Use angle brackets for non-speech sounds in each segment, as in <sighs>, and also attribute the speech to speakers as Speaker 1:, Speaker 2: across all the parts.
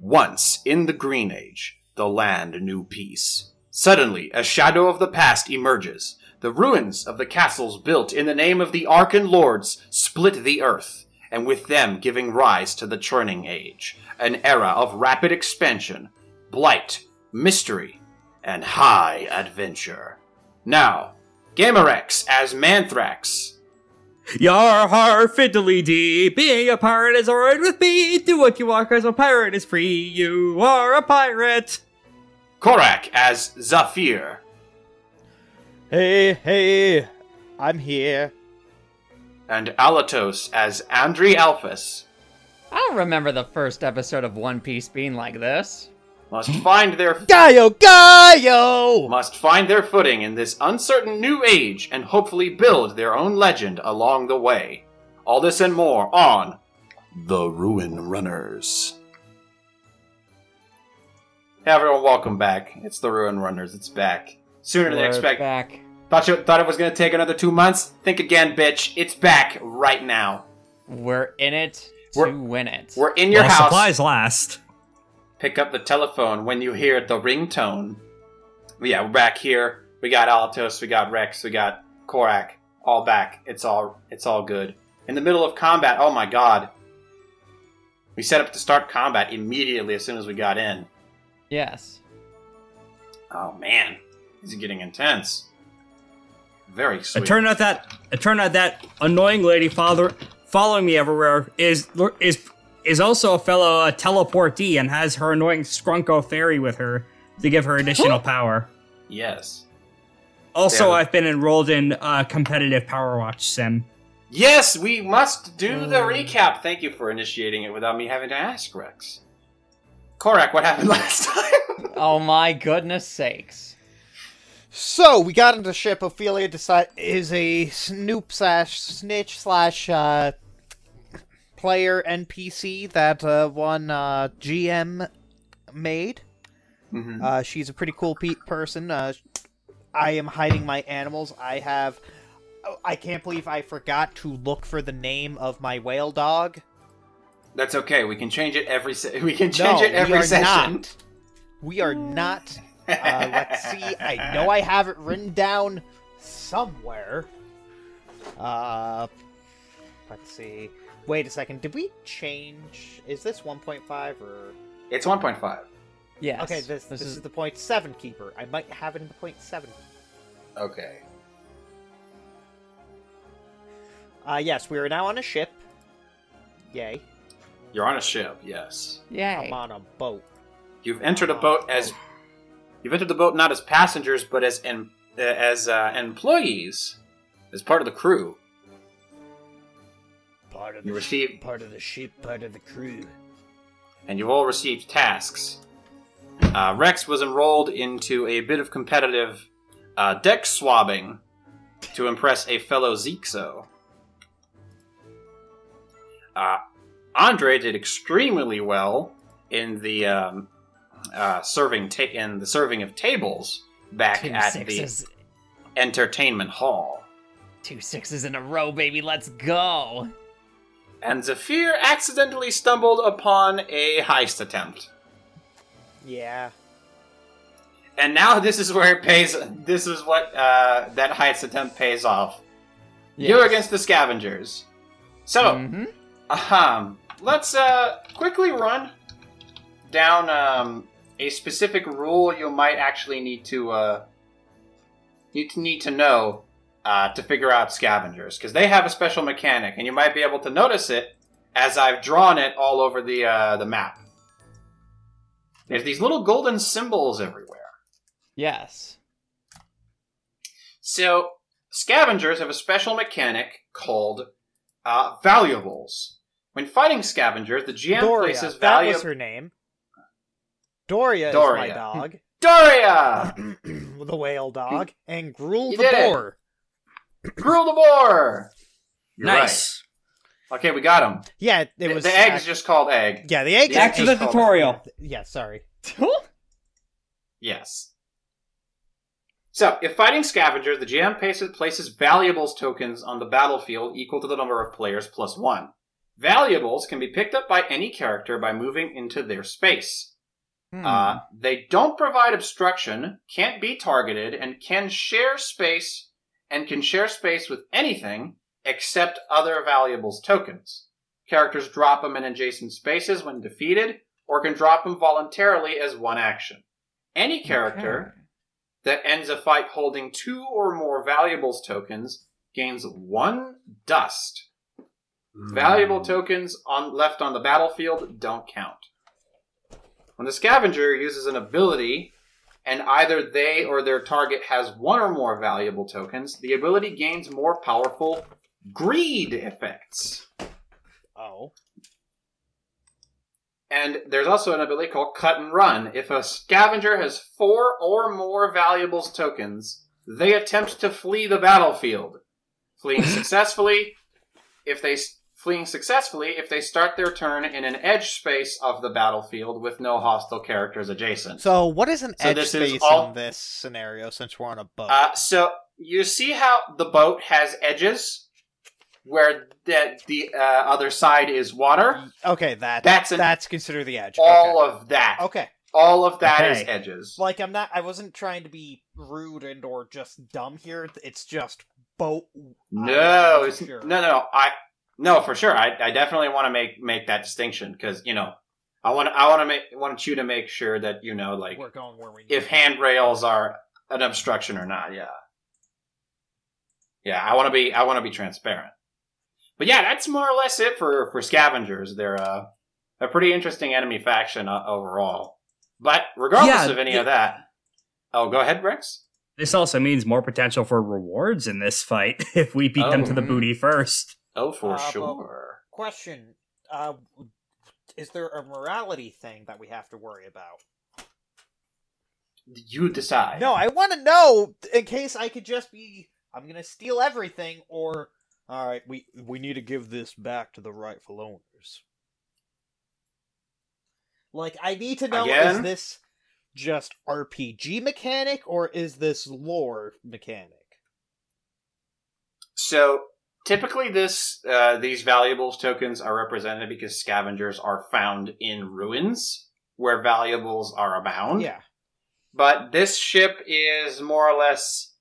Speaker 1: Once, in the Green Age, the land knew peace. Suddenly, a shadow of the past emerges. The ruins of the castles built in the name of the Arkan Lords split the earth, and with them giving rise to the Churning Age, an era of rapid expansion, blight, mystery, and high adventure. Now, Gamerex as Manthrax.
Speaker 2: Yar har fiddly dee, being a pirate is alright with me. Do what you want, cause a pirate is free. You are a pirate.
Speaker 1: Korak as Zafir.
Speaker 3: Hey, hey, I'm here.
Speaker 1: And Alatos as Andri Alphys.
Speaker 4: I don't remember the first episode of One Piece being like this.
Speaker 1: Must find their
Speaker 3: Gaio, Gaio!
Speaker 1: must find their footing in this uncertain new age and hopefully build their own legend along the way. All this and more on The Ruin Runners. Hey everyone, welcome back. It's The Ruin Runners. It's back. Sooner than
Speaker 4: We're
Speaker 1: expected.
Speaker 4: Back.
Speaker 1: Thought you thought it was gonna take another two months? Think again, bitch. It's back right now.
Speaker 4: We're in it to
Speaker 1: We're-
Speaker 4: win it.
Speaker 1: We're in your
Speaker 2: While
Speaker 1: house.
Speaker 2: supplies last.
Speaker 1: pick up the telephone when you hear the ringtone. But yeah, we're back here. We got Altos, we got Rex, we got Korak, all back. It's all it's all good. In the middle of combat, oh my god. We set up to start combat immediately as soon as we got in.
Speaker 4: yes.
Speaker 1: Oh man, this is getting intense. Very sweet.
Speaker 2: It turned out that it turned out that annoying lady father following me everywhere is is is also a fellow uh, teleportee and has her annoying Skrunko fairy with her to give her additional power.
Speaker 1: yes.
Speaker 2: Also,
Speaker 1: Yeah.
Speaker 2: I've been enrolled in uh, competitive Power Watch sim.
Speaker 1: Yes, we must do the recap. Thank you for initiating it without me having to ask Rex. Korak, what happened <laughs> last time?
Speaker 4: <laughs> Oh my goodness sakes.
Speaker 3: So we got into ship. Ophelia decide is a snoop slash snitch slash uh, player NPC that uh, one uh, GM made.
Speaker 1: Mhm.
Speaker 3: Uh, she's a pretty cool pe- person. Uh, I am hiding my animals. I have. oh, I can't believe I forgot to look for the name of my whale dog.
Speaker 1: That's okay. We can change it every se- <laughs> we can change
Speaker 3: no,
Speaker 1: it every
Speaker 3: we are
Speaker 1: session.
Speaker 3: not. We are not. Uh, let's
Speaker 1: <laughs>
Speaker 3: see. I know I have it written down somewhere. Uh, let's see. Wait a second. Did we change? Is this 1.5 or?
Speaker 1: It's 1.5.
Speaker 4: Yes.
Speaker 3: okay, this, this is... the point seven keeper. I might have it in the point seven.
Speaker 1: Okay.
Speaker 3: Uh, yes, we are now on a ship. Yay!
Speaker 1: You're on a ship. Yes.
Speaker 4: Yay.
Speaker 3: I'm on a boat.
Speaker 1: You've entered a boat as you've entered the boat not as passengers but as em- uh, as uh, employees as part of the crew.
Speaker 3: Part of
Speaker 1: You receive
Speaker 3: part of the ship, part of the crew.
Speaker 1: and you've all received tasks. Uh, Rex was enrolled into a bit of competitive uh, deck swabbing to impress a fellow Zixo. Uh, Andre did extremely well in the um, uh, serving ta- in the serving of tables back
Speaker 4: Two
Speaker 1: at
Speaker 4: sixes.
Speaker 1: the entertainment hall.
Speaker 4: Two sixes in a row, baby. Let's go.
Speaker 1: And Zephyr accidentally stumbled upon a heist attempt.
Speaker 3: Yeah.
Speaker 1: And now this is where it pays. This is what uh, that heist attempt pays off. You're against the scavengers. So,
Speaker 4: hmm
Speaker 1: um, let's uh, quickly run down um, a specific rule you might actually need to uh, you t- need to know uh, to figure out scavengers because they have a special mechanic, and you might be able to notice it as I've drawn it all over the uh, the map. There's these little golden symbols everywhere.
Speaker 4: Yes.
Speaker 1: So, scavengers have a special mechanic called uh, valuables. When fighting scavengers, the GM
Speaker 3: Doria.
Speaker 1: places
Speaker 3: That
Speaker 1: value.
Speaker 3: was her name. Doria, is
Speaker 1: Doria.
Speaker 3: my dog.
Speaker 1: Doria,
Speaker 3: <coughs> the whale dog. And Gruel
Speaker 1: Hmm? You
Speaker 3: the
Speaker 1: did it.
Speaker 3: boar.
Speaker 1: rule the boar. You're
Speaker 2: nice.
Speaker 1: right. Okay, we got him.
Speaker 3: Yeah, it
Speaker 1: The,
Speaker 3: was.
Speaker 1: the egg's
Speaker 3: ac-
Speaker 1: just called egg.
Speaker 3: Yeah, the egg.
Speaker 1: The
Speaker 3: is
Speaker 2: Back to the
Speaker 1: Just call it.
Speaker 2: tutorial.
Speaker 3: Yeah, sorry.
Speaker 1: Yes. So, if fighting scavengers, the GM places, places valuables tokens on the battlefield equal to the number of players plus one. Valuables can be picked up by any character by moving into their space.
Speaker 4: Hmm.
Speaker 1: Uh, they don't provide obstruction, can't be targeted, and can share space and can share space with anything except other valuables tokens. Characters drop them in adjacent spaces when defeated, or can drop them voluntarily as one action. Any character that ends a fight holding two or more valuables tokens gains one dust. Valuable tokens on left on the battlefield don't count. When the scavenger uses an ability and either they or their target has one or more valuable tokens, the ability gains more powerful greed effects.
Speaker 3: Oh.
Speaker 1: And there's also an ability called Cut and Run. If a scavenger has four or more valuables tokens, they attempt to flee the battlefield.
Speaker 3: <laughs>
Speaker 1: Fleeing successfully, if they fleeing successfully, if they start their turn in an edge space of the battlefield with no hostile characters adjacent.
Speaker 3: So what is an
Speaker 1: So
Speaker 3: edge
Speaker 1: this is
Speaker 3: space
Speaker 1: all-
Speaker 3: in this scenario since we're on a boat?
Speaker 1: Uh, so you see how the boat has edges where the, the uh, other side is water.
Speaker 3: okay, that
Speaker 1: That's an,
Speaker 3: that's considered the edge.
Speaker 1: all of that.
Speaker 3: okay. okay.
Speaker 1: All of that is
Speaker 2: Okay.
Speaker 1: edges.
Speaker 3: Like I'm not I wasn't trying to be rude and or just dumb here. It's just boat
Speaker 1: No,
Speaker 3: for
Speaker 1: it's,
Speaker 3: sure.
Speaker 1: no, no, no. I no for sure. I, I definitely want to make make that distinction because you know I want I want to make want you to make sure that you know like
Speaker 3: we're going where we need.
Speaker 1: if
Speaker 3: to.
Speaker 1: handrails are an obstruction or not. Yeah, yeah. I want to be I want to be transparent. But yeah, that's more or less it for for scavengers. They're uh, a pretty interesting enemy faction uh, overall. But regardless
Speaker 2: Yeah,
Speaker 1: of any
Speaker 2: the-
Speaker 1: of that, oh, go ahead, Rex.
Speaker 2: This also means more potential for rewards in this fight <laughs> if we beat them to the
Speaker 1: Oh.
Speaker 2: booty first.
Speaker 1: Oh, for
Speaker 3: Uh, but-
Speaker 1: sure.
Speaker 3: question uh is there a morality thing that we have to worry about?
Speaker 1: You decide.
Speaker 3: No, I want to know in case I could just be I'm going to steal everything or all right, we we need to give this back to the rightful owners. Like I need to know is
Speaker 1: Again?
Speaker 3: this just RPG mechanic or is this lore mechanic?
Speaker 1: So typically, this uh, these valuables tokens are represented because scavengers are found in ruins where valuables are abound.
Speaker 3: Yeah.
Speaker 1: But this ship is more or less.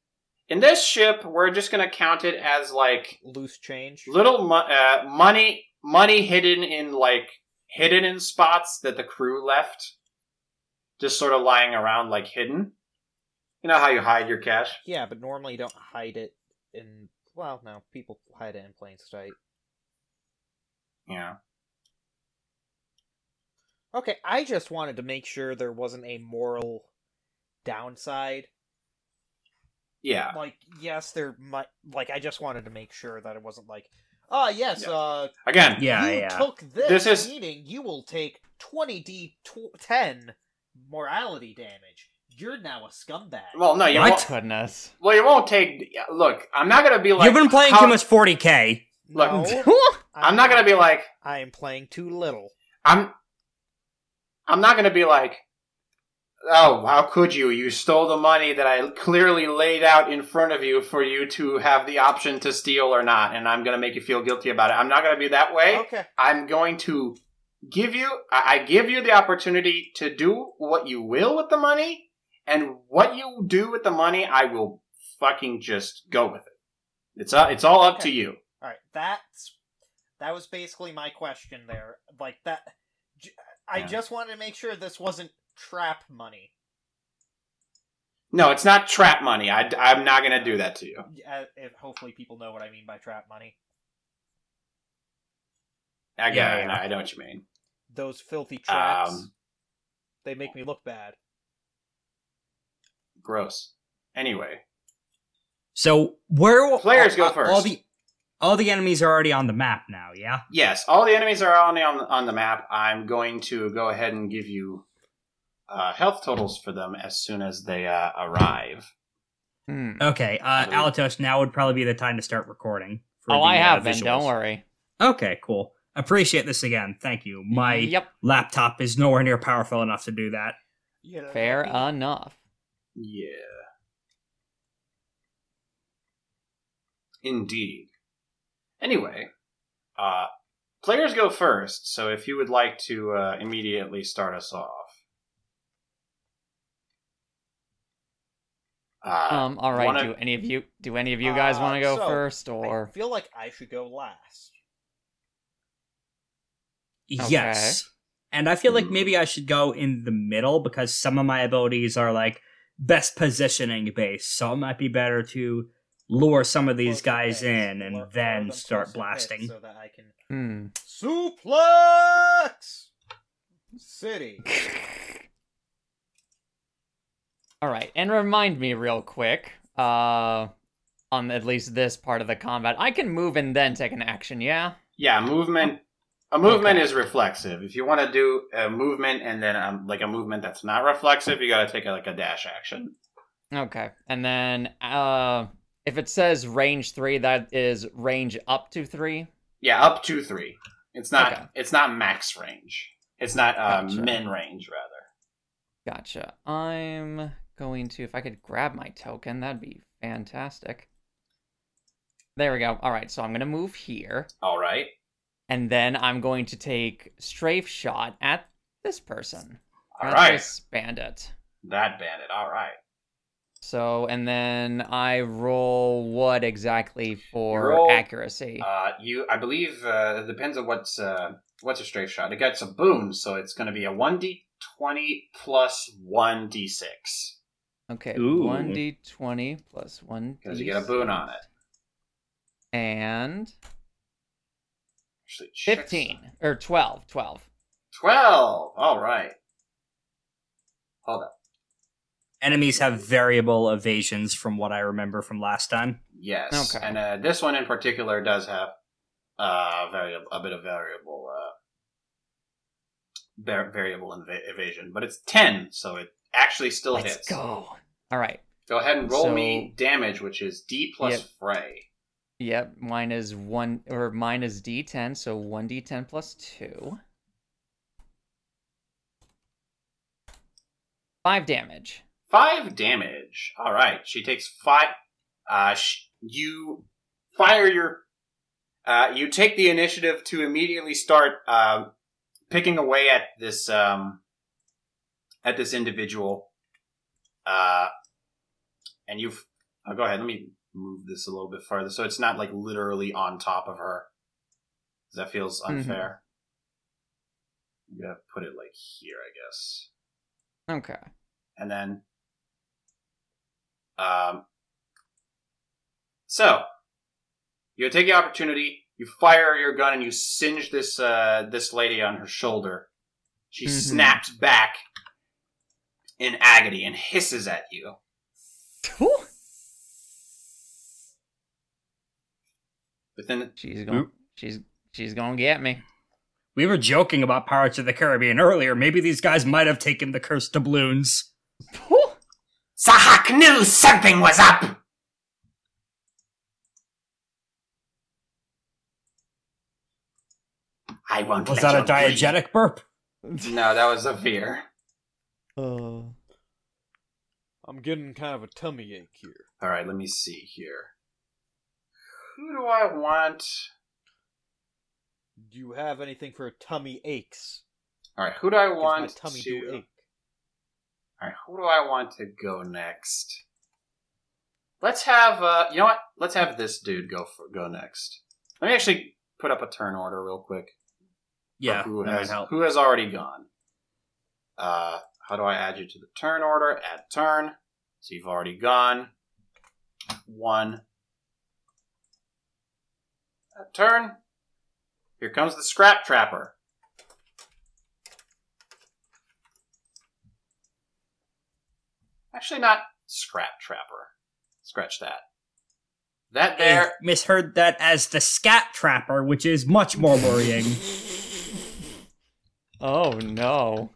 Speaker 1: In this ship, we're just going to count it as like
Speaker 3: Loose change.
Speaker 1: little mo- uh, money, money hidden in like hidden in spots that the crew left, just sort of lying around like hidden. You know how you hide your cash.
Speaker 3: Yeah, but normally you don't hide it in well, no, people hide it in plain sight.
Speaker 1: Yeah.
Speaker 3: Okay, I just wanted to make sure there wasn't a moral downside
Speaker 1: Yeah.
Speaker 2: Ah.
Speaker 3: like yes there might like i just wanted to make sure that it wasn't like oh yes
Speaker 1: Yeah.
Speaker 3: uh
Speaker 1: Again,
Speaker 2: Yeah,
Speaker 3: you
Speaker 2: yeah.
Speaker 3: took this,
Speaker 1: This is-
Speaker 3: meeting you will take 20 d 10 morality damage you're now a scumbag
Speaker 1: Well, no, you
Speaker 2: What?
Speaker 1: won't.
Speaker 4: Goodness.
Speaker 1: Well, you won't take. Look, I'm not gonna be like.
Speaker 2: You've been playing
Speaker 1: how-
Speaker 2: too much 40k.
Speaker 1: look.
Speaker 3: <laughs> No,
Speaker 1: I'm not gonna be like.
Speaker 3: i am playing too little
Speaker 1: I'm. I'm not gonna be like. Oh, how could you? You stole the money that I clearly laid out in front of you for you to have the option to steal or not, and I'm gonna make you feel guilty about it. I'm not gonna be that way.
Speaker 3: okay
Speaker 1: I'm going to give you. I I give you the opportunity to do what you will with the money, and what you do with the money, I will fucking just go with it. It's uh, it's all up to
Speaker 3: Okay.
Speaker 1: you.
Speaker 3: all right that's that was basically my question there like that j- i
Speaker 1: Yeah.
Speaker 3: just wanted to make sure this wasn't trap money
Speaker 1: No, it's not trap money. I, am not going to do that to you.
Speaker 3: uh, if hopefully people know what i mean by trap money
Speaker 1: Again,
Speaker 2: Yeah, yeah.
Speaker 1: I know what you mean.
Speaker 3: those filthy traps
Speaker 1: Um,
Speaker 3: they make me look bad
Speaker 1: Gross. Anyway,
Speaker 2: So where
Speaker 1: Players go
Speaker 2: all- All
Speaker 1: first.
Speaker 2: the all the enemies are already on the map now. Yeah.
Speaker 1: yes, all the enemies are on the, on the map. I'm going to go ahead and give you uh, health totals for them as soon as they uh, arrive.
Speaker 4: Hmm.
Speaker 2: Okay. Uh,
Speaker 1: Sweet.
Speaker 2: Alatos, now would probably be the time to start recording. for
Speaker 4: Oh,
Speaker 2: the,
Speaker 4: I
Speaker 2: uh,
Speaker 4: have been. Don't
Speaker 2: visuals.
Speaker 4: worry.
Speaker 2: Okay. Cool. Appreciate this again. Thank you. My
Speaker 4: Yep.
Speaker 2: laptop is nowhere near powerful enough to do that.
Speaker 3: Yeah,
Speaker 4: Fair
Speaker 1: Uh,
Speaker 4: enough.
Speaker 1: Yeah. Indeed. Anyway, uh, Players go first, so if you would like to uh, immediately start us off. Uh,
Speaker 4: Um, all right.
Speaker 1: wanna-
Speaker 4: Do any of you do any of you guys
Speaker 3: Uh,
Speaker 4: want to go
Speaker 3: so,
Speaker 4: first
Speaker 3: I
Speaker 4: or
Speaker 3: feel like I should go last.
Speaker 2: Yes. And I feel like
Speaker 1: Hmm.
Speaker 2: maybe I should go in the middle because some of my abilities are like best positioning based. So it might be better to lure some of these
Speaker 3: Closer
Speaker 2: guys
Speaker 3: base,
Speaker 2: in and
Speaker 3: or- or
Speaker 2: then
Speaker 3: them
Speaker 2: start
Speaker 3: closer base
Speaker 2: blasting.
Speaker 3: so that I can
Speaker 4: Hmm.
Speaker 3: suplex
Speaker 4: <laughs>
Speaker 3: city.
Speaker 4: All right. And remind me real quick. Uh, on at least this part of the combat, I can move and then take an action. Yeah.
Speaker 1: yeah, movement. A movement
Speaker 4: Okay.
Speaker 1: is reflexive. If you want to do a movement and then um, like a movement that's not reflexive, you got to take a, like a dash action.
Speaker 4: Okay. And then uh, if it says range three, that is range up to three.
Speaker 1: Yeah, up to three. It's not.
Speaker 4: Okay.
Speaker 1: It's not max range. It's not uh,
Speaker 4: Gotcha.
Speaker 1: min range rather.
Speaker 4: Gotcha. I'm going to, if I could grab my token, that'd be fantastic. There we go. All right, so I'm going to move here,
Speaker 1: All right.
Speaker 4: and then I'm going to take strafe shot at this person.
Speaker 1: All
Speaker 4: at
Speaker 1: right.
Speaker 4: This bandit.
Speaker 1: That bandit. All right.
Speaker 4: So, and then I roll what exactly for
Speaker 1: roll,
Speaker 4: accuracy?
Speaker 1: Uh, you, I believe, uh, it depends on what's uh, what's a strafe shot. It gets a boon, so it's going to be a one d twenty plus one d six.
Speaker 4: okay,
Speaker 2: Ooh.
Speaker 4: 1d20 plus 1d.
Speaker 1: 'Cause you get a boon on it.
Speaker 4: And
Speaker 1: Actually, check
Speaker 4: 15, or 12, 12.
Speaker 1: Twelve. All right. Hold up.
Speaker 2: Enemies have variable evasions from what I remember from last time.
Speaker 1: Yes.
Speaker 4: Okay.
Speaker 1: And uh, this one in particular does have uh, variable, a bit of variable, uh, var- variable inva- evasion, but it's ten, so it actually still
Speaker 4: Let's
Speaker 1: hits.
Speaker 4: go. All right.
Speaker 1: Go ahead and roll
Speaker 4: So-
Speaker 1: me damage, which is D plus
Speaker 4: Yep.
Speaker 1: fray.
Speaker 4: Yep, mine is one or mine is D10, so one D10 plus two. Five damage.
Speaker 1: Five damage. All right. She takes five. Uh, sh- you fire your. Uh, you take the initiative to immediately start uh, picking away at this um, at this individual. Uh, and you've. Oh, go ahead. Let me move this a little bit further so it's not like literally on top of her. 'Cause That feels
Speaker 4: Mhm.
Speaker 1: unfair. You gotta put it like here, I guess
Speaker 4: Okay.
Speaker 1: and then um so you take the opportunity you fire your gun and you singe this uh this lady on her shoulder she
Speaker 2: Mm-hmm.
Speaker 4: Mhm.
Speaker 1: snaps back in agony and hisses at you
Speaker 4: Whew.
Speaker 1: but then
Speaker 4: She's going. She's she's gonna get me.
Speaker 2: We were joking about Pirates of the Caribbean earlier. Maybe these guys might have taken the cursed doubloons.
Speaker 4: Whew.
Speaker 1: sahak knew something was up I won't
Speaker 2: Was
Speaker 1: let
Speaker 2: that a
Speaker 1: your greed-
Speaker 2: diegetic burp?
Speaker 1: No, that was a fear.
Speaker 4: Uh.
Speaker 5: I'm getting kind of a tummy ache here.
Speaker 1: All right, let me see here. Who do I want?
Speaker 5: Do you have anything for tummy aches?
Speaker 1: All right, who do I
Speaker 5: 'Cause
Speaker 1: want
Speaker 5: my tummy
Speaker 1: to?
Speaker 5: do ache.
Speaker 1: All right, who do I want to go next? Let's have uh, you know what? Let's have this dude go for go next. Let me actually put up a turn order real quick. for
Speaker 2: Yeah,
Speaker 1: who
Speaker 2: that would
Speaker 1: has
Speaker 2: help.
Speaker 1: who has already gone? Uh, how do I add you to the turn order? Add turn. So you've already gone. One. Add turn. Here comes the scrap trapper. Actually, not scrap trapper. Scratch that. That
Speaker 2: I
Speaker 1: there.
Speaker 2: misheard that as the scat trapper, which is much more worrying.
Speaker 4: Oh no.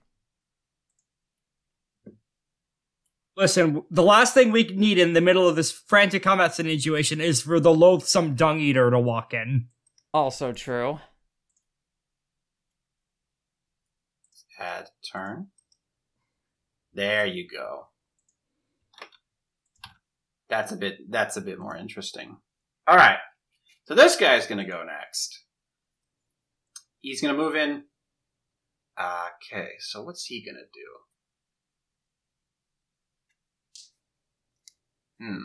Speaker 2: Listen, the last thing we need in the middle of this frantic combat situation is for the loathsome dung eater to walk in.
Speaker 4: Also true.
Speaker 1: Add turn. There you go. That's a bit that's a bit more interesting. Alright. So this guy's gonna go next. He's gonna move in. Okay, so what's he gonna do?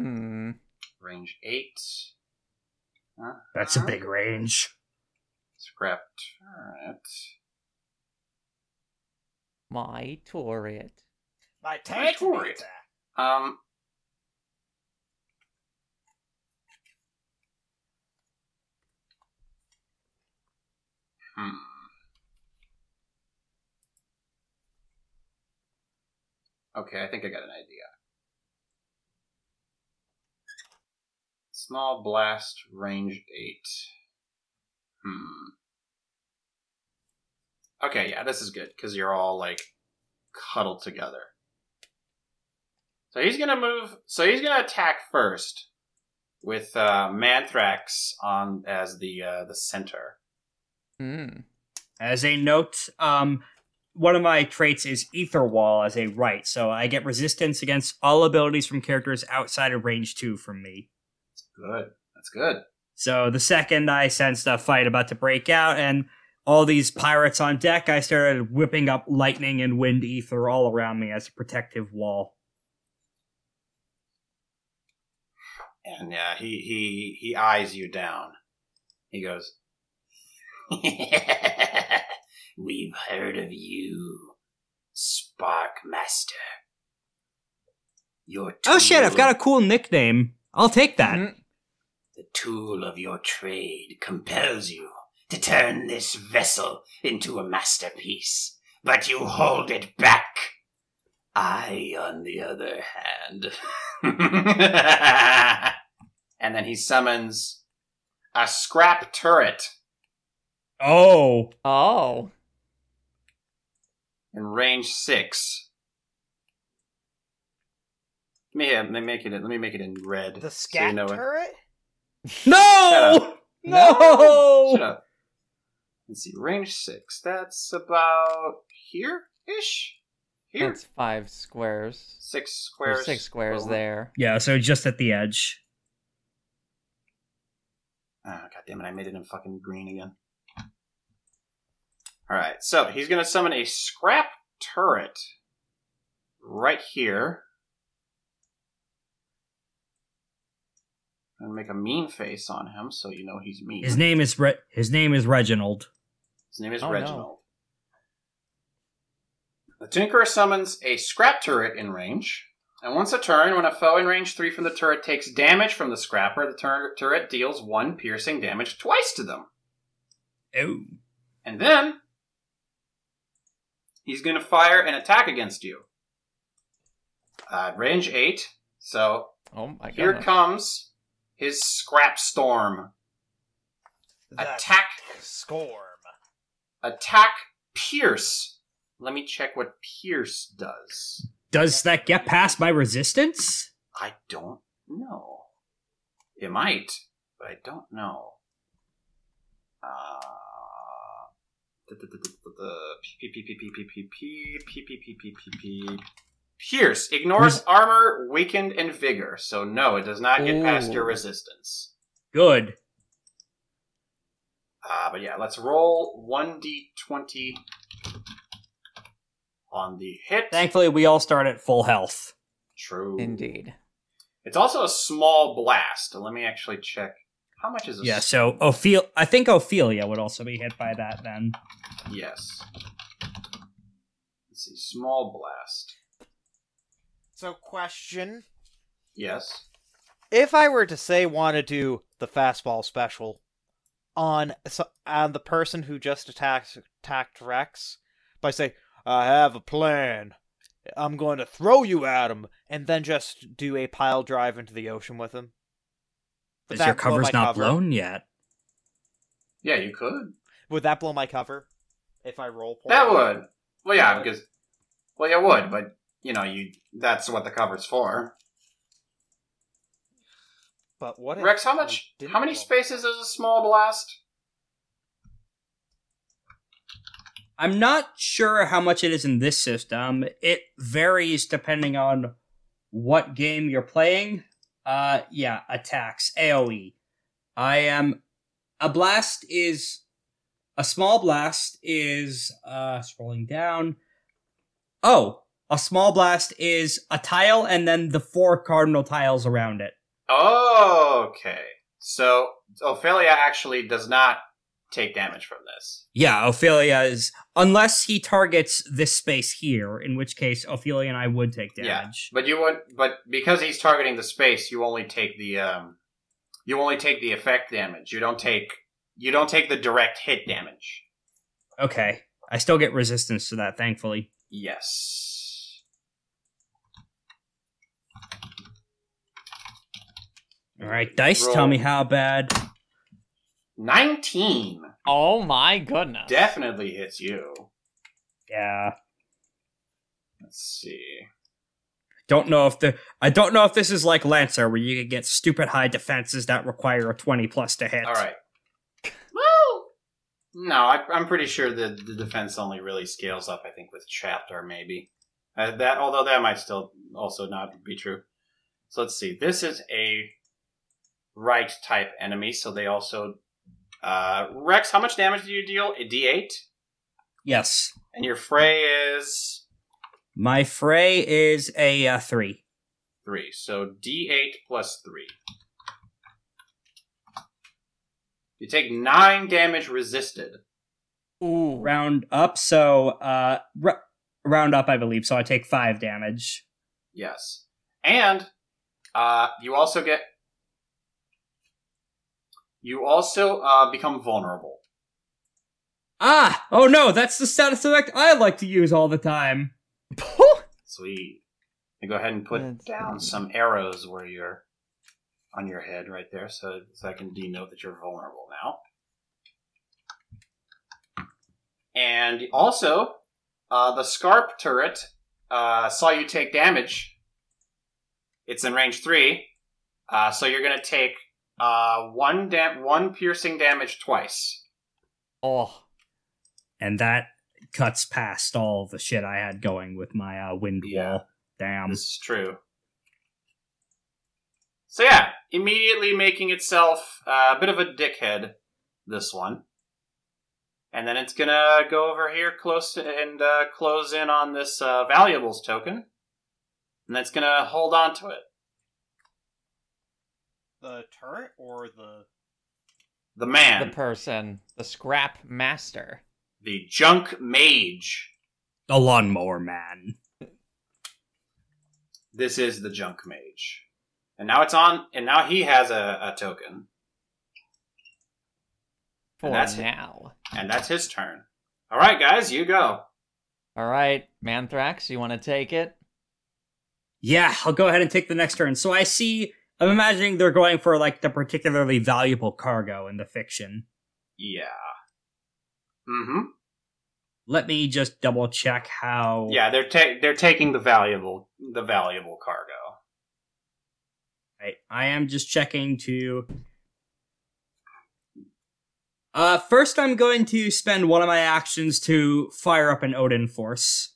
Speaker 1: Hmm.
Speaker 4: Hmm.
Speaker 1: Range eight.
Speaker 2: That's a big range.
Speaker 1: Scrapped. Alright.
Speaker 4: My turret.
Speaker 3: My
Speaker 1: tank turret. meter. Um Hmm. Okay, I think I got an idea. Small blast, range 8. Hmm. Okay, yeah, this is good, because you're all, like, cuddled together. So he's gonna move. So he's gonna attack first with uh, Manthrax on as the uh, the center.
Speaker 4: Hmm.
Speaker 2: As a note, um, one of my traits is Ether Wall as a right, so I get resistance against all abilities from characters outside of range two from me.
Speaker 1: Good. That's good.
Speaker 2: So the second I sensed a fight about to break out and all these pirates on deck, I started whipping up lightning and wind ether all around me as a protective wall.
Speaker 1: And yeah, he he he eyes you down. He goes, <laughs> "We've heard of you, Spark Master. Your
Speaker 2: Oh shit, I've
Speaker 1: tool-
Speaker 2: got a cool nickname. I'll take that.
Speaker 4: Mhm.
Speaker 1: The tool of your trade compels you to turn this vessel into a masterpiece, but you hold it back. I, on the other hand. <laughs> and then he summons a scrap turret
Speaker 2: Oh.
Speaker 4: Oh.
Speaker 1: in range six. Let me, uh, let me make it. Let me make it in red.
Speaker 3: The
Speaker 1: so you
Speaker 3: scat
Speaker 1: know it-
Speaker 3: turret?
Speaker 2: No!
Speaker 1: Shut
Speaker 4: Oh.
Speaker 2: No!
Speaker 1: up. Let's see, range six. That's about here ish. Here,
Speaker 4: It's five squares.
Speaker 1: six
Speaker 4: Or
Speaker 1: squares.
Speaker 4: six squares
Speaker 1: over.
Speaker 4: there.
Speaker 2: Yeah, so just at the edge.
Speaker 1: Oh, God damn it! I made it in fucking green again. All right, so he's gonna summon a scrap turret right here. And make a mean face on him, so you know he's mean.
Speaker 2: His name is Re- his name is Reginald.
Speaker 1: His name is
Speaker 4: Oh, no.
Speaker 1: Reginald. The Tinkerer summons a scrap turret in range, and once a turn, when a foe in range 3 from the turret takes damage from the scrapper, the tur- turret deals 1 piercing damage twice to them.
Speaker 2: Oh.
Speaker 1: And then, he's going to fire an attack against you. Uh, range 8, so
Speaker 4: Oh my
Speaker 1: here
Speaker 4: god.
Speaker 1: comes his scrap storm.
Speaker 3: The
Speaker 1: Attack
Speaker 3: Scorm.
Speaker 1: attack pierce. Let me check what pierce does.
Speaker 2: Does that get past my resistance?
Speaker 1: I don't know. It might, but I don't know. Uh, the- the- the- the- the- p- p- p- p- p- p- p- p- p- p- p- p- p- Pierce ignores
Speaker 4: Hmm.
Speaker 1: armor, weakened, and vigor, so no, it does not get past your
Speaker 4: Ooh.
Speaker 1: resistance.
Speaker 2: Good.
Speaker 1: Uh, but yeah, let's roll 1d20 on the hit.
Speaker 2: Thankfully, we all start at full health.
Speaker 1: True.
Speaker 4: Indeed.
Speaker 1: It's also a small blast. Let me actually check. How much is a
Speaker 2: Yeah, so Ophel- I think Ophelia would also be hit by that then.
Speaker 1: Yes. Let's see. Small blast.
Speaker 3: So, question.
Speaker 1: Yes.
Speaker 3: If I were to say want to do the fastball special on so- on the person who just attacked attacked Rex, by say I have a plan, I'm going to throw you at him, and then just do a pile drive into the ocean with him. Would
Speaker 2: Is your
Speaker 3: that blow my
Speaker 2: cover's not
Speaker 3: cover?
Speaker 2: blown yet?
Speaker 1: Yeah, you could.
Speaker 3: Would that blow my cover if I roll?
Speaker 1: That
Speaker 3: poorly?
Speaker 1: would. Well, yeah, because. Well, yeah, it would, but you know, you that's what the cover's for.
Speaker 3: But what? if
Speaker 1: Rex, how
Speaker 3: I
Speaker 1: much?
Speaker 3: didn't
Speaker 1: How many
Speaker 3: roll?
Speaker 1: spaces is a small blast?
Speaker 2: I'm not sure how much it is in this system. It varies depending on what game you're playing. E. Uh yeah, attacks, AoE. I am a blast is A small blast is uh scrolling down. Oh, a small blast is a tile and then the four cardinal tiles around it.
Speaker 1: Okay. So Ophelia actually does not take damage from this.
Speaker 2: Yeah, Ophelia is unless he targets this space here, in which case Ophelia and I would take
Speaker 1: Yeah.
Speaker 2: damage.
Speaker 1: But you would but because he's targeting the space, you only take the um you only take the effect damage. You don't take you don't take the direct hit damage.
Speaker 2: Okay. I still get resistance to that, thankfully.
Speaker 1: Yes.
Speaker 2: Alright, dice,
Speaker 1: Roll.
Speaker 2: tell me how bad.
Speaker 1: 19
Speaker 4: Oh my goodness.
Speaker 1: definitely hits you.
Speaker 2: Yeah.
Speaker 1: Let's see.
Speaker 2: Don't know if the I don't know if this is like Lancer where you can get stupid high defenses that require a twenty plus to hit.
Speaker 1: All right. Well, no, I, I'm pretty sure the, the defense only really scales up. I think with chapter maybe uh, that, although that might still also not be true. So let's see. This is a right type enemy, so they also uh, Rex. How much damage do you deal? A D8,
Speaker 2: Yes.
Speaker 1: and your fray is
Speaker 2: My fray is a uh, three.
Speaker 1: three. So D8 plus three. You take nine damage resisted.
Speaker 4: Ooh.
Speaker 2: Round up, so uh, ru- round up, I believe. So I take five damage.
Speaker 1: Yes. And uh, you also get. You also uh, become vulnerable.
Speaker 2: Ah! Oh no, that's the status effect I like to use all the time.
Speaker 1: Sweet. You go ahead and put
Speaker 4: That's
Speaker 1: down
Speaker 4: good.
Speaker 1: some arrows where you're on your head right there, so, so I can denote that you're vulnerable now. And also, uh, the Scarp turret uh, saw you take damage. It's in range three, uh, so you're going to take uh, one dam- one piercing damage twice.
Speaker 4: Oh.
Speaker 2: And that cuts past all the shit I had going with my uh, wind
Speaker 1: Yeah.
Speaker 2: wall. Damn.
Speaker 1: This is true. So yeah, immediately making itself uh, a bit of a dickhead. This one, and then it's gonna go over here close and uh, close in on this uh, valuables token, and that's gonna hold on to it.
Speaker 5: The turret or the
Speaker 1: The
Speaker 4: The
Speaker 1: man, the,
Speaker 4: person. The scrap master.
Speaker 1: junk mage.
Speaker 2: A lawnmower man.
Speaker 1: This is the junk mage, and now it's on. And now he has a, a token,
Speaker 4: For
Speaker 1: that's it.
Speaker 4: now.
Speaker 1: and that's his turn. All right, guys, you go.
Speaker 4: All right, Manthrax, you want to take it?
Speaker 2: Yeah, I'll go ahead and take the next turn. So I see. I'm imagining they're going for like the particularly valuable cargo in the fiction.
Speaker 1: Yeah. Mm-hmm.
Speaker 2: Let me just double check how.
Speaker 1: Yeah, they're ta- they're taking the valuable the valuable cargo.
Speaker 2: Right. I am just checking to. Uh, first, I'm going to spend one of my actions to fire up an Odin Force.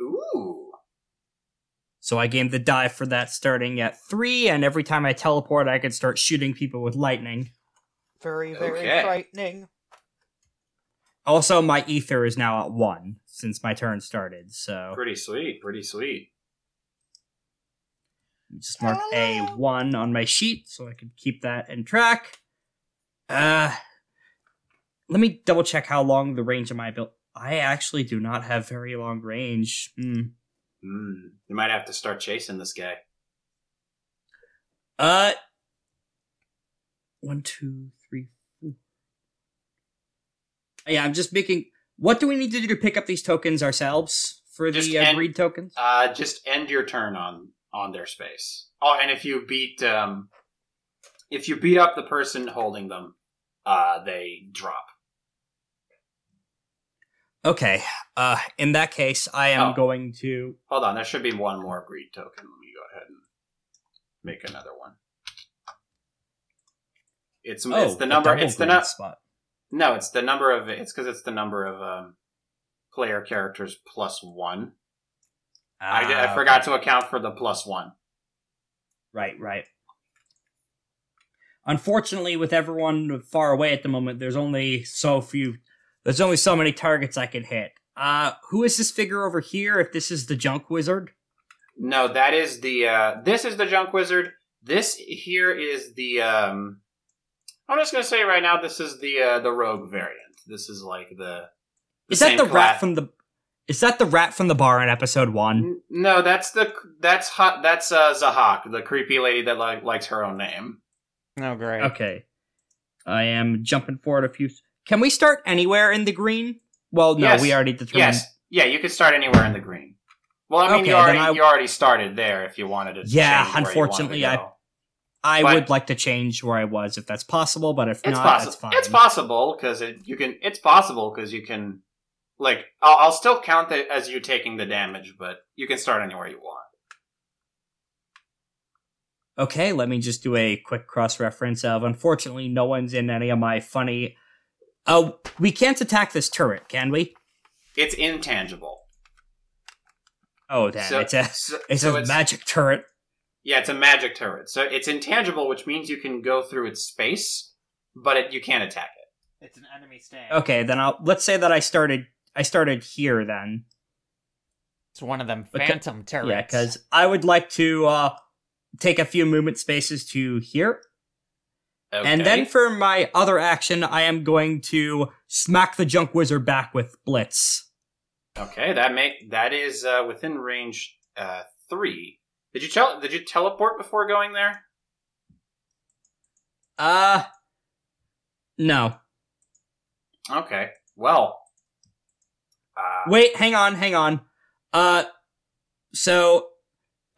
Speaker 1: Ooh.
Speaker 2: So I gained the die for that starting at three, and every time I teleport, I could start shooting people with lightning.
Speaker 3: Very, very
Speaker 1: Okay.
Speaker 3: frightening.
Speaker 2: Also, my ether is now at one since my turn started, so
Speaker 1: Pretty sweet, pretty sweet.
Speaker 2: just mark a one on my sheet so I can keep that in track. Uh, let me double check how long the range of my build. I actually do not have very long range. Hmm.
Speaker 1: Mm. You might have to start chasing this guy.
Speaker 2: Uh, one, two, three, four. Yeah, I'm just making. What do we need to do to pick up these tokens ourselves for
Speaker 1: Just
Speaker 2: the uh,
Speaker 1: end-
Speaker 2: greed tokens?
Speaker 1: Uh just end your turn on on their space. Oh, and if you beat um if you beat up the person holding them, uh they drop.
Speaker 2: Okay. Uh, in that case, I am
Speaker 1: Oh.
Speaker 2: going to.
Speaker 1: Hold on, there should be one more greed token. Let me go ahead and make another one. It's it's
Speaker 2: Oh,
Speaker 1: the
Speaker 2: a
Speaker 1: number
Speaker 2: double
Speaker 1: it's the
Speaker 2: greed
Speaker 1: nu-
Speaker 2: spot.
Speaker 1: No, it's the number of it's because it's the number of um, player characters plus one. I, did- I
Speaker 2: Ah,
Speaker 1: forgot to account for the plus one.
Speaker 2: Right, right. Unfortunately, with everyone far away at the moment, there's only so few. There's only so many targets I can hit. Uh, who is this figure over here? If this is the junk wizard,
Speaker 1: No, that is the uh this is the junk wizard. This here is the um I'm just gonna say right now this is the uh the rogue variant. This is like the,
Speaker 2: is that
Speaker 1: same
Speaker 2: the
Speaker 1: class-
Speaker 2: rat from the? Is that the rat from the bar in episode one?
Speaker 1: N- No, that's the that's hot that's uh Zahak, the creepy lady that like likes her own name.
Speaker 4: Oh,
Speaker 1: Mm-hmm.
Speaker 4: great.
Speaker 2: Okay, I am jumping forward a few. Can we start anywhere in the green? Well, no,
Speaker 1: Yes.
Speaker 2: we already determined.
Speaker 1: Yes. Yeah, you could start anywhere in the green. Well, I mean
Speaker 2: Okay,
Speaker 1: you
Speaker 2: then
Speaker 1: already
Speaker 2: I-
Speaker 1: you already started there if you wanted to
Speaker 2: Yeah,
Speaker 1: change where you wanted to
Speaker 2: unfortunately, I-
Speaker 1: go.
Speaker 2: I
Speaker 1: But-
Speaker 2: would like to change where I was if that's possible, but if
Speaker 1: It's
Speaker 2: not,
Speaker 1: possible.
Speaker 2: that's fine.
Speaker 1: It's possible because it, you can. It's possible because you can. Like, I'll, I'll still count it as you taking the damage, but you can start anywhere you want.
Speaker 2: Okay, let me just do a quick cross reference of unfortunately no one's in any of my funny Oh, we can't attack this turret, can we?
Speaker 1: It's intangible.
Speaker 2: Oh damn,
Speaker 1: So-
Speaker 2: it's a
Speaker 1: so-
Speaker 2: it's
Speaker 1: so
Speaker 2: a magic turret.
Speaker 1: Yeah, it's a magic turret, so it's intangible, which means you can go through its space, but it, you can't attack it.
Speaker 5: It's an enemy stand.
Speaker 2: Okay, then I'll let's say that I started I started here then.
Speaker 4: It's one of them
Speaker 2: Okay.
Speaker 4: phantom turrets.
Speaker 2: Yeah, because I would like to uh take a few movement spaces to here. And then for my other action, I am going to smack the junk wizard back with blitz.
Speaker 1: okay, that make that is uh, within range uh, three. Did you tell? Did you teleport before going there?
Speaker 2: Uh no.
Speaker 1: Okay, well, uh,
Speaker 2: Wait, hang on, hang on. Uh, so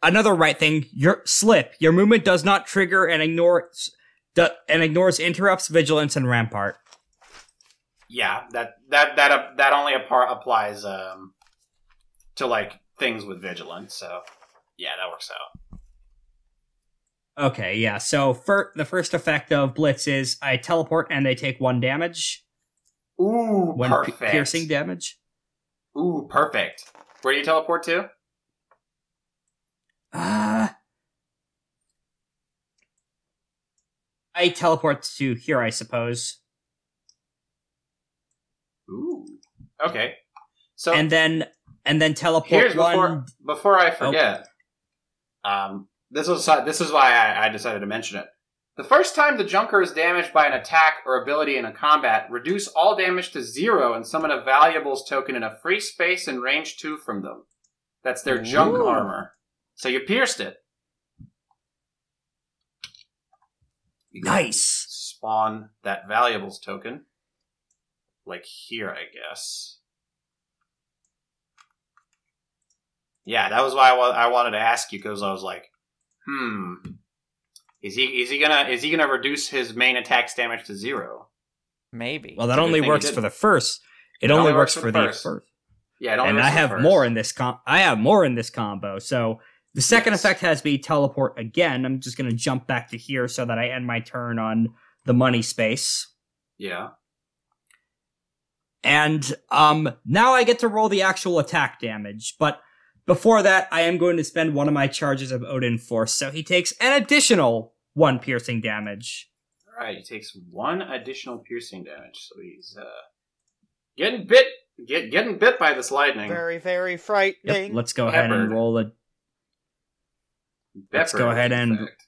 Speaker 2: another right thing. Your slip. Your movement does not trigger and ignores do, and ignores interrupts, vigilance, and rampart.
Speaker 1: yeah that that that uh, that only appar- applies um to like things with vigilance so yeah that works out
Speaker 2: Okay, yeah. So for the first effect of blitz is I teleport and they take one damage,
Speaker 1: ooh
Speaker 2: one pi-
Speaker 1: perfect
Speaker 2: piercing damage.
Speaker 1: ooh perfect where do you teleport to
Speaker 2: Uh, I teleport to here, I suppose,
Speaker 1: ooh okay so
Speaker 2: and then and then teleport
Speaker 1: here's
Speaker 2: one.
Speaker 1: before before i forget um this was this is why I, I decided to mention it the first time the junker is damaged by an attack or ability in a combat reduce all damage to zero and summon a valuables token in a free space in range two from them That's their junk
Speaker 2: Ooh.
Speaker 1: armor. So you pierced it. You can
Speaker 2: Nice.
Speaker 1: Spawn that valuables token. Like here, I guess. Yeah, that was why I, wa- I wanted to ask you because I was like, hmm, is he is he gonna is he gonna reduce his main attack's damage to zero?
Speaker 4: Maybe.
Speaker 2: Well,
Speaker 1: It's
Speaker 2: that
Speaker 1: a good
Speaker 2: only
Speaker 1: thing you
Speaker 2: works for
Speaker 1: didn't.
Speaker 2: the first. It, only, works for the first.
Speaker 1: Yeah, it only
Speaker 2: And
Speaker 1: works
Speaker 2: I
Speaker 1: for the
Speaker 2: have
Speaker 1: first.
Speaker 2: more in this com- I have more in this combo. So the second
Speaker 1: Yes.
Speaker 2: effect has me teleport again. I'm just going to jump back to here so that I end my turn on the money space.
Speaker 1: Yeah.
Speaker 2: And um now I get to roll the actual attack damage, but before that I am going to spend one of my charges of Odin Force. So he takes an additional 1 piercing damage.
Speaker 1: All right, he takes one additional piercing damage, so he's uh, getting bit, get getting bit by this lightning.
Speaker 3: Very, very
Speaker 2: Yep,
Speaker 3: frightening.
Speaker 2: let's go ahead and
Speaker 1: Peppered.
Speaker 2: roll a let's
Speaker 1: Pepper,
Speaker 2: go ahead
Speaker 1: in
Speaker 2: and-
Speaker 1: fact.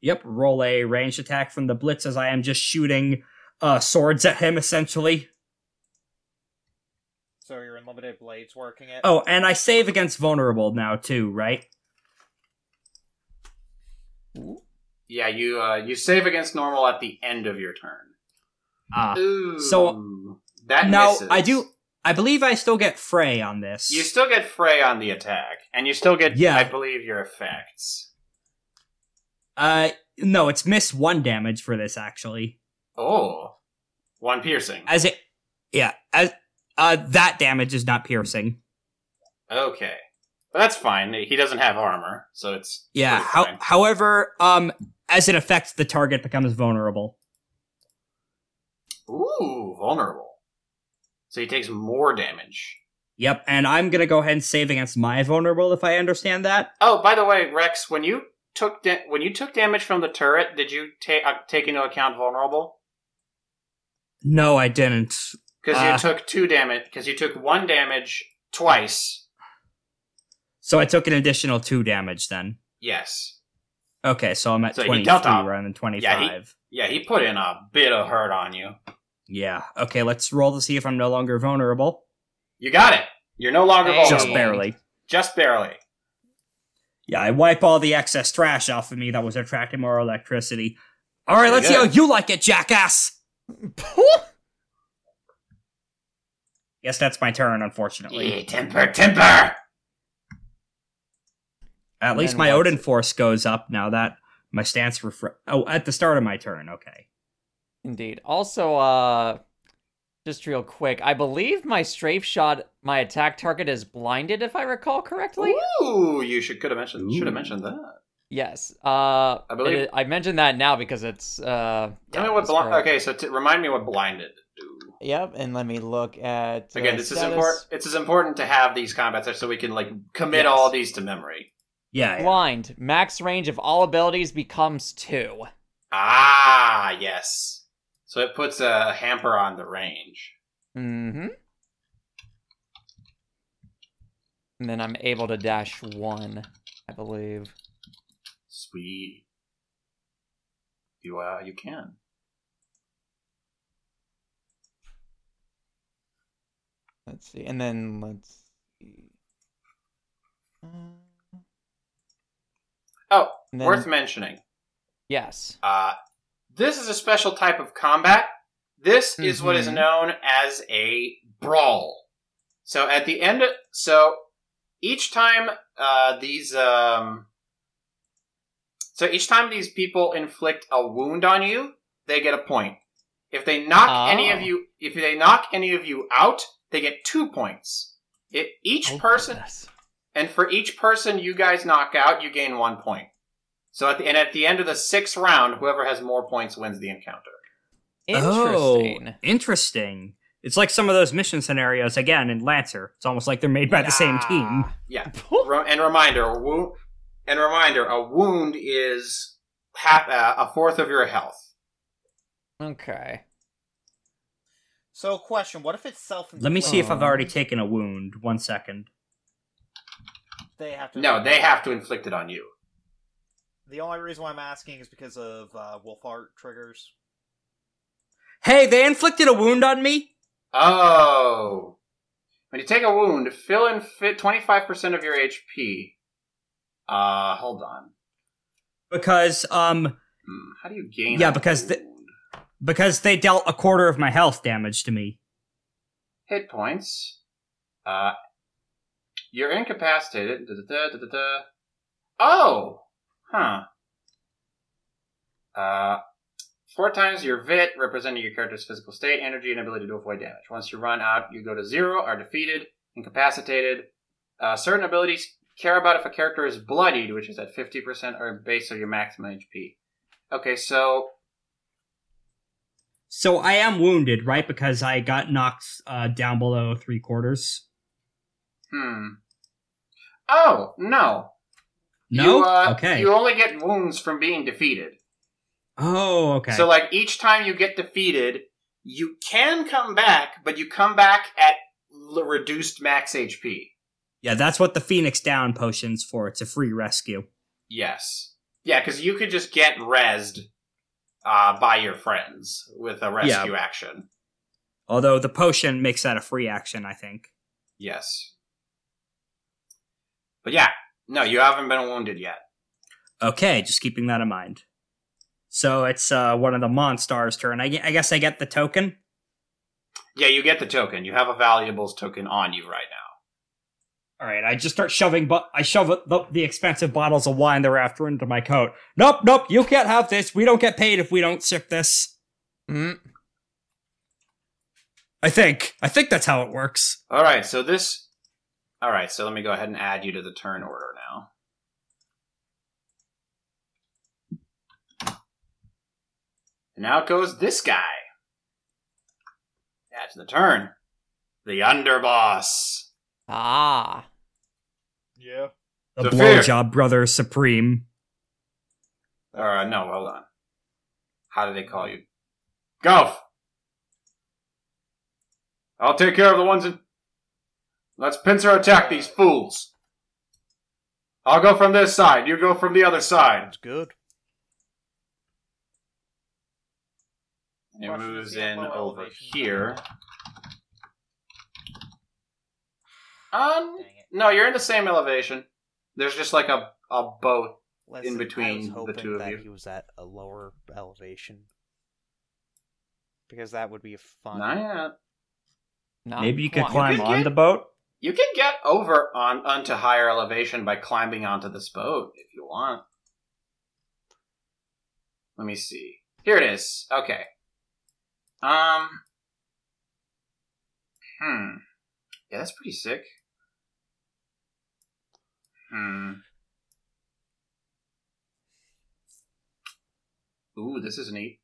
Speaker 2: Yep, roll a ranged attack from the blitz as I am just shooting uh, swords at him essentially.
Speaker 5: So your unlimited blades working it.
Speaker 2: Oh, and I save against vulnerable now too, right?
Speaker 1: yeah, you uh, you save against normal at the end of your turn.
Speaker 2: Ah,
Speaker 1: Ooh,
Speaker 2: so-
Speaker 1: that
Speaker 2: now
Speaker 1: misses.
Speaker 2: I do. I believe I still get Frey on this.
Speaker 1: You still get Frey on the attack, and you still get,
Speaker 2: Yeah.
Speaker 1: I believe, your effects.
Speaker 2: uh, no, it's miss one damage for this actually.
Speaker 1: Oh, one piercing.
Speaker 2: As it, yeah, as uh, that damage is not piercing.
Speaker 1: okay, but that's fine. He doesn't have armor, so it's
Speaker 2: Yeah.
Speaker 1: pretty
Speaker 2: How,
Speaker 1: fine.
Speaker 2: however, um, as it affects the target becomes vulnerable.
Speaker 1: Ooh, vulnerable. So he takes more damage.
Speaker 2: Yep, and I'm gonna go ahead and save against my vulnerable if I understand that.
Speaker 1: Oh, by the way, Rex, when you took da- when you took damage from the turret, did you ta- uh, take into account vulnerable?
Speaker 2: No, I didn't.
Speaker 1: Because you
Speaker 2: Uh.
Speaker 1: took two damage. Because you took one damage twice.
Speaker 2: So I took an additional two damage then.
Speaker 1: Yes.
Speaker 2: Okay, so I'm at
Speaker 1: So he
Speaker 2: 23
Speaker 1: dealt out.
Speaker 2: rather than 25.
Speaker 1: Yeah, he put in a bit of hurt on you.
Speaker 2: yeah. Okay, let's roll to see if I'm no longer vulnerable.
Speaker 1: You got it. You're no longer
Speaker 4: Hey.
Speaker 1: vulnerable.
Speaker 2: Just barely.
Speaker 1: Just barely.
Speaker 2: Yeah, I wipe all the excess trash off of me that was attracting more electricity. All right,
Speaker 1: Very
Speaker 2: let's see how
Speaker 1: good.
Speaker 2: you like it, jackass. Yes, that's my turn, unfortunately.
Speaker 1: temper, temper.
Speaker 2: At least
Speaker 4: Then
Speaker 2: my
Speaker 4: what's-
Speaker 2: Odin force goes up now that my stance refre- Oh, at the start of my turn. Okay.
Speaker 4: <laughs> Indeed. Also, uh, just real quick, I believe my strafe shot, my attack target is blinded, if I recall correctly.
Speaker 1: Ooh, you should could have mentioned should
Speaker 2: Ooh.
Speaker 1: have mentioned that.
Speaker 4: Yes. Uh,
Speaker 1: I believe-
Speaker 4: it- I mentioned that now because it's. Uh,
Speaker 1: Tell
Speaker 4: yeah,
Speaker 1: me what
Speaker 4: it's
Speaker 1: blind.
Speaker 4: correct.
Speaker 1: Okay, so t- remind me what blinded do.
Speaker 4: Yep, and let me look at. uh,
Speaker 1: Again, this is
Speaker 4: status.
Speaker 1: important. It's as important to have these combats so we can like commit
Speaker 4: Yes.
Speaker 1: all these to memory.
Speaker 2: Yeah. yeah.
Speaker 4: Blind. Max range of all abilities becomes two.
Speaker 1: Ah, yes. So it puts a hamper on the range.
Speaker 4: Mm-hmm. And then I'm able to dash one, I believe.
Speaker 1: Sweet. You uh, you can.
Speaker 4: Let's see. And then let's see. Uh,
Speaker 1: Oh,
Speaker 4: and then-
Speaker 1: Worth mentioning.
Speaker 4: Yes.
Speaker 1: Uh, this is a special type of combat. This is what is
Speaker 4: Mhm.
Speaker 1: known as a brawl. So at the end, so each time uh, these, um, so each time these people inflict a wound on you, they get a point. If they knock any of
Speaker 4: Oh.
Speaker 1: you, if they knock any of you out, they get two points. It, each
Speaker 4: Oh,
Speaker 1: person,
Speaker 4: goodness.
Speaker 1: and for each person you guys knock out, you gain one point. So at the and at the end of the sixth round, whoever has more points wins the encounter.
Speaker 4: Interesting.
Speaker 2: Oh, interesting. It's like some of those mission scenarios again in Lancer. It's almost like they're made by the same team.
Speaker 1: Yeah. Ro- and reminder, a wound. And reminder, a wound is half uh, a fourth of your health.
Speaker 4: Okay.
Speaker 5: So, question: What if it's self?
Speaker 2: Let me see if I've
Speaker 4: Aw.
Speaker 2: already taken a wound. One second.
Speaker 5: They have to.
Speaker 1: No, they have to inflict it on you.
Speaker 5: The only reason why I'm asking is because of uh, wolf art triggers.
Speaker 2: Hey, they inflicted a wound on me?
Speaker 1: Oh. When you take a wound, fill in fit 25% of your HP. Uh, hold on.
Speaker 2: Because um
Speaker 1: Hmm, how do you gain?
Speaker 2: Yeah,
Speaker 1: a
Speaker 2: because the-
Speaker 1: wound?
Speaker 2: because they dealt a quarter of my health damage to me.
Speaker 1: hit points. Uh, you're incapacitated. Da, da, da, da, da. Oh, huh. Uh, four times your VIT, representing your character's physical state, energy, and ability to avoid damage. Once you run out, you go to zero, are defeated, incapacitated. Uh, certain abilities care about if a character is bloodied, which is at 50% or base of your maximum HP. Okay, so
Speaker 2: So I am wounded, right? Because I got knocked uh, down below three quarters.
Speaker 1: hmm. Oh no,
Speaker 2: No.
Speaker 1: You, uh,
Speaker 2: okay.
Speaker 1: You only get wounds from being defeated.
Speaker 2: oh, okay.
Speaker 1: So, like, each time you get defeated, you can come back, but you come back at l- reduced max HP.
Speaker 2: yeah, that's what the Phoenix Down potion's for. It's a free rescue.
Speaker 1: Yes. Yeah, because you could just get rezzed uh, by your friends with a rescue action.
Speaker 2: Although the potion makes that a free action, I think.
Speaker 1: Yes. But yeah, no, you haven't been wounded yet.
Speaker 2: Okay, just keeping that in mind. So it's uh, one of the Monstars' turn. I, gue- I guess I get the token.
Speaker 1: Yeah, you get the token. You have a valuables token on you right now.
Speaker 2: All right, I just start shoving, but I shove the, the expensive bottles of wine thereafter into my coat. Nope, nope, you can't have this. We don't get paid if we don't ship this.
Speaker 4: Mm,
Speaker 2: I think. I think that's how it works.
Speaker 1: All right, so this. All right, so let me go ahead and add you to the turn order now. And now it goes this guy. Add to the turn. The underboss.
Speaker 4: ah.
Speaker 5: Yeah.
Speaker 2: The
Speaker 1: Zephyr.
Speaker 2: blowjob brother supreme.
Speaker 1: Or uh, no, hold on. How do they call you? Golf. I'll take care of the ones in. Let's pincer attack these fools. I'll go from this side. You go from the other side.
Speaker 3: Sounds good.
Speaker 1: And It
Speaker 5: Watch for the
Speaker 1: moves in
Speaker 5: CFO
Speaker 1: over
Speaker 5: elevation.
Speaker 1: here. Um,
Speaker 3: Dang it.
Speaker 1: no, you're in the same elevation. There's just like a a boat
Speaker 3: Listen,
Speaker 1: between
Speaker 3: I was
Speaker 1: the
Speaker 3: hoping
Speaker 1: two of
Speaker 3: that
Speaker 1: you.
Speaker 3: He was at a lower elevation. Because that would be fun.
Speaker 1: Nah, yeah.
Speaker 4: Not
Speaker 2: Maybe you could
Speaker 4: quite.
Speaker 1: <laughs>
Speaker 2: climb
Speaker 1: could
Speaker 2: on
Speaker 1: get-
Speaker 2: the boat.
Speaker 1: You can get over on onto higher elevation by climbing onto this boat if you want. Let me see. Here it is. Okay. Um. Hmm. Yeah, that's pretty sick. Hmm. Ooh, this is neat.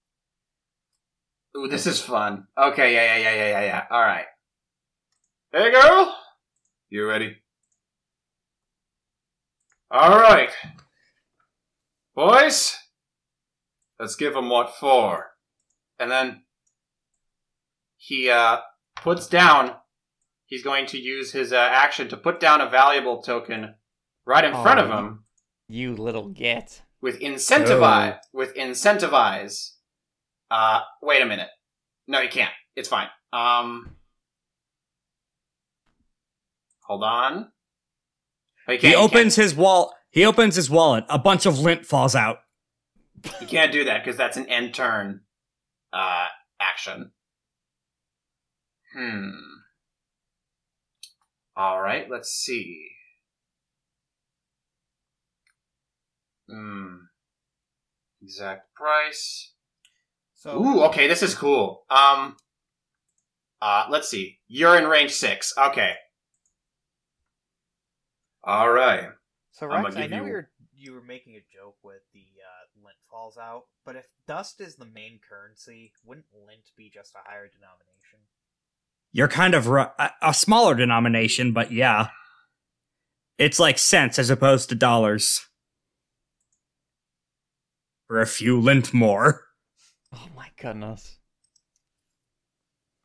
Speaker 1: Ooh, this is fun. Okay, yeah, yeah, yeah, yeah, yeah, yeah. All right. Hey, girl. You ready? All right. Boys, let's give him what for. And then he uh, puts down, he's going to use his uh, action to put down a valuable token right in front of
Speaker 4: Oh.
Speaker 1: him
Speaker 4: You little git.
Speaker 1: with incentivize with incentivize uh wait a minute no you can't it's fine um hold on Oh, you can't,
Speaker 2: He
Speaker 1: you
Speaker 2: opens his wall. He opens his wallet. A bunch of lint falls out.
Speaker 1: can't, you can't do that because that's an end turn uh action hmm all right let's see hmm exact price
Speaker 5: So
Speaker 1: Ooh, okay, this is cool. Um, uh, let's see. You're in range six. Okay. All right.
Speaker 3: So
Speaker 1: I'ma
Speaker 3: Rex, I
Speaker 1: give
Speaker 3: know
Speaker 1: you-
Speaker 3: you... are
Speaker 5: you were making a joke with the uh, lint falls out, but if dust is the main currency, wouldn't lint be just a higher denomination?
Speaker 2: You're kind of ru- a, a smaller denomination, but yeah, it's like cents as opposed to dollars. For a few lint more.
Speaker 4: Oh my goodness.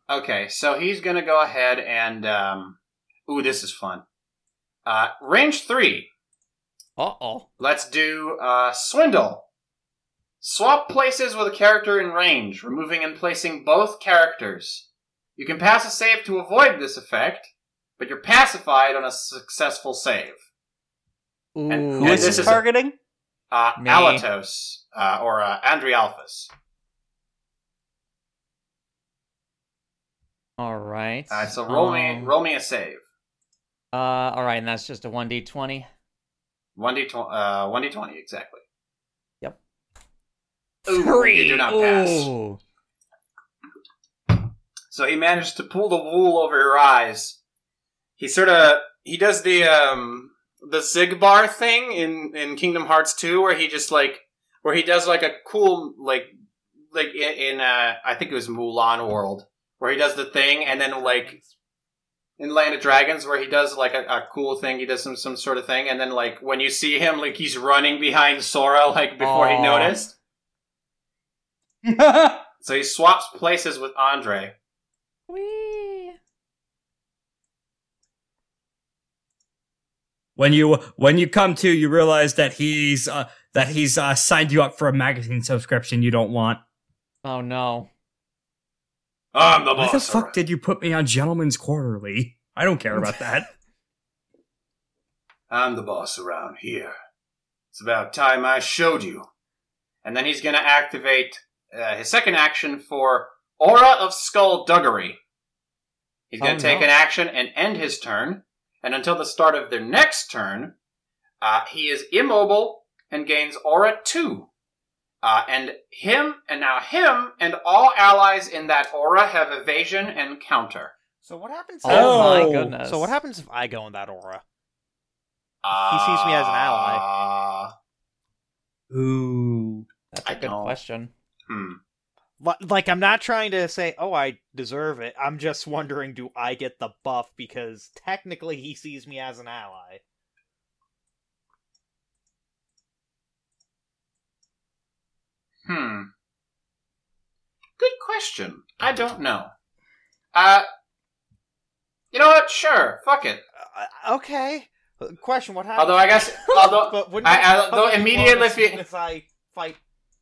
Speaker 1: Okay, so he's gonna go ahead and um, ooh, this is fun. Uh, range three.
Speaker 4: Uh oh.
Speaker 1: Let's do uh, swindle. Swap places with a character in range, removing and placing both characters. You can pass a save to avoid this effect, but you're pacified on a successful save.
Speaker 4: Ooh.
Speaker 1: And who is this is-
Speaker 4: targeting?
Speaker 1: Uh,
Speaker 4: Me.
Speaker 1: Alatos, uh, or uh, Andrialphus.
Speaker 4: All right.
Speaker 1: Uh, so roll me,
Speaker 4: um,
Speaker 1: roll me a save.
Speaker 4: Uh, all right, and that's just a one d twenty.
Speaker 1: One d twenty, one d twenty, exactly.
Speaker 4: Yep.
Speaker 1: Ooh,
Speaker 4: Three.
Speaker 1: You do not pass.
Speaker 4: Ooh.
Speaker 1: So he managed to pull the wool over your eyes. He sort of he does the um the Zigbar thing in in Kingdom Hearts 2 where he just like where he does like a cool like like in, in uh I think it was Mulan World where he does the thing and then like in Land of Dragons where he does like a, a cool thing he does some some sort of thing and then like when you see him like he's running behind Sora like before he
Speaker 4: Aw.
Speaker 1: noticed so he swaps places with Andre
Speaker 4: Whee.
Speaker 2: When you when you come to, you realize that he's uh, that he's uh, signed you up for a magazine subscription you don't want.
Speaker 4: Oh no.
Speaker 1: I'm the
Speaker 2: Why
Speaker 1: boss
Speaker 2: the fuck
Speaker 1: alright.
Speaker 2: did you put me on Gentleman's Quarterly? I don't care
Speaker 4: <laughs>
Speaker 2: about that.
Speaker 1: I'm the boss around here. It's about time I showed you. And then he's going to activate uh, his second action for Aura of Skullduggery. He's going
Speaker 4: Oh,
Speaker 1: to take
Speaker 4: no.
Speaker 1: an action and end his turn. And until the start of their next turn, uh, he is immobile and gains Aura 2. Uh, and him, and now him, and all allies in that aura have evasion and counter.
Speaker 5: So what happens?
Speaker 4: Oh,
Speaker 2: Oh.
Speaker 4: my goodness.
Speaker 3: So what happens if I go in that aura? He sees me as an ally.
Speaker 1: Uh,
Speaker 2: Ooh.
Speaker 4: That's a
Speaker 1: I
Speaker 4: good
Speaker 1: don't-
Speaker 4: question.
Speaker 1: hmm.
Speaker 3: Li- Like I'm not trying to say, oh, I deserve it. I'm just wondering, do I get the buff because technically he sees me as an ally.
Speaker 1: Hmm. Good question. I don't know. Uh, you know what? Sure. Fuck it.
Speaker 3: Uh, okay. Question: What happened?
Speaker 1: Although I guess,
Speaker 3: <laughs>
Speaker 1: although
Speaker 3: but wouldn't
Speaker 1: I- I-
Speaker 3: it
Speaker 1: although
Speaker 3: fucking
Speaker 1: immediately
Speaker 3: bonus
Speaker 1: if you-
Speaker 3: me if I fight,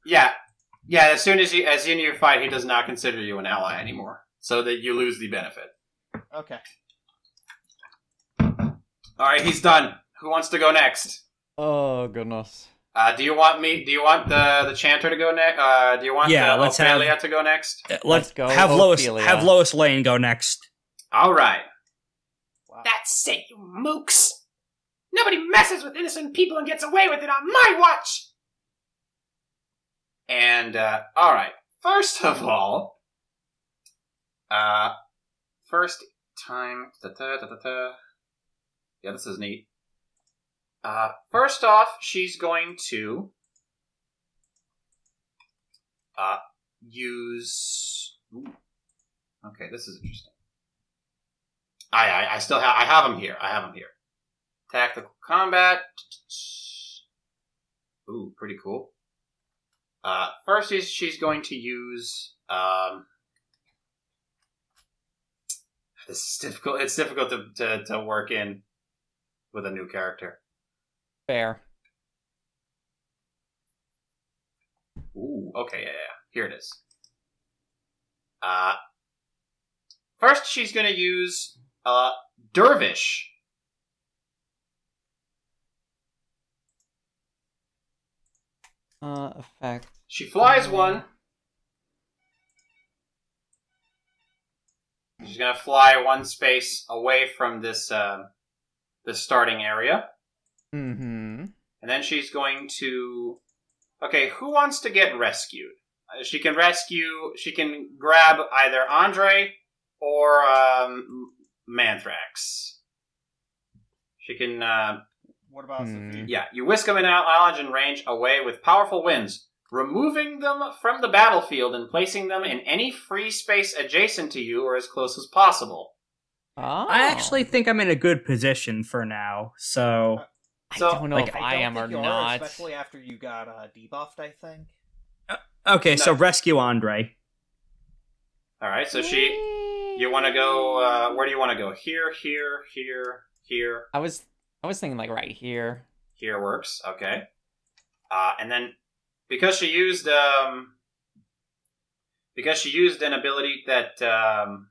Speaker 1: yeah, yeah. As soon as you as in your fight, he does not consider you an ally anymore, so that you lose the benefit.
Speaker 3: okay.
Speaker 1: All right, he's done. Who wants to go next?
Speaker 4: Oh goodness.
Speaker 1: Uh, do you want me? Do you want the the chanter to go next? Uh, do you want
Speaker 2: Yeah,
Speaker 1: the
Speaker 2: let's have-
Speaker 1: Ophelia to go next?
Speaker 2: Uh, Let's,
Speaker 4: Let's go,
Speaker 2: have Lois
Speaker 4: Ophelia.
Speaker 2: have Lois Lane go next.
Speaker 1: All right.
Speaker 3: Wow.
Speaker 6: That's it, you mooks! Nobody messes with innocent people and gets away with it on my watch!
Speaker 1: And uh, all right, first of all, uh, first time. Da, da, da, da, da. Yeah, this is neat. Uh, first off, she's going to uh, use. Ooh. Okay, this is interesting. I, I I still have I have them here. I have them here. Tactical combat. Ooh, pretty cool. Uh, first is she's going to use. Um, this is difficult. It's difficult to, to, to work in with a new character.
Speaker 4: Fair.
Speaker 1: Ooh, okay, yeah, yeah. yeah. Here it is. Uh, first, she's going to use uh, Dervish.
Speaker 4: Uh, effect.
Speaker 1: She flies one. She's gonna fly one space away from this uh, this starting area,
Speaker 4: Mm-hmm.
Speaker 1: and then she's going to. Okay, who wants to get rescued? Uh, she can rescue. She can grab either Andre or um, Manthrax. She can. Uh,
Speaker 5: What about
Speaker 4: Hmm.
Speaker 5: Sophie?
Speaker 1: yeah, you whisk them in out lounge and range away with powerful winds, removing them from the battlefield and placing them in any free space adjacent to you or as close as possible.
Speaker 4: Oh.
Speaker 2: I actually think I'm in a good position for now. So
Speaker 4: I
Speaker 1: So,
Speaker 4: don't know
Speaker 2: like,
Speaker 4: if
Speaker 5: I
Speaker 4: I,
Speaker 5: don't
Speaker 4: am
Speaker 5: think
Speaker 4: or
Speaker 5: you are,
Speaker 4: not.
Speaker 5: especially after you got uh, debuffed. I think.
Speaker 2: okay, so
Speaker 1: No.
Speaker 2: rescue Andre.
Speaker 1: All right, so she, you want to go? Uh, where do you want to go? Here, here, here, here,
Speaker 4: I was I was thinking like right here.
Speaker 1: here works. Okay, uh, and then because she used um, because she used an ability that um,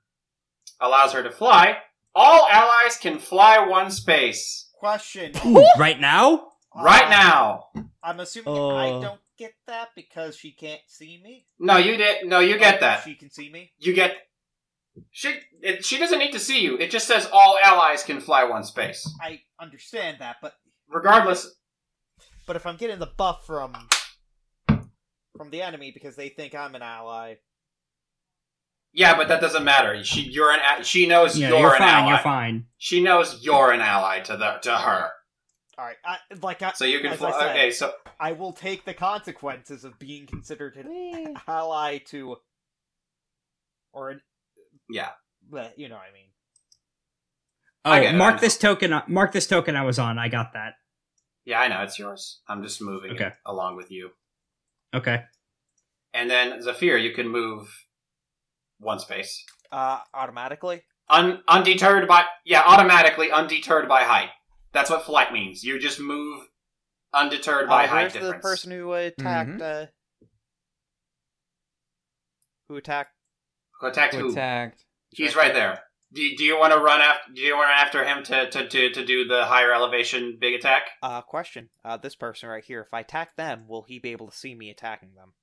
Speaker 1: allows her to fly, all allies can fly one space
Speaker 5: Question.
Speaker 2: Ooh, right now?
Speaker 1: <laughs> right
Speaker 5: Uh,
Speaker 1: now.
Speaker 5: I'm assuming I
Speaker 4: Uh.
Speaker 5: don't get that because she can't see me.
Speaker 1: No, you did. No, you
Speaker 2: Oh,
Speaker 1: get that.
Speaker 5: She can see me.
Speaker 1: You get. She it, she doesn't need to see you. It just says all allies can fly one space,
Speaker 5: I understand that, but
Speaker 1: regardless.
Speaker 5: but if I'm getting the buff from from the enemy because they think I'm an ally,
Speaker 1: Yeah, but that doesn't matter. She you're an a- she knows
Speaker 2: Yeah,
Speaker 1: you're,
Speaker 2: you're,
Speaker 1: an
Speaker 2: fine,
Speaker 1: ally.
Speaker 2: you're fine.
Speaker 1: She knows you're an ally to the to her.
Speaker 5: all right, I, like I,
Speaker 1: So you can
Speaker 5: As
Speaker 1: fly.
Speaker 5: I said.
Speaker 1: okay, so
Speaker 5: I will take the consequences of being considered an
Speaker 3: Eh.
Speaker 5: ally to or an
Speaker 1: Yeah.
Speaker 5: but you know what I mean.
Speaker 1: I get
Speaker 2: Oh,
Speaker 1: it,
Speaker 2: mark
Speaker 1: I'm-
Speaker 2: this token mark this token I was on. I got that.
Speaker 1: yeah, I know it's yours. I'm just moving it
Speaker 2: Okay.
Speaker 1: along with you.
Speaker 2: Okay.
Speaker 1: And then Zafir, you can move one space.
Speaker 5: Uh, automatically.
Speaker 1: Un- undeterred by yeah, automatically undeterred by height. That's what flight means. You just move undeterred by
Speaker 3: Uh,
Speaker 1: height
Speaker 3: where's the
Speaker 1: difference.
Speaker 3: person who attacked? Uh, who attacked?
Speaker 1: Who attacked who?
Speaker 4: Attacked.
Speaker 1: He's right there. Do you, do you want to run after? Do you want after him to, to, to, to do the higher elevation big attack?
Speaker 3: Uh, question. Uh, this person right here. If I attack them, will he be able to see me attacking them?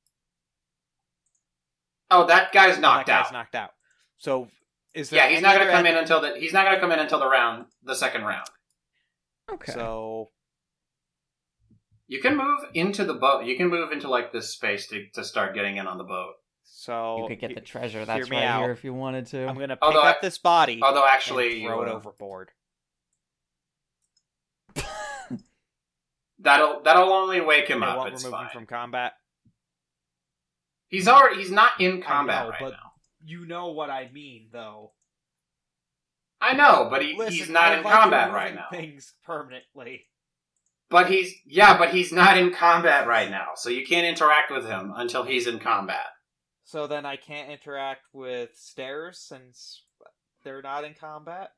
Speaker 1: Oh, that guy's knocked
Speaker 3: that guy's
Speaker 1: out.
Speaker 3: knocked out. So is there
Speaker 1: yeah, he's not
Speaker 3: going
Speaker 1: going to come in until the he's not going to come in until the round, the second round.
Speaker 4: Okay.
Speaker 3: So
Speaker 1: You can move into the boat. You can move into like this space to, to start getting in on the boat.
Speaker 3: so
Speaker 4: you could get
Speaker 3: he-
Speaker 4: the treasure
Speaker 3: hear
Speaker 4: that's
Speaker 3: me
Speaker 4: right
Speaker 3: out.
Speaker 4: here if you wanted to.
Speaker 3: I'm gonna pick
Speaker 1: Although
Speaker 3: up
Speaker 1: I-
Speaker 3: this body
Speaker 1: Although
Speaker 3: and
Speaker 1: actually,
Speaker 3: throw it
Speaker 1: uh,
Speaker 3: overboard.
Speaker 1: that'll that'll only wake him
Speaker 3: It
Speaker 1: up.
Speaker 3: won't
Speaker 1: It's
Speaker 3: remove him
Speaker 1: fine.
Speaker 3: from combat.
Speaker 1: He's already he's not in combat
Speaker 5: know,
Speaker 1: right
Speaker 5: but-
Speaker 1: now.
Speaker 5: You know what I mean, though.
Speaker 1: I know, but he, he's
Speaker 5: Listen,
Speaker 1: not
Speaker 5: I
Speaker 1: in
Speaker 5: like
Speaker 1: combat
Speaker 5: removing
Speaker 1: right now.
Speaker 5: Things permanently.
Speaker 1: But he's yeah, but he's not in combat right now, so you can't interact with him until he's in combat.
Speaker 5: So then I can't interact with stairs since they're not in combat.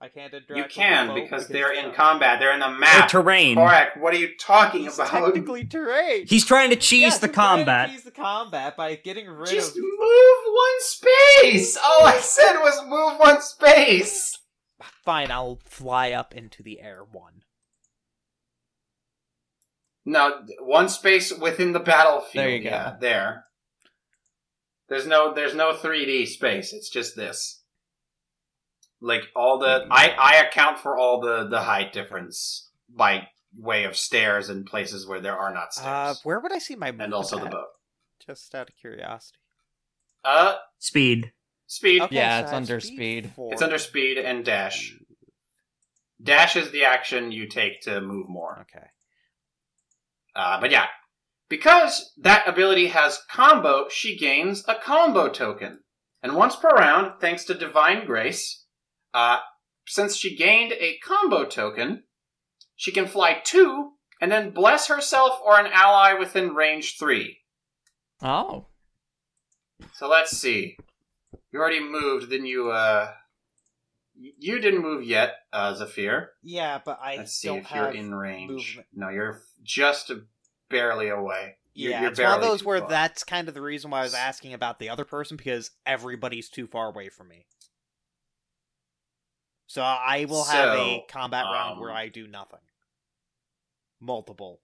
Speaker 5: I can't interact.
Speaker 1: You
Speaker 5: with the
Speaker 1: can
Speaker 5: boat
Speaker 1: because they're in
Speaker 5: uh,
Speaker 1: combat. They're in the
Speaker 2: Or
Speaker 1: map.
Speaker 2: terrain.
Speaker 1: Korak, what are you talking
Speaker 3: He's
Speaker 1: about?
Speaker 3: technically terrain.
Speaker 2: He's trying to cheese
Speaker 5: Yeah,
Speaker 2: the
Speaker 5: so trying to
Speaker 2: combat.
Speaker 5: Cheese the combat by getting rid
Speaker 1: Just
Speaker 5: of.
Speaker 1: move one space. All I said was move one space.
Speaker 3: Fine, I'll fly up into the air one.
Speaker 1: No, one space within the battlefield.
Speaker 4: There you go.
Speaker 1: Yeah, there. There's no there's no 3D space. It's just this. Like all the
Speaker 4: Mm-hmm.
Speaker 1: I I account for all the the height difference by way of stairs and places where there are not stairs.
Speaker 3: Uh, where would I see my
Speaker 1: and
Speaker 3: movement
Speaker 1: also the
Speaker 3: at?
Speaker 1: boat.
Speaker 3: Just out of curiosity.
Speaker 1: Uh
Speaker 2: Speed.
Speaker 1: speed.
Speaker 3: Okay,
Speaker 4: Yeah,
Speaker 3: so
Speaker 4: it's
Speaker 3: I have
Speaker 4: under speed.
Speaker 3: four.
Speaker 1: It's under speed and
Speaker 4: Mm.
Speaker 1: dash. Dash is the action you take to move more.
Speaker 3: Okay.
Speaker 1: Uh, but yeah, because that ability has combo, she gains a combo token. And once per round, thanks to Divine Grace, uh, since she gained a combo token, she can fly two and then bless herself or an ally within range three.
Speaker 4: Oh,
Speaker 1: So let's see. You already moved, then you, uh. y- You didn't move yet, uh, Zafir.
Speaker 5: Yeah, but I
Speaker 1: Let's see
Speaker 5: don't
Speaker 1: if you're
Speaker 5: have.
Speaker 1: in range.
Speaker 5: movement.
Speaker 1: No, you're just barely away. You're-
Speaker 3: Yeah,
Speaker 1: you're
Speaker 3: it's one of
Speaker 1: barely
Speaker 3: those
Speaker 1: too
Speaker 3: where
Speaker 1: far.
Speaker 3: that's kind of the reason why I was asking about the other person because everybody's too far away from me. So I will have a
Speaker 1: So,
Speaker 3: combat round where
Speaker 1: um,
Speaker 3: I do nothing. Multiple.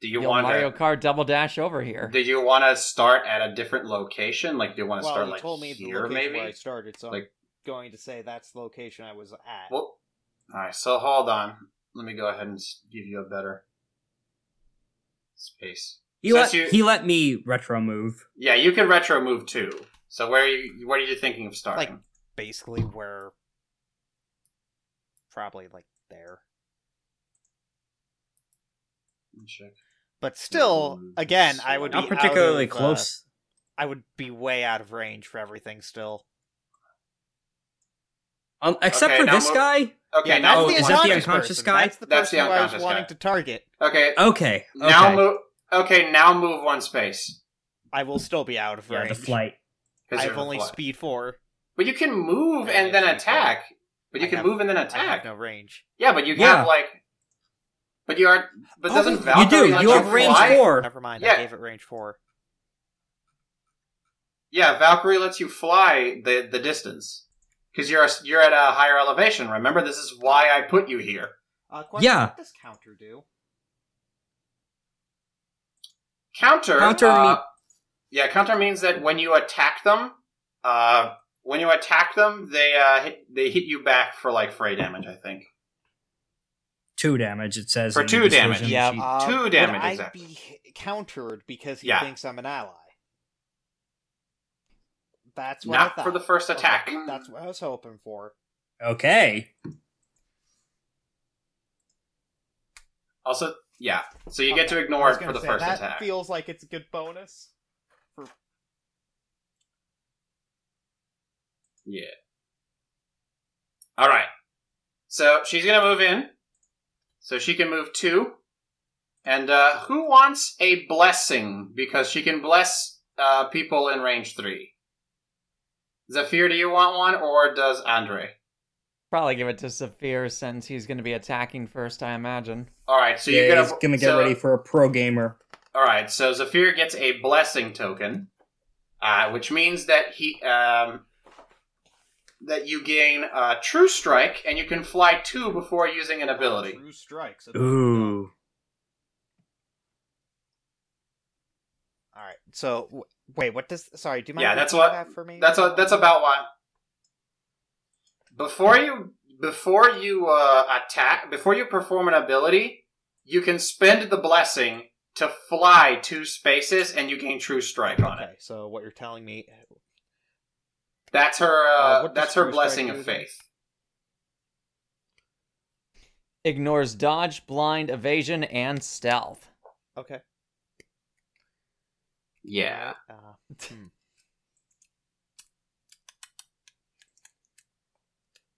Speaker 1: Do you
Speaker 4: yo,
Speaker 1: want
Speaker 4: Mario
Speaker 1: to?
Speaker 4: Kart double dash over here.
Speaker 1: Do you want to start at a different location? Like, do you want to
Speaker 5: well,
Speaker 1: start
Speaker 5: you
Speaker 1: like
Speaker 5: told me the
Speaker 1: here,
Speaker 5: location
Speaker 1: maybe?
Speaker 5: where I started, so
Speaker 1: Like-
Speaker 5: I'm going to say that's the location I was at.
Speaker 1: Well, all right. So hold on. Let me go ahead and s- give you a better space.
Speaker 2: He
Speaker 1: Since
Speaker 2: let,
Speaker 1: you-
Speaker 2: he let me retro move.
Speaker 1: Yeah, you can retro move too. So where are you? What are you thinking of starting?
Speaker 3: Like- Basically,
Speaker 1: Mm.
Speaker 3: where. Probably like there.
Speaker 1: Let me check.
Speaker 3: But still,
Speaker 1: Mm,
Speaker 3: again,
Speaker 1: so
Speaker 3: I would be
Speaker 1: Not
Speaker 2: Not
Speaker 3: out
Speaker 2: particularly
Speaker 3: of, uh,
Speaker 2: close.
Speaker 3: I would be way out of range for everything still.
Speaker 2: Um, except
Speaker 1: Okay,
Speaker 2: for
Speaker 1: now
Speaker 2: this
Speaker 1: mo-
Speaker 2: guy.
Speaker 1: Okay,
Speaker 3: Yeah,
Speaker 1: now
Speaker 2: oh, is that the unconscious
Speaker 3: person.
Speaker 2: guy?
Speaker 3: That's the
Speaker 1: That's the
Speaker 3: person who I was
Speaker 1: unconscious
Speaker 3: wanting
Speaker 1: guy.
Speaker 3: to target.
Speaker 1: okay.
Speaker 2: Okay.
Speaker 1: Now
Speaker 2: okay.
Speaker 1: move. Okay, now move one space.
Speaker 3: I will still be out of
Speaker 2: Yeah,
Speaker 3: range.
Speaker 2: the flight.
Speaker 1: 'cause you're
Speaker 3: I've
Speaker 1: the
Speaker 3: only
Speaker 1: fly.
Speaker 3: speed four.
Speaker 1: But you can move
Speaker 5: Yeah,
Speaker 1: and then
Speaker 5: it's like-
Speaker 1: attack. But you
Speaker 3: I
Speaker 1: can
Speaker 3: have-
Speaker 1: move and then
Speaker 3: I have
Speaker 1: attack.
Speaker 3: no range.
Speaker 1: Yeah, but you
Speaker 2: Yeah.
Speaker 1: have like. But you are. But
Speaker 3: Oh,
Speaker 1: doesn't
Speaker 3: you
Speaker 1: Valkyrie
Speaker 2: you do.
Speaker 1: let
Speaker 2: You have range
Speaker 1: fly?
Speaker 2: four.
Speaker 3: Never mind.
Speaker 1: Yeah.
Speaker 3: I gave it range four.
Speaker 1: Yeah, Valkyrie lets you fly the the distance because you're a, you're at a higher elevation. Remember, this is why I put you here.
Speaker 5: uh, question,
Speaker 2: yeah.
Speaker 5: What does counter do?
Speaker 1: Counter.
Speaker 2: Counter
Speaker 1: uh,
Speaker 2: me-
Speaker 1: yeah, counter means that when you attack them, uh, when you attack them, they uh, hit, they hit you back for like fray damage. I think.
Speaker 2: Two damage. It says
Speaker 1: For
Speaker 2: in the
Speaker 1: two damage.
Speaker 2: decision
Speaker 4: Yeah.
Speaker 2: sheet.
Speaker 5: Um,
Speaker 1: Two
Speaker 5: would
Speaker 1: damage,
Speaker 5: I
Speaker 1: exactly.
Speaker 5: be h- countered because he
Speaker 1: Yeah.
Speaker 5: thinks I'm an ally? That's what I
Speaker 1: Not
Speaker 5: thought.
Speaker 1: for the first
Speaker 5: Okay,
Speaker 1: attack.
Speaker 5: That's what I was hoping for.
Speaker 2: Okay.
Speaker 1: Also, yeah. So you get
Speaker 5: Okay,
Speaker 1: to
Speaker 5: I
Speaker 1: ignore
Speaker 5: was
Speaker 1: it for
Speaker 5: gonna
Speaker 1: the
Speaker 5: say,
Speaker 1: first
Speaker 5: that
Speaker 1: attack.
Speaker 5: Feels like it's a good bonus.
Speaker 1: Yeah. All right. So she's gonna move in. So she can move two. And uh, who wants a blessing? Because she can bless uh, people in range three. Zafir, do you want one, or does Andre?
Speaker 4: Probably give it to Saphir since he's going to be attacking first, I imagine.
Speaker 1: All right. So
Speaker 2: Yeah,
Speaker 1: you're
Speaker 2: he's
Speaker 1: gonna,
Speaker 2: gonna get
Speaker 1: so-
Speaker 2: ready for a pro gamer.
Speaker 1: All right, so Zafir gets a blessing token, uh, which means that he um, that you gain uh, True Strike, and you can fly two before using an ability.
Speaker 5: True strikes.
Speaker 2: Ooh.
Speaker 3: All right. So w- wait, what does? Sorry, do you mind?
Speaker 1: Yeah, that's
Speaker 3: repeating
Speaker 1: what-
Speaker 3: That for me.
Speaker 1: That's a, that's about why. Before you before you uh, attack before you perform an ability, you can spend the blessing to fly two spaces, and you gain True Strike on it.
Speaker 3: Okay, so what you're telling me?
Speaker 1: That's her
Speaker 5: Uh,
Speaker 1: uh,
Speaker 5: what does
Speaker 1: that's her
Speaker 5: True Strike
Speaker 1: blessing
Speaker 5: do
Speaker 1: of
Speaker 5: again?
Speaker 1: faith.
Speaker 4: Ignores dodge, blind, evasion, and stealth.
Speaker 3: Okay.
Speaker 1: Yeah.
Speaker 3: Uh, hmm.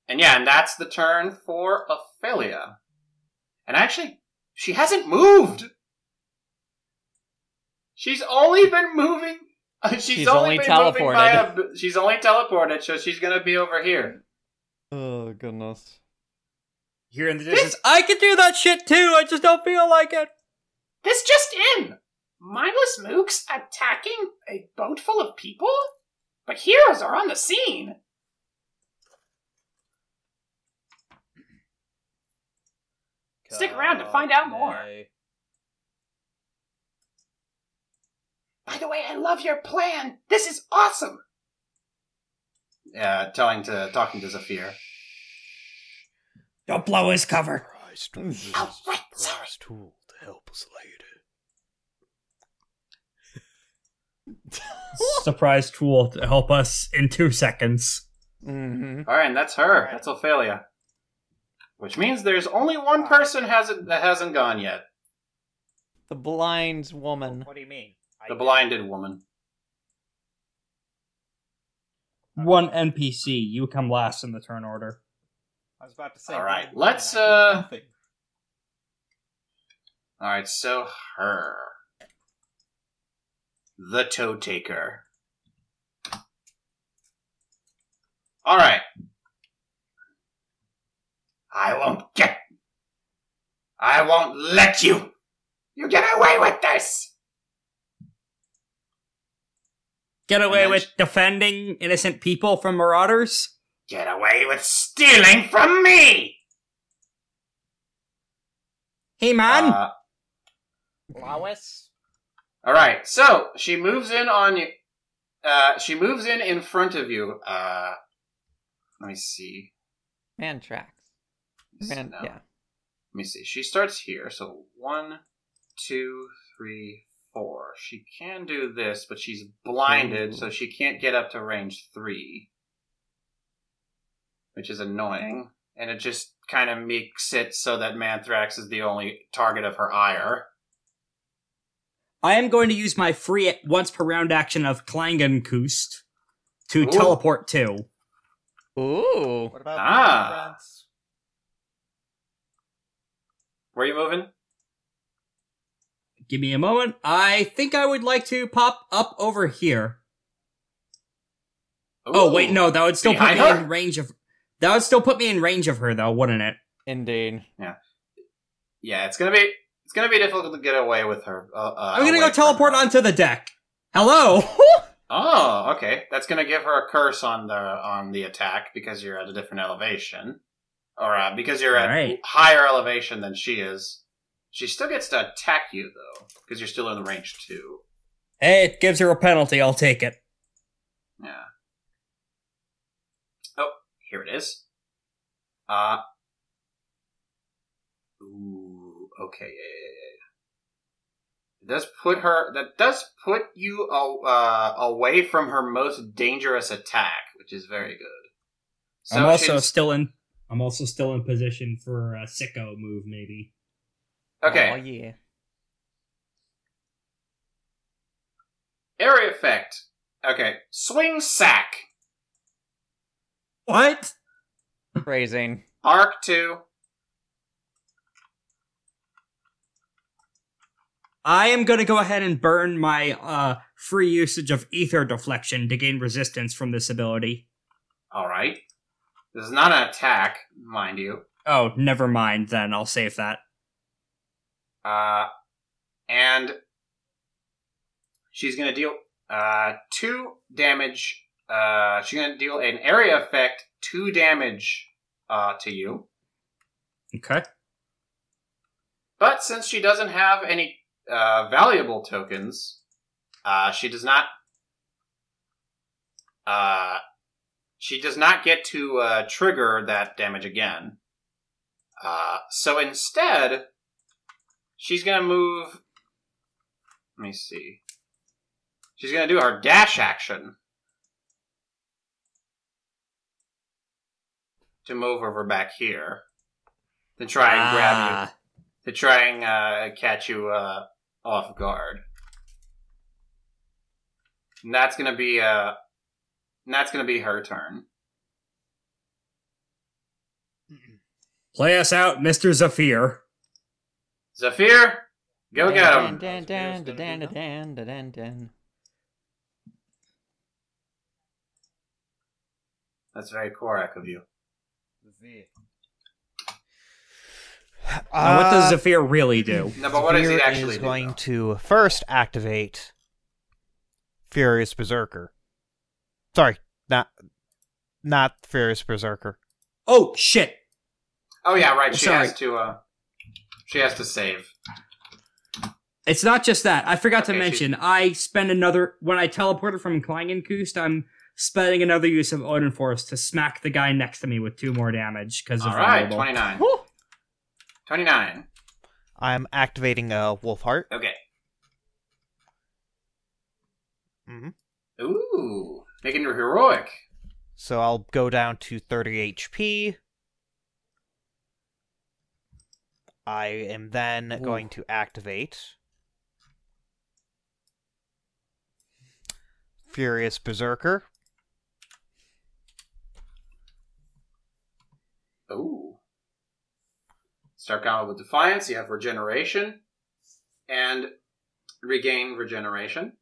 Speaker 1: And yeah, and that's the turn for Ophelia. And actually, she hasn't moved. She's only
Speaker 6: <laughs>
Speaker 1: been moving. She's,
Speaker 4: She's
Speaker 1: only,
Speaker 4: only
Speaker 1: been Moving by a, she's only teleported, so she's gonna be over here.
Speaker 4: Oh goodness.
Speaker 2: Here in the distance, I can do that shit too. I just don't feel like it.
Speaker 6: This just in! Mindless mooks attacking a boat full of people? But heroes are on the scene! Stick around to find out more.
Speaker 5: Okay.
Speaker 6: By the way, I love your plan! This is awesome!
Speaker 1: Yeah, telling to talking to Zafir.
Speaker 2: Don't blow his cover.
Speaker 7: Christ, this
Speaker 6: Oh,
Speaker 7: is
Speaker 6: right,
Speaker 7: a
Speaker 6: sorry.
Speaker 7: surprise tool to help us later.
Speaker 2: <laughs> Surprise tool to help us in two seconds.
Speaker 4: Mm-hmm.
Speaker 1: All right, and that's her. That's Ophelia. Which means there's only one person hasn't that hasn't gone yet.
Speaker 4: The blind woman.
Speaker 5: What do you mean? I
Speaker 1: The
Speaker 5: did-
Speaker 1: blinded woman.
Speaker 2: One NPC. You come last in the turn order.
Speaker 5: I was about to say.
Speaker 1: All right,
Speaker 5: I-
Speaker 1: let's,
Speaker 5: I did
Speaker 1: uh,
Speaker 5: nothing.
Speaker 1: All right, so her, the toe taker. All right. I won't get. I won't let you.
Speaker 6: You get away with this!
Speaker 2: Get away
Speaker 1: And then
Speaker 2: with defending innocent people from marauders.
Speaker 1: Get away with stealing from me.
Speaker 2: Hey man,
Speaker 1: Uh,
Speaker 5: Lois.
Speaker 1: All right, so she moves in on you. Uh, she moves in in front of you. Uh, let me see.
Speaker 4: Man tracks.
Speaker 1: Let me see
Speaker 4: Man,
Speaker 1: now.
Speaker 4: yeah.
Speaker 1: Let me see. She starts here. So one, two, three, four. She can do this, but she's blinded,
Speaker 4: Ooh.
Speaker 1: so she can't get up to range three, which is annoying. And it just kind of makes it so that Manthrax is the only target of her ire.
Speaker 2: I am going to use my free once per round action of Klangenkoost to
Speaker 1: Ooh.
Speaker 2: teleport to.
Speaker 4: Ooh.
Speaker 5: What about
Speaker 1: Ah.
Speaker 5: my friends?
Speaker 1: Where are you moving?
Speaker 2: Give me a moment. I think I would like to pop up over here. Oh wait,
Speaker 1: Ooh.
Speaker 2: no, that would still put
Speaker 1: Behind
Speaker 2: me
Speaker 1: her?
Speaker 2: in range of. That would still put me in range of her, though, wouldn't it?
Speaker 4: Indeed.
Speaker 1: Yeah, it's gonna be it's gonna be difficult to get away with her. Uh, uh,
Speaker 2: I'm gonna
Speaker 1: away
Speaker 2: go teleport
Speaker 1: from her.
Speaker 2: onto the deck. Hello.
Speaker 1: Oh, okay. That's gonna give her a curse on the on the attack because you're at a different elevation, or uh, because <laughs> you're at
Speaker 2: Alright.
Speaker 1: higher elevation than she is. She still gets to attack you though, because you're still in range two.
Speaker 2: hey, it gives her a penalty. I'll take it.
Speaker 1: Yeah. Oh, here it is. Uh. Ooh. Okay. Yeah, yeah, yeah, yeah. It does put her. That does put you a- uh, away from her most dangerous attack, which is very good. So
Speaker 2: I'm also
Speaker 1: she's-
Speaker 2: still in. I'm also still in position for a sicko move, maybe.
Speaker 1: okay.
Speaker 4: Oh yeah.
Speaker 1: Area effect. Okay. Swing sack.
Speaker 2: What?
Speaker 4: Phrasing.
Speaker 1: Arc two.
Speaker 2: I am going to go ahead and burn my uh, free usage of ether deflection to gain resistance from this ability.
Speaker 1: All right. This is not an attack, mind you.
Speaker 2: Oh, never mind then. I'll save that.
Speaker 1: Uh, and she's going to deal uh, two damage. Uh, she's going to deal an area effect, two damage uh, to you.
Speaker 2: Okay.
Speaker 1: But since she doesn't have any uh, valuable tokens, uh, she does not. Uh, she does not get to uh, trigger that damage again. Uh, so instead, she's gonna move. Let me see. She's gonna do her dash action to move over back here to try and grab you
Speaker 2: Ah,
Speaker 1: to try and uh, catch you uh, off guard. And that's gonna be uh, and that's gonna be her turn.
Speaker 2: Play us out, Mr. Zafir.
Speaker 1: Zephyr, go get
Speaker 4: Dan,
Speaker 1: 'em.
Speaker 4: dan, dan, dan, dan, dan, dan, dan, dan.
Speaker 1: That's very Korak of you.
Speaker 2: Now, what does
Speaker 3: Uh,
Speaker 2: Zephyr
Speaker 1: <laughs>
Speaker 2: really do?
Speaker 1: No, but what does it
Speaker 3: Zephyr
Speaker 1: actually
Speaker 3: is
Speaker 1: do,
Speaker 3: going
Speaker 1: though?
Speaker 3: to first activate Furious Berserker. Sorry, not not Furious Berserker.
Speaker 2: Oh shit!
Speaker 1: Oh yeah, right. She
Speaker 2: Sorry.
Speaker 1: has to. Uh, she has to save.
Speaker 2: It's not just that. I forgot to
Speaker 1: Okay, she-
Speaker 2: mention. I spend another when I teleported from Klangenkust. I'm spending another use of Odin Force to smack the guy next to me with two more damage because
Speaker 1: All
Speaker 2: of
Speaker 1: right,
Speaker 2: vulnerable.
Speaker 1: twenty nine.
Speaker 3: Whew.
Speaker 1: Twenty nine.
Speaker 3: I'm activating a uh, Wolf Heart.
Speaker 1: Okay.
Speaker 5: Mm-hmm.
Speaker 3: Mhm.
Speaker 1: Ooh, making her heroic.
Speaker 3: So I'll go down to 30 HP. I am then going to activate Furious Berserker.
Speaker 1: Ooh. Start out with defiance. You have regeneration, and regain regeneration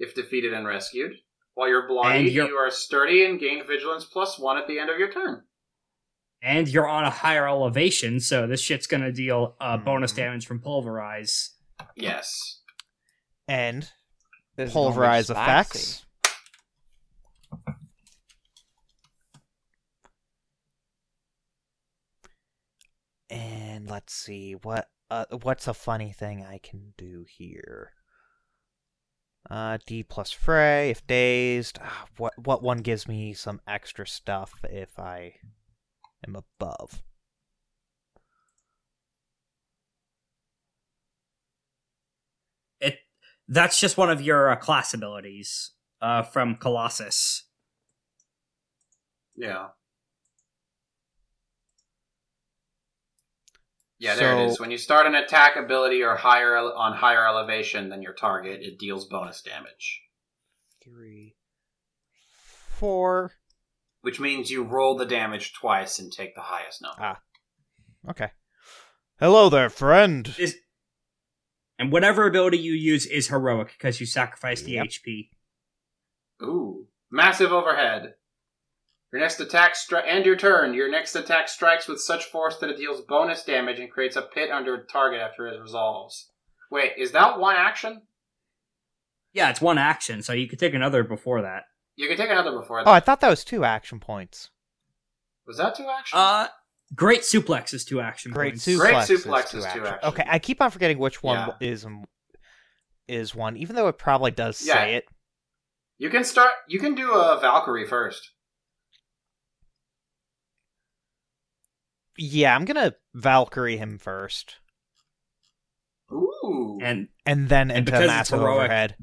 Speaker 1: if defeated and rescued. While you're blinded,
Speaker 2: you're-
Speaker 1: you are sturdy and gain vigilance plus one at the end of your turn.
Speaker 2: and you're on a higher elevation, so this shit's gonna deal uh, bonus
Speaker 3: Mhm.
Speaker 2: damage from pulverize.
Speaker 1: Yes.
Speaker 3: and
Speaker 4: This is gonna be
Speaker 3: pulverize
Speaker 4: spicy.
Speaker 3: effects. And let's see what uh, what's a funny thing I can do here. Uh, D plus fray if dazed. Ah, What what one gives me some extra stuff if I am above.
Speaker 2: It that's just one of your uh, class abilities uh, from Colossus.
Speaker 1: Yeah. Yeah, there it
Speaker 3: So-
Speaker 1: is. When you start an attack ability or higher ele- on higher elevation than your target, it deals bonus damage,
Speaker 3: Three, four.
Speaker 1: which means you roll the damage twice and take the highest number.
Speaker 3: Okay. Hello there, friend.
Speaker 2: Is and whatever ability you use is heroic because you sacrifice the
Speaker 3: Yep.
Speaker 2: HP.
Speaker 1: Ooh, massive overhead. Your next attack stri- and your turn. Your next attack strikes with such force that it deals bonus damage and creates a pit under a target after it resolves. Wait, is that one action?
Speaker 2: Yeah, it's one action, so you could take another before that.
Speaker 1: You can take another before that.
Speaker 3: Oh, I thought that was two action points.
Speaker 1: Was that two actions?
Speaker 2: Uh, great suplex is two action
Speaker 3: Great
Speaker 2: points.
Speaker 3: suplex,
Speaker 1: Great
Speaker 3: is
Speaker 1: suplex is two
Speaker 3: action.
Speaker 1: action.
Speaker 3: Okay, I keep on forgetting which one
Speaker 1: Yeah.
Speaker 3: is and- is one, even though it probably does
Speaker 1: Yeah.
Speaker 3: say it.
Speaker 1: You can start. You can do a Valkyrie first.
Speaker 3: Yeah, I'm gonna Valkyrie him first,
Speaker 1: Ooh.
Speaker 2: And
Speaker 3: and then
Speaker 2: And
Speaker 3: into
Speaker 2: because it's
Speaker 3: massive
Speaker 2: heroic,
Speaker 3: overhead,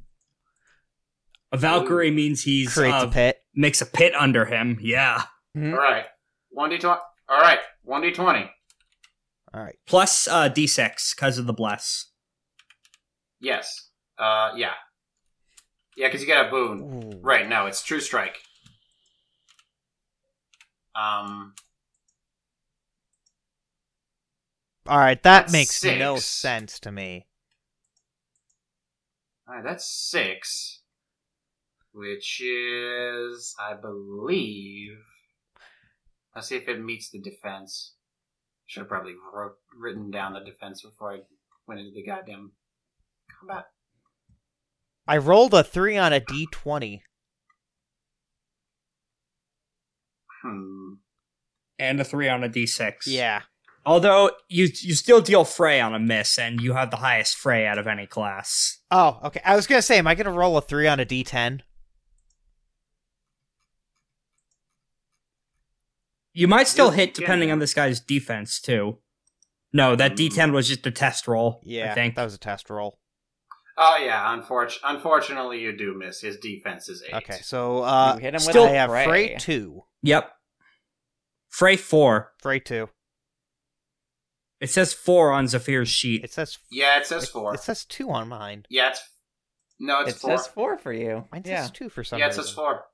Speaker 2: a Valkyrie
Speaker 1: Ooh.
Speaker 2: means he's
Speaker 3: creates
Speaker 2: uh,
Speaker 3: a pit.
Speaker 2: makes a pit under him. Yeah.
Speaker 1: all right. One d twenty. All right. One d twenty.
Speaker 3: All right,
Speaker 2: Plus uh, d6 because of the bless.
Speaker 1: Yes. Uh. Yeah. Yeah, because you get a boon. Right. No, it's true strike. Um.
Speaker 3: all right, that
Speaker 1: That's
Speaker 3: makes no
Speaker 1: six.
Speaker 3: sense to me.
Speaker 1: All right. That's six. Which is, I believe. Let's see if it meets the defense. Should have probably wrote, written down the defense before I went into the goddamn combat.
Speaker 3: I rolled a three on a D twenty.
Speaker 1: Hmm.
Speaker 2: And a 3 on a d6.
Speaker 3: Yeah,
Speaker 2: Although you you still deal fray on a miss, and you have the highest fray out of any class.
Speaker 3: Oh, okay. I was gonna say, am I gonna roll a three on a D10?
Speaker 2: You might still
Speaker 1: You
Speaker 2: hit
Speaker 1: can.
Speaker 2: depending on this guy's defense too. No,
Speaker 1: Mm.
Speaker 2: that D10 was just a test roll.
Speaker 3: Yeah,
Speaker 2: I think
Speaker 3: that was a test roll.
Speaker 1: Oh yeah, unfortunately, unfortunately, you do miss. His defense is eight.
Speaker 3: Okay, so uh,
Speaker 4: you hit him with
Speaker 2: still
Speaker 4: a
Speaker 3: I have
Speaker 4: fray.
Speaker 3: freight two,
Speaker 2: Yep. Fray four.
Speaker 3: freight two.
Speaker 2: It says four on Zephyr's sheet.
Speaker 3: It says
Speaker 1: Yeah, it says
Speaker 3: it-
Speaker 1: four.
Speaker 3: It says two on mine.
Speaker 1: yeah, it's no, it's
Speaker 4: It
Speaker 1: four.
Speaker 4: says four for you.
Speaker 3: Mine
Speaker 4: yeah.
Speaker 3: says two for some
Speaker 1: yeah, it
Speaker 3: reason.
Speaker 1: says four.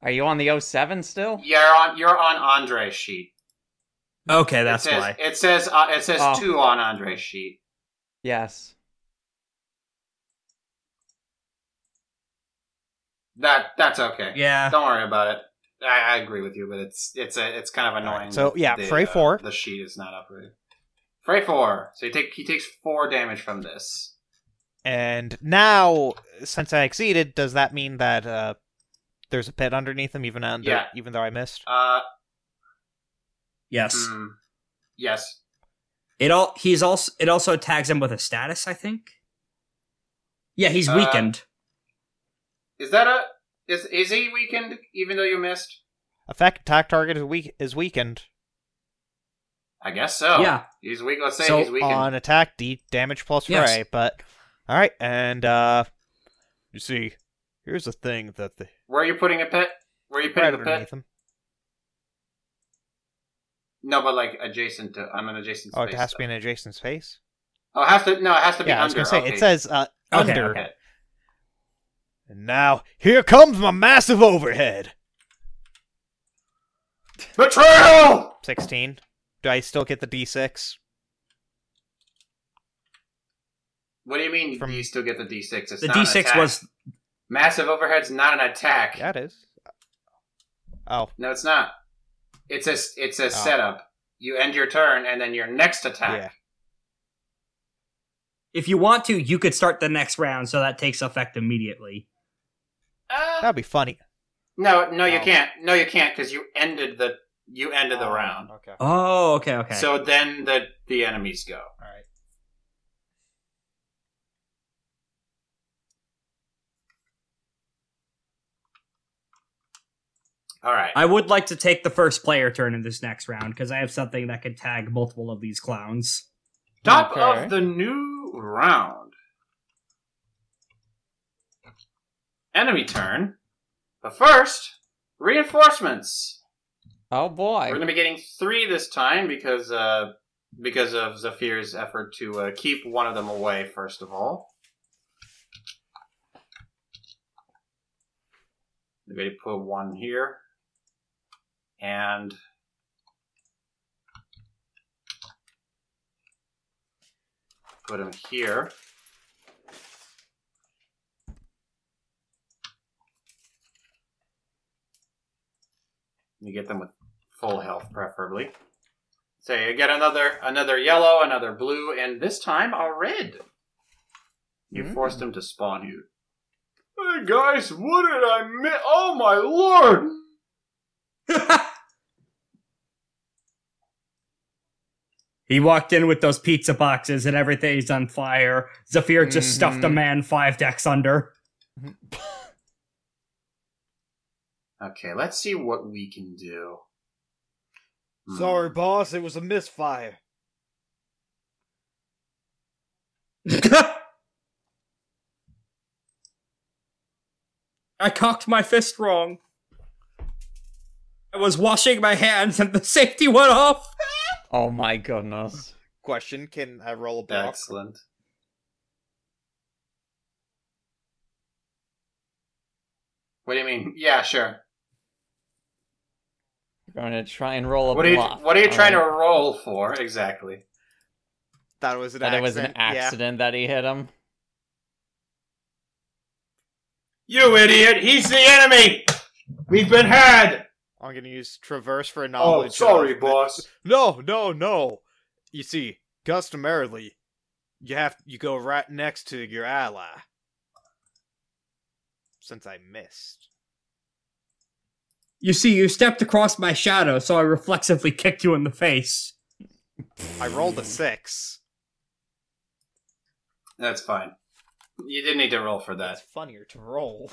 Speaker 4: Are you on the 07 still?
Speaker 1: You're on. You're on Andre's sheet.
Speaker 2: Okay, that's
Speaker 1: it says,
Speaker 2: why.
Speaker 1: It says uh, it says
Speaker 4: Oh.
Speaker 1: two on Andre's sheet.
Speaker 4: Yes.
Speaker 1: That that's okay.
Speaker 2: Yeah.
Speaker 1: Don't worry about it. I, I agree with you, but it's it's a it's kind of annoying.
Speaker 3: so, yeah,
Speaker 1: the, uh,
Speaker 3: Frey four.
Speaker 1: The sheet is not upgraded. Frey four. So he take he takes four damage from this.
Speaker 3: And now, since I exceeded, does that mean that uh, there's a pit underneath him, even under,
Speaker 1: Yeah.
Speaker 3: even though I missed?
Speaker 1: Uh,
Speaker 2: Yes.
Speaker 1: mm, yes.
Speaker 2: It all he's also it also tags him with a status, I think. Yeah, he's
Speaker 1: Uh,
Speaker 2: weakened.
Speaker 1: Is that a is is he weakened even though you missed?
Speaker 3: Effect attack target is weak is weakened
Speaker 1: I guess so.
Speaker 2: Yeah.
Speaker 1: He's weak. Let's say
Speaker 2: So
Speaker 1: he's weakened.
Speaker 3: on attack D damage plus Frey.
Speaker 2: Yes.
Speaker 3: But all right, and uh, you see, here's the thing that the
Speaker 1: Where are you putting a pit? Where are you
Speaker 3: right
Speaker 1: putting the pit?
Speaker 3: underneath him.
Speaker 1: No, but like adjacent to. I'm an adjacent.
Speaker 3: Oh, it
Speaker 1: space,
Speaker 3: has to be
Speaker 1: though.
Speaker 3: an adjacent space.
Speaker 1: Oh, it has to. No, it has to be
Speaker 3: Yeah, I was
Speaker 1: under.
Speaker 3: gonna say
Speaker 1: okay.
Speaker 3: it says uh,
Speaker 2: Okay,
Speaker 3: under.
Speaker 1: okay.
Speaker 3: And now here comes my massive overhead.
Speaker 1: betrayal.
Speaker 3: Sixteen. Do I still get the D six?
Speaker 1: What do you mean?
Speaker 3: From-
Speaker 1: you still get the D6? It's
Speaker 2: the
Speaker 1: not an
Speaker 2: D six
Speaker 1: attack.
Speaker 2: was
Speaker 1: massive overhead's not an attack.
Speaker 3: Yeah, it is. Oh,
Speaker 1: No, it's not. It's a it's a setup. You end your turn, and then your next attack.
Speaker 3: yeah.
Speaker 2: if you want to, you could start the next round, so that takes effect immediately.
Speaker 3: That'd be funny.
Speaker 1: No, no, you
Speaker 3: Oh.
Speaker 1: can't. No, you can't because you ended the you ended the round.
Speaker 3: Okay.
Speaker 2: Oh, okay, okay.
Speaker 1: So then the the enemies go.
Speaker 3: All right.
Speaker 1: All right.
Speaker 2: I would like to take the first player turn in this next round because I have something that could tag multiple of these clowns.
Speaker 1: Top
Speaker 3: Okay.
Speaker 1: of the new round. Enemy turn. But first, reinforcements.
Speaker 4: Oh boy.
Speaker 1: We're gonna be getting three this time because uh because of Zephyr's effort to uh, keep one of them away. First of all, I'm gonna put one here, and put him here. You get them with full health, preferably. So you get another another yellow, another blue, and this time a red. You forced him to spawn you. Hey guys, what did I miss? Oh my lord!
Speaker 2: <laughs> He walked in with those pizza boxes and everything's on fire. Zafir just stuffed a
Speaker 4: Mhm.
Speaker 2: man five decks under. <laughs>
Speaker 1: Okay, let's see what we can do. Hmm.
Speaker 3: boss. It was a misfire.
Speaker 2: I cocked my fist wrong. I was washing my hands and the safety went off.
Speaker 4: Oh my goodness.
Speaker 3: Question: Can I roll a block?
Speaker 1: Excellent. What do you mean? Yeah, sure.
Speaker 4: We're going to try and roll a
Speaker 1: What are you
Speaker 4: bluff.
Speaker 1: What are you
Speaker 4: All
Speaker 1: trying to
Speaker 4: right.
Speaker 1: roll for exactly?
Speaker 3: That was an
Speaker 4: That it was an
Speaker 3: accident. Yeah.
Speaker 4: accident that he hit him.
Speaker 1: You idiot! He's the enemy. We've been had.
Speaker 3: I'm gonna use traverse for a knowledge.
Speaker 1: Oh, sorry,
Speaker 3: of-
Speaker 1: boss.
Speaker 3: No, no, no. You see, customarily, you have you go right next to your ally. Since I missed,
Speaker 2: You see, you stepped across my shadow, so I reflexively kicked you in the face.
Speaker 3: I rolled a six.
Speaker 1: That's fine. You didn't need to roll for that.
Speaker 3: funnier to roll.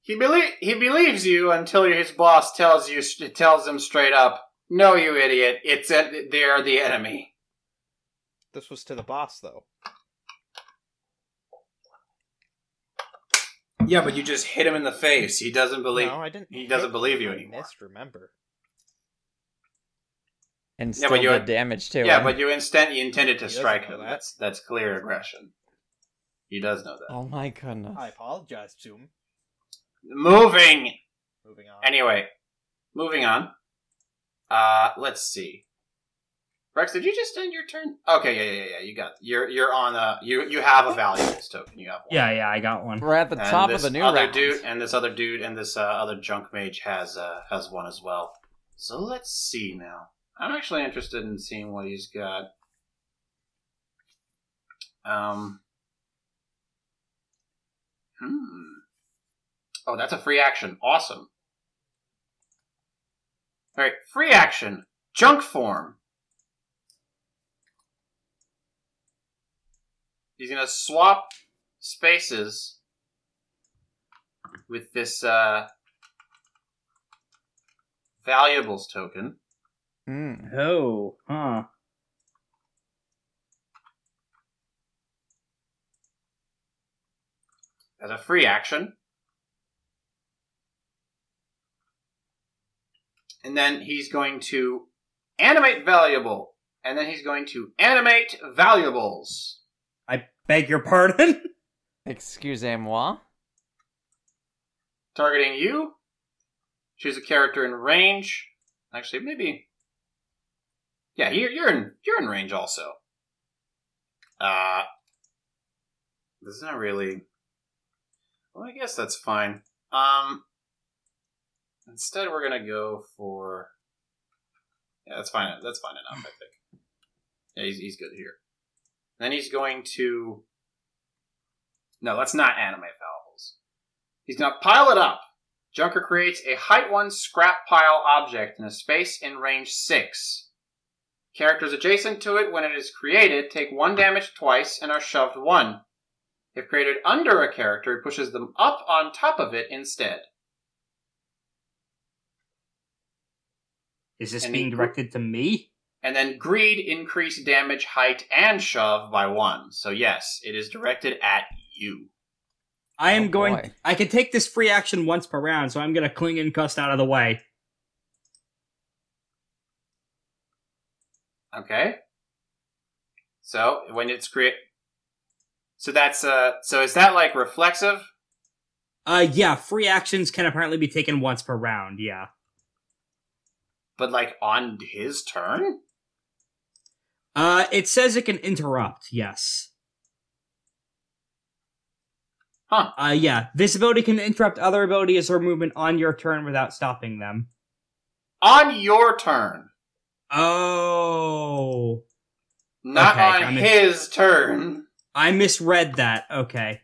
Speaker 1: He belie- he believes you until his boss tells you tells him straight up, "No, you idiot! It's a- they are the enemy."
Speaker 3: This was to the boss, though.
Speaker 1: Yeah, but you just hit him in the face. He doesn't believe.
Speaker 3: no, I didn't.
Speaker 1: he doesn't
Speaker 3: hit
Speaker 1: believe you
Speaker 3: I
Speaker 1: anymore.
Speaker 3: Missed. Remember.
Speaker 4: And
Speaker 1: Yeah,
Speaker 4: still
Speaker 1: but you
Speaker 4: did
Speaker 1: had-
Speaker 4: damage to him.
Speaker 1: yeah, but you instant you intended to
Speaker 3: He doesn't
Speaker 1: strike
Speaker 3: know
Speaker 1: him.
Speaker 3: that.
Speaker 1: That's that's clear aggression. He does know that.
Speaker 4: Oh my goodness.
Speaker 3: apologize to him.
Speaker 1: Moving
Speaker 3: Moving on.
Speaker 1: anyway. Moving on. Uh, let's see. Rex, did you just end your turn? Okay, yeah, yeah, yeah. You got you're you're on a you you have a valuables token. You have one.
Speaker 2: Yeah, yeah, I got one.
Speaker 4: We're at the
Speaker 1: And
Speaker 4: top of
Speaker 1: this
Speaker 4: the new
Speaker 1: other
Speaker 4: round.
Speaker 1: dude and this other dude and this uh, other junk mage has uh, has one as well. So let's see now. I'm actually interested in seeing what he's got. Um. Hmm. Oh, that's a free action. Awesome. All right, free action. Junk form. He's gonna swap spaces with this uh, valuables token.
Speaker 4: Mm.
Speaker 2: Oh, huh.
Speaker 1: as a free action. And then he's going to animate valuable. And then he's going to animate valuables.
Speaker 2: I beg your pardon. <laughs>
Speaker 4: Excusez-moi.
Speaker 1: Targeting you. Choose a character in range. Actually, maybe. Yeah, you're, you're in you're in range also. Uh, this is not really. Well, I guess that's fine. Um, instead, we're gonna go for. Yeah, that's fine. That's fine enough, I think. Yeah, he's he's good here. Then he's going to. No, that's not animate valuables. He's gonna pile it up. Junker creates a height one scrap pile object in a space in range six. Characters adjacent to it when it is created take one damage twice and are shoved one. If created under a character, it pushes them up on top of it instead.
Speaker 2: Is this
Speaker 1: Any-
Speaker 2: being directed to me?
Speaker 1: And then greed increase damage, height, and shove by one. So yes, it is directed at you.
Speaker 2: I am
Speaker 4: Oh,
Speaker 2: going.
Speaker 4: boy.
Speaker 2: I can take this free action once per round, so I'm going to cling and cuss out of the way.
Speaker 1: Okay. So when it's create, so that's uh, so is that like reflexive?
Speaker 2: Uh, yeah, free actions can apparently be taken once per round. Yeah.
Speaker 1: But like on his turn?
Speaker 2: Uh, it says it can interrupt. Yes.
Speaker 1: Huh.
Speaker 2: Uh, yeah. This ability can interrupt other abilities or movement on your turn without stopping them.
Speaker 1: On your turn.
Speaker 2: Oh,
Speaker 1: Not
Speaker 2: Okay,
Speaker 1: on
Speaker 2: I'm in-
Speaker 1: his turn.
Speaker 2: I misread that. Okay.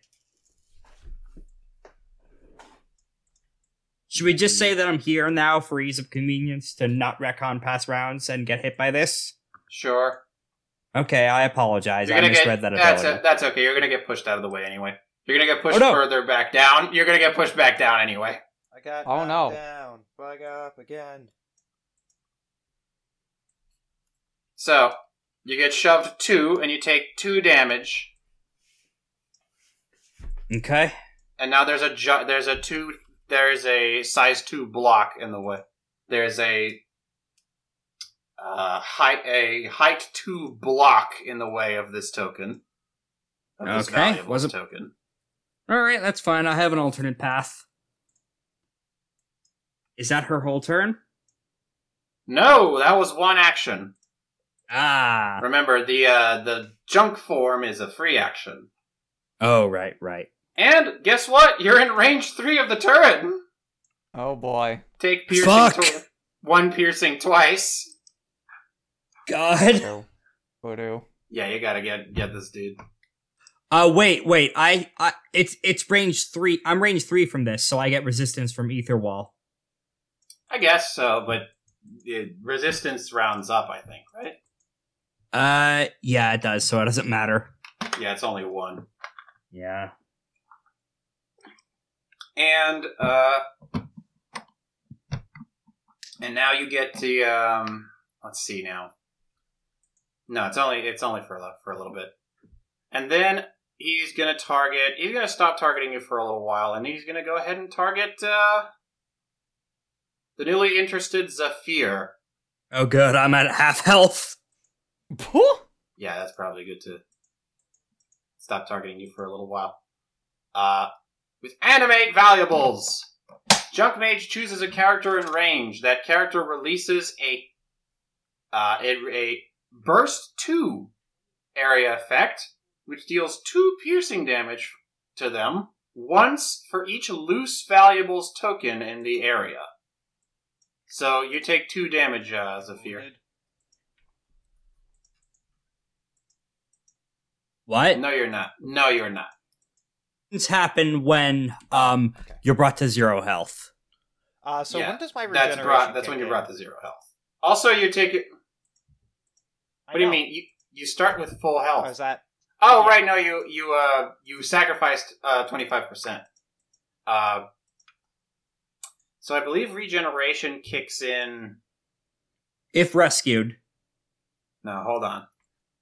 Speaker 2: Should we just say that I'm here now for ease of convenience to not wreck on past rounds and get hit by this?
Speaker 1: Sure.
Speaker 2: Okay, I apologize.
Speaker 1: You're
Speaker 2: I
Speaker 1: gonna
Speaker 2: misread
Speaker 1: get
Speaker 2: that
Speaker 1: that's
Speaker 2: ability.
Speaker 1: a- that's okay. You're gonna get pushed out of the way anyway. You're gonna get pushed
Speaker 2: Oh, no.
Speaker 1: further back down. You're gonna get pushed back down anyway.
Speaker 5: I got
Speaker 4: Oh,
Speaker 5: knocked
Speaker 4: no.
Speaker 5: down. Bug up again.
Speaker 1: So you get shoved two, and you take two damage.
Speaker 2: Okay.
Speaker 1: And now there's a ju- there's a two there's a size two block in the way. There's a uh, height a height two block in the way of this token. Of this
Speaker 2: Okay,
Speaker 1: valuables
Speaker 2: was it-
Speaker 1: token.
Speaker 2: All right, that's fine. I have an alternate path. Is that her whole turn?
Speaker 1: No, that was one action.
Speaker 2: Ah.
Speaker 1: Remember, the uh, the junk form is a free action.
Speaker 2: Oh, right, right.
Speaker 1: And guess what? You're in range three of the turret.
Speaker 4: Oh boy.
Speaker 1: Take piercing
Speaker 2: Fuck.
Speaker 1: tw- one piercing twice.
Speaker 2: God.
Speaker 4: Voodoo. Voodoo.
Speaker 1: Yeah, you gotta get get this dude.
Speaker 2: Uh, wait, wait. I, I, it's, it's range three. I'm range three from this, so I get resistance from ether wall.
Speaker 1: I guess so, but the resistance rounds up. I think, right?
Speaker 2: Uh, yeah, it does. So it doesn't matter.
Speaker 1: Yeah, it's only one.
Speaker 2: Yeah.
Speaker 1: And uh, and now you get the um. Let's see now. No, it's only it's only for a li- for a little bit, and then he's gonna target. He's gonna stop targeting you for a little while, and he's gonna go ahead and target uh, the newly interested Zafir.
Speaker 2: Oh, good. I'm at half health.
Speaker 1: Yeah, that's probably good to stop targeting you for a little while. Uh, with animate valuables, junk mage chooses a character in range. That character releases a uh, a, a burst two area effect, which deals two piercing damage to them once for each loose valuables token in the area. So you take two damage, uh,
Speaker 3: Oh,
Speaker 1: Zafir.
Speaker 5: Wounded.
Speaker 2: What?
Speaker 1: No, you're not. No, you're not.
Speaker 2: Things happen when um
Speaker 3: Okay.
Speaker 2: you're brought to zero health.
Speaker 3: Uh, so
Speaker 1: Yeah,
Speaker 3: when does my regeneration?
Speaker 1: That's brought. That's
Speaker 3: kick
Speaker 1: when you
Speaker 3: in?
Speaker 1: brought the zero health. Also, you take it.
Speaker 3: I
Speaker 1: What do you
Speaker 3: know.
Speaker 1: mean? You you start with full
Speaker 3: Or
Speaker 1: health.
Speaker 3: is that
Speaker 1: Oh, right. No, you you uh you sacrificed uh twenty five percent. Uh, so I believe regeneration kicks in.
Speaker 2: If rescued,
Speaker 1: No, hold on.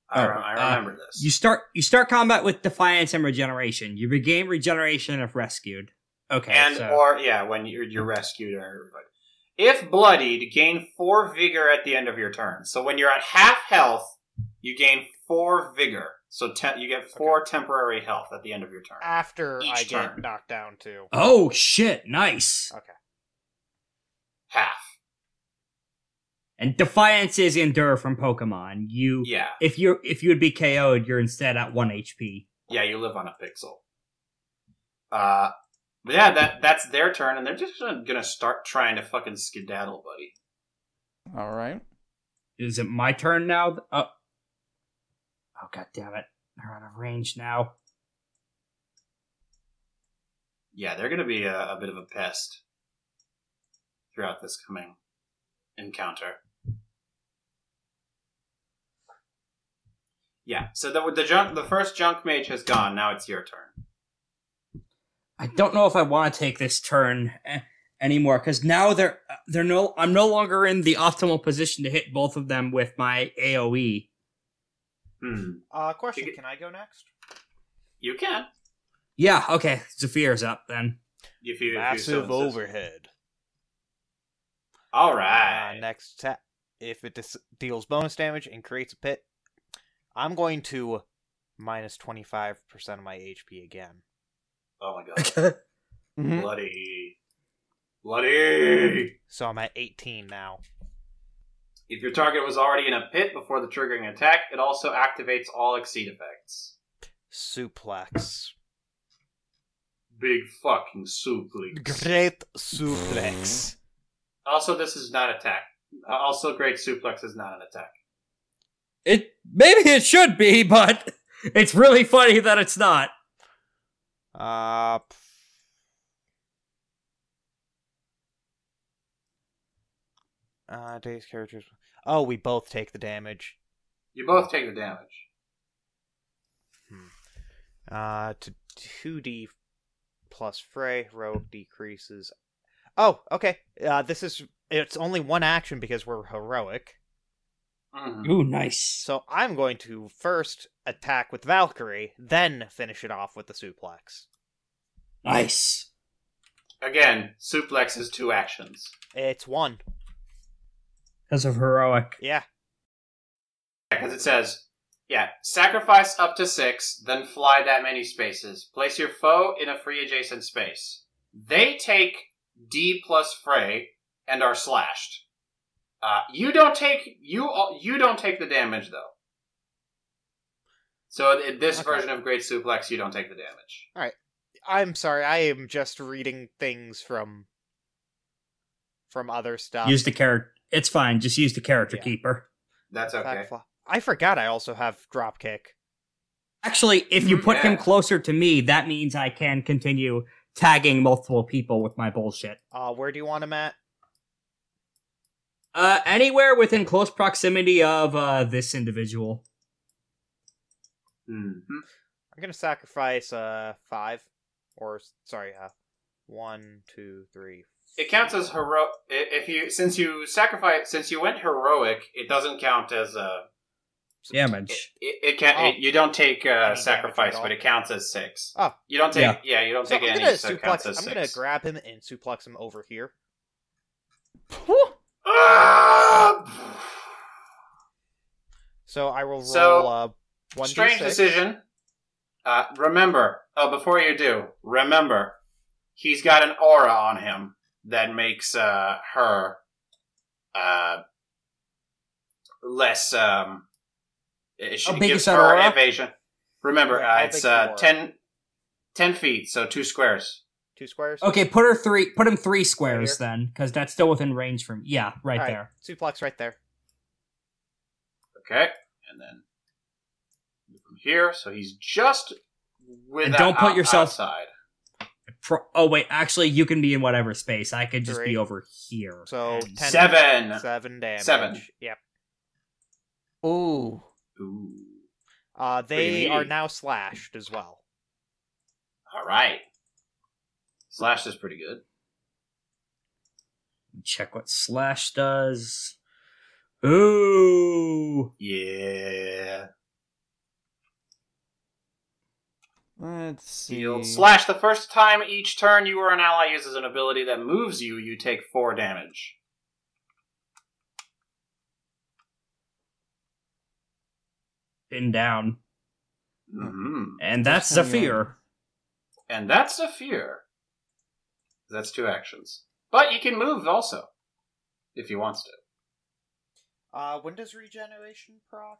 Speaker 1: I,
Speaker 2: Oh,
Speaker 1: rem- I
Speaker 2: uh,
Speaker 1: remember this.
Speaker 2: you start you start combat with defiance and regeneration. You regain regeneration if rescued. Okay.
Speaker 1: and
Speaker 2: so-
Speaker 1: or yeah, when you're you're rescued or everybody. If bloodied, gain four vigor at the end of your turn. So when you're at half health, you gain four vigor. So te- you get four temporary health at the end of your turn.
Speaker 3: Uh, after
Speaker 1: Each
Speaker 3: I get
Speaker 1: turn.
Speaker 3: knocked down too?
Speaker 2: oh shit! Nice.
Speaker 1: half.
Speaker 2: And defiance is endure from Pokemon. You
Speaker 1: Yeah,
Speaker 2: if you if you would be KO'd, you're instead at one HP.
Speaker 1: yeah. You live on a pixel. Uh, but yeah, that that's their turn, and they're just gonna gonna start trying to fucking skedaddle, buddy.
Speaker 4: All right.
Speaker 2: Is it my turn now? Oh, oh god damn it! They're out of range now.
Speaker 1: Yeah, they're gonna be a, a bit of a pest throughout this coming encounter. Yeah, so the the junk the first junk mage has gone. Now it's your turn.
Speaker 2: I don't know if I want to take this turn eh, anymore because now they're uh, they're no I'm no longer in the optimal position to hit both of them with my E. AOE.
Speaker 1: Hmm.
Speaker 5: Uh, question:
Speaker 1: You get-
Speaker 5: Can I go next?
Speaker 1: You can
Speaker 2: Yeah, okay, Zephyr's up then. <laughs>
Speaker 1: if you if you so
Speaker 7: Massive
Speaker 1: insist.
Speaker 7: overhead.
Speaker 1: All
Speaker 3: Uh,
Speaker 1: right.
Speaker 3: next ta- if it dis- deals bonus damage and creates a pit, I'm going to minus 25% of my HP again.
Speaker 1: Oh my
Speaker 2: <laughs>
Speaker 1: god.
Speaker 4: Hmm? Mm-hmm.
Speaker 1: Bloody. Bloody!
Speaker 3: So I'm at 18 now.
Speaker 1: If your target was already in a pit before the triggering attack, it also activates all exceed effects.
Speaker 3: Suplex.
Speaker 1: Big fucking soup leak.
Speaker 3: Great
Speaker 7: Mm-hmm.
Speaker 3: suplex.
Speaker 1: Also, this is not attack. Uh, Also, great suplex is not an attack.
Speaker 2: It maybe it should be, but it's really funny that it's not.
Speaker 3: Uh, p- uh, days characters. Oh, we both take the damage.
Speaker 1: You both take the damage.
Speaker 3: Uh, to 2d plus fray, rogue decreases. Oh, okay. Uh, this is it's only one action because we're heroic.
Speaker 1: Mhm.
Speaker 2: Ooh, nice.
Speaker 3: So I'm going to first attack with Valkyrie, then finish it off with the suplex.
Speaker 2: Nice.
Speaker 1: Again, suplex is two actions.
Speaker 3: It's one.
Speaker 2: Because of heroic.
Speaker 3: Yeah.
Speaker 1: Because it says, yeah, sacrifice up to six, then fly that many spaces. Place your foe in a free adjacent space. They take D plus fray and are slashed. Uh, you don't take you al- you don't take the damage though. So in this
Speaker 3: Okay.
Speaker 1: version of Great Suplex, you don't take the damage.
Speaker 3: I'm sorry. I am just reading things from from other stuff.
Speaker 2: Use the character. It's fine. Just use the character
Speaker 3: Yeah.
Speaker 2: keeper.
Speaker 1: That's okay.
Speaker 3: Attack fly- I forgot. I also have dropkick.
Speaker 2: Actually, if you put him
Speaker 1: Yeah.
Speaker 2: closer to me, that means I can continue tagging multiple people with my bullshit.
Speaker 3: Uh, where do you want him at?
Speaker 2: Uh, anywhere within close proximity of uh this individual.
Speaker 1: Mhm.
Speaker 3: I'm gonna sacrifice uh five, or s- sorry, uh, one, two, three.
Speaker 1: It counts as hero. i- If you since you sacrifice since you went heroic, it doesn't count as a. It,
Speaker 2: Damage.
Speaker 1: it, it can't.
Speaker 3: Oh.
Speaker 1: It, you don't take uh,
Speaker 3: damage at
Speaker 1: sacrifice,
Speaker 3: all.
Speaker 1: but it counts as six.
Speaker 3: Oh.
Speaker 1: you don't take.
Speaker 2: Yeah.
Speaker 1: Yeah, you don't
Speaker 3: So I'm
Speaker 1: take any.
Speaker 3: gonna
Speaker 1: so it counts
Speaker 3: suplex.
Speaker 1: as
Speaker 3: I'm
Speaker 1: 6
Speaker 3: gonna grab him and suplex him over here.
Speaker 1: Ah!
Speaker 3: So I will roll
Speaker 1: So,
Speaker 3: uh one
Speaker 1: Strange
Speaker 3: D6.
Speaker 1: decision. Uh, remember, oh, before you do, remember, he's got an aura on him that makes uh, her uh, less. Um, it sh-
Speaker 8: How
Speaker 1: it
Speaker 8: big
Speaker 1: gives
Speaker 8: is that
Speaker 1: her
Speaker 8: aura?
Speaker 1: evasion. Remember,
Speaker 5: How
Speaker 1: uh,
Speaker 5: big
Speaker 1: it's
Speaker 5: is the
Speaker 1: uh,
Speaker 5: aura?
Speaker 1: 10, 10 feet, so two squares.
Speaker 5: Two squares.
Speaker 8: Okay, put her three. Put him three squares
Speaker 5: here?
Speaker 8: then, because that's still within range from. Yeah, right
Speaker 3: All right.
Speaker 8: there.
Speaker 3: Suplex right there.
Speaker 1: Okay, and then from here, so he's just with
Speaker 2: And don't put yourself-
Speaker 1: outside.
Speaker 2: Pro- oh wait, actually, you can be in whatever space. I could just
Speaker 3: Three.
Speaker 2: be over here.
Speaker 3: So ten,
Speaker 1: Seven.
Speaker 3: seven damage.
Speaker 1: Seven.
Speaker 3: Yep.
Speaker 4: Ooh.
Speaker 1: Ooh.
Speaker 3: Uh, they
Speaker 1: Pretty
Speaker 3: are
Speaker 1: meaty.
Speaker 3: now slashed as well.
Speaker 1: All right. Slash is pretty good.
Speaker 2: Check what slash does. Ooh,
Speaker 1: Yeah.
Speaker 4: Let's see.
Speaker 1: Deal. Slash, the first time each turn you or an ally uses an ability that moves you, you take four damage.
Speaker 2: pinned down,
Speaker 1: hmm
Speaker 2: and that's
Speaker 4: That's how you-
Speaker 2: Zephyr.
Speaker 1: And that's a fear. That's two actions. But you can move also, if he wants to.
Speaker 5: Uh, when does regeneration proc?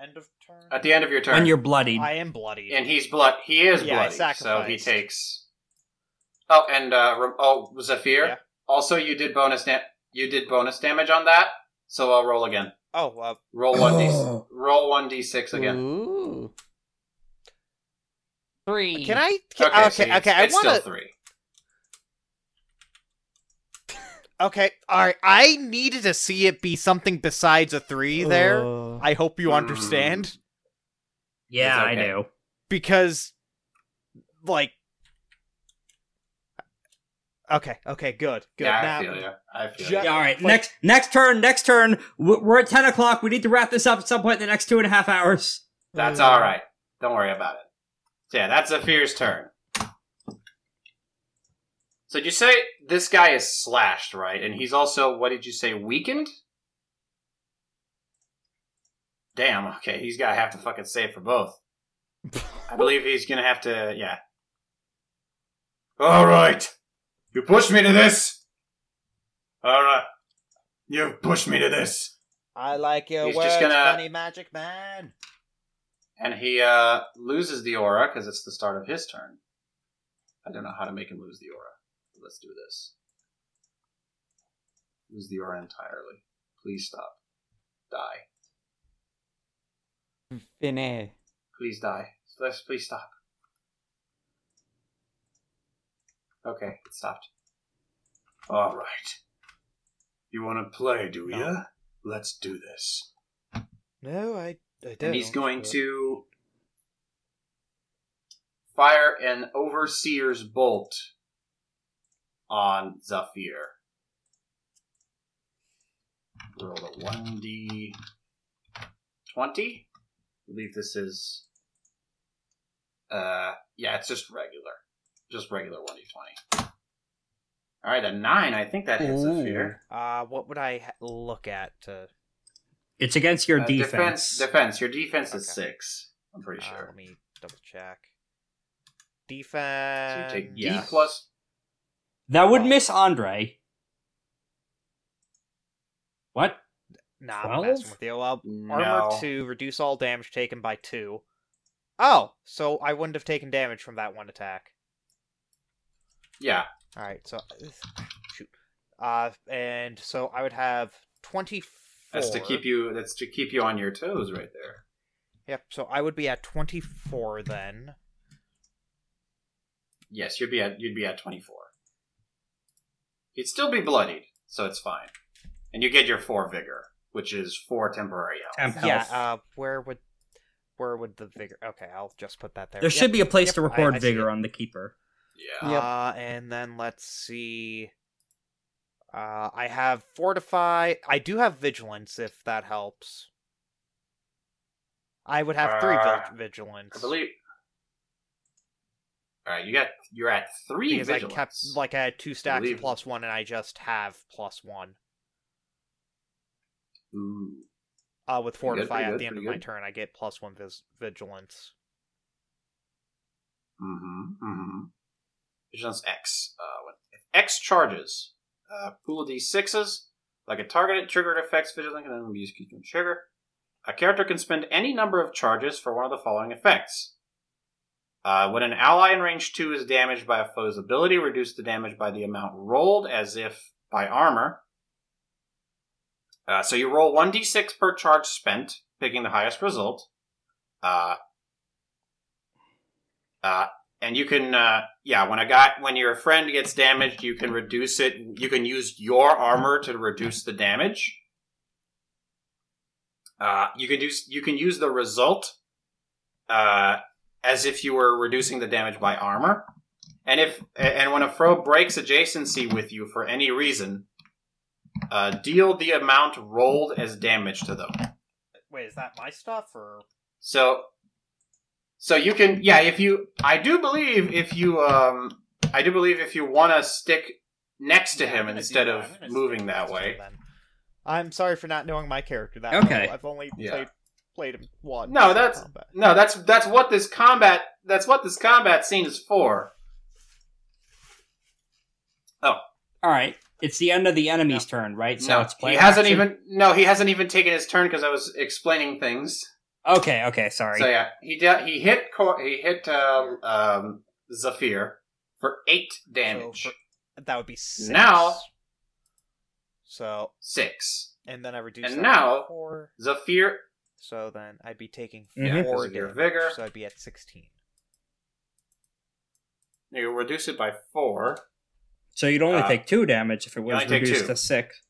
Speaker 5: End of turn.
Speaker 1: At the end of your turn.
Speaker 2: When you're bloodied,
Speaker 3: I am bloody.
Speaker 1: and he's blood. He is
Speaker 3: Yeah, I
Speaker 1: bloody, so he
Speaker 3: sacrificed.
Speaker 1: takes. Oh, and uh, Ram- oh, Zephyr.
Speaker 5: Yeah.
Speaker 1: Also, you did bonus. Da- you did bonus damage on that, so I'll roll again.
Speaker 5: Oh, uh,
Speaker 1: Roll one d.
Speaker 8: Oh.
Speaker 1: Roll one d six again.
Speaker 4: Ooh. Three.
Speaker 3: can I? Can,
Speaker 1: Okay,
Speaker 3: okay,
Speaker 1: so
Speaker 3: okay.
Speaker 1: you-
Speaker 3: I
Speaker 1: it's
Speaker 3: want to.
Speaker 1: still three.
Speaker 3: Okay, all right. I needed to see it be something besides a three there.
Speaker 4: Uh,
Speaker 3: I hope you
Speaker 1: Mm.
Speaker 3: understand
Speaker 2: yeah,
Speaker 1: It's
Speaker 2: I
Speaker 1: okay.
Speaker 2: do.
Speaker 3: because, like, okay, okay, good, good.
Speaker 1: yeah,
Speaker 3: now,
Speaker 1: I feel you. I feel
Speaker 3: Ju-
Speaker 1: you.
Speaker 2: Yeah, all right,
Speaker 3: But-
Speaker 2: next next turn, next turn. W- We're at ten o'clock. We need to wrap this up at some point in the next two and a half hours.
Speaker 1: That's all right. Don't worry about it. So yeah, that's Zephyr's turn. So did you say this guy is slashed, right? And he's also what did you say? Weakened. Damn. Okay, he's gotta have to fucking save for both. I believe he's gonna have to. Yeah. All right. You pushed me to this. All right. You pushed me to this.
Speaker 5: I like your
Speaker 1: He's
Speaker 5: words,
Speaker 1: just gonna-
Speaker 5: funny magic man.
Speaker 1: And he uh, loses the aura because it's the start of his turn. I don't know how to make him lose the aura. Let's do this. Lose the aura entirely. Please stop. Die.
Speaker 4: Finney.
Speaker 1: Please die. Let's please stop. Okay, it stopped. All right. You want to play, do
Speaker 5: No.
Speaker 1: ya? Let's do this.
Speaker 5: No, I, I don't.
Speaker 1: and he's going to fire an overseer's bolt on Zafir. Roll a one d twenty. I believe this is. Uh, yeah, it's just regular, just regular one d twenty. All right, a nine. I think that hits Zafir.
Speaker 3: Uh, what would I ha- look at to?
Speaker 2: It's against your
Speaker 1: Uh,
Speaker 2: defense.
Speaker 1: defense, defense. Your defense is
Speaker 3: Okay.
Speaker 1: six. I'm pretty
Speaker 3: uh,
Speaker 1: sure.
Speaker 3: let me double check.
Speaker 1: So you
Speaker 3: Defense.
Speaker 1: take
Speaker 2: Yeah.
Speaker 1: D plus
Speaker 2: that
Speaker 1: oh.
Speaker 2: would miss Andre. What?
Speaker 3: Nah, I'm
Speaker 2: 12?
Speaker 3: messing with you. Uh, armor
Speaker 1: No.
Speaker 3: two, reduce all damage taken by two. Oh, so I wouldn't have taken damage from that one attack.
Speaker 1: Yeah.
Speaker 3: All right, so shoot. Uh, and so I would have twenty-four.
Speaker 1: That's to keep you that's to keep you on your toes right there.
Speaker 3: Yep. So I would be at twenty-four then.
Speaker 1: Yes, you'd be at you'd be at twenty four. You'd still be bloodied, so it's fine. And you get your four vigor, which is four temporary health.
Speaker 2: Temp
Speaker 3: Yeah.
Speaker 2: health.
Speaker 3: Uh, where would where would the vigor? Okay, I'll just put that there.
Speaker 2: there should be a place to record vigor
Speaker 3: on.
Speaker 2: on the keeper.
Speaker 1: Yeah.
Speaker 4: Yep.
Speaker 3: Uh, and then let's see. Uh, I have fortify. I do have vigilance if that helps. I would have three
Speaker 1: Uh,
Speaker 3: vig- vigilance.
Speaker 1: I believe Alright, you got you're at three
Speaker 3: because
Speaker 1: vigilance.
Speaker 3: I kept like I had two stacks
Speaker 1: believe-
Speaker 3: of plus one, and I just have plus one.
Speaker 1: Ooh.
Speaker 3: Uh, with
Speaker 1: Pretty good,
Speaker 3: fortify
Speaker 1: pretty
Speaker 3: at
Speaker 1: good,
Speaker 3: the end of
Speaker 1: pretty
Speaker 3: my
Speaker 1: good.
Speaker 3: turn, I get plus one vis- vigilance.
Speaker 1: Mm-hmm. Mm-hmm. Vigilance X. Uh, when- if X charges, uh, pool D sixes. Like a targeted triggered effect's vigilance and then we use key to trigger. A character can spend any number of charges for one of the following effects. Uh, when an ally in range 2 is damaged by a foe's ability, reduce the damage by the amount rolled as if by armor. Uh, so you roll 1d6 per charge spent, picking the highest result. Uh, uh, and you can, uh, yeah, when a guy, when your friend gets damaged, you can reduce it. You can use your armor to reduce the damage. Uh, you can use you can use the result uh, as if you were reducing the damage by armor. And if and when a foe breaks adjacency with you for any reason, uh, deal the amount rolled as damage to them.
Speaker 5: Wait, is that my stuff or
Speaker 1: So, so you can, yeah. If you, I do believe if you, um, I do believe if you want to stick next to
Speaker 5: Yeah, I'm
Speaker 1: him
Speaker 5: gonna do
Speaker 1: instead
Speaker 5: that.
Speaker 1: of
Speaker 5: I'm gonna stick
Speaker 1: moving that
Speaker 5: next to
Speaker 1: way.
Speaker 5: them.
Speaker 3: I'm sorry for not knowing my character that
Speaker 8: Okay.
Speaker 3: well. I've only
Speaker 1: Yeah.
Speaker 3: played played him once.
Speaker 1: No,
Speaker 3: in
Speaker 1: that's-
Speaker 3: combat.
Speaker 1: No, that's that's what this combat that's what this combat scene is for.
Speaker 8: All right. It's the end of the enemy's turn, right?
Speaker 1: no,
Speaker 8: it's
Speaker 1: he
Speaker 8: play
Speaker 1: hasn't
Speaker 8: action?
Speaker 1: even no, he hasn't even taken his turn because I was explaining things.
Speaker 8: Okay. Okay. Sorry.
Speaker 1: So yeah, he de- he hit Cor- he hit um, um, Zafir for eight damage.
Speaker 5: So That would be six.
Speaker 1: Now-
Speaker 5: So
Speaker 1: Six.
Speaker 5: and then I reduce.
Speaker 1: And
Speaker 5: that by
Speaker 1: now-
Speaker 5: four.
Speaker 1: Zafir
Speaker 5: So then I'd be taking
Speaker 1: Yeah, 'cause
Speaker 5: four
Speaker 1: of your
Speaker 5: damage,
Speaker 1: vigor.
Speaker 5: So I'd be at sixteen.
Speaker 1: you reduce it by four.
Speaker 8: So you'd only
Speaker 1: Uh,
Speaker 8: take two damage if it was
Speaker 1: only take
Speaker 8: reduced
Speaker 1: two.
Speaker 8: to six.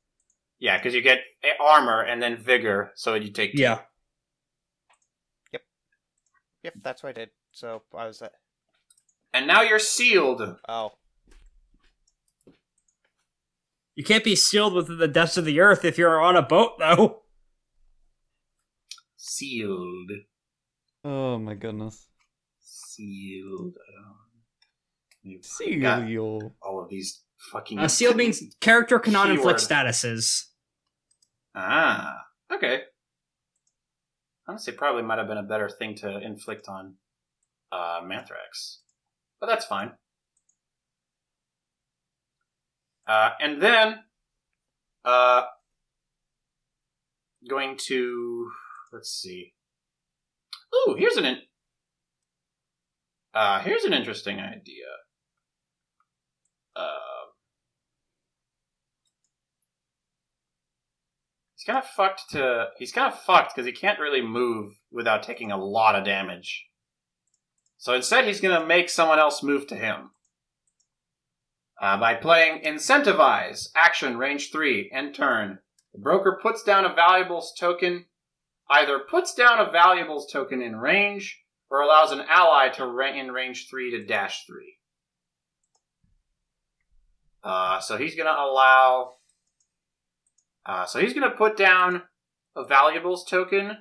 Speaker 1: Yeah, because you get a- armor and then vigor, so you take. two.
Speaker 8: Yeah.
Speaker 3: Yep, that's what I did. So I was at
Speaker 1: And now you're sealed.
Speaker 3: oh
Speaker 2: You can't be sealed within the depths of the earth if you're on a
Speaker 1: <laughs>
Speaker 2: boat, though.
Speaker 1: Sealed.
Speaker 4: Oh my goodness.
Speaker 1: Sealed. Um, you've got
Speaker 4: Cereal.
Speaker 1: all of these fucking.
Speaker 2: Uh, sealed means character cannot inflict
Speaker 1: Keyword.
Speaker 2: statuses.
Speaker 1: Ah. Okay. Honestly, probably might have been a better thing to inflict on uh, Manthrax, but that's fine. Uh, and then, uh, going to let's see. Ooh, here's an in- uh, here's an interesting idea. Uh, He's kind of fucked to. He's kind of fucked because he can't really move without taking a lot of damage. So instead, he's going to make someone else move to him uh, by playing incentivize action range three end turn. The broker puts down a valuables token, either puts down a valuables token in range or allows an ally to ra- in range three to dash three. Uh, so he's going to allow. Uh, so he's going to put down a valuables token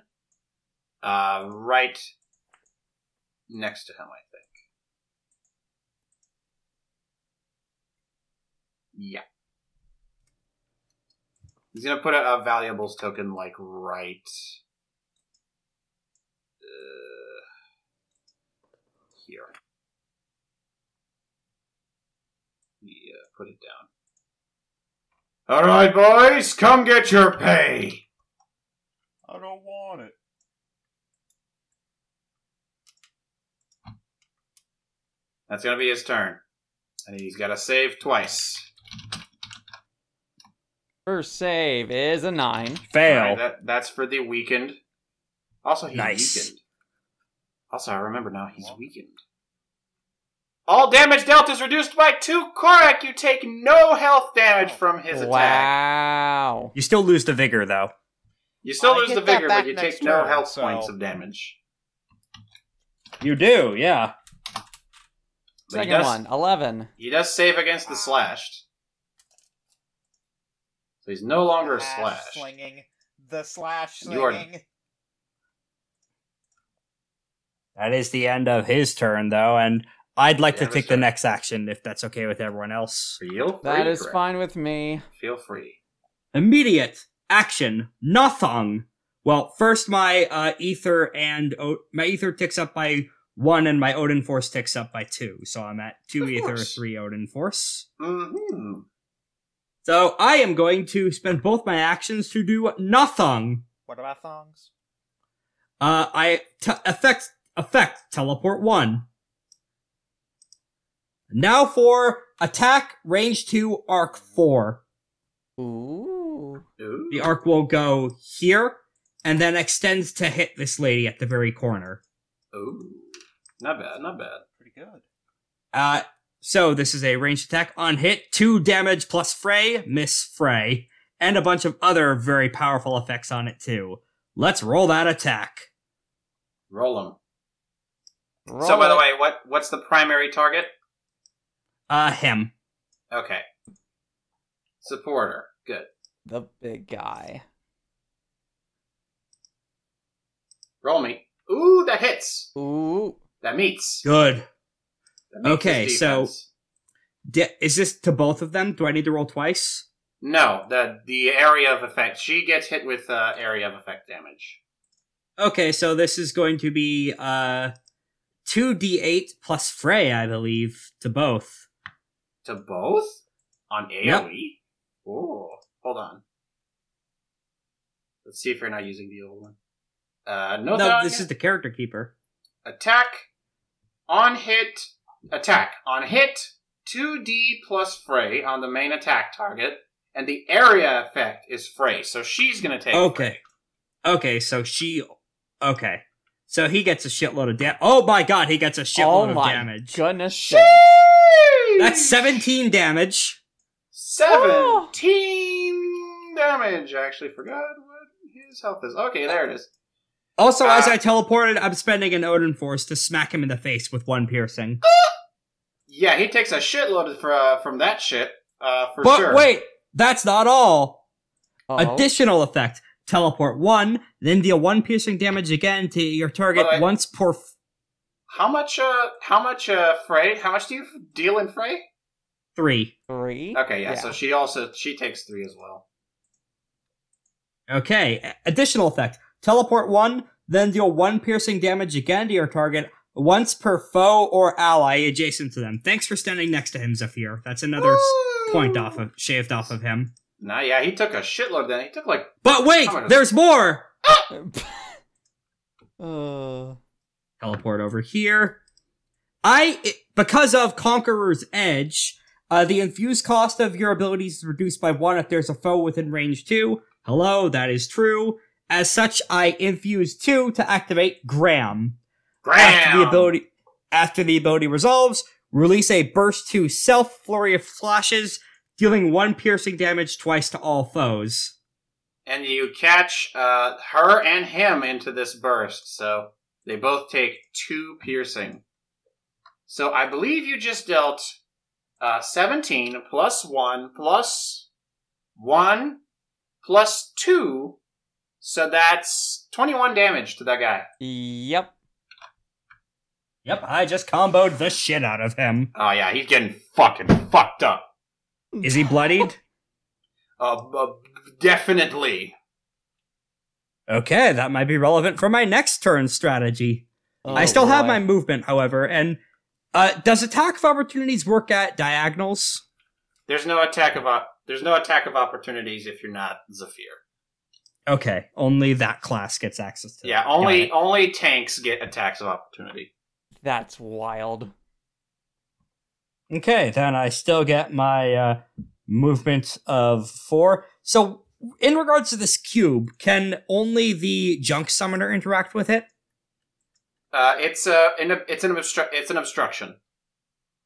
Speaker 1: uh, right next to him, I think. Yeah. He's going to put a, a valuables token, like, right. Uh, here. Yeah, put it down. All right, boys, come get your pay.
Speaker 7: I don't want it.
Speaker 1: That's gonna be his turn, and he's gotta save twice.
Speaker 4: First save is a nine.
Speaker 1: All
Speaker 8: Fail.
Speaker 1: right, that that's for the weakened. Also, he's
Speaker 8: Nice.
Speaker 1: weakened. Also, I remember now he's weakened. All damage dealt is reduced by two. Korak, you take no health
Speaker 7: Oh.
Speaker 1: damage from his attack.
Speaker 4: wow.
Speaker 2: You still lose the vigor, though.
Speaker 1: You still
Speaker 3: I
Speaker 1: lose
Speaker 3: get
Speaker 1: the
Speaker 3: that
Speaker 1: vigor,
Speaker 3: back
Speaker 1: but you
Speaker 3: next
Speaker 1: take no
Speaker 3: turn,
Speaker 1: health
Speaker 3: so-
Speaker 1: points of damage.
Speaker 8: you do. Yeah.
Speaker 1: But he
Speaker 4: Second
Speaker 1: does-
Speaker 4: one, 11.
Speaker 1: He does save against
Speaker 7: Ah.
Speaker 1: the slashed, so he's no longer a
Speaker 5: Slash
Speaker 1: slashed.
Speaker 5: slinging the slash
Speaker 1: You are-
Speaker 5: slinging.
Speaker 2: That is the end of his turn, though, and I'd like
Speaker 1: Yeah,
Speaker 2: to
Speaker 1: that's
Speaker 2: take the
Speaker 1: right.
Speaker 2: next action if that's okay with everyone else.
Speaker 1: Feel free.
Speaker 4: That is
Speaker 1: Korak.
Speaker 4: fine with me.
Speaker 1: Feel free.
Speaker 2: Immediate action, nothing. Well, first my uh, ether and o- my ether ticks up by one, and my Odin force ticks up by two, so I'm at two
Speaker 1: Of
Speaker 2: ether,
Speaker 1: course.
Speaker 2: three Odin force.
Speaker 1: hmm
Speaker 2: It's So I am going to spend both my actions to do nothing.
Speaker 5: What about thongs?
Speaker 2: Uh, I t- effect effect teleport one. Now for attack range two arc four.
Speaker 4: Ooh.
Speaker 1: Ooh.
Speaker 2: The arc will go here and then extends to hit this lady at the very corner.
Speaker 1: Ooh. Not bad, not bad.
Speaker 7: Pretty good.
Speaker 2: Uh, so this is a ranged attack on hit, two damage plus Frey, Miss Frey, and a bunch of other very powerful effects on it too. Let's roll that attack.
Speaker 1: Roll them.
Speaker 4: Roll
Speaker 1: so, by the
Speaker 4: it.
Speaker 1: way, what what's the primary target?
Speaker 2: Uh, him.
Speaker 1: Okay. Supporter. Good.
Speaker 4: the big guy.
Speaker 1: Roll me. Ooh, that hits.
Speaker 4: Ooh.
Speaker 1: That meets.
Speaker 2: Good.
Speaker 1: That meets
Speaker 2: Okay,
Speaker 1: his
Speaker 2: so-
Speaker 1: defense.
Speaker 2: D- is this to both of them? Do I need to roll twice?
Speaker 1: no, the the area of effect. She gets hit with uh, area of effect damage.
Speaker 2: Okay, so this is going to be uh, 2d8 plus Frey, I believe, to both.
Speaker 1: To both on AOE. Ooh, hold on. Let's see if you're not using the old one. Uh, no,
Speaker 2: no,
Speaker 1: thong.
Speaker 2: this is the character keeper.
Speaker 1: attack on hit attack on hit 2d plus fray on the main attack target and the area effect is fray so she's gonna take
Speaker 2: Okay. Okay, so she. Okay. So he gets a shitload of damage. Oh my god, he gets a
Speaker 4: oh
Speaker 2: shitload of
Speaker 4: my
Speaker 2: damage.
Speaker 4: goodness sakes.
Speaker 2: That's 17 damage. Oh.
Speaker 1: 17 damage i actually forgot what his health is okay there it is
Speaker 2: Also, as
Speaker 1: Ah.
Speaker 2: I teleported, I'm spending an Odin Force to smack him in the face with one piercing.
Speaker 1: yeah he takes a shitload of, uh, from that shit uh, for
Speaker 2: but
Speaker 1: sure
Speaker 2: wait, that's not all.
Speaker 4: Uh-oh.
Speaker 2: Additional effect. Teleport one, then deal one piercing damage again to your target
Speaker 1: Well, I-
Speaker 2: once per. F-
Speaker 1: how much uh how much uh fray how much do you f- deal in fray
Speaker 2: three.
Speaker 4: Three.
Speaker 1: okay yeah so she also she takes three as well
Speaker 2: Okay. a- Additional effect. Teleport one, then deal one piercing damage again to your target once per foe or ally adjacent to them. Thanks for standing next to him, Zephyr. That's another s- point off of shaved off of him.
Speaker 1: Nah, yeah, he took a shitload then. He took like
Speaker 2: But wait,
Speaker 1: How many-
Speaker 2: there's more.
Speaker 4: <laughs> uh,
Speaker 2: teleport over here. I it- because of Conqueror's Edge, uh, the infused cost of your abilities is reduced by one if there's a foe within range two. Hello, that is true. As such, I infuse two to activate Graham. After the ability after the ability resolves, release a burst to self flurry of flashes, dealing one piercing damage twice to all foes.
Speaker 1: And you catch uh, her and him into this burst, so they both take two piercing. So I believe you just dealt uh, 17 plus 1 plus 1 plus 2, so that's 21 damage to that guy.
Speaker 4: yep.
Speaker 2: Yep, I just comboed the shit out of him.
Speaker 1: Oh, yeah, he's getting fucking fucked up.
Speaker 2: Is he bloodied?
Speaker 1: Uh, uh, definitely.
Speaker 2: Okay, that might be relevant for my next turn strategy.
Speaker 4: Oh
Speaker 1: Oh,
Speaker 2: I still have my movement, however, and uh, does attack of opportunities work at diagonals?
Speaker 1: There's no attack of op- there's no attack of opportunities if you're not Zafir.
Speaker 2: Okay, only that class gets access to.
Speaker 1: Yeah,
Speaker 2: that.
Speaker 1: only
Speaker 2: Got it.
Speaker 1: only tanks get attacks of opportunity.
Speaker 4: That's wild.
Speaker 2: Okay, then I still get my uh, movement of four. So, in regards to this cube, can only the junk summoner interact with it?
Speaker 1: Uh, it's a an- it's an obstru- it's an obstruction.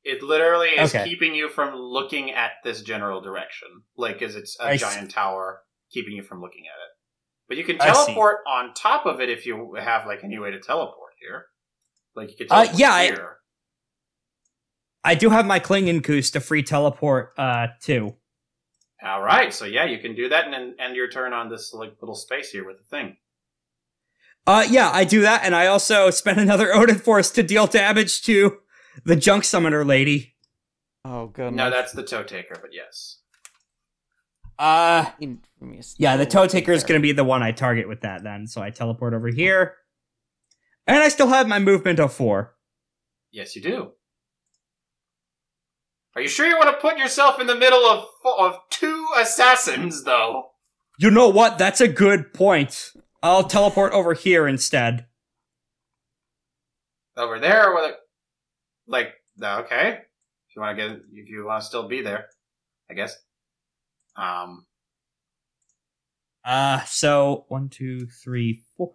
Speaker 1: It literally is
Speaker 2: Okay.
Speaker 1: keeping you from looking at this general direction, like as it's a
Speaker 2: I see.
Speaker 1: giant tower keeping you from looking at it. But you can
Speaker 2: I see.
Speaker 1: teleport on top of it if you have like any way to teleport here. Like you can
Speaker 2: Uh,
Speaker 1: teleport
Speaker 2: yeah, I-
Speaker 1: here.
Speaker 2: I do have my Klingenkus to free teleport uh, too.
Speaker 1: All right, so yeah, you can do that and then end your turn on this like little space here with the thing.
Speaker 2: Uh, yeah, I do that, and I also spend another <laughs> Odin Force to deal damage to the Junk Summoner lady.
Speaker 4: Oh goodness.
Speaker 1: No, that's the toe taker, but yes.
Speaker 2: Uh,
Speaker 4: Infamous
Speaker 2: yeah, the Toe Taker is
Speaker 4: Taker.
Speaker 2: gonna be the one I target with that then, so I teleport over here. And I still have my movement of four.
Speaker 1: Yes, you do. Are you sure you want to put yourself in the middle of of two assassins, though.
Speaker 2: You know what? That's a good point. I'll teleport over here instead.
Speaker 1: Over there, or whether. Like, okay. If you want to get. If you want to still be there, I guess. Um.
Speaker 2: Uh, so one, two, three, four.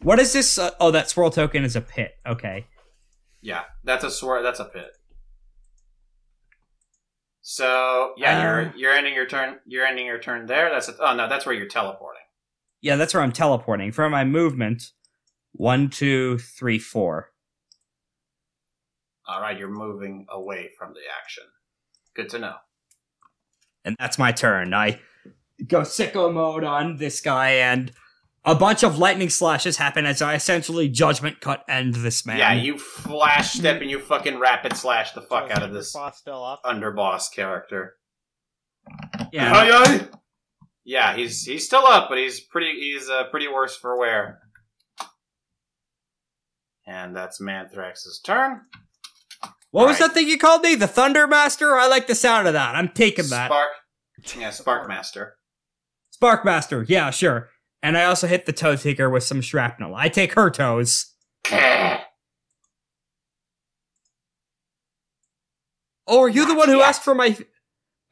Speaker 2: What is this? Uh, oh, that swirl token is a pit. Okay.
Speaker 1: Yeah, that's a swir- That's a pit. So yeah,
Speaker 2: Um.
Speaker 1: you're you're ending your turn. You're ending your turn there. That's a, oh no, that's where you're teleporting.
Speaker 2: Yeah, that's where I'm teleporting for my movement. One, two, three, four.
Speaker 1: All right, you're moving away from the action. Good to know.
Speaker 2: and that's my turn. I go sicko mode on this guy, and a bunch of lightning slashes happen as I essentially judgment cut end this man.
Speaker 1: Yeah, you
Speaker 2: <laughs>
Speaker 1: flash step and you fucking rapid slash the fuck out of this
Speaker 3: Boss still up.
Speaker 1: underboss character.
Speaker 2: yeah.
Speaker 1: Yeah, he's he's still up, but he's pretty he's uh, pretty worse for wear. And that's Manthrax's turn.
Speaker 2: What was
Speaker 1: Right.
Speaker 2: that thing you called me? The Thunder Master? I like the sound of that. I'm taking that.
Speaker 1: Spark. Yeah, Spark <laughs>
Speaker 2: <laughs>
Speaker 1: Master.
Speaker 2: Spark Master. Yeah, sure. And I also hit the toe taker with some shrapnel. I take her toes. Oh, are you the one who asked for my?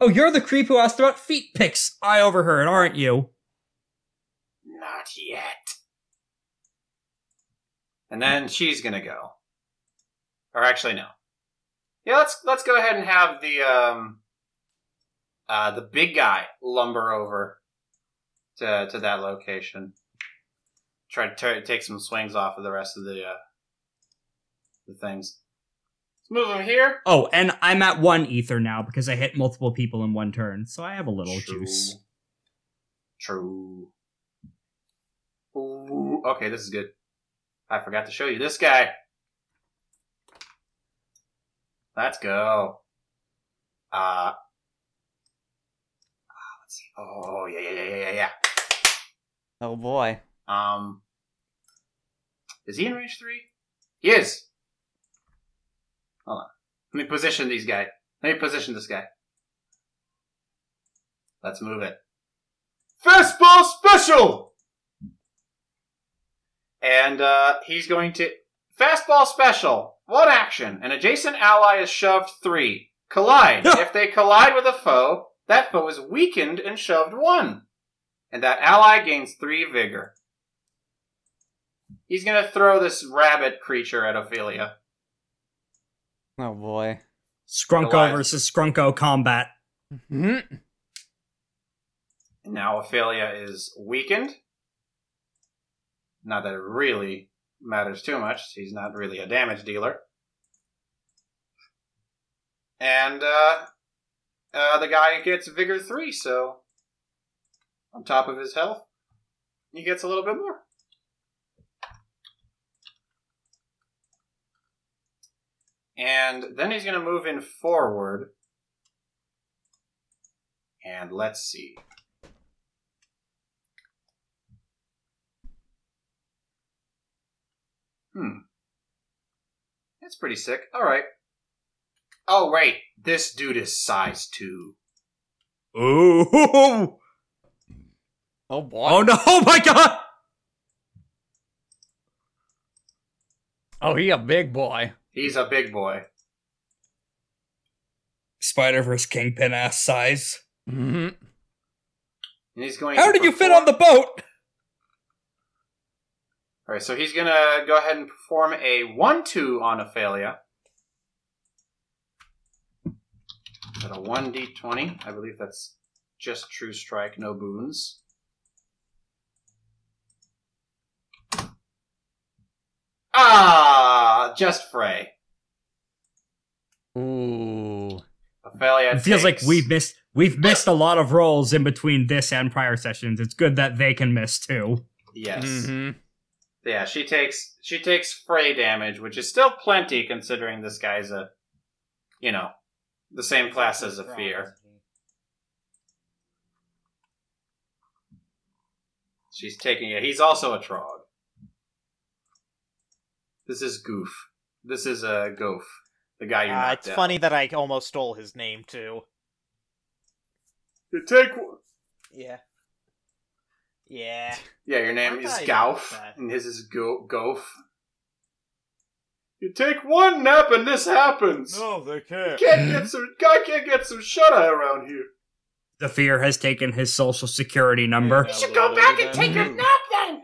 Speaker 2: Oh, you're the creep who asked about feet pics. I overheard, aren't you?
Speaker 1: Not yet. And then she's gonna go. Or actually, no. Yeah, let's let's go ahead and have the um, uh, the big guy lumber over to to that location. Try to t- take some swings off of the rest of the uh, the things. Let's move him here.
Speaker 2: Oh, and I'm at one ether now because I hit multiple people in one turn, so I have a little juice.
Speaker 1: True. Ooh, okay, this is good. I forgot to show you this guy. Let's go. Uh, ah, let's see. Oh, yeah, yeah, yeah, yeah, yeah,
Speaker 4: Oh boy.
Speaker 1: yeah. Um, is he in range three? He is. Hold on. Let me position these guy. Let me position this guy. Let's move it. Fastball special! And uh, he's going to. Fastball special! One action. An adjacent ally is shoved three. Collide. if they collide with a foe, that foe is weakened and shoved one. And that ally gains three vigor. He's going to throw this rabbit creature at Ophelia.
Speaker 4: Oh boy.
Speaker 2: Skrunko
Speaker 1: Alive.
Speaker 2: versus Skrunko combat.
Speaker 4: Mhm.
Speaker 1: Now Ophelia is weakened. Not that it really matters too much. He's not really a damage dealer. And uh, uh, the guy gets vigor three, so on top of his health, he gets a little bit more. And then he's going to move in forward. And let's see. Hmm. That's pretty sick. All right. Oh wait, this dude is size two.
Speaker 2: Ooh! Oh
Speaker 4: Oh boy.
Speaker 2: no! <laughs> Oh my god!
Speaker 4: Oh, he a big boy.
Speaker 1: He's a big boy.
Speaker 2: Spider versus Kingpin ass size.
Speaker 4: hmm
Speaker 3: Mm-hmm.
Speaker 1: And he's going.
Speaker 2: How
Speaker 1: to
Speaker 2: did you fit
Speaker 1: perform-
Speaker 2: on the boat?
Speaker 1: All right, so he's gonna go ahead and perform a one-two on Ophelia. At a one d twenty, I believe that's just true strike, no boons. Ah, just fray.
Speaker 4: Ooh.
Speaker 1: Ophelia
Speaker 2: It feels like
Speaker 1: takes-
Speaker 2: we've missed we've missed a lot of rolls in between this and prior sessions. It's good that they can miss too.
Speaker 1: Yes.
Speaker 2: Mm-hmm.
Speaker 4: Mhm.
Speaker 1: Yeah, she takes she takes fray damage, which is still plenty considering this guy's a, you know, the same class as a fear. She's taking it. He's also a trog. This is goof. This is a goof. The guy you
Speaker 3: Uh,
Speaker 1: knocked
Speaker 3: it's
Speaker 1: out.
Speaker 3: funny that I almost stole his name too.
Speaker 1: You take one.
Speaker 5: Yeah.
Speaker 1: <laughs>
Speaker 5: Yeah.
Speaker 1: Yeah, your name
Speaker 5: I'm
Speaker 1: is
Speaker 5: not even
Speaker 1: Gauf,
Speaker 5: like that.
Speaker 1: and his is Go- Gof. You take one nap and this happens.
Speaker 7: No, they can't.
Speaker 1: Can't get some guy can't get some shut eye around here.
Speaker 2: The fear has taken his social security number.
Speaker 6: You
Speaker 5: Yeah,
Speaker 6: should
Speaker 5: well,
Speaker 6: go back
Speaker 5: then-
Speaker 6: and take your nap then.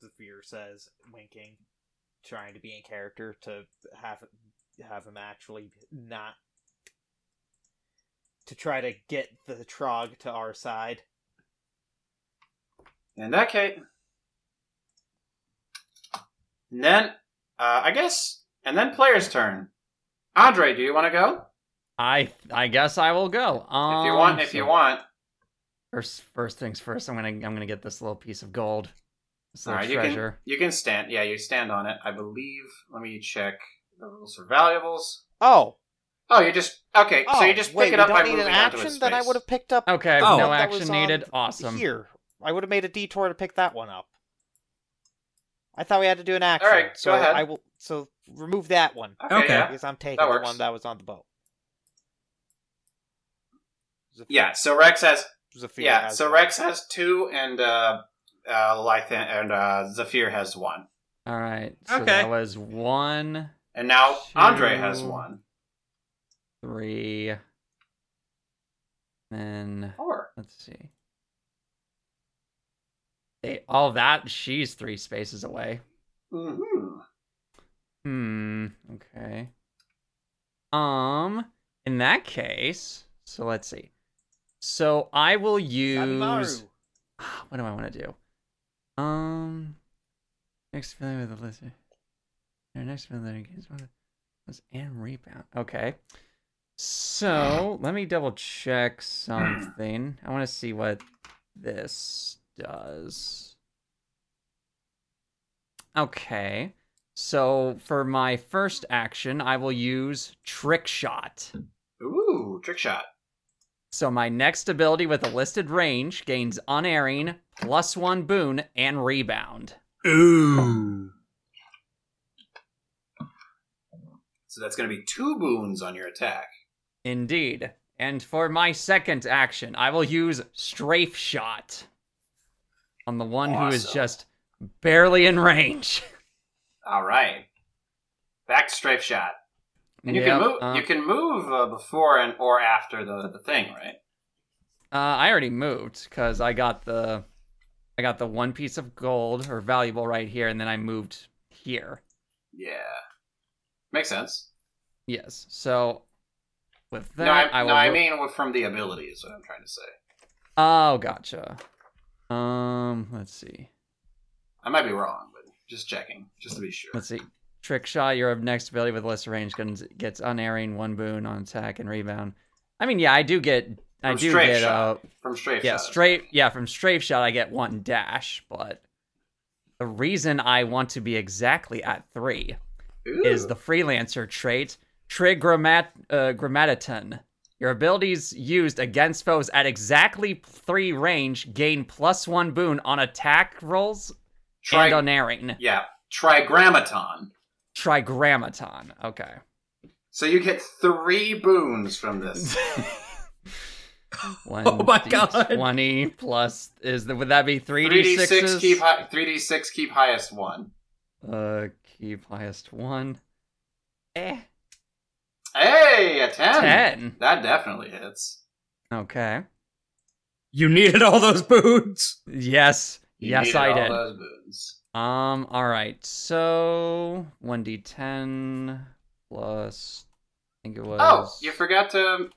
Speaker 5: The fear says, winking, trying to be in character to have have him actually not to try to get the trog to our side.
Speaker 1: In that case, and then uh, I guess, and then player's turn. Andre, do you want to go?
Speaker 4: I I guess I will go. Um,
Speaker 1: If you want, if you want.
Speaker 4: First, first things first. I'm gonna I'm gonna get this little piece of gold. This
Speaker 1: All
Speaker 4: little
Speaker 1: right, you can
Speaker 4: treasure.
Speaker 1: you can stand. Yeah, you stand on it. I believe. Let me check the rules for valuables.
Speaker 3: Oh,
Speaker 1: Oh, you just okay.
Speaker 3: oh
Speaker 1: so you just
Speaker 3: wait,
Speaker 1: pick it
Speaker 3: we
Speaker 1: up
Speaker 3: don't
Speaker 1: by
Speaker 3: need
Speaker 1: moving
Speaker 3: an
Speaker 1: onto
Speaker 3: action
Speaker 1: its
Speaker 3: that I
Speaker 1: space.
Speaker 3: would have picked up
Speaker 4: Okay.
Speaker 2: Oh.
Speaker 4: no
Speaker 3: That was
Speaker 4: action
Speaker 3: on
Speaker 4: needed. Awesome.
Speaker 3: here. I would have made a detour to pick that one up. I thought we had to do an action.
Speaker 1: right, go
Speaker 3: so
Speaker 1: ahead.
Speaker 3: I will so remove that one
Speaker 1: okay.
Speaker 2: Okay.
Speaker 1: Yeah.
Speaker 3: because I'm taking
Speaker 1: That
Speaker 3: the
Speaker 1: works.
Speaker 3: one that was on the boat.
Speaker 1: Yeah, so Rex has
Speaker 3: Zephyr
Speaker 1: yeah,
Speaker 3: has
Speaker 1: so
Speaker 3: one.
Speaker 1: Rex has two and uh uh Lythan and uh Zephyr has one.
Speaker 4: All right. So
Speaker 2: Okay.
Speaker 4: that was one,
Speaker 1: And now Andre
Speaker 4: Two.
Speaker 1: has one.
Speaker 4: three. Then
Speaker 1: Four.
Speaker 4: let's see. They all that she's three spaces away.
Speaker 1: Mm-hmm.
Speaker 4: Hmm. Okay. Um. In that case, so let's see. So I will use.
Speaker 5: Kamimaru.
Speaker 4: <sighs> What do I want to do? Um. Next familiar with the lizard. Their next familiar against one was and rebound. Okay. So let me double check something. I want to see what this does. Okay. So for my first action, I will use Trick Shot.
Speaker 1: Ooh, trick shot.
Speaker 4: So my next ability with a listed range gains unerring, plus one boon, and rebound.
Speaker 2: Ooh.
Speaker 1: So that's gonna be two boons on your attack.
Speaker 4: Indeed. And for my second action, I will use Strafe Shot on the one who is
Speaker 1: Awesome.
Speaker 4: just barely in range.
Speaker 1: Alright. Back to strafe shot. <laughs> And you
Speaker 4: Yep,
Speaker 1: can move
Speaker 4: uh,
Speaker 1: you can move uh, before and or after the, the thing, right?
Speaker 4: Uh, I already moved because I got the, I got the one piece of gold or valuable right here, and then I moved here.
Speaker 1: Yeah. Makes sense.
Speaker 4: Yes. So with that,
Speaker 1: no, I,
Speaker 4: I will.
Speaker 1: no, I
Speaker 4: ro-
Speaker 1: mean from the ability is what I'm trying to say.
Speaker 4: Oh, gotcha. Um, let's see.
Speaker 1: I might be wrong, but just checking, just to be sure.
Speaker 4: Let's see. Trick shot. Your next ability with less range guns gets unerring one boon on attack and rebound. I mean, yeah, I do get. I
Speaker 1: From
Speaker 4: do
Speaker 1: strafe
Speaker 4: get. Uh,
Speaker 1: shot. from strafe
Speaker 4: yeah,
Speaker 1: shot.
Speaker 4: straight. Yeah, from strafe shot, I get one dash, but the reason I want to be exactly at three
Speaker 1: Ooh.
Speaker 4: is the freelancer trait Trigrammat uh, Grammatiton. Your abilities used against foes at exactly three range gain plus one boon on attack rolls
Speaker 1: Tri-
Speaker 4: and on airing.
Speaker 1: yeah trigrammaton.
Speaker 4: Trigrammaton. Okay.
Speaker 1: So you get three boons from this.
Speaker 4: One
Speaker 2: Oh my
Speaker 4: D
Speaker 2: God.
Speaker 4: Twenty plus is the, would that be <laughs> three
Speaker 1: Three d
Speaker 4: d
Speaker 1: six
Speaker 4: sixes?
Speaker 1: keep hi- three d six keep highest one.
Speaker 4: uh, keep highest one. Eh,
Speaker 1: Hey, a ten.
Speaker 4: ten.
Speaker 1: That definitely hits.
Speaker 4: Okay.
Speaker 2: You needed all those boots.
Speaker 4: Yes.
Speaker 1: You
Speaker 4: yes,
Speaker 1: needed
Speaker 4: I
Speaker 1: all
Speaker 4: did.
Speaker 1: Those boons.
Speaker 4: Um, all right. So 1d10 plus I think it was
Speaker 1: Oh, you forgot to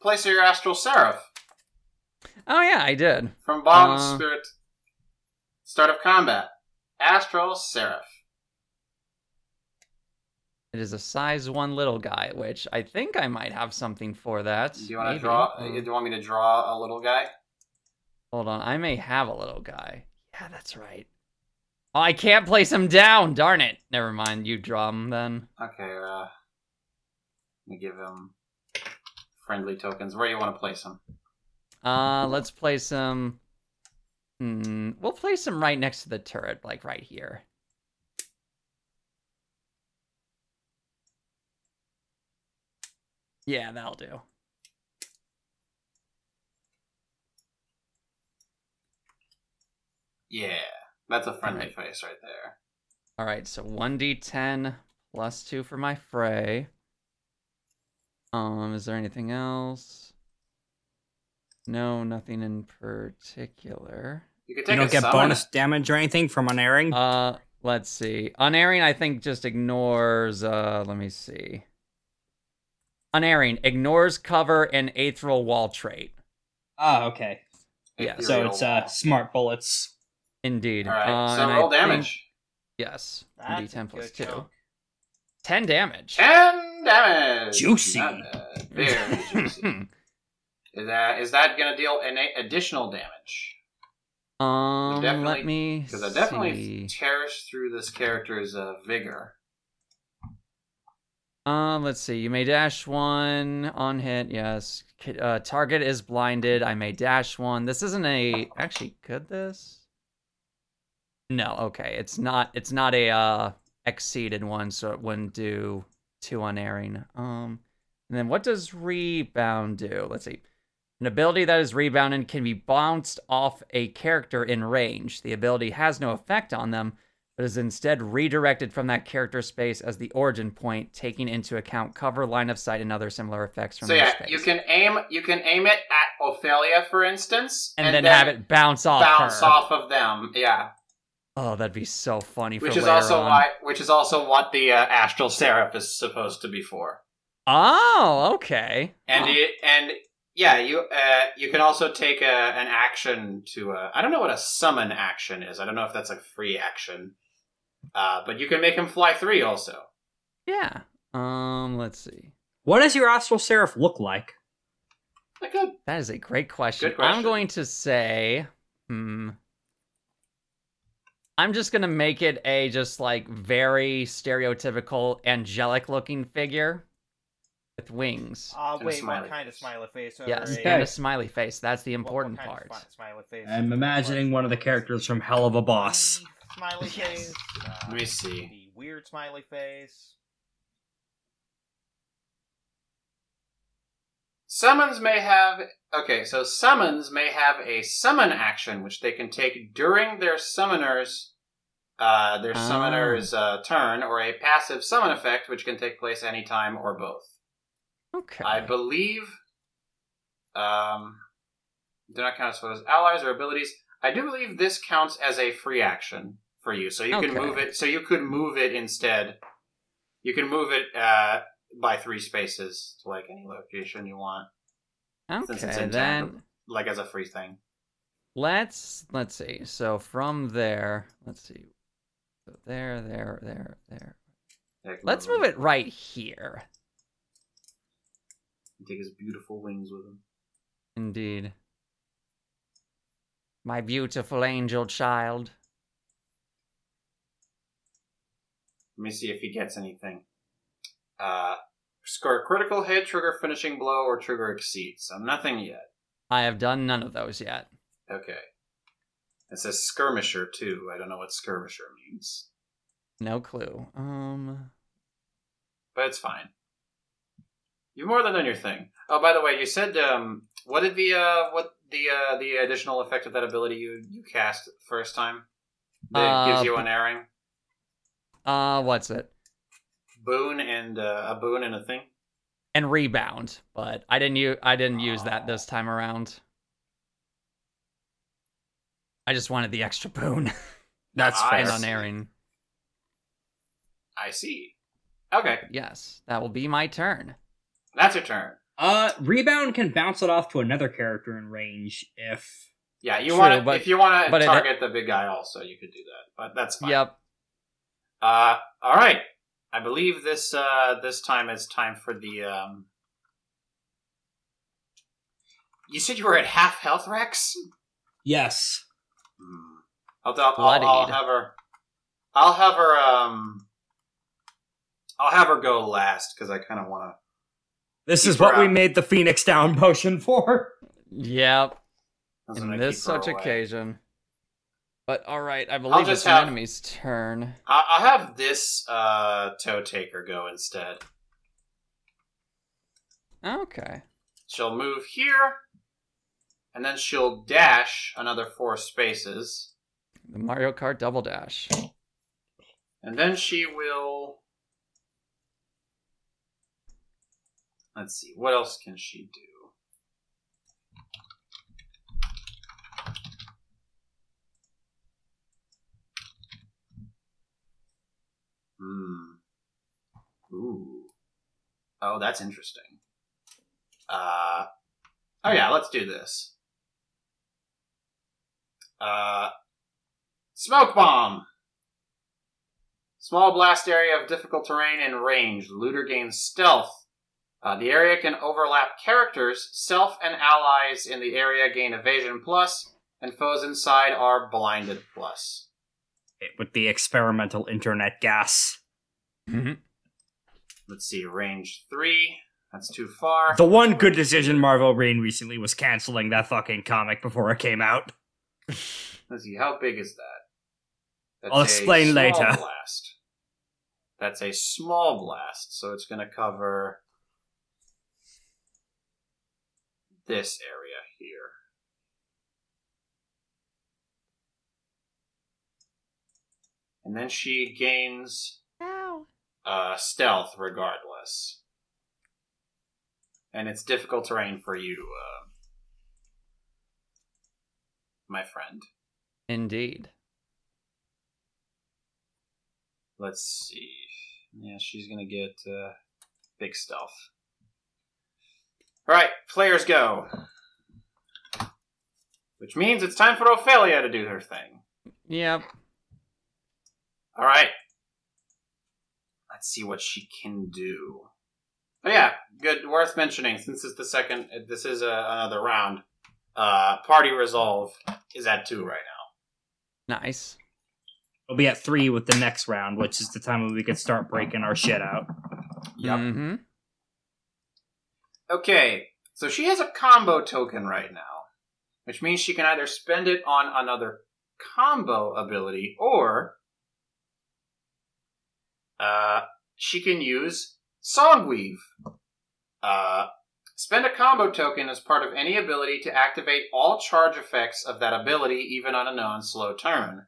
Speaker 1: place your astral seraph
Speaker 4: Oh yeah, I did.
Speaker 1: from bomb
Speaker 4: Uh.
Speaker 1: spirit. Start of combat. Astral seraph.
Speaker 4: It is a size 1 little guy, which I think I might have something for that.
Speaker 1: Do you want to
Speaker 4: Maybe.
Speaker 1: draw? uh,
Speaker 4: Um,
Speaker 1: Do you want me to draw a little guy?
Speaker 4: Hold on, I may have a little guy. Yeah, that's right. Oh, I can't place him down. Darn it. Never mind. You draw him then.
Speaker 1: Okay, uh, let me give him friendly tokens. Where do you want to place them?
Speaker 4: Uh, let's place him. Hmm, we'll place him right next to the turret, like right here. Yeah, that'll do.
Speaker 1: Yeah, that's a friendly face right there.
Speaker 4: All right, so 1d10 plus 2 for my fray. Um, is there anything else? No, nothing in particular.
Speaker 1: You could take
Speaker 2: You don't
Speaker 1: a
Speaker 2: get
Speaker 1: summon.
Speaker 2: bonus damage or anything from
Speaker 1: Hmm.
Speaker 2: unerring.
Speaker 4: Uh, let's see. Unerring, I think, just ignores. Uh, let me see. Unerring ignores cover and aetherial wall trait.
Speaker 8: Ah, okay.
Speaker 4: Yeah,
Speaker 8: So
Speaker 1: Ethereal
Speaker 8: it's uh
Speaker 1: wall.
Speaker 8: smart bullets.
Speaker 4: Indeed.
Speaker 1: All right,
Speaker 4: Uh,
Speaker 1: so
Speaker 4: and I
Speaker 1: roll
Speaker 4: think-
Speaker 1: damage.
Speaker 4: yes,
Speaker 5: That's a
Speaker 4: d10 plus
Speaker 5: good
Speaker 4: two.
Speaker 5: chunk.
Speaker 4: Ten damage.
Speaker 1: Ten damage.
Speaker 8: Juicy.
Speaker 1: Not bad.
Speaker 4: <laughs>
Speaker 1: Very <laughs> juicy. Is that is that gonna deal an additional damage?
Speaker 4: um,
Speaker 1: Definitely,
Speaker 4: let me
Speaker 1: Because I definitely
Speaker 4: see.
Speaker 1: tears through this character's uh, vigor.
Speaker 4: Uh, let's see. You may dash one on hit. Yes. K- Uh, target is blinded. I may dash one. This isn't a. Actually, could this? No. Okay. It's not. It's not a uh exceeded one, so it wouldn't do two unerring. Um, and then what does rebound do? Let's see. An ability that is rebounded can be bounced off a character in range. The ability has no effect on them, but is instead redirected from that character space as the origin point, taking into account cover, line of sight, and other similar effects from
Speaker 1: So
Speaker 4: their
Speaker 1: yeah,
Speaker 4: space.
Speaker 1: you can aim you can aim it at Ophelia, for instance,
Speaker 4: and, then, have it bounce off.
Speaker 1: bounce
Speaker 4: her.
Speaker 1: off of them. Yeah,
Speaker 4: Oh, that'd be so funny for
Speaker 1: which is
Speaker 4: later
Speaker 1: also
Speaker 4: on.
Speaker 1: why which is also what the uh, astral seraph is supposed to be for.
Speaker 4: Oh, okay.
Speaker 1: And
Speaker 4: Huh.
Speaker 1: it, and yeah, you uh, you can also take a, an action to uh, I don't know what a summon action is. I don't know if that's a free action, uh, but you can make him fly three also.
Speaker 4: yeah. Um, let's see.
Speaker 2: What does your astral seraph look like?
Speaker 1: Like a
Speaker 4: That is a great question.
Speaker 1: Good question.
Speaker 4: I'm going to say, hmm. I'm just gonna make it a just like very stereotypical angelic looking figure with wings.
Speaker 5: Uh,
Speaker 1: And a
Speaker 5: wait,
Speaker 1: smiley
Speaker 5: what kind of
Speaker 1: face.
Speaker 5: smiley face? Or
Speaker 4: Yes,
Speaker 5: a-
Speaker 4: and a smiley face. That's the
Speaker 5: what- what
Speaker 4: important
Speaker 5: kind of
Speaker 4: part.
Speaker 5: smi- smiley face?
Speaker 8: I'm imagining one of the characters from Hell of a Boss.
Speaker 5: Smiley face. uh,
Speaker 1: Let me see.
Speaker 5: The weird smiley face.
Speaker 1: Summons may have okay, so summons may have a summon action which they can take during their summoner's uh, their
Speaker 4: Ah.
Speaker 1: summoner's uh, turn, or a passive summon effect which can take place anytime or both.
Speaker 4: Okay.
Speaker 1: I believe um, do not count as photos, allies or abilities. I do believe this counts as a free action for you, so you can
Speaker 4: Okay.
Speaker 1: move it. So you could move it instead. You can move it uh, by three spaces to like any location you want, since it's
Speaker 4: okay,
Speaker 1: in
Speaker 4: then
Speaker 1: town. like as a free thing.
Speaker 4: let's let's see. So from there, let's see. So there, there, there, there.
Speaker 1: That can
Speaker 4: Let's move it right here.
Speaker 1: and Take his beautiful wings with him.
Speaker 4: Indeed. My beautiful angel child.
Speaker 1: Let me see if he gets anything. Uh, score a critical hit, trigger finishing blow, or trigger exceed. So nothing yet.
Speaker 4: I have done none of those yet.
Speaker 1: Okay. It says skirmisher too. I don't know what skirmisher means,
Speaker 4: No clue. Um.
Speaker 1: but it's fine. You've more than done your thing. Oh, by the way, you said um, what did the uh, what the uh, the additional effect of that ability you you cast first time that gives
Speaker 4: Uh,
Speaker 1: you an airing
Speaker 4: Uh, what's it?
Speaker 1: boon and uh, a boon and a thing.
Speaker 4: And rebound, but I didn't use I didn't use
Speaker 1: Ah.
Speaker 4: that this time around. I just wanted the extra boon <laughs>
Speaker 2: That's
Speaker 1: I
Speaker 4: and
Speaker 2: fair.
Speaker 1: see.
Speaker 4: unerring.
Speaker 1: I see. Okay,
Speaker 4: Yes, that will be my turn.
Speaker 1: that's your turn.
Speaker 8: Uh, rebound can bounce it off to another character in range if.
Speaker 1: Yeah, you
Speaker 4: True,
Speaker 1: want to
Speaker 4: but-
Speaker 1: if you want
Speaker 4: but
Speaker 1: to
Speaker 4: it-
Speaker 1: target the big guy also, you could do that. But that's fine.
Speaker 4: Yep.
Speaker 1: Uh, all right. I believe this uh, this time it's time for the. Um... You said you were at half health, Rex.
Speaker 8: Yes.
Speaker 1: Hmm. I'll, I'll, I'll, I'll
Speaker 4: Bloodied.
Speaker 1: have her. I'll have her. Um, I'll have her go last because I kind of want
Speaker 2: This is
Speaker 1: Keep her
Speaker 2: what we
Speaker 1: out.
Speaker 2: made the Phoenix Down potion for.
Speaker 4: Yep.
Speaker 1: to.
Speaker 4: In this such occasion. But all right, I believe
Speaker 1: just
Speaker 4: it's an
Speaker 1: have-
Speaker 4: enemy's turn.
Speaker 1: I'll, I'll have this uh, toe taker go instead.
Speaker 4: Okay.
Speaker 1: She'll move here, and then she'll dash another four spaces.
Speaker 4: The Mario Kart Double Dash.
Speaker 1: And then she will. Let's see, what else can she do? Hmm. Ooh. Oh, that's interesting. Uh. Oh, yeah, let's do this. Uh. Smoke bomb! Small blast area of difficult terrain and range. The looter gains stealth. Uh, the area can overlap characters. Self and allies in the area gain evasion plus, and foes inside are blinded plus.
Speaker 2: It, with the experimental internet gas.
Speaker 1: Let's see, range three. That's too far.
Speaker 2: The one good decision Marvel Rain recently was canceling that fucking comic before it came out.
Speaker 1: Let's see, how big is that?
Speaker 2: I'll
Speaker 1: a
Speaker 2: explain
Speaker 1: small
Speaker 2: later. <laughs>
Speaker 1: Blast. That's a small blast, so it's going to cover this area here. And then she gains uh, stealth regardless. And it's difficult terrain for you, uh, my friend.
Speaker 4: Indeed.
Speaker 1: Let's see. Yeah, she's gonna get uh, big stealth. All right, players go. Which means it's time for Ophelia to do her thing.
Speaker 4: Yep.
Speaker 1: All right. Let's see what she can do. Oh yeah, good. Worth mentioning since it's the second. This is uh another round. Uh, party resolve is at two right now.
Speaker 4: Nice.
Speaker 2: We'll be at three with the next round, which is the time when we can start breaking our shit out.
Speaker 1: Yep.
Speaker 4: hmm
Speaker 1: Okay, so she has a combo token right now, which means she can either spend it on another combo ability or uh, she can use Songweave. Uh, spend a combo token as part of any ability to activate all charge effects of that ability, even on a non slow turn.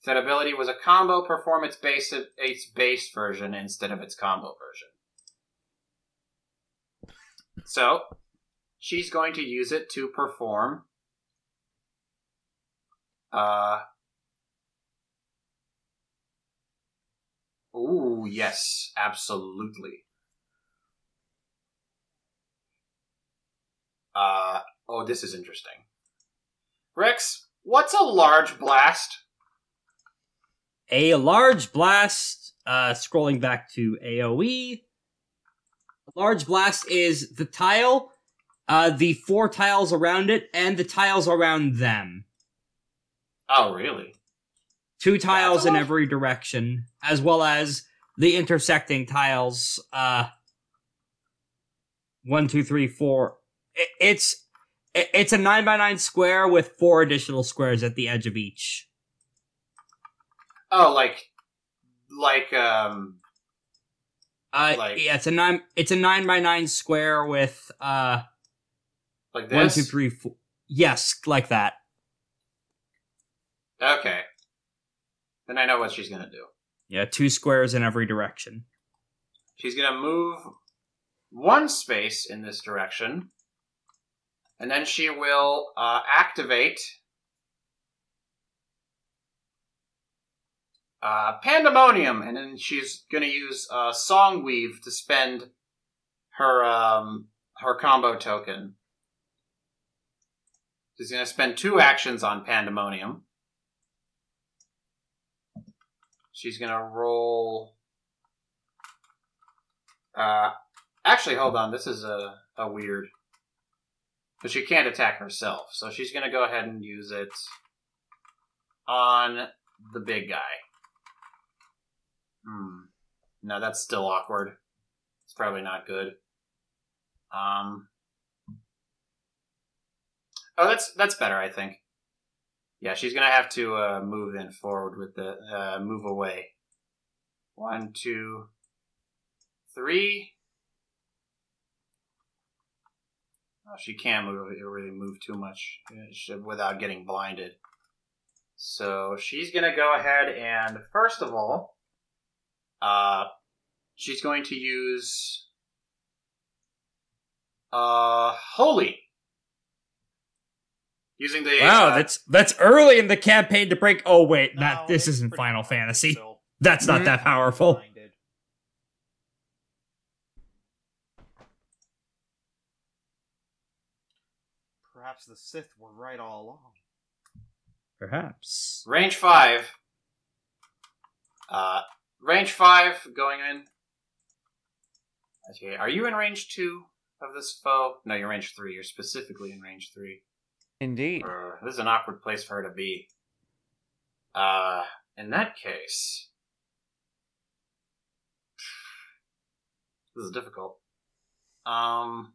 Speaker 1: If that ability was a combo, perform its base, its base version instead of its combo version. So she's going to use it to perform uh Ooh, yes, absolutely. Uh oh, this is interesting. Rex, what's a large blast?
Speaker 2: A large blast, uh, scrolling back to AoE. A large blast is the tile, uh, the four tiles around it, and the tiles around them.
Speaker 1: Oh, really?
Speaker 2: Two tiles in every direction, as well as the intersecting tiles. Uh, one, two, three, four. I- It's i- it's a nine by nine square with four additional squares at the edge of each.
Speaker 1: Oh, like like um
Speaker 2: Uh,
Speaker 1: Like-
Speaker 2: yeah, it's a nine. It's a nine by nine square with uh
Speaker 1: like this?
Speaker 2: one, two, three, four. Yes, like that.
Speaker 1: Okay. Then I know what she's going to do.
Speaker 2: Yeah, two squares in every direction.
Speaker 1: She's going to move one space in this direction, and then she will uh, activate uh, Pandemonium, and then she's going to use uh, Songweave to spend her um, her combo token. She's going to spend two actions on Pandemonium. She's going to roll. Uh, actually, hold on. This is a, a weird. But she can't attack herself, so she's going to go ahead and use it on the big guy. Hmm. No, that's still awkward. It's probably not good. Um. Oh, that's that's better, I think. Yeah, she's gonna have to uh, move in forward with the uh, move away. One, two, three. Oh, she can't move, really move too much uh, she- without getting blinded. So she's going to go ahead and, first of all, uh, she's going to use uh, Holy. Using the.
Speaker 2: Wow,
Speaker 1: uh,
Speaker 2: that's that's early in the campaign to break. Oh wait, that
Speaker 5: No,
Speaker 2: this
Speaker 5: it's
Speaker 2: isn't
Speaker 5: pretty
Speaker 2: Final
Speaker 5: powerful
Speaker 2: Fantasy.
Speaker 5: still.
Speaker 2: That's not that powerful.
Speaker 5: Minded. Perhaps the Sith were right all along.
Speaker 2: Perhaps.
Speaker 1: Range 5. Uh, range 5 going in. Okay, are you in range 2 of this foe? No, you're range 3. You're specifically in range 3.
Speaker 4: Indeed.
Speaker 1: Uh, this is an awkward place for her to be. Uh, in that case, this is difficult. Um,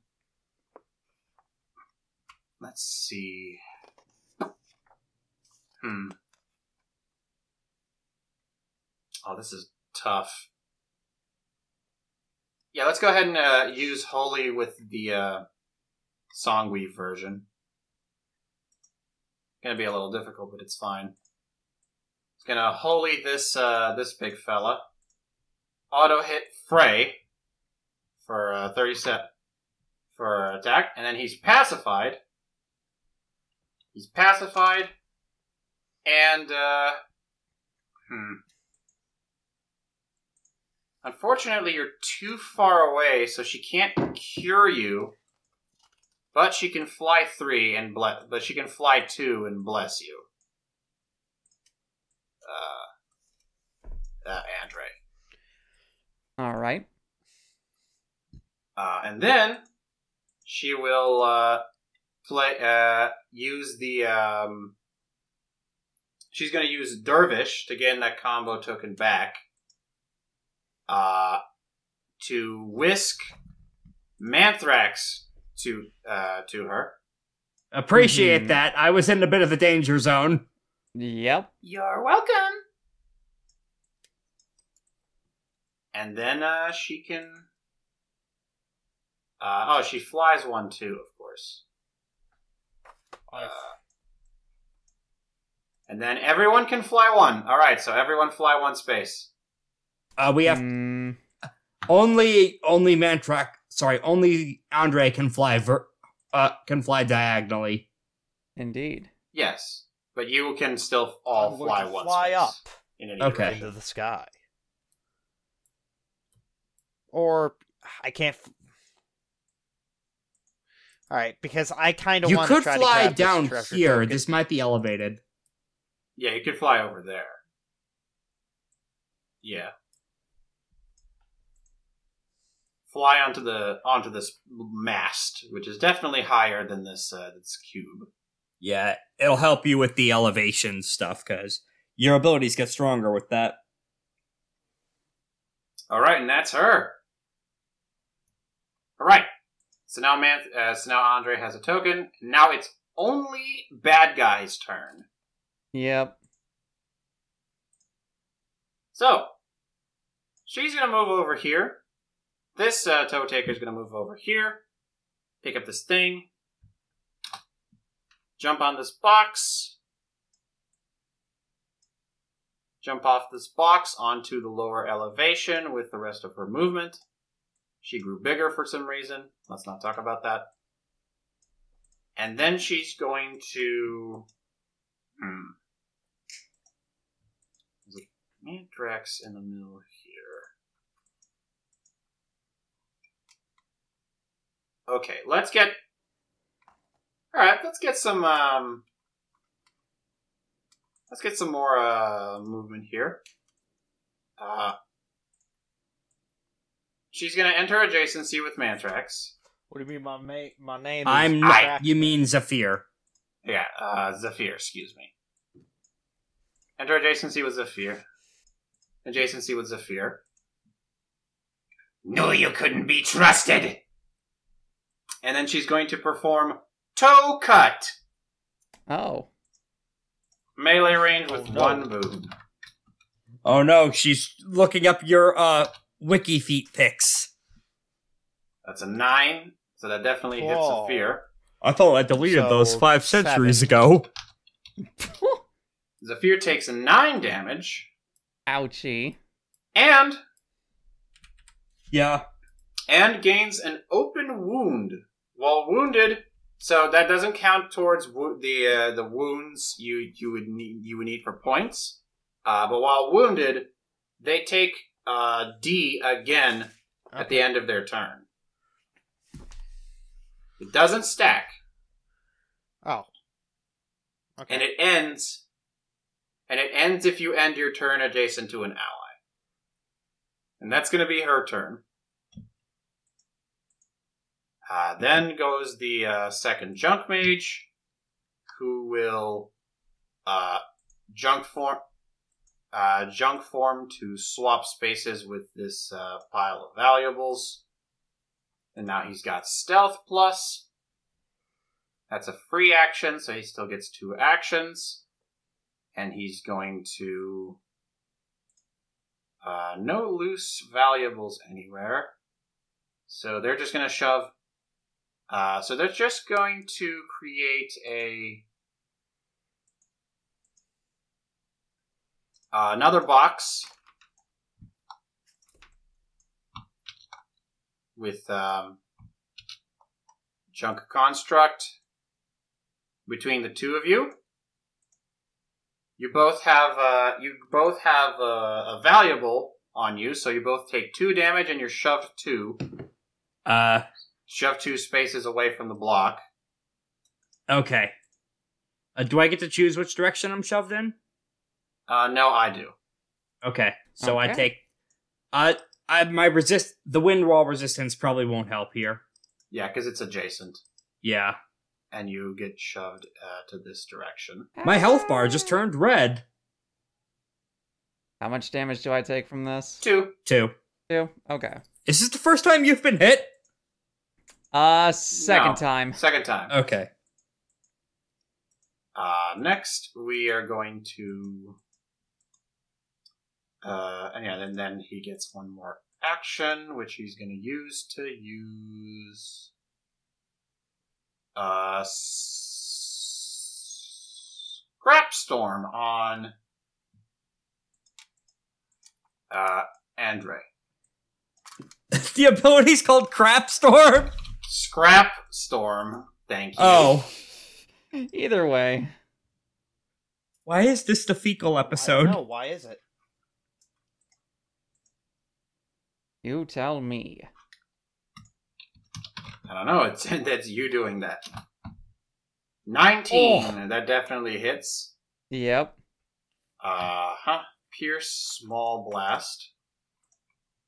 Speaker 1: let's see. Hmm. Oh, this is tough. Yeah, let's go ahead and uh, use Holy with the uh, Songweave version gonna be a little difficult, but it's fine. It's gonna holy this uh, this big fella. Auto hit Frey for uh, thirty set for attack, and then he's pacified. He's pacified, and uh, hmm. Unfortunately, you're too far away, so she can't cure you. But she can fly three and bless. But she can fly two and bless you. Uh, uh Andre.
Speaker 4: All right.
Speaker 1: Uh, and then she will uh, play. Uh, use the. Um, she's going to use Dervish to gain that combo token back. Uh, to whisk Manthrax to uh, to her.
Speaker 2: Appreciate
Speaker 4: Mhm.
Speaker 2: that. I was in a bit of the danger zone.
Speaker 4: Yep.
Speaker 6: You're welcome.
Speaker 1: and then uh, she can. Uh, oh, she flies one too, of course. Uh, and then everyone can fly one. All right, so everyone fly one space.
Speaker 2: Uh, we have
Speaker 4: Mm,
Speaker 2: only only Mantrack. Sorry, only Andre can fly. Ver- uh, can fly diagonally.
Speaker 4: indeed.
Speaker 1: Yes, but you can still all
Speaker 3: I'm going
Speaker 1: fly
Speaker 3: to
Speaker 1: one.
Speaker 3: fly
Speaker 1: space
Speaker 3: up.
Speaker 1: In any
Speaker 2: Okay.
Speaker 1: direction.
Speaker 3: into the sky. Or I can't. F- All right, because I kind of
Speaker 2: You
Speaker 3: want
Speaker 2: could
Speaker 3: try
Speaker 2: fly
Speaker 3: to grab
Speaker 2: down
Speaker 3: this treasure
Speaker 2: here.
Speaker 3: token.
Speaker 2: This might be elevated.
Speaker 1: Yeah, you could fly over there. Yeah. Fly onto the onto this mast, which is definitely higher than this uh, this cube.
Speaker 2: Yeah, it'll help you with the elevation stuff because your abilities get stronger with that.
Speaker 1: All right, and that's her. All right. So now, man. Uh, so now Andre has a token. Now it's only bad guy's turn.
Speaker 4: Yep.
Speaker 1: So she's gonna move over here. This uh, toe taker's gonna move over here. Pick up this thing. Jump on this box. Jump off this box onto the lower elevation with the rest of her movement. She grew bigger for some reason. Let's not talk about that. And then she's going to. Hmm. Mandrax in the middle here. Okay, let's get. All right, let's get some. Um, let's get some more uh, movement here. Uh, she's gonna enter adjacency with Mantrax.
Speaker 3: What do you mean, my ma- my name?
Speaker 2: I'm
Speaker 3: is
Speaker 2: not.
Speaker 3: Crack-
Speaker 2: You mean Zephyr?
Speaker 1: Yeah, uh, Zephyr, excuse me. Enter adjacency with Zephyr. Adjacency with Zephyr. No, you couldn't be trusted! And then she's going to perform Toe Cut!
Speaker 4: Oh.
Speaker 1: Melee range with
Speaker 3: Oh, no.
Speaker 1: one move.
Speaker 2: Oh no, she's looking up your uh wiki feet pics.
Speaker 1: That's a nine, so that definitely hits
Speaker 3: Whoa.
Speaker 1: Zephyr.
Speaker 2: I thought I
Speaker 3: deleted So, those five centuries seven.
Speaker 2: ago.
Speaker 1: Zafir takes nine damage,
Speaker 4: Ouchie.
Speaker 1: and
Speaker 2: Yeah.
Speaker 1: and gains an open wound while wounded. So that doesn't count towards wo- the uh, the wounds you you would need you would need for points. Uh, but while wounded, they take uh, D again at the end of their turn. It doesn't stack,
Speaker 3: Oh. Okay.
Speaker 1: and it ends, and it ends if you end your turn adjacent to an ally, and that's going to be her turn. Uh, then goes the uh, second junk mage, who will uh, junk form uh, junk form to swap spaces with this uh, pile of valuables, and now he's got stealth plus. That's a free action, so he still gets two actions, and he's going to uh, no loose valuables anywhere. So they're just going to shove. Uh, so they're just going to create a uh, another box with um, junk construct between the two of you. You both have uh, you both have uh, a valuable on you, so you both take two damage and you're shoved two
Speaker 2: Uh,
Speaker 1: shove two spaces away from the block.
Speaker 2: okay. Uh, do I get to choose which direction I'm shoved in?
Speaker 1: Uh, no, I do.
Speaker 2: Okay. So I
Speaker 4: Okay.
Speaker 2: take. Uh, I my resist the wind wall resistance probably won't help here.
Speaker 1: Yeah, because it's adjacent,
Speaker 2: Yeah.
Speaker 1: and you get shoved uh, to this direction.
Speaker 2: My health bar just turned red
Speaker 4: How much damage do I take from this?
Speaker 1: Two.
Speaker 2: too.
Speaker 4: Two. Okay.
Speaker 2: Is this the first time you've been hit?
Speaker 4: Uh, second
Speaker 1: No.
Speaker 4: time.
Speaker 1: Second time.
Speaker 2: Okay. <laughs>
Speaker 1: Uh, next, we are going to. Uh, and yeah, and then he gets one more action, which he's going to use to use. Uh, s- Scrap Storm on. Uh, Andre.
Speaker 2: the ability's called Crap Storm.
Speaker 1: Scrap Storm. Thank you.
Speaker 2: Oh.
Speaker 4: Either way.
Speaker 2: Why is this the fecal episode?
Speaker 3: No, why is it?
Speaker 4: You tell me.
Speaker 1: I don't know. It's <laughs> that's you doing that. Nineteen. and That definitely hits.
Speaker 4: Yep.
Speaker 1: Uh huh. Pierce small blast.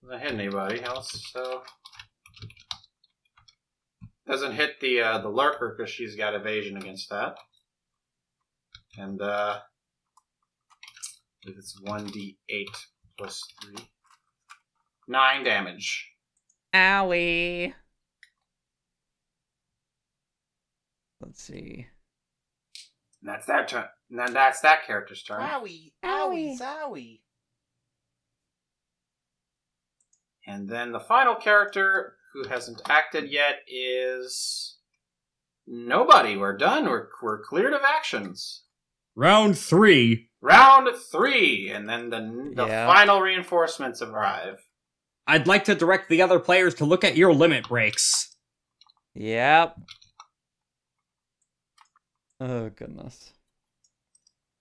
Speaker 1: Doesn't hit anybody else, so doesn't hit the uh, the lurker because she's got evasion against that. And uh, it's one d eight plus three. Nine damage.
Speaker 4: Owie. Let's see.
Speaker 1: And that's that turn. And then that's that character's turn.
Speaker 3: Owie, owie, zowie.
Speaker 1: And then the final character who hasn't acted yet is nobody. We're done. We're, we're cleared of actions.
Speaker 2: Round three.
Speaker 1: Round three, and then the the
Speaker 4: Yeah.
Speaker 1: final reinforcements arrive.
Speaker 2: I'd like to direct the other players to look at your limit breaks.
Speaker 4: Yep. Oh goodness.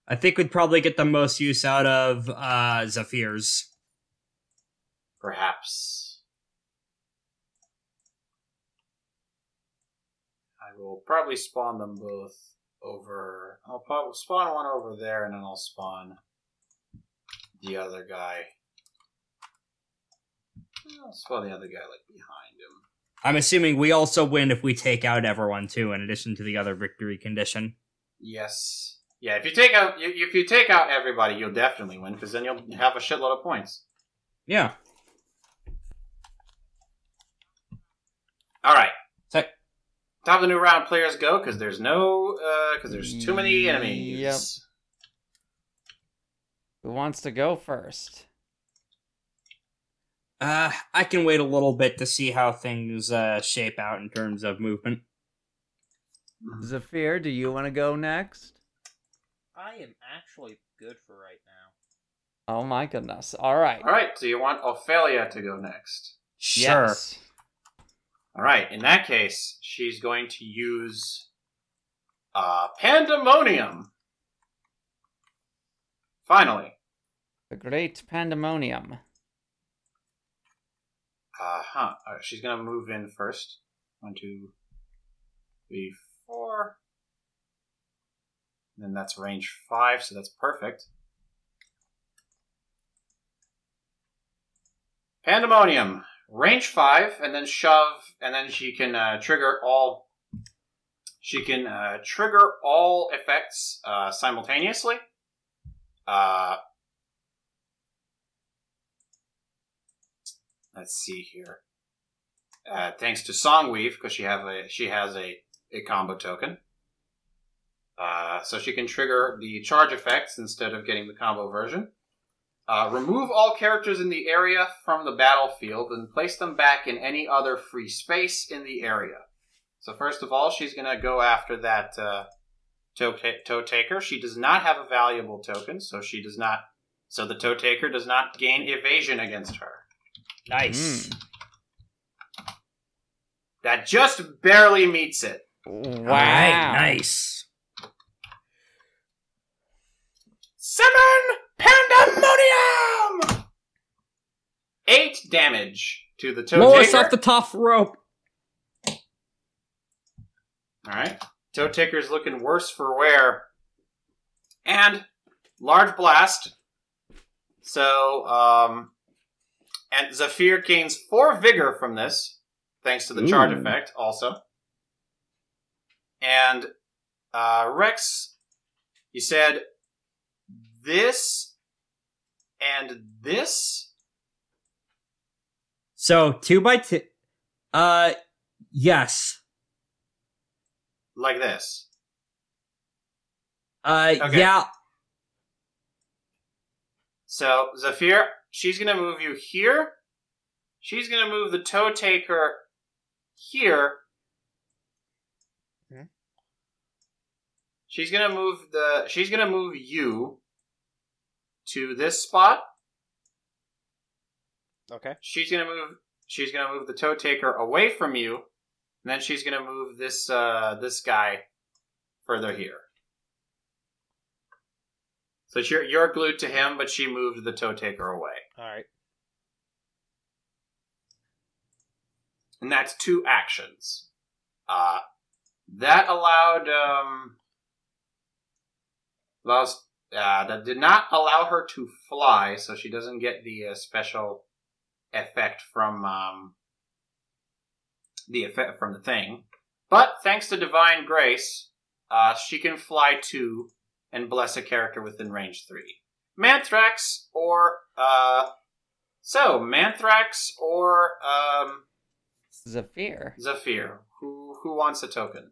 Speaker 2: I think we'd probably get the most use out of uh, Zephyrs.
Speaker 1: Perhaps I will probably spawn them both over. I'll probably spawn one over there, and then I'll spawn the other guy. I'll spawn the other guy like behind him.
Speaker 2: I'm assuming we also win if we take out everyone too, in addition to the other victory condition.
Speaker 1: Yes. Yeah, if you take out you- if you take out everybody, you'll definitely win because then you'll have a shitload of points.
Speaker 2: Yeah.
Speaker 1: All right.
Speaker 2: So-
Speaker 1: Top of the new round, players go because there's no because there's too many
Speaker 4: Yep.
Speaker 1: enemies.
Speaker 4: Who wants to go first?
Speaker 2: Uh, I can wait a little bit to see how things uh, shape out in terms of movement.
Speaker 4: Zafir, do you want to go next?
Speaker 3: I am actually
Speaker 5: good for right now.
Speaker 4: Oh my goodness. All right.
Speaker 1: All right, so you want Ophelia to go next.
Speaker 2: Oh, Sure.
Speaker 4: Yes.
Speaker 1: All right, in that case, she's going to use uh, Pandemonium. Finally.
Speaker 4: The Great Pandemonium.
Speaker 1: Uh huh. Uh, she's gonna move in first. One, two, three, four. And then that's range five, so that's perfect. Pandemonium, range five, and then shove, and then she can uh, trigger all. She can uh, trigger all effects uh, simultaneously. Uh, let's see here. Uh, thanks to Songweave, because she have a she has a, a combo token. Uh, so she can trigger the charge effects instead of getting the combo version. Uh, remove all characters in the area from the battlefield and place them back in any other free space in the area. So first of all, she's gonna go after that uh, toe, ta- toe taker. She does not have a valuable token, so she does not. So the toe taker does not gain evasion against her.
Speaker 2: Nice.
Speaker 1: That just barely meets it.
Speaker 4: Hmm. Wow.
Speaker 2: All right. Nice.
Speaker 1: Summon Pandemonium! Eight damage to the Toe
Speaker 2: Lower us
Speaker 1: Taker.
Speaker 2: off the top rope.
Speaker 1: Alright. Toe Taker's looking worse for wear. And large blast. So, um. And Zephyr gains four vigor from this, thanks to the charge
Speaker 4: Ooh.
Speaker 1: effect, also. And, uh, Rex, you said this and this?
Speaker 2: So two by two. Uh, yes.
Speaker 1: Like this.
Speaker 2: Uh,
Speaker 1: Okay.
Speaker 2: yeah.
Speaker 1: So Zafir, she's gonna move you here. She's gonna move the toe taker here.
Speaker 3: Hmm.
Speaker 1: She's gonna move the she's gonna move you to this spot.
Speaker 3: Okay.
Speaker 1: She's gonna move she's gonna move the toe taker away from you, and then she's gonna move this uh this guy further here. So you're you're glued to him, but she moved the toe taker away.
Speaker 3: All right.
Speaker 1: and that's two actions. Uh, that allowed um, allows uh, that did not allow her to fly, so she doesn't get the uh, special effect from um, the effect from the thing. But thanks to divine grace, uh, she can fly two and bless a character within range three. Manthrax or uh, so Manthrax or um,
Speaker 4: Zephyr.
Speaker 1: Zephyr, who who wants a token?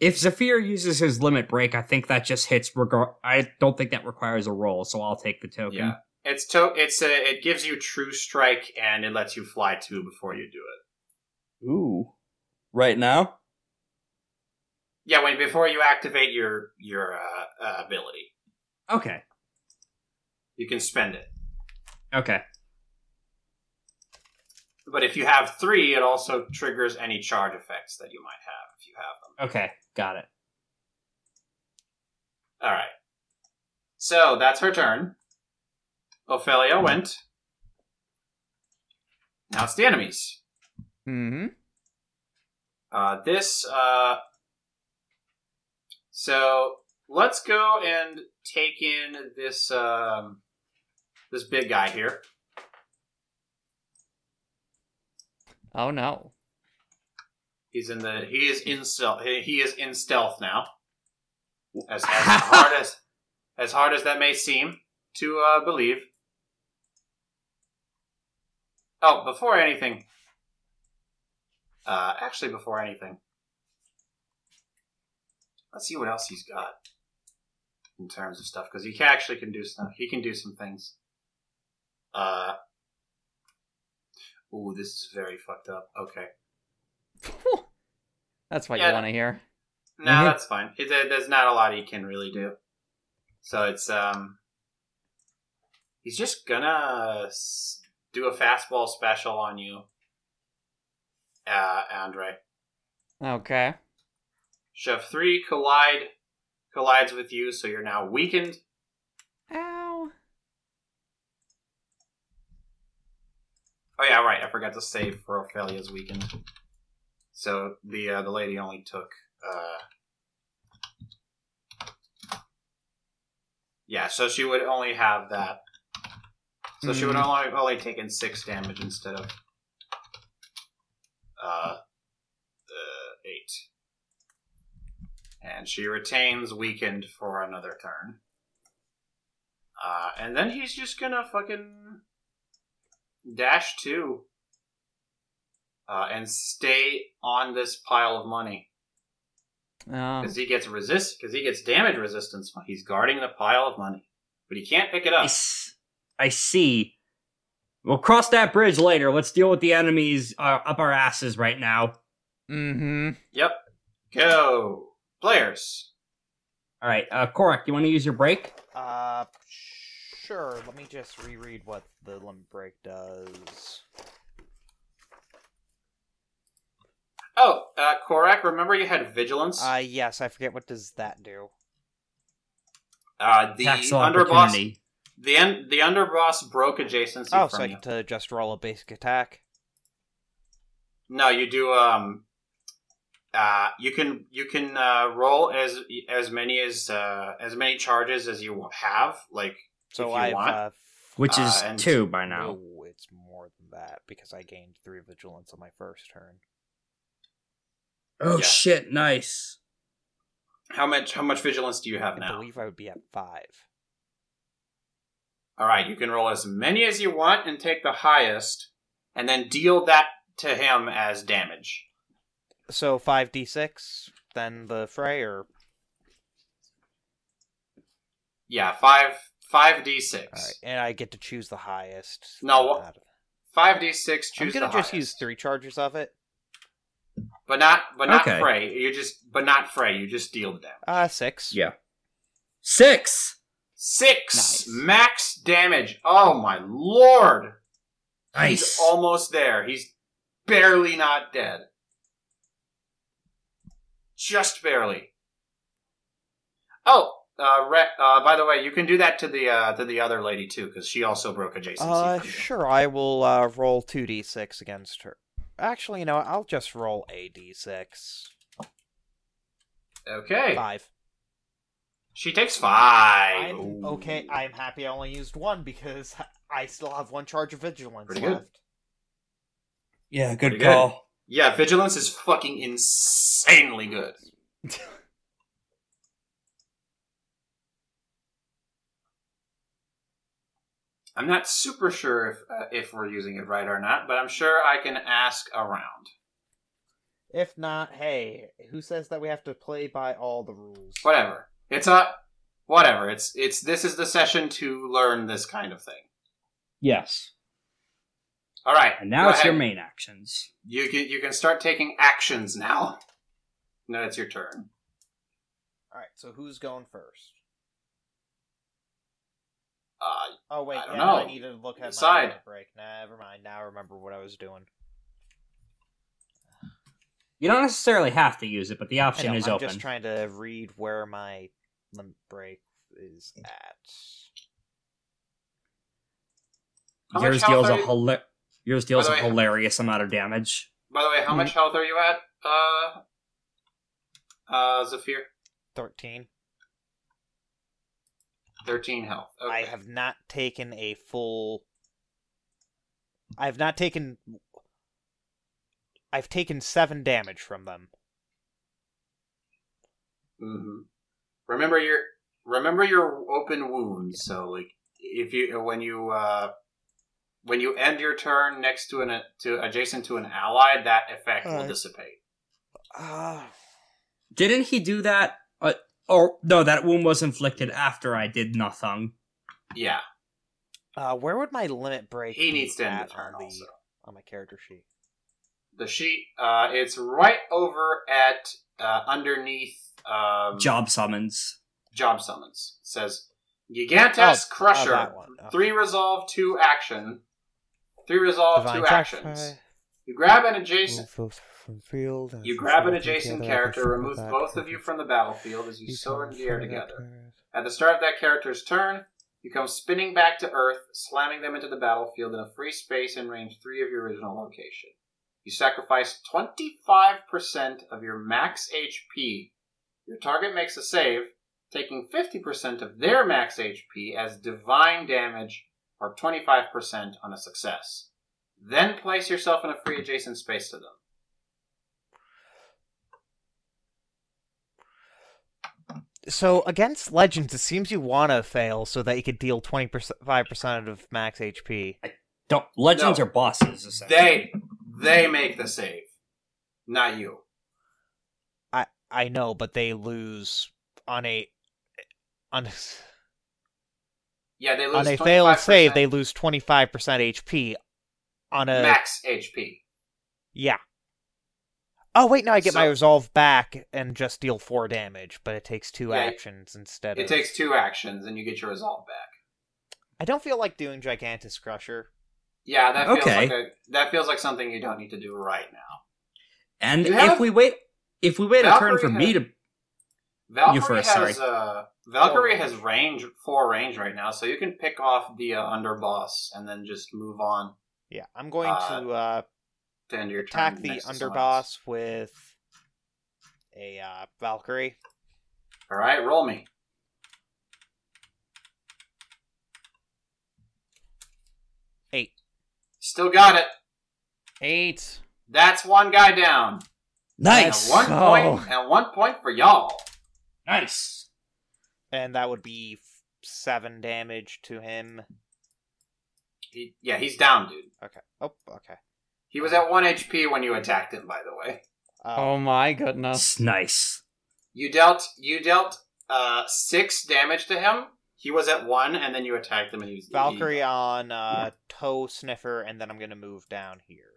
Speaker 2: If Zephyr uses his limit break, I think that just hits. Regard, I don't think that requires a roll, so I'll take the token.
Speaker 1: Yeah, it's to it's a it gives you true strike and it lets you fly two before you do it.
Speaker 2: Ooh. Right now.
Speaker 1: Yeah, when before you activate your your uh, uh, ability,
Speaker 2: Okay.
Speaker 1: you can spend it.
Speaker 2: Okay.
Speaker 1: But if you have three, it also triggers any charge effects that you might have if you have them.
Speaker 2: Okay. Got it.
Speaker 1: All right. So that's her turn. Ophelia went. Now it's the enemies.
Speaker 4: Mm-hmm.
Speaker 1: Uh, this. Uh, so let's go and take in this um, this big guy here.
Speaker 4: Oh no.
Speaker 1: He's in the he is in stealth. He he is in stealth now. As, as hard as as hard as that may seem to uh, believe. Oh, before anything. Uh, actually, before anything, let's see what else he's got in terms of stuff because he ca- actually can do some. He can do some things. Uh. Ooh, this is very fucked up. Okay.
Speaker 4: That's what
Speaker 1: Yeah.
Speaker 4: you want to hear.
Speaker 1: No,
Speaker 2: Mhm.
Speaker 1: that's fine. It, there- there's not a lot he can really do. So it's um, he's just gonna s- do a fastball special on you, uh, Andre.
Speaker 4: Okay.
Speaker 1: Shove three collide collides with you, so you're now weakened.
Speaker 4: Ow.
Speaker 1: Oh yeah, right. I forgot to save for Ophelia's weakened. So the uh, the lady only took. Uh... Yeah, so she would only have that. So she would only only taken six damage instead of uh, uh eight, and she retains weakened for another turn. Uh, and then he's just gonna fucking dash two uh, and stay on this pile of money
Speaker 4: Um,
Speaker 1: because he gets resist because he gets damage resistance when he's guarding the pile of money but he can't pick it
Speaker 2: I,
Speaker 1: up
Speaker 2: s- I see. We'll cross that bridge later. Let's deal with the enemies uh, up our asses right now.
Speaker 4: mm-hmm.
Speaker 1: yep go players
Speaker 2: All right, uh, Korak, you want to use your break?
Speaker 3: Uh, sure. Let me just reread what the limit break does.
Speaker 1: oh uh korak remember you had vigilance
Speaker 3: Uh, yes, I forget what does that do.
Speaker 1: uh the
Speaker 2: Tax
Speaker 1: underboss
Speaker 2: opportunity.
Speaker 1: the un- the underboss broke adjacency
Speaker 3: Oh,
Speaker 1: from
Speaker 3: so I
Speaker 1: you
Speaker 3: get to just roll a basic attack.
Speaker 1: no you do um uh, you can you can uh, roll as as many as uh, as many charges as you have like If
Speaker 3: So
Speaker 1: you
Speaker 3: I've
Speaker 1: want.
Speaker 3: uh,
Speaker 2: Which is
Speaker 1: uh, and-
Speaker 2: two by now.
Speaker 3: No, it's more than that because I gained three vigilance on my first turn.
Speaker 2: Oh
Speaker 1: Yeah.
Speaker 2: shit! Nice.
Speaker 1: How much how much vigilance do you have
Speaker 3: I
Speaker 1: now?
Speaker 3: believe I would be at five.
Speaker 1: All right, you can roll as many as you want and take the highest, and then deal that to him as damage.
Speaker 3: So five d six, then the fray, or
Speaker 1: Yeah, five five d
Speaker 3: all right,
Speaker 1: six.
Speaker 3: and I get to choose the highest.
Speaker 1: No,
Speaker 3: Not
Speaker 1: wha-
Speaker 3: out of-
Speaker 1: Five d six. Choose
Speaker 3: I'm gonna
Speaker 1: the
Speaker 3: just
Speaker 1: highest.
Speaker 3: use three charges of it.
Speaker 1: but not but not
Speaker 2: Okay.
Speaker 1: fray. You just but not fray. You just deal the damage.
Speaker 3: Uh six.
Speaker 2: Yeah. Six.
Speaker 1: Six
Speaker 3: Nice.
Speaker 1: max damage. Oh my lord!
Speaker 2: Nice.
Speaker 1: He's almost there. He's barely not dead. Just barely. Oh, uh, Re- uh, by the way, you can do that to the uh, to the other lady too, because she also broke adjacency.
Speaker 3: Uh
Speaker 1: from you.
Speaker 3: sure, I will uh roll two d six against her. Actually, you know, what, I'll just roll a d six.
Speaker 1: Okay.
Speaker 3: Five.
Speaker 1: She takes 5
Speaker 3: I'm
Speaker 1: Ooh.
Speaker 3: okay. I'm happy I only used one because <laughs> I still have one charge of vigilance
Speaker 1: Pretty good.
Speaker 3: left.
Speaker 2: Yeah,
Speaker 1: Pretty good. call. Yeah, vigilance is fucking insanely good. <laughs> I'm not super sure if uh, if we're using it right or not, but I'm sure I can ask around.
Speaker 3: If not, hey, who says that we have to play by all the rules?
Speaker 1: Whatever. It's a whatever. It's it's this is the session to learn this kind of thing.
Speaker 8: Yes.
Speaker 1: All right.
Speaker 8: And now
Speaker 1: go
Speaker 8: it's your
Speaker 1: ahead.
Speaker 8: main actions.
Speaker 1: You can you can start taking actions now. <laughs> No, it's your turn.
Speaker 3: All right, so who's going first?
Speaker 1: Uh,
Speaker 3: Oh wait,
Speaker 1: I don't
Speaker 3: yeah, no,
Speaker 1: know.
Speaker 3: I need to look at my
Speaker 1: Decide.
Speaker 3: limit break. Never mind. Now I remember what I was doing.
Speaker 2: You don't necessarily have to use it, but the
Speaker 3: I
Speaker 2: option
Speaker 3: know,
Speaker 2: is
Speaker 3: I'm
Speaker 2: open.
Speaker 3: just trying to read where my limit break is at.
Speaker 1: How
Speaker 2: Yours
Speaker 1: much health
Speaker 2: deals a
Speaker 1: are you-
Speaker 2: hila- yours deals
Speaker 1: By
Speaker 2: a
Speaker 1: the way-
Speaker 2: hilarious amount of damage.
Speaker 1: By the way,
Speaker 3: Hmm.
Speaker 1: how much health are you at, uh, uh, Zafir?
Speaker 3: Thirteen.
Speaker 1: Thirteen health. Okay.
Speaker 3: I have not taken a full. I have not taken. I've taken seven damage from them.
Speaker 1: hmm Remember your remember your open wound. So like, if you when you uh, when you end your turn next to an uh, to adjacent to an ally, that effect will
Speaker 3: Alright.
Speaker 1: dissipate.
Speaker 3: Ah.
Speaker 2: Didn't he do that? Uh, or no, that wound was inflicted after I did nothing.
Speaker 1: Yeah,
Speaker 3: Uh, where would my limit break?
Speaker 1: he
Speaker 3: be
Speaker 1: needs to end
Speaker 3: at
Speaker 1: the turn
Speaker 3: on the,
Speaker 1: also.
Speaker 3: on my character sheet.
Speaker 1: The sheet. Uh, it's right over at uh, underneath. Um,
Speaker 2: Job summons.
Speaker 1: job summons. It says Gigantes
Speaker 3: Oh,
Speaker 1: Crusher.
Speaker 3: oh, that one. Okay.
Speaker 1: Three resolve, two action. Three resolve,
Speaker 3: Divine
Speaker 1: two
Speaker 3: sacrifice.
Speaker 1: actions. You grab an adjacent.
Speaker 3: Move both from field.
Speaker 1: You grab an adjacent character, remove both of you from the battlefield as you soar into the air together. At the start of that character's turn, you come spinning back to Earth, slamming them into the battlefield in a free space in range 3 of your original location. You sacrifice 25% of your max HP. Your target makes a save, taking 50% of their max HP as divine damage or 25% on a success. Then place yourself in a free adjacent space to them.
Speaker 3: So against legends, it seems you want to fail so that you could deal twenty five percent of max HP.
Speaker 8: Don't legends
Speaker 1: No.
Speaker 8: are bosses. Essentially.
Speaker 1: They they make the save, not you.
Speaker 3: I know, but they lose on a on
Speaker 1: Yeah, they lose
Speaker 3: on a failed
Speaker 1: 25%
Speaker 3: save. They lose twenty five percent HP on
Speaker 2: Uh,
Speaker 3: a
Speaker 1: max HP.
Speaker 3: yeah. Oh wait, no, I get my
Speaker 1: So-
Speaker 3: resolve back and just deal four damage, but it takes two
Speaker 1: Yeah, it-
Speaker 3: actions instead.
Speaker 1: It
Speaker 3: of...
Speaker 1: takes two actions, and you get your resolve back.
Speaker 3: I don't feel like doing Gigantus Crusher.
Speaker 1: Yeah, that feels
Speaker 2: Okay.
Speaker 1: like a, that feels like something you don't need to do right now.
Speaker 2: And
Speaker 1: You have-
Speaker 2: if we wait, if we wait a turn
Speaker 1: Valkyrie
Speaker 2: for me
Speaker 1: had-
Speaker 2: to,
Speaker 1: Valkyrie
Speaker 2: You first,
Speaker 1: has
Speaker 2: sorry.
Speaker 1: uh, Valkyrie has range four range right now, so you can pick off the uh, underboss and then just move on
Speaker 3: Yeah, I'm going
Speaker 1: Uh,
Speaker 3: to uh,
Speaker 1: to end your turn.
Speaker 3: attack the
Speaker 1: next to someone else.
Speaker 3: underboss with a uh, Valkyrie.
Speaker 1: All right, roll me.
Speaker 3: Eight.
Speaker 1: Still got it.
Speaker 4: Eight.
Speaker 1: That's one guy down.
Speaker 2: nice. Oh.
Speaker 1: And one
Speaker 8: Oh,
Speaker 4: So-
Speaker 1: point and one point for y'all.
Speaker 8: nice.
Speaker 3: And that would be f- seven damage to him.
Speaker 1: He, yeah, he's down, dude.
Speaker 3: Okay. Oh, okay.
Speaker 1: He was at one HP when you attacked him, by the way.
Speaker 3: Uh,
Speaker 4: Oh my goodness.
Speaker 8: It's nice.
Speaker 1: You dealt you dealt uh six damage to him. He was at one, and then you attacked him and he was
Speaker 3: Valkyrie on uh, Toe Sniffer, and then I'm going to move down here.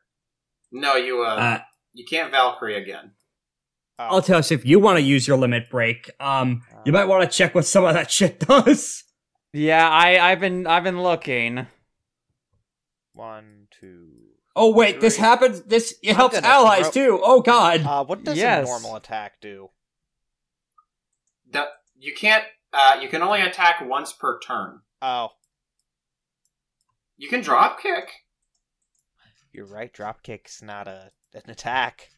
Speaker 1: he- no, you uh,
Speaker 8: Uh,
Speaker 1: you can't Valkyrie again.
Speaker 3: Uh,
Speaker 8: I'll tell us if you want to use your limit break. Um, you might want to check what some of that <laughs> shit does.
Speaker 4: Yeah, I I've been I've been looking.
Speaker 3: One, two.
Speaker 8: Oh wait, this
Speaker 1: Three.
Speaker 8: happens. This it
Speaker 3: I'm
Speaker 8: helps
Speaker 3: gonna
Speaker 8: allies
Speaker 3: throw-
Speaker 8: too. Oh god.
Speaker 3: Uh, what does
Speaker 4: Yes.
Speaker 3: a normal attack do?
Speaker 1: The, you can't uh you can only attack once per turn.
Speaker 3: Oh,
Speaker 1: You can drop kick.
Speaker 3: you're right. Dropkick's not a an attack.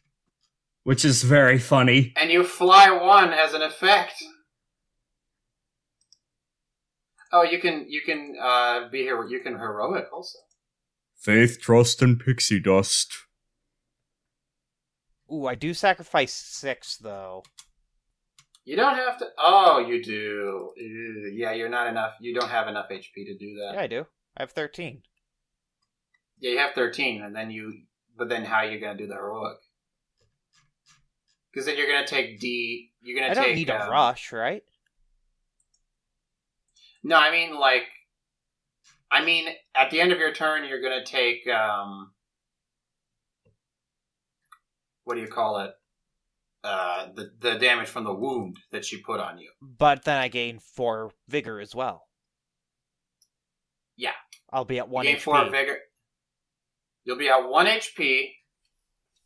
Speaker 8: Which is very funny.
Speaker 1: And you fly one as an effect. Oh, you can you can uh be here you can heroic also.
Speaker 8: Faith, trust, and pixie dust.
Speaker 3: Ooh, I do sacrifice six though.
Speaker 1: You don't have to. Oh, you do. Ew, Yeah, you're not enough. You don't have enough HP to do that.
Speaker 3: Yeah, I do. I have thirteen.
Speaker 1: Yeah, you have 13, and then you. But then how are you gonna do the heroic? Because then you're gonna take D. You're gonna
Speaker 3: I don't
Speaker 1: take.
Speaker 3: need a
Speaker 1: um,
Speaker 3: rush, right?
Speaker 1: No, I mean like. I mean, at the end of your turn, you're gonna take. um What do you call it? Uh, the the damage from the wound that she put on you.
Speaker 3: But then I gain four vigor as well.
Speaker 1: Yeah.
Speaker 3: I'll be at one
Speaker 1: you gain
Speaker 3: HP.
Speaker 1: four vigor. You'll be at one HP,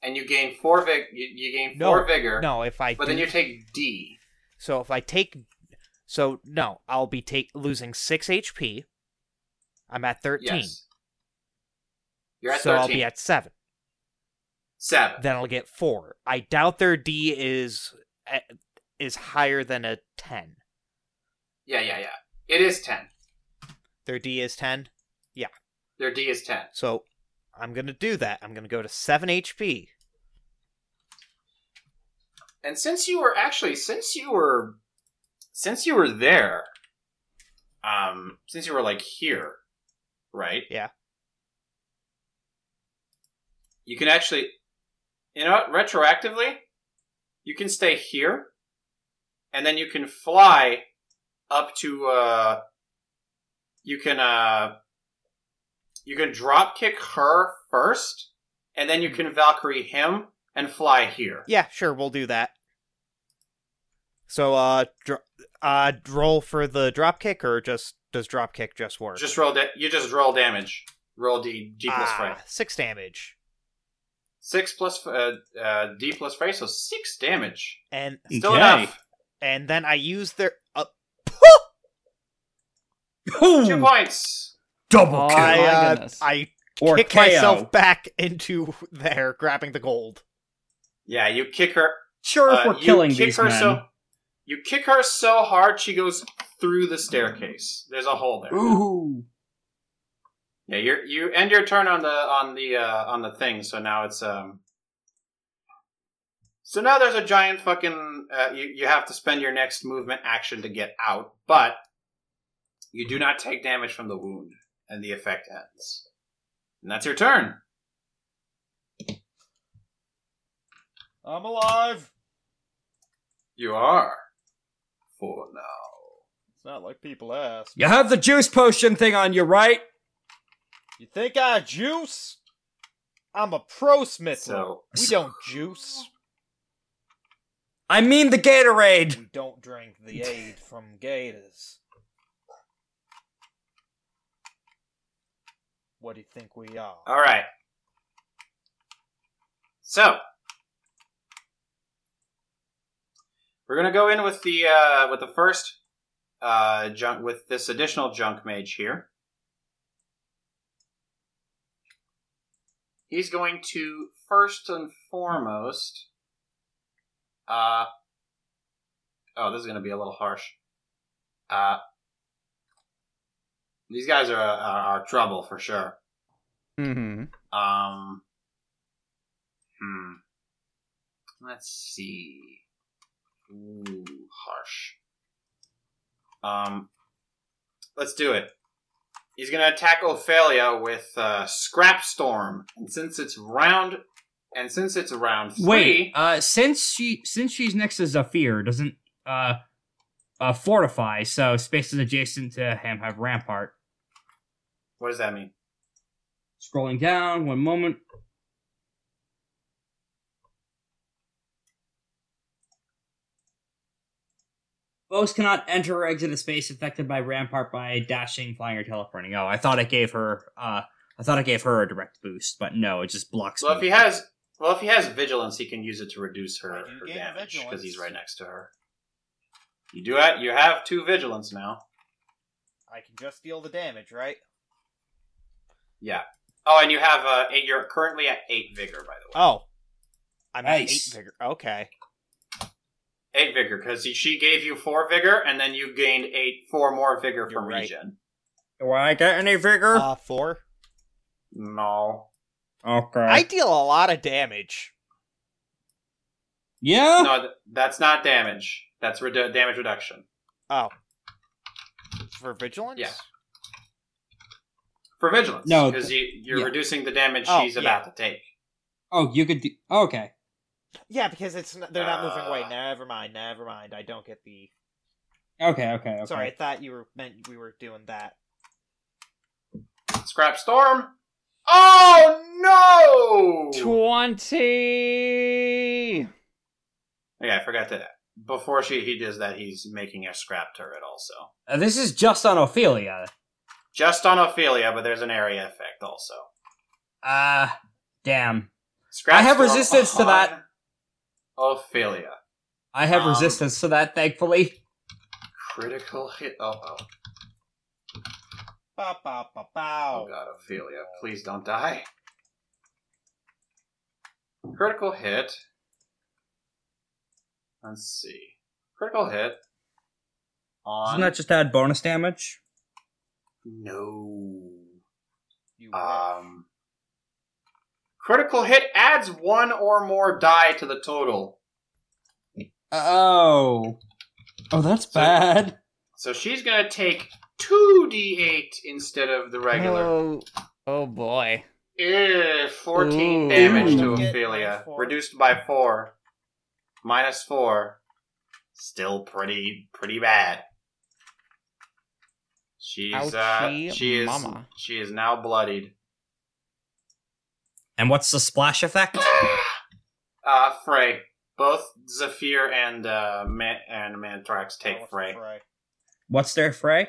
Speaker 1: and you gain four vig. You, you gain
Speaker 3: No,
Speaker 1: four vigor.
Speaker 3: No, if I
Speaker 1: but
Speaker 3: do,
Speaker 1: then you take D.
Speaker 3: so if I take so no, I'll be take losing six HP. I'm at thirteen,
Speaker 1: Yes. You're at
Speaker 3: so
Speaker 1: thirteen.
Speaker 3: I'll be at seven.
Speaker 1: seven.
Speaker 3: Then I'll get four. I doubt their D is eh, is higher than a ten.
Speaker 1: yeah, yeah, yeah. It is ten.
Speaker 3: Their D is ten,
Speaker 1: Their D is ten.
Speaker 3: so I'm gonna do that. I'm gonna go to seven HP.
Speaker 1: And since you were actually, since you were, since you were there, um, since you were like here, right?
Speaker 3: Yeah.
Speaker 1: You can actually, you know what? Retroactively, you can stay here, and then you can fly up to. uh You can uh you can drop kick her first, and then you can Valkyrie him and fly here.
Speaker 3: Yeah, sure, we'll do that. So uh, dr- uh, roll for the drop kick, or just does drop kick just work?
Speaker 1: Just roll. Da- you just roll damage. Roll d d plus
Speaker 3: ah,
Speaker 1: five.
Speaker 3: six damage,
Speaker 1: Six plus uh, uh, d plus five, so six damage.
Speaker 3: and
Speaker 1: Still
Speaker 2: E
Speaker 9: Okay.
Speaker 1: enough.
Speaker 3: and then I use their uh,
Speaker 1: Two
Speaker 8: Hmm.
Speaker 1: points.
Speaker 4: Oh,
Speaker 8: Double kill.
Speaker 3: I
Speaker 4: my
Speaker 3: uh,
Speaker 4: goodness.
Speaker 3: I
Speaker 9: Or
Speaker 3: kick
Speaker 9: KO.
Speaker 3: myself back into there, grabbing the gold.
Speaker 1: Yeah, you kick her.
Speaker 8: Sure,
Speaker 1: uh,
Speaker 8: if we're
Speaker 1: you
Speaker 8: killing
Speaker 1: kick
Speaker 8: these
Speaker 1: her
Speaker 8: men.
Speaker 1: so. You kick her so hard she goes through the staircase. There's a hole there.
Speaker 8: Ooh.
Speaker 1: Yeah, you are you end your turn on the on the uh, on the thing. So now it's um. So now there's a giant fucking. Uh, you you have to spend your next movement action to get out, but you do not take damage from the wound, and the effect ends. And that's your turn.
Speaker 7: I'm alive.
Speaker 1: You are for now.
Speaker 7: It's not like people ask.
Speaker 8: You have the juice potion thing on you, right?
Speaker 7: You think I juice? I'm a pro smith.
Speaker 1: So
Speaker 7: we don't juice.
Speaker 8: I mean the Gatorade.
Speaker 7: We don't drink the aid from Gators. What do you think we are?
Speaker 1: all right. So we're gonna go in with the uh, with the first uh, junk with this additional junk mage here. He's going to first and foremost. Uh, oh, this is gonna be a little harsh. Uh, these guys are are, are trouble for sure.
Speaker 4: Mm-hmm.
Speaker 1: Um. Hmm. Let's see. Ooh, harsh. Um. Let's do it. He's gonna attack Ophelia with uh, Scrap Storm, and since it's round, and since it's round three,
Speaker 2: Wait, uh, since she since she's next to Zafir, doesn't uh, uh, fortify, so spaces adjacent to him have rampart.
Speaker 1: what does that mean?
Speaker 2: Scrolling down, one moment. Foes cannot enter or exit a space affected by rampart by dashing, flying, or teleporting. Oh, I thought it gave her. Uh, I thought it gave her a direct boost, but no, it just blocks.
Speaker 1: Well, if he
Speaker 2: movement.
Speaker 1: has, well, if he has vigilance, he can use it to reduce her,
Speaker 7: I do
Speaker 1: her
Speaker 7: gain
Speaker 1: damage because he's
Speaker 7: vigilance.
Speaker 1: right next to her. You do it. You have two vigilance now.
Speaker 7: I can just deal the damage, right?
Speaker 1: Oh, and you have uh, eight. You're currently at eight vigor, by the way.
Speaker 3: Oh, I'm at
Speaker 2: Nice.
Speaker 3: eight vigor. Okay,
Speaker 1: Eight vigor because she gave you four vigor, and then you gained eight, four more vigor
Speaker 3: You're
Speaker 1: from
Speaker 3: right.
Speaker 1: regen.
Speaker 8: Do I get any vigor?
Speaker 3: uh, four.
Speaker 1: No,
Speaker 8: okay.
Speaker 3: I deal a lot of damage.
Speaker 8: yeah.
Speaker 1: no, th- that's not damage. That's redu- damage reduction
Speaker 3: Oh, for vigilance.
Speaker 1: Yeah. for vigilance.
Speaker 2: No,
Speaker 1: because you, you're
Speaker 2: yeah.
Speaker 1: reducing the damage
Speaker 3: Oh,
Speaker 1: she's about to take.
Speaker 2: Oh, you could. Do- oh, okay.
Speaker 3: Yeah, because it's n- they're not moving away.
Speaker 1: Uh.
Speaker 3: Never mind. Never mind. I don't get the.
Speaker 2: Okay. Okay. Okay.
Speaker 3: Sorry, I thought you were meant we were doing that.
Speaker 1: Scrap storm. Oh no!
Speaker 4: Twenty.
Speaker 1: Okay, I forgot that. Before she he does that, he's making a scrap turret also.
Speaker 8: Uh, this is just on Ophelia.
Speaker 1: Just on Ophelia, but there's an area effect also.
Speaker 8: Uh, damn.
Speaker 1: Scrap
Speaker 8: I have
Speaker 1: storm
Speaker 8: resistance to that.
Speaker 1: on Ophelia.
Speaker 8: I have
Speaker 1: Um,
Speaker 8: resistance to that, thankfully.
Speaker 1: Critical hit. Oh, oh,
Speaker 7: Ba, ba, ba,
Speaker 1: oh
Speaker 7: bow.
Speaker 1: God, Ophelia, please don't die. Critical hit. Let's see. Critical hit. On.
Speaker 8: Doesn't that just add bonus damage?
Speaker 1: no.
Speaker 7: You
Speaker 1: Um. Critical hit adds one or more die to the total.
Speaker 8: Oh. Oh, that's
Speaker 1: So-
Speaker 8: bad.
Speaker 1: So she's gonna take two d8 instead of the regular.
Speaker 4: Oh, oh boy.
Speaker 1: Ew, 14
Speaker 4: Ooh.
Speaker 1: damage to
Speaker 7: Ooh. Get
Speaker 1: Ophelia.
Speaker 7: minus four.
Speaker 1: Reduced by 4. Minus 4. Still pretty pretty bad. She's uh
Speaker 4: Ouchie
Speaker 1: she is
Speaker 4: mama.
Speaker 1: she is now bloodied.
Speaker 8: And what's the splash effect?
Speaker 1: <laughs> Uh Frey. Both Zephyr and uh, Man- and Mantrax take
Speaker 7: What's the
Speaker 1: fray.
Speaker 2: What's their fray?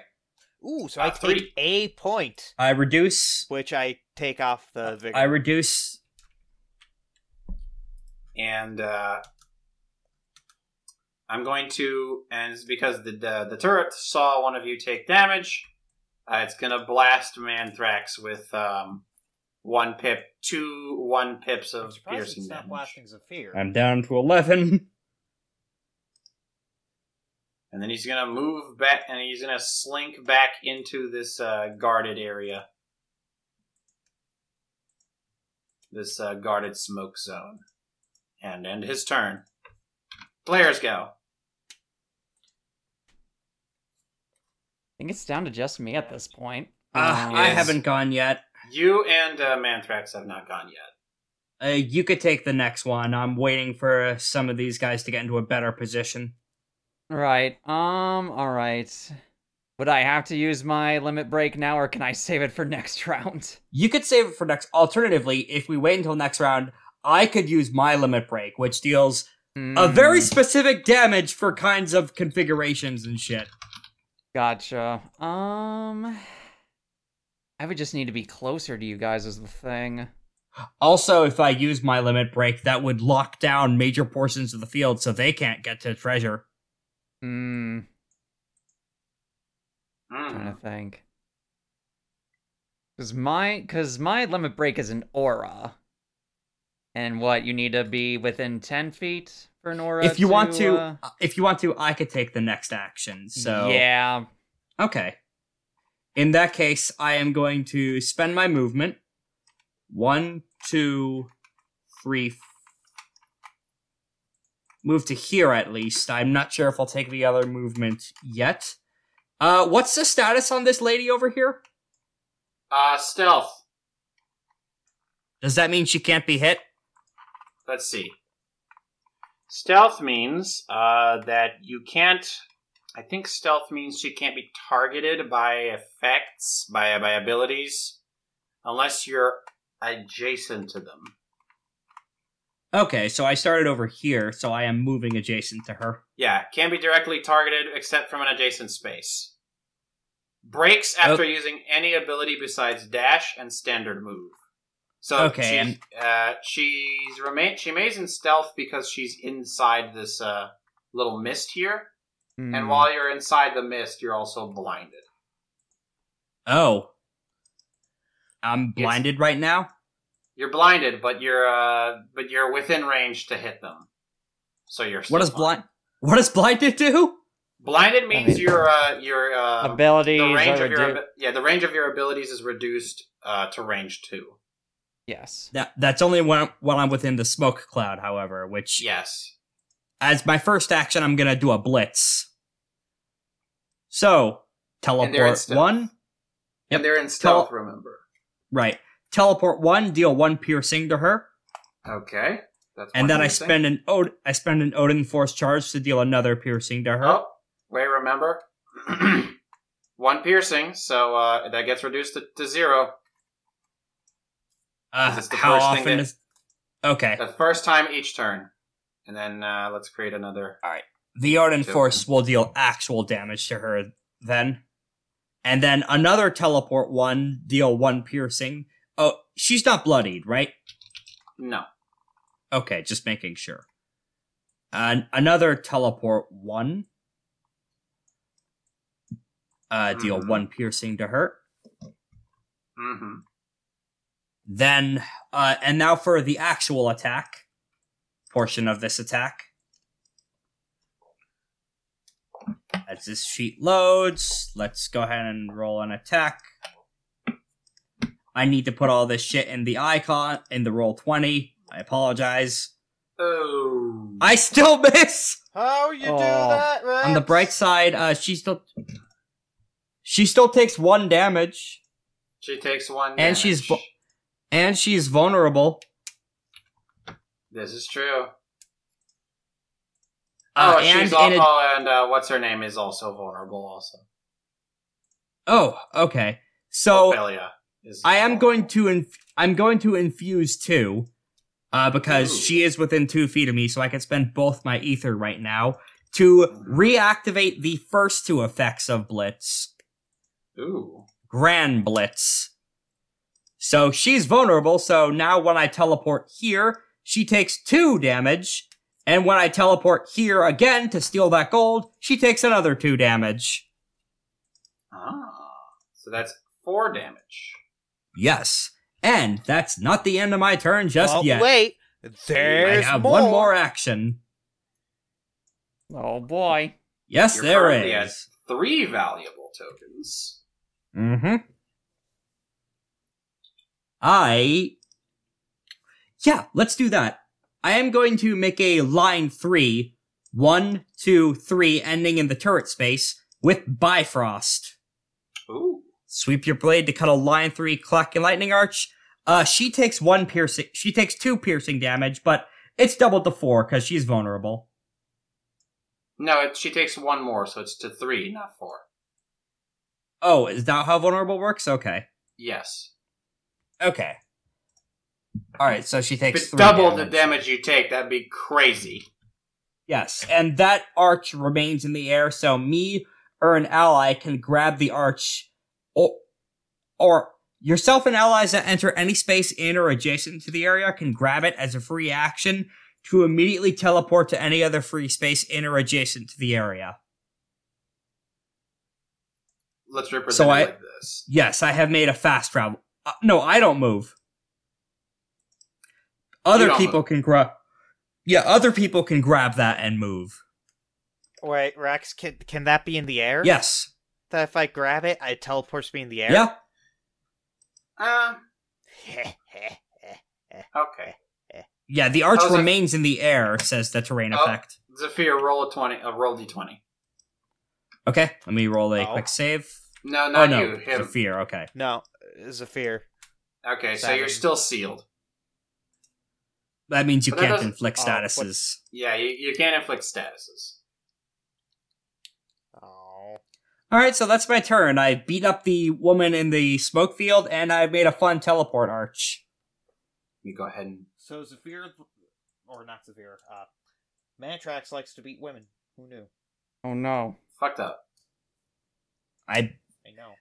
Speaker 3: Ooh, so
Speaker 1: Uh,
Speaker 3: I take
Speaker 1: three.
Speaker 3: a point,
Speaker 2: I reduce.
Speaker 3: which I take off the vigor.
Speaker 2: I reduce.
Speaker 1: and uh, I'm going to, and it's because the, the the turret saw one of you take damage, uh, it's gonna blast Manthrax with um, one pip, two one pips
Speaker 7: I'm
Speaker 1: of
Speaker 7: surprised
Speaker 1: piercing
Speaker 7: it's not
Speaker 1: damage.
Speaker 7: blasting Zephyr.
Speaker 2: I'm down to eleven.
Speaker 1: And then he's gonna move back, and he's gonna slink back into this uh, guarded area, this uh, guarded smoke zone, and end his turn. Players go.
Speaker 4: think it's down to just me at this point.
Speaker 8: Ah,
Speaker 2: Uh,
Speaker 4: Um,
Speaker 2: I haven't gone yet.
Speaker 1: You and uh, Manthrax have not gone yet.
Speaker 2: Uh, you could take the next one. I'm waiting for some of these guys to get into a better position.
Speaker 4: Right. Um. All right. Would I have to use my limit break now, or can I save it for next <laughs> round?
Speaker 2: You could save it for next. Alternatively, if we wait until next round, I could use my limit break, which deals a very
Speaker 4: Hmm,
Speaker 2: specific damage for kinds of configurations and shit.
Speaker 4: Hmm, gotcha. Um. I would just need to be closer to you guys, is the thing.
Speaker 2: Also, if I use my limit break, that would lock down major portions of the field so they can't get to treasure.
Speaker 4: Hmm. Trying
Speaker 1: Mm.
Speaker 4: to think. Cause my cause my limit break is an aura. And what, you need to be within ten feet for an aura?
Speaker 2: if you want to,
Speaker 4: uh,
Speaker 2: if you want to, I could take the next action. So
Speaker 4: Yeah.
Speaker 2: okay. In that case, I am going to spend my movement. One, two, three. f- Move to here at least. I'm not sure if I'll take the other movement yet. Uh, what's the status on this lady over here?
Speaker 1: Uh, stealth.
Speaker 2: Does that mean she can't be hit?
Speaker 1: Let's see. Stealth means uh, that you can't. I think stealth means she can't be targeted by effects, by by abilities, unless you're adjacent to them.
Speaker 2: Okay, so I started over here, so I am moving adjacent to her.
Speaker 1: Yeah, can be directly targeted except from an adjacent space. Breaks
Speaker 2: Oh.
Speaker 1: after using any ability besides dash and standard move. So
Speaker 2: Okay,
Speaker 1: she's,
Speaker 2: and-
Speaker 1: uh, she's remain she remains in stealth because she's inside this uh, little mist here, and
Speaker 4: Hmm.
Speaker 1: while you're inside the mist, you're also blinded.
Speaker 2: Oh. I'm blinded right now?
Speaker 1: You're blinded, but you're uh, but you're within range to hit them. So you're
Speaker 2: What
Speaker 1: still
Speaker 2: does
Speaker 1: fine.
Speaker 2: blind What does blinded do?
Speaker 1: blinded means
Speaker 4: mean-
Speaker 1: you're uh, you're uh,
Speaker 4: Abilities
Speaker 1: the range
Speaker 4: are
Speaker 1: of your
Speaker 4: redu-
Speaker 1: abi- yeah the range of your abilities is reduced uh, to range two.
Speaker 4: Yes.
Speaker 2: That that's only when I'm, when I'm within the smoke cloud, however, which
Speaker 1: Yes.
Speaker 2: as my first action I'm going to do a blitz. So,
Speaker 1: And they're in
Speaker 2: teleport
Speaker 1: stealth.
Speaker 2: 1, Yep.
Speaker 1: And they're in stealth, remember.
Speaker 2: right. Teleport 1, deal 1 piercing to her.
Speaker 1: Okay. That's
Speaker 2: And
Speaker 1: one
Speaker 2: then I
Speaker 1: thing.
Speaker 2: spend an Od- I spend an Odin force charge to deal another piercing to her.
Speaker 1: Oh, wait, remember? <clears throat> one piercing, so uh, that gets reduced to, to zero.
Speaker 2: Uh,
Speaker 1: Is this the
Speaker 2: how
Speaker 1: first thing
Speaker 2: often
Speaker 1: that-
Speaker 2: is? Okay,
Speaker 1: The first time each turn. And then uh, let's create another.
Speaker 2: the Arden
Speaker 1: Two.
Speaker 2: Force will deal actual damage to her then, and then another teleport one deal one piercing. Oh, she's not bloodied, right?
Speaker 1: No.
Speaker 2: Okay, just making sure. And another teleport one. Uh, deal
Speaker 1: Mhm.
Speaker 2: one piercing to her.
Speaker 1: Mm-hmm.
Speaker 2: Then, uh, and now for the actual attack portion of this attack. As this sheet loads, let's go ahead and roll an attack. I need to put all this shit in the icon, in the roll 20. I apologize.
Speaker 1: Oh.
Speaker 2: I still <laughs> miss!
Speaker 7: How you
Speaker 4: Oh,
Speaker 7: do that, right?
Speaker 2: On the bright side, uh, she still. She still takes one damage,
Speaker 1: She takes one.
Speaker 2: And she's
Speaker 1: damage.
Speaker 2: bu- and she's vulnerable.
Speaker 1: This is true.
Speaker 2: Uh,
Speaker 1: oh,
Speaker 2: and
Speaker 1: she's all,
Speaker 2: in a-
Speaker 1: oh, and uh, what's her name is also vulnerable. Also,
Speaker 2: Oh, okay. So
Speaker 1: Ophelia is
Speaker 2: I am
Speaker 1: vulnerable.
Speaker 2: going to inf- I'm going to infuse two, uh, because she is within two feet of me, so I can spend both my ether right now to reactivate the first two effects of Blitz,
Speaker 1: Ooh.
Speaker 2: Grand Blitz. So she's vulnerable, so now when I teleport here, she takes two damage, and when I teleport here again to steal that gold, she takes another two damage.
Speaker 1: Ah. So that's four damage.
Speaker 2: Yes. And that's not the end of my turn just
Speaker 3: Well,
Speaker 2: yet.
Speaker 3: Wait,
Speaker 2: I
Speaker 3: there's
Speaker 2: have
Speaker 3: more.
Speaker 2: one more action.
Speaker 4: Oh boy.
Speaker 2: Yes,
Speaker 1: You're
Speaker 2: there
Speaker 1: currently at
Speaker 2: is.
Speaker 1: three valuable tokens.
Speaker 2: Mm-hmm. I. Yeah, let's do that. I am going to make a line three, one, two, three, ending in the turret space with Bifrost.
Speaker 1: Ooh.
Speaker 2: Sweep your blade to cut a line three clock and lightning arch. Uh, she takes one piercing. She takes two piercing damage, but it's doubled to four because she's vulnerable.
Speaker 1: No, it, she takes one more, so it's to three, not four.
Speaker 2: Oh, is that how vulnerable works? Okay.
Speaker 1: Yes.
Speaker 2: Okay. All right, so she
Speaker 1: If
Speaker 2: takes
Speaker 1: it's
Speaker 2: three
Speaker 1: double the damage you take, that'd be crazy.
Speaker 2: Yes, and that arch remains in the air, so me or an ally can grab the arch, or, or yourself and allies that enter any space in or adjacent to the area can grab it as a free action to immediately teleport to any other free space in or adjacent to the area.
Speaker 1: Let's represent
Speaker 2: So
Speaker 1: it
Speaker 2: I-
Speaker 1: like this.
Speaker 2: Yes, I have made a fast travel. Uh, no, I don't move. Other
Speaker 1: You don't
Speaker 2: people
Speaker 1: move.
Speaker 2: can grab. Yeah, other people can grab that and move.
Speaker 3: Wait, Rex, can can that be in the air?
Speaker 2: Yes.
Speaker 3: That if I grab it, it teleports me in the air.
Speaker 2: Yeah.
Speaker 1: Uh, okay.
Speaker 2: Yeah, the arch
Speaker 1: How's it-
Speaker 2: remains in the air, says the terrain
Speaker 1: Oh.
Speaker 2: effect.
Speaker 1: Zephyr, roll a twenty. Uh, roll d twenty.
Speaker 2: Okay, let me roll a
Speaker 3: Oh.
Speaker 2: quick save.
Speaker 1: No, not
Speaker 2: oh no,
Speaker 1: you. Him.
Speaker 2: Zephyr. Okay.
Speaker 3: <laughs> no, Zephyr.
Speaker 1: Okay, so you're
Speaker 3: Seven.
Speaker 1: still sealed.
Speaker 2: That means you
Speaker 1: But that
Speaker 2: can't
Speaker 1: doesn't-
Speaker 2: inflict
Speaker 3: oh,
Speaker 2: statuses.
Speaker 1: Yeah, you, you can't inflict statuses.
Speaker 3: Oh.
Speaker 2: All right, so that's my turn. I beat up the woman in the smoke field, and I've made a fun teleport arch.
Speaker 1: You go ahead and
Speaker 7: So Zephyr, or not Zephyr, uh, Mantrax likes to beat women. Who knew?
Speaker 4: Oh no.
Speaker 1: fucked up.
Speaker 2: I,
Speaker 7: I know.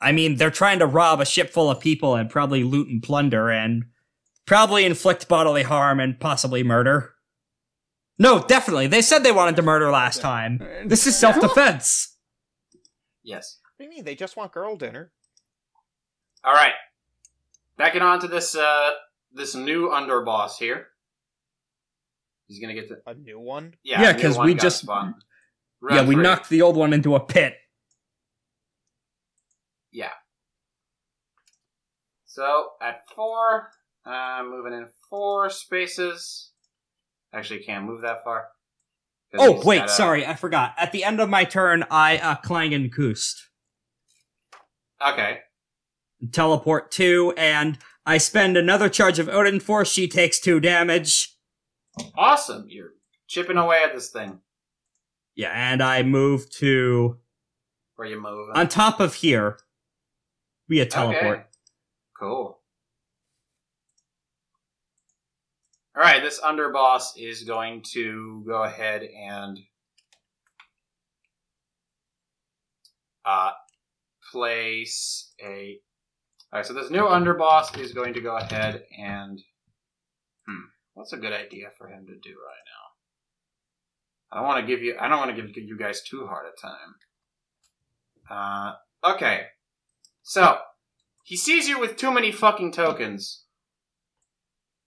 Speaker 2: I mean, they're trying to rob a ship full of people and probably loot and plunder and probably inflict bodily harm and possibly murder. No, definitely. They said they wanted to murder last time. This is self-defense.
Speaker 1: Yes.
Speaker 3: What do you mean? They just want girl dinner.
Speaker 1: All right. Backing on to this uh this new underboss here. He's gonna get the
Speaker 3: A new one?
Speaker 1: yeah.
Speaker 2: Yeah,
Speaker 1: new
Speaker 2: 'cause
Speaker 1: one
Speaker 2: we
Speaker 1: got
Speaker 2: just-
Speaker 1: spun.
Speaker 2: yeah,
Speaker 1: Round
Speaker 2: we
Speaker 1: three.
Speaker 2: knocked the old one into a pit.
Speaker 1: So at four, uh, moving in four spaces. Actually, can't move that far. 'Cause
Speaker 2: Oh,
Speaker 1: he's
Speaker 2: wait,
Speaker 1: got a-
Speaker 2: sorry, I forgot. At the end of my turn, I uh, Klangenkust.
Speaker 1: Okay.
Speaker 2: Teleport two, and I spend another charge of Odin Force. She takes two damage.
Speaker 1: Awesome. You're chipping away at this thing.
Speaker 2: Yeah, and I move to.
Speaker 1: Where you moving?
Speaker 2: On top of here, via teleport.
Speaker 1: Okay. Cool. All right, this underboss is going to go ahead and uh, place a. All right, so this new underboss is going to go ahead and. Hmm, what's a good idea for him to do right now? I don't want to give you. I don't want to give you guys too hard a time. Uh, okay, so he sees you with too many fucking tokens.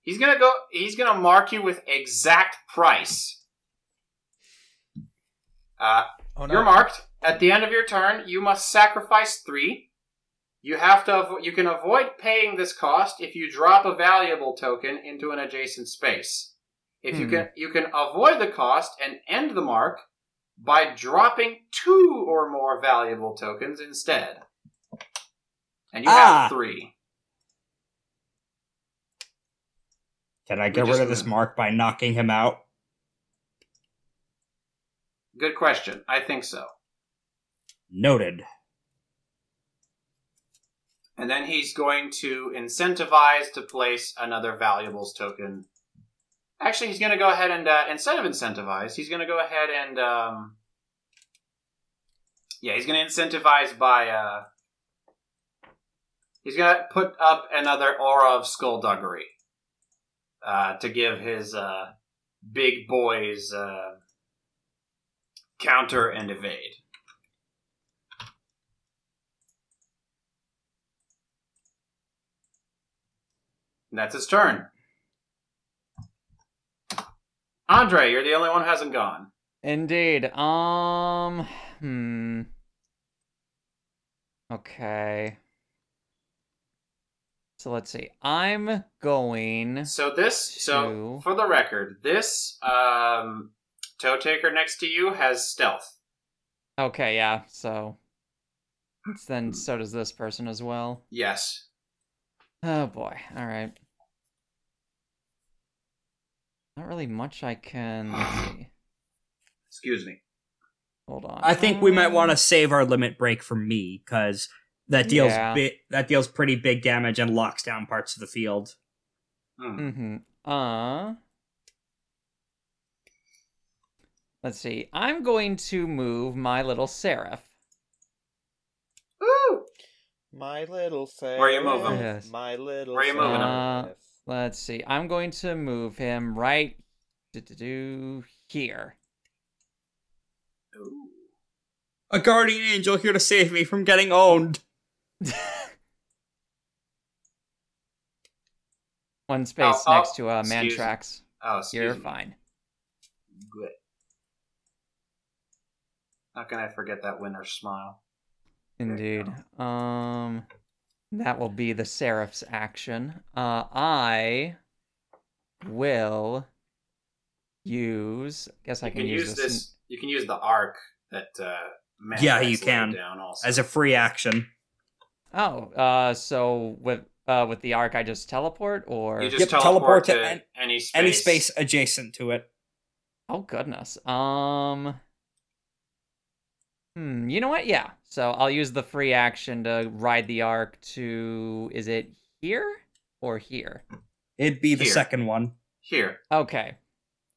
Speaker 1: He's gonna go. He's gonna mark you with exact price. Uh,
Speaker 3: Oh
Speaker 1: you're marked. At the end of your turn, you must sacrifice three. You have to. avo- You can avoid paying this cost if you drop a valuable token into an adjacent space. If you
Speaker 4: Hmm.
Speaker 1: can, you can avoid the cost and end the mark by dropping two or more valuable tokens instead. And you
Speaker 2: Ah.
Speaker 1: have three.
Speaker 2: Can I
Speaker 1: We
Speaker 2: get
Speaker 1: just
Speaker 2: rid of this
Speaker 1: moved.
Speaker 2: mark by knocking him out?
Speaker 1: Good question. I think so.
Speaker 2: Noted.
Speaker 1: And then he's going to incentivize to place another valuables token. Actually, he's going to go ahead and uh, instead of incentivize, he's going to go ahead and um, yeah, he's going to incentivize by uh, he's going to put up another aura of skullduggery uh, to give his uh, big boys uh, counter and evade. And that's his turn. Andre, you're the only one who hasn't gone.
Speaker 4: Indeed. Um. Hmm. Okay. So let's see. I'm going.
Speaker 1: So this, so
Speaker 4: Two.
Speaker 1: for the record, this um, toe taker next to you has stealth.
Speaker 4: Okay, yeah. So it's then so does this person as well.
Speaker 1: Yes.
Speaker 4: Oh boy. All right. Not really much
Speaker 1: <sighs>
Speaker 4: I can. Let's see.
Speaker 1: Excuse me.
Speaker 4: Hold on.
Speaker 2: I think we might
Speaker 4: Um,
Speaker 2: want to save our limit break for me because that deals
Speaker 4: Yeah.
Speaker 2: bi- that deals pretty big damage and locks down parts of the field.
Speaker 1: Hmm.
Speaker 4: Mm-hmm. Uh. Let's see. I'm going to move my little seraph. Hmm.
Speaker 6: Ooh!
Speaker 7: My little self.
Speaker 1: Where you moving?
Speaker 4: Yes.
Speaker 7: My little
Speaker 1: Where you moving
Speaker 4: him?
Speaker 7: self.
Speaker 4: Let's see. I'm going to move him right to do here. <laughs>
Speaker 2: A guardian angel here to save me from getting owned.
Speaker 4: One space
Speaker 1: oh,
Speaker 4: next to uh,
Speaker 1: excuse me.
Speaker 4: Mantrax.
Speaker 1: Oh, excuse
Speaker 4: You're
Speaker 1: me.
Speaker 4: fine.
Speaker 1: Good. How can I forget that winner's smile?
Speaker 4: Indeed. Um, that will be the Seraph's action. Uh, I will use. Guess I
Speaker 1: you
Speaker 4: can, use this. n-
Speaker 1: You can use the arc that. Uh, Matt
Speaker 2: Yeah,
Speaker 1: has
Speaker 2: you
Speaker 1: laid
Speaker 2: can.
Speaker 1: Down also.
Speaker 2: As a free action,
Speaker 4: Oh, uh, so with uh with the arc, I just teleport, or
Speaker 1: you just
Speaker 2: Yep,
Speaker 1: teleport,
Speaker 2: teleport
Speaker 1: to,
Speaker 2: to an-
Speaker 1: any space.
Speaker 2: any space adjacent to it.
Speaker 4: oh goodness. Um. Hmm. You know what? Yeah. So I'll use the free action to ride the arc to. Is it here or here?
Speaker 2: It'd be the
Speaker 1: Here.
Speaker 2: second one.
Speaker 1: here.
Speaker 4: Okay.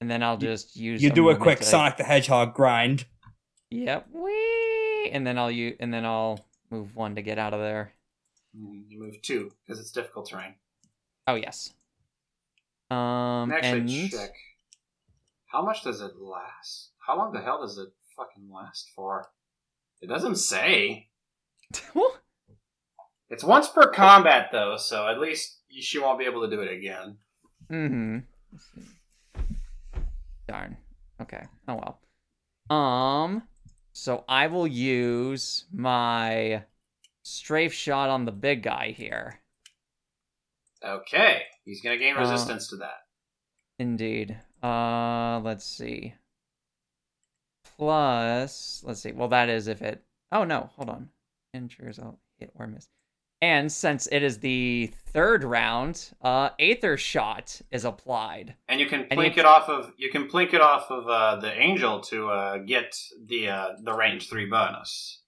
Speaker 4: And then I'll just use.
Speaker 2: You
Speaker 4: some
Speaker 2: do a
Speaker 4: movement
Speaker 2: quick
Speaker 4: to-
Speaker 2: Sonic the Hedgehog grind.
Speaker 4: Yep. Wee. And then I'll you and then I'll move one to get out of there.
Speaker 1: Mm, You move two because it's difficult terrain.
Speaker 4: Oh yes. Um.
Speaker 1: Actually,
Speaker 4: and <laughs>
Speaker 1: check. How much does it last? How long the hell does it fucking last for? It doesn't say. It's once per combat though, so at least you- she won't be able to do it again.
Speaker 4: Mm-hmm. Darn. Okay. Oh well. Um. So I will use my strafe shot on the big guy here.
Speaker 1: Okay, he's gonna gain
Speaker 4: Uh,
Speaker 1: resistance to that.
Speaker 4: Indeed. Uh, let's see. Plus, let's see. Well, that is if it. Oh no, hold on. Injures, I'll hit or miss. And since it is the third round, uh, Aether Shot is applied.
Speaker 1: And you can
Speaker 4: you
Speaker 1: plink
Speaker 4: have
Speaker 1: it off of you can plink it off of uh, the angel to uh, get the uh, the range three bonus.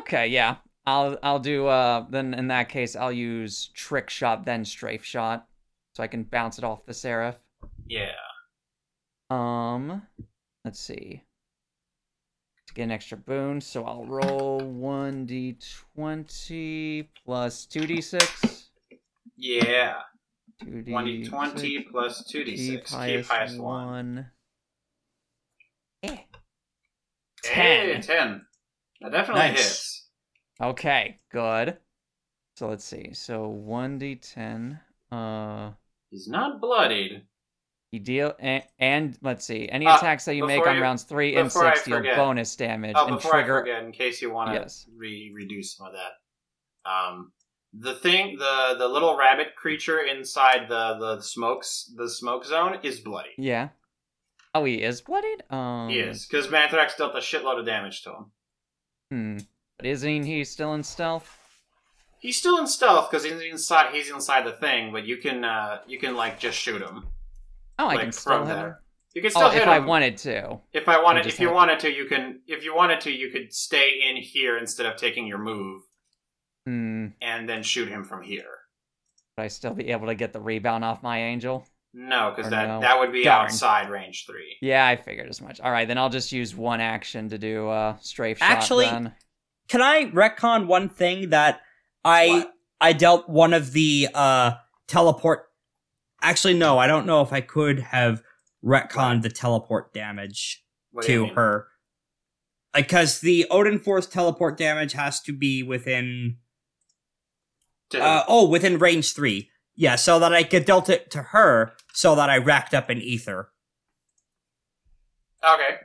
Speaker 4: Okay, yeah. I'll I'll do. Uh, then in that case, I'll use Trick Shot then Strafe Shot, so I can bounce it off the Seraph.
Speaker 1: Yeah,
Speaker 4: Um, let's see. To get an extra boon, so I'll roll one d twenty plus two d six.
Speaker 1: yeah.
Speaker 4: Two
Speaker 1: One d twenty plus two d six. Keep highest one.
Speaker 4: Eh.
Speaker 1: Hey,
Speaker 4: Ten.
Speaker 1: ten. That definitely
Speaker 8: Nice.
Speaker 1: hits.
Speaker 4: Okay, good. So let's see. So one d ten. Uh,
Speaker 1: He's not bloodied.
Speaker 4: you deal and, and let's see. Any
Speaker 1: Ah,
Speaker 4: attacks that you make
Speaker 1: before
Speaker 4: on
Speaker 1: you-
Speaker 4: rounds three and
Speaker 1: before I
Speaker 4: six deal
Speaker 1: forget-
Speaker 4: bonus damage
Speaker 1: Oh,
Speaker 4: and
Speaker 1: before I
Speaker 4: trigger.
Speaker 1: forget, in case you want to
Speaker 4: Yes.
Speaker 1: re- reduce some of that, um, the thing, the the little rabbit creature inside the the smokes the smoke zone is bloody.
Speaker 4: Yeah. Oh, he is bloodied. Um,
Speaker 1: He is because Manthrax dealt a shitload of damage to him.
Speaker 4: Hmm. But isn't he still in stealth?
Speaker 1: He's still in stealth because he's inside. He's inside the thing, but you can uh, you can like just shoot him.
Speaker 4: Oh, I
Speaker 1: like,
Speaker 4: can still hit him.
Speaker 1: You can still
Speaker 4: Oh,
Speaker 1: hit
Speaker 4: if
Speaker 1: him
Speaker 4: I wanted to.
Speaker 1: If I wanted,
Speaker 4: just
Speaker 1: if you
Speaker 4: have-
Speaker 1: wanted to, you can. If you wanted to, you could stay in here instead of taking your move
Speaker 4: Hmm.
Speaker 1: and then shoot him from here.
Speaker 4: Would I still be able to get the rebound off my angel?
Speaker 1: No,
Speaker 4: Or
Speaker 1: because that
Speaker 4: no.
Speaker 1: that would be
Speaker 4: Darn.
Speaker 1: outside range three.
Speaker 4: Yeah, I figured as much. All right, then I'll just use one action to do uh strafe shot.
Speaker 8: Actually-
Speaker 4: then.
Speaker 8: Can I retcon one thing that I
Speaker 1: What?
Speaker 8: I dealt one of the uh teleport Actually no, I don't know if I could have retconned the teleport damage
Speaker 1: What do you
Speaker 8: to
Speaker 1: mean?
Speaker 8: her. Because the Odin Force teleport damage has to be within
Speaker 1: To-
Speaker 8: uh, oh within range three. Yeah, so that I could dealt it to her so that I racked up an ether.
Speaker 1: okay.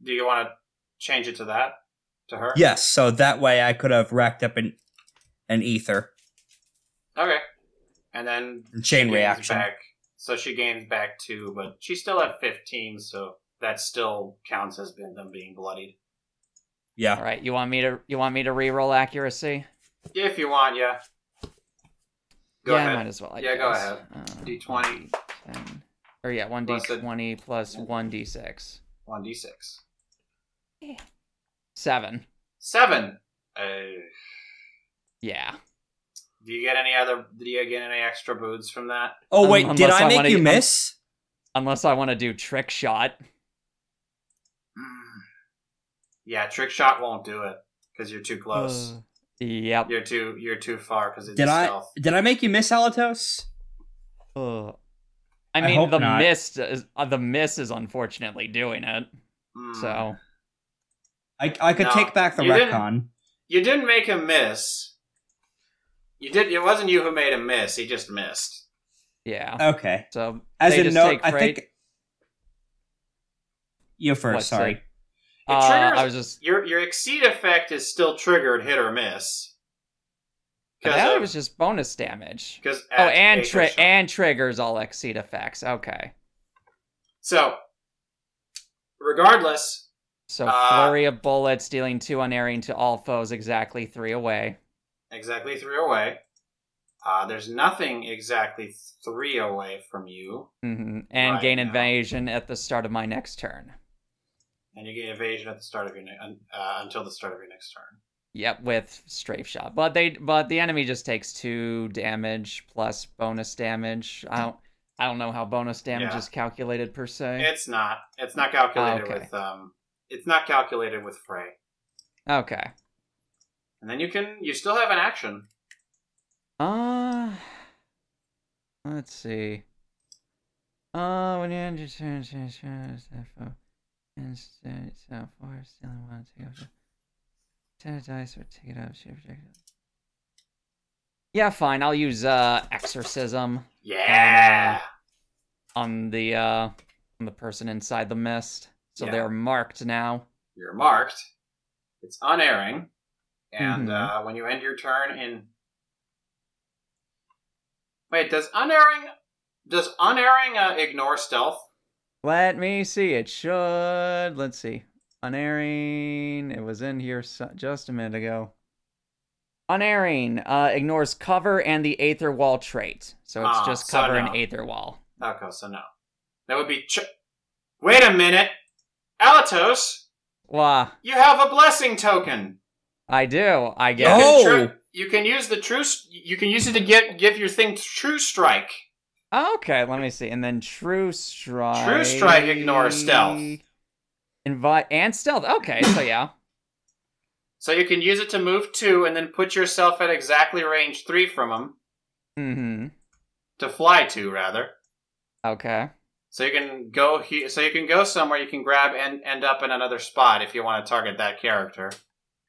Speaker 1: Do you want to change it to that? To her?
Speaker 8: Yes, so that way I could have racked up an an ether
Speaker 1: Okay. And then
Speaker 8: and chain
Speaker 1: gains
Speaker 8: reaction.
Speaker 1: Back, so she gains back two, but she's still at 15, so that still counts as been them being bloodied.
Speaker 8: Yeah.
Speaker 4: All right, you want me to you want me to re-roll accuracy?
Speaker 1: If you want, yeah. Go
Speaker 4: yeah, I
Speaker 1: ahead.
Speaker 4: might as well. I
Speaker 1: Yeah, go
Speaker 4: guess.
Speaker 1: ahead.
Speaker 4: Uh,
Speaker 1: D20,
Speaker 4: 10. Or yeah, one d
Speaker 1: Plus the-
Speaker 4: twenty plus one d six.
Speaker 1: 1d6.
Speaker 4: Seven.
Speaker 1: Seven. Uh,
Speaker 4: Yeah.
Speaker 1: do you get any other? Do you get any extra boots from that?
Speaker 8: Oh
Speaker 4: Um,
Speaker 8: wait, did
Speaker 4: unless
Speaker 8: I
Speaker 4: I
Speaker 8: make
Speaker 4: wanna-
Speaker 8: you
Speaker 4: um,
Speaker 8: miss?
Speaker 4: Unless I want to do trick shot.
Speaker 1: Mm. Yeah, trick shot won't do it because you're too close.
Speaker 4: Uh, yep.
Speaker 1: You're too you're too far because it's
Speaker 8: Did I
Speaker 1: stealth.
Speaker 8: did I make you miss Alatos?
Speaker 4: Uh, I
Speaker 8: I
Speaker 4: mean,
Speaker 8: hope
Speaker 4: the
Speaker 8: not.
Speaker 4: mist is uh, the miss is unfortunately doing it.
Speaker 1: Mm.
Speaker 4: So
Speaker 8: I I could
Speaker 1: No,
Speaker 8: take back the
Speaker 1: you didn't.
Speaker 8: retcon.
Speaker 1: you didn't make him miss. You did. It wasn't you who made him miss. He just missed.
Speaker 4: yeah.
Speaker 8: Okay.
Speaker 4: So
Speaker 8: As
Speaker 4: They
Speaker 8: in
Speaker 4: just
Speaker 8: no,
Speaker 4: take
Speaker 8: I
Speaker 4: freight?
Speaker 8: think you first.
Speaker 4: What's
Speaker 8: sorry.
Speaker 4: it?
Speaker 1: It
Speaker 4: uh,
Speaker 1: triggers-
Speaker 4: I was just
Speaker 1: Your your exceed effect is still triggered, hit or miss.
Speaker 4: that was just bonus damage.
Speaker 1: because
Speaker 4: Oh, and tri- and triggers all exceed effects. Okay.
Speaker 1: so. Regardless,
Speaker 4: So
Speaker 1: Uh,
Speaker 4: flurry of bullets, dealing two unerring to all foes, exactly three away.
Speaker 1: exactly three away. Uh, there's nothing exactly three away from you,
Speaker 4: hmm And
Speaker 1: Right
Speaker 4: gain
Speaker 1: now.
Speaker 4: invasion at the start of my next turn.
Speaker 1: and you get evasion at the start of your ne- un- uh, until the start of your next turn.
Speaker 4: Yep, with strafe shot. But they but the enemy just takes two damage plus bonus damage. I don't I don't know how bonus damage
Speaker 1: Yeah.
Speaker 4: is calculated per se.
Speaker 1: It's not. It's not calculated
Speaker 4: Okay.
Speaker 1: with um. It's not calculated with fray.
Speaker 4: okay.
Speaker 1: And then you can. You still have an action.
Speaker 4: Uh let's see. Uh when you end your turn, change shadows that foe and stand itself or stealing one take up to ten dice or take it up, shoot a projectile. Yeah, fine, I'll use uh exorcism.
Speaker 1: Yeah.
Speaker 4: on the uh on the person inside the mist. So
Speaker 1: Yeah.
Speaker 4: they're marked now.
Speaker 1: You're marked. It's unerring, and
Speaker 4: Mhm.
Speaker 1: uh, when you end your turn in. Wait, does unerring does unerring uh, ignore stealth?
Speaker 4: Let me see. It should. Let's see. Unerring. It was in here so- just a minute ago. Unerring uh, ignores cover and the aether wall trait. So it's
Speaker 1: Ah,
Speaker 4: just
Speaker 1: so
Speaker 4: cover
Speaker 1: no.
Speaker 4: and aether wall.
Speaker 1: Oh, Okay, so no. That would be. Ch- Wait a minute, Alatos.
Speaker 4: Wah.
Speaker 1: You have a blessing token.
Speaker 4: I do. I
Speaker 1: You can
Speaker 4: guess.
Speaker 8: Oh!
Speaker 1: tru- you can use the true. s- You can use it to get give your thing true strike.
Speaker 4: Ah, Okay, let me see. And then True Strike.
Speaker 1: True Strike ignores stealth.
Speaker 4: Invite and stealth. Okay, so yeah.
Speaker 1: So you can use it to move two, and then put yourself at exactly range three from them
Speaker 4: Mm-hmm.
Speaker 1: to fly two, rather.
Speaker 4: Okay.
Speaker 1: So you can go here. So you can go somewhere. You can grab and end up in another spot if you want to target that character.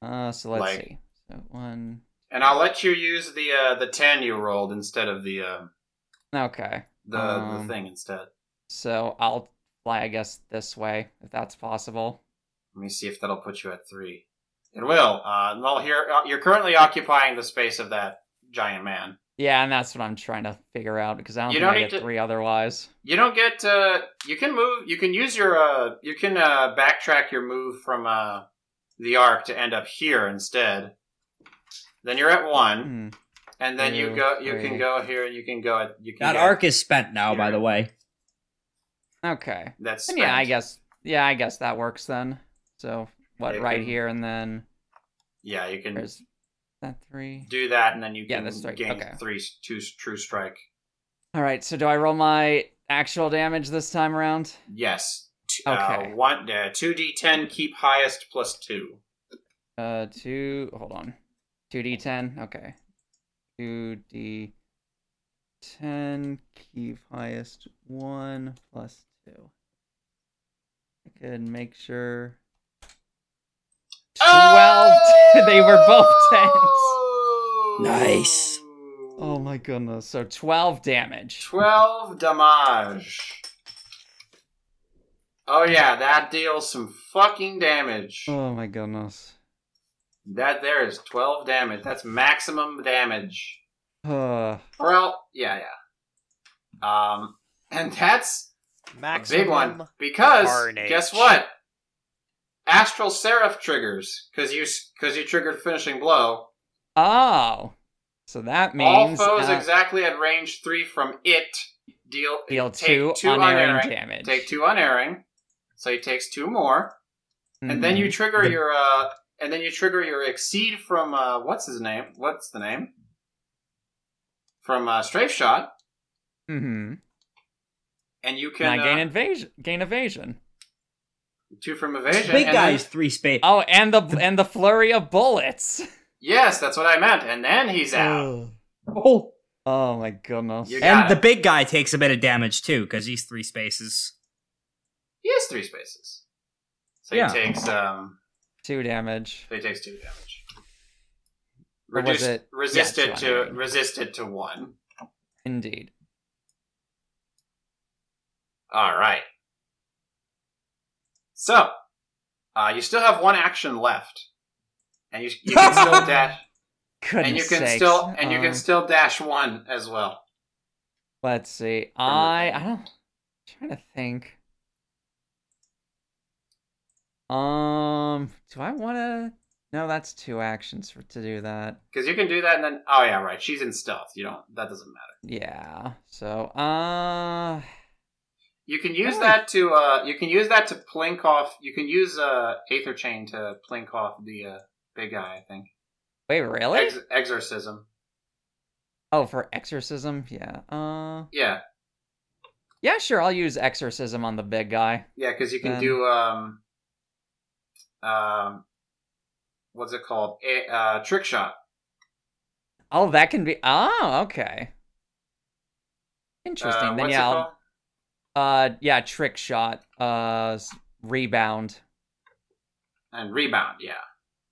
Speaker 4: Uh, so let's
Speaker 1: Like-
Speaker 4: see. So one.
Speaker 1: And I'll let you use the uh, the ten you rolled instead of the uh,
Speaker 4: Okay.
Speaker 1: the,
Speaker 4: Um.
Speaker 1: the thing instead.
Speaker 4: So I'll fly, I guess, this way if that's possible.
Speaker 1: Let me see if that'll put you at three. It will. Uh, well, here uh, you're currently occupying the space of that giant man.
Speaker 4: Yeah, and that's what I'm trying to figure out because I don't
Speaker 1: You
Speaker 4: think
Speaker 1: don't
Speaker 4: I
Speaker 1: need
Speaker 4: get
Speaker 1: to-
Speaker 4: three otherwise.
Speaker 1: You don't get. Uh, you can move. You can use your. Uh, you can uh, backtrack your move from uh, the arc to end up here instead. Then you're at one,
Speaker 4: Hmm.
Speaker 1: and then you
Speaker 4: Two,
Speaker 1: go. You
Speaker 4: three.
Speaker 1: can go here, and you can go. At, you can
Speaker 8: That
Speaker 1: get-
Speaker 8: arc is spent now, by
Speaker 1: Here.
Speaker 8: the way.
Speaker 4: Okay.
Speaker 1: That's
Speaker 4: Then yeah, I
Speaker 1: spent.
Speaker 4: guess. Yeah, I guess that works then. So what?
Speaker 1: Yeah,
Speaker 4: right
Speaker 1: good.
Speaker 4: here and then
Speaker 1: Yeah, you can.
Speaker 4: there's that three?
Speaker 1: Do that, and then you
Speaker 4: Yeah,
Speaker 1: can
Speaker 4: that's three.
Speaker 1: gain
Speaker 4: Okay.
Speaker 1: three, two, true strike.
Speaker 4: All right. So do I roll my actual damage this time around?
Speaker 1: Yes. T-
Speaker 4: Okay.
Speaker 1: Uh, one, uh, two d10. Keep highest plus two.
Speaker 4: Uh, two. Hold on. Two d ten. Okay. Two d ten. Keep highest one plus two. I could make sure. Twelve. <laughs> they were both tens.
Speaker 8: Nice.
Speaker 4: Oh my goodness. So twelve damage.
Speaker 1: Twelve damage. Oh yeah, that deals some fucking damage.
Speaker 4: Oh my goodness.
Speaker 1: That there is twelve damage. That's maximum damage.
Speaker 4: Uh,
Speaker 1: Well, yeah, yeah. Um, <clears throat> and that's
Speaker 3: Maximum.
Speaker 1: a big one because
Speaker 3: carnage.
Speaker 1: guess what? Astral Seraph triggers because you because you triggered finishing blow.
Speaker 4: oh. So that
Speaker 1: All
Speaker 4: means
Speaker 1: foes
Speaker 4: uh,
Speaker 1: exactly at range three from it deal
Speaker 4: deal
Speaker 1: take
Speaker 4: two, unerring, damage.
Speaker 1: Take two unerring, so he takes two more, and
Speaker 4: Mm-hmm.
Speaker 1: then you trigger
Speaker 8: Mm-hmm. The-
Speaker 1: your uh, and then you trigger your exceed from uh, what's his name? What's the name? From uh, strafe shot,
Speaker 4: Mm-hmm.
Speaker 1: and you
Speaker 4: Can
Speaker 1: can
Speaker 4: I gain
Speaker 1: uh,
Speaker 4: invasion? Gain evasion.
Speaker 1: two from evasion.
Speaker 8: Big
Speaker 1: and
Speaker 8: guy's
Speaker 1: then-
Speaker 8: three space.
Speaker 4: Oh, and the and the flurry of bullets. <laughs>
Speaker 1: yes, that's what I meant. And then he's out.
Speaker 8: Oh.
Speaker 4: Oh my goodness.
Speaker 1: You got
Speaker 8: And the
Speaker 1: it.
Speaker 8: big guy takes a bit of damage too, because he's three spaces.
Speaker 1: He has three spaces, so
Speaker 8: Yeah.
Speaker 1: he takes um,
Speaker 4: Two damage.
Speaker 1: so he takes two damage.
Speaker 4: Or was
Speaker 1: Reduced-
Speaker 4: it-
Speaker 1: resisted
Speaker 4: yeah, it's
Speaker 1: to
Speaker 4: one.
Speaker 1: resisted to one.
Speaker 4: Indeed.
Speaker 1: All right. So, uh, you still have one action left, and you, you
Speaker 8: <laughs>
Speaker 1: can still dash,
Speaker 4: Goodness
Speaker 1: and you can
Speaker 4: sakes.
Speaker 1: still and you
Speaker 4: Uh,
Speaker 1: can still dash one as well.
Speaker 4: Let's see. I I don't. I'm trying to think. Um. Do I want to? No, that's two actions for to do that.
Speaker 1: Because you can do that, and then oh yeah, right. She's in stealth. You don't. That doesn't matter.
Speaker 4: Yeah. So. Uh.
Speaker 1: You can use
Speaker 4: Really?
Speaker 1: that to uh, you can use that to plink off. You can use uh, aether chain to plink off the uh, big guy. I think
Speaker 4: Wait. Really?
Speaker 1: Ex- exorcism.
Speaker 4: oh, for exorcism. Yeah. Uh.
Speaker 1: Yeah,
Speaker 4: Yeah. Sure. I'll use exorcism on the big guy.
Speaker 1: yeah. Because you can
Speaker 4: Then-
Speaker 1: do um, um, what's it called? A- uh, trick shot.
Speaker 4: Oh, that can be. Oh, okay. Interesting.
Speaker 1: Uh,
Speaker 4: then
Speaker 1: what's
Speaker 4: yeah,
Speaker 1: it
Speaker 4: I'll-
Speaker 1: called?
Speaker 4: uh, yeah, trick shot, uh, s- rebound.
Speaker 1: and rebound. Yeah,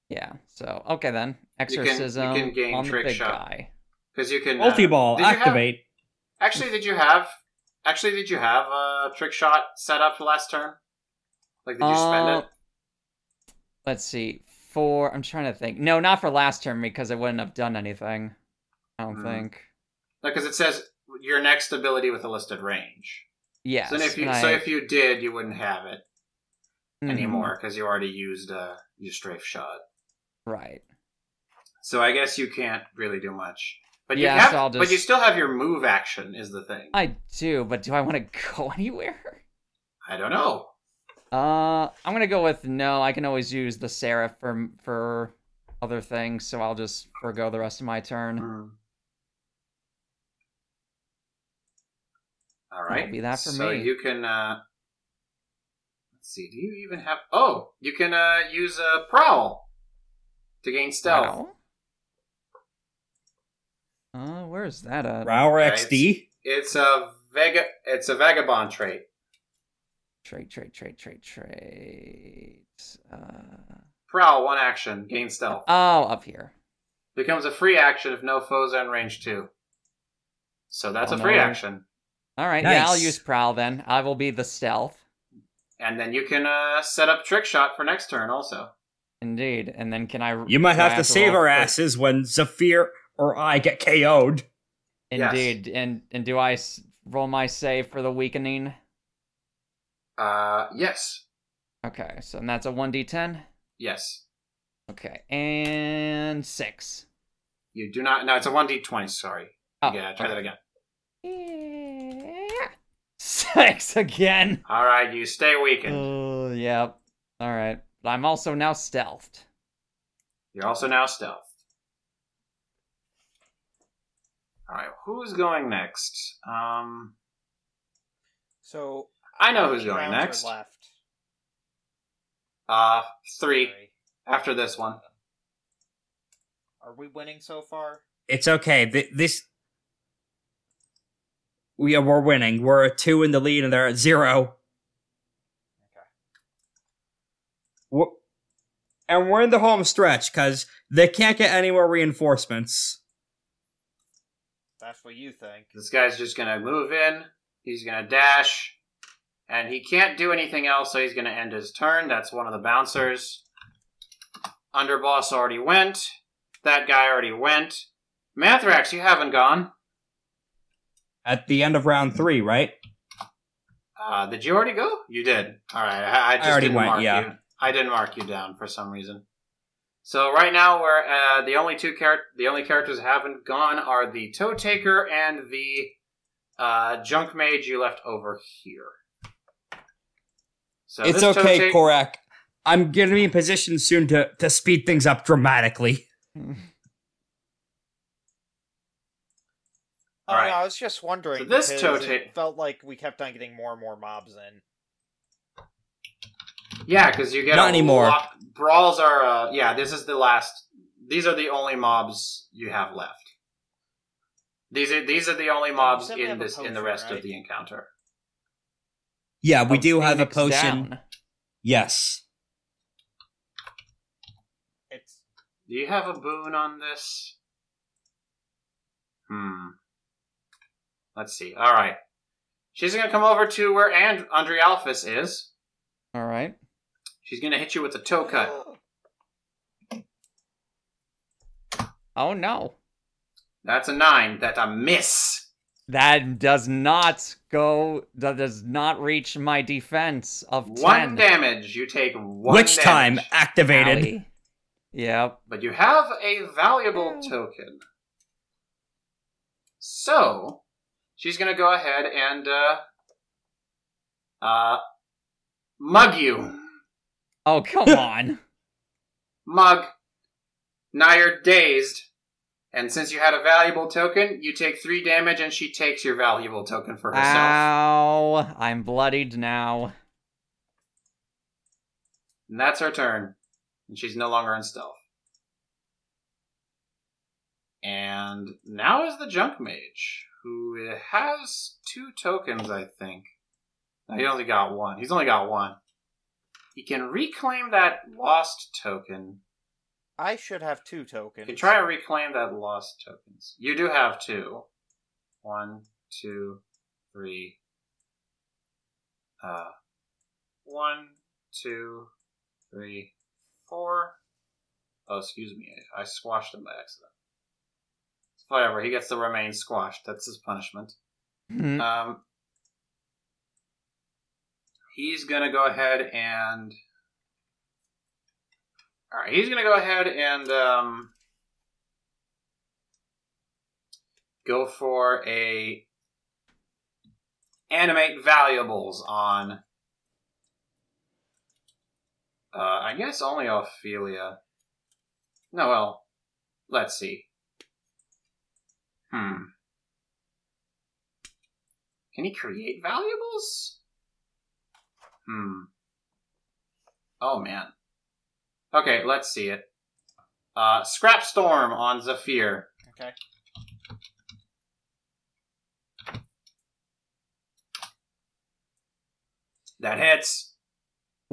Speaker 4: Yeah. So okay then,
Speaker 1: can- you
Speaker 4: exorcism
Speaker 1: can gain
Speaker 4: on the
Speaker 1: trick
Speaker 4: big
Speaker 1: shot.
Speaker 4: guy.
Speaker 1: because you can uh,
Speaker 8: Multi ball
Speaker 1: did you have-
Speaker 8: activate.
Speaker 1: actually, did you have? Actually, did you have a trick shot set up last turn? Like, did you spend
Speaker 4: Uh,
Speaker 1: it?
Speaker 4: Let's see. For I'm trying to think. No, not for last term because I wouldn't have done anything. I don't
Speaker 1: Hmm.
Speaker 4: think.
Speaker 1: Because it says your next ability with a listed range.
Speaker 4: Yes.
Speaker 1: so then if you
Speaker 4: and
Speaker 1: so
Speaker 4: I-
Speaker 1: if you did, you wouldn't have it
Speaker 4: mhm,
Speaker 1: anymore because you already used uh, your strafe shot.
Speaker 4: mm, Right.
Speaker 1: So I guess you can't really do much. But
Speaker 4: Yeah,
Speaker 1: you have,
Speaker 4: so I'll
Speaker 1: but you
Speaker 4: just-
Speaker 1: still have your move action is the thing. I,
Speaker 4: I do, but do I want to <laughs> go anywhere?
Speaker 1: don't know.
Speaker 4: Uh, I'm gonna go with no. I can always use the serif for for other things, so I'll just forego the rest of my turn.
Speaker 1: Hmm. All
Speaker 4: That'll
Speaker 1: right.
Speaker 4: be that for
Speaker 1: so
Speaker 4: me.
Speaker 1: you can uh let's see, do you even have oh, you can uh use a prowl to gain stealth.
Speaker 4: Wow. Uh, where is that at?
Speaker 8: Rower
Speaker 1: Right.
Speaker 8: XD.
Speaker 1: It's a vega it's a vagabond trait.
Speaker 4: Trade, trade, trade, trade, trade. Uh,
Speaker 1: Prowl, one action, gain stealth.
Speaker 4: oh, up here.
Speaker 1: Becomes a free action if no foes are in range two. So that's
Speaker 4: Oh,
Speaker 1: a
Speaker 4: no.
Speaker 1: free action.
Speaker 4: All right, yeah, I'll
Speaker 8: Nice.
Speaker 4: use prowl then. I will be the stealth,
Speaker 1: And then you can uh set up trick shot for next turn also.
Speaker 4: indeed. And then can I?
Speaker 8: You might
Speaker 4: do I
Speaker 8: have to save
Speaker 4: roll
Speaker 8: our
Speaker 4: for-
Speaker 8: asses when Zephyr or I get KO'd.
Speaker 1: Yes.
Speaker 4: Indeed, and and do I s- roll my save for the weakening?
Speaker 1: Uh yes.
Speaker 4: Okay, so and that's a one d ten.
Speaker 1: Yes.
Speaker 4: Okay, and six.
Speaker 1: You do not no, it's a one D twenty, sorry.
Speaker 4: Oh,
Speaker 1: yeah, try that again.
Speaker 4: again. <laughs> Six again.
Speaker 1: Alright, you stay weakened.
Speaker 4: Oh, yep.
Speaker 1: <laughs>
Speaker 4: All right. But I'm also now stealthed.
Speaker 1: You're also now stealth. All right, who's going next? Um,
Speaker 7: So
Speaker 1: I
Speaker 7: how
Speaker 1: know who's
Speaker 7: many
Speaker 1: going
Speaker 7: rounds are
Speaker 1: next.
Speaker 7: Left.
Speaker 1: Uh, three
Speaker 7: Sorry.
Speaker 1: after this one.
Speaker 7: Are we winning so far?
Speaker 8: It's okay. Th- this we are we're winning. We're at two in the lead, and they're at zero. We're, and we're in the home stretch because they can't get any more reinforcements.
Speaker 7: That's what you think.
Speaker 1: This guy's just gonna move in. He's gonna dash, and he can't do anything else, so he's gonna end his turn. That's one of the bouncers. Underboss already went. That guy already went. Mathrax, you haven't gone.
Speaker 8: At the end of round three, right?
Speaker 1: Uh, did you already go? You did. All right. I, I just
Speaker 8: already
Speaker 1: didn't
Speaker 8: went,
Speaker 1: mark
Speaker 8: yeah.
Speaker 1: you. I didn't mark you down for some reason. So right now we're uh, the only two char- the only characters that haven't gone are the toe taker and the uh, junk mage you left over here. So
Speaker 8: it's
Speaker 1: this Toe
Speaker 8: okay,
Speaker 1: Tak-
Speaker 8: Korak. I'm gonna be in position soon to to speed things up dramatically.
Speaker 7: Oh,
Speaker 1: All right.
Speaker 7: no, I was just wondering.
Speaker 1: So this
Speaker 7: because
Speaker 1: tote-
Speaker 7: it felt like we kept on getting more and more mobs in.
Speaker 1: Yeah, because you get
Speaker 8: Not
Speaker 1: a
Speaker 8: anymore.
Speaker 1: lot- Brawls are uh, yeah. This is the last. These are the only mobs you have left. These are these are the only mobs
Speaker 7: said we
Speaker 1: in
Speaker 7: have a
Speaker 1: this in the
Speaker 7: potion,
Speaker 1: rest of
Speaker 7: right?
Speaker 1: the encounter.
Speaker 8: Yeah, we
Speaker 4: Oh,
Speaker 8: do have a
Speaker 4: Phoenix
Speaker 8: potion.
Speaker 4: down.
Speaker 8: Yes.
Speaker 7: It's
Speaker 1: Do you have a boon on this? Hmm. Let's see. All right. She's going to come over to where and- Andrialphus is.
Speaker 4: All right.
Speaker 1: She's going to hit you with a toe cut.
Speaker 4: Oh no.
Speaker 1: That's a nine. That's a miss.
Speaker 4: That does not go. That does not reach my defense of
Speaker 1: One
Speaker 4: ten.
Speaker 1: damage. You take one
Speaker 8: Which time
Speaker 1: damage.
Speaker 8: activated?
Speaker 4: Owie. Yep.
Speaker 1: But you have a valuable token. So, she's going to go ahead and, uh, uh, mug you. <laughs>
Speaker 4: Oh come on.
Speaker 1: Mug, now you're dazed. And since you had a valuable token, you take three damage and she takes your valuable token for herself.
Speaker 4: Ow! I'm bloodied now. <laughs>
Speaker 1: and that's her turn. And she's no longer in stealth. And now is the junk mage, who has two tokens, I think. No, he only got one. He's only got one. He can reclaim that lost token.
Speaker 7: I should have two
Speaker 1: You
Speaker 7: tokens.
Speaker 1: can try and reclaim that lost tokens. You do have two. One, two, three. Uh, one, two, three, four. Oh, excuse me. I, I squashed him by accident. Whatever. He gets the remain squashed. That's his punishment.
Speaker 4: Hmm.
Speaker 1: Um, he's gonna go ahead and. All right, he's gonna go ahead and um, go for a animate valuables on. Uh, I guess only Ophelia. No, well, let's see. Hmm. Can he create valuables? Hmm. Oh man. Okay, let's see it. Uh, Scrap Storm on Zephyr.
Speaker 7: Okay.
Speaker 1: That hits.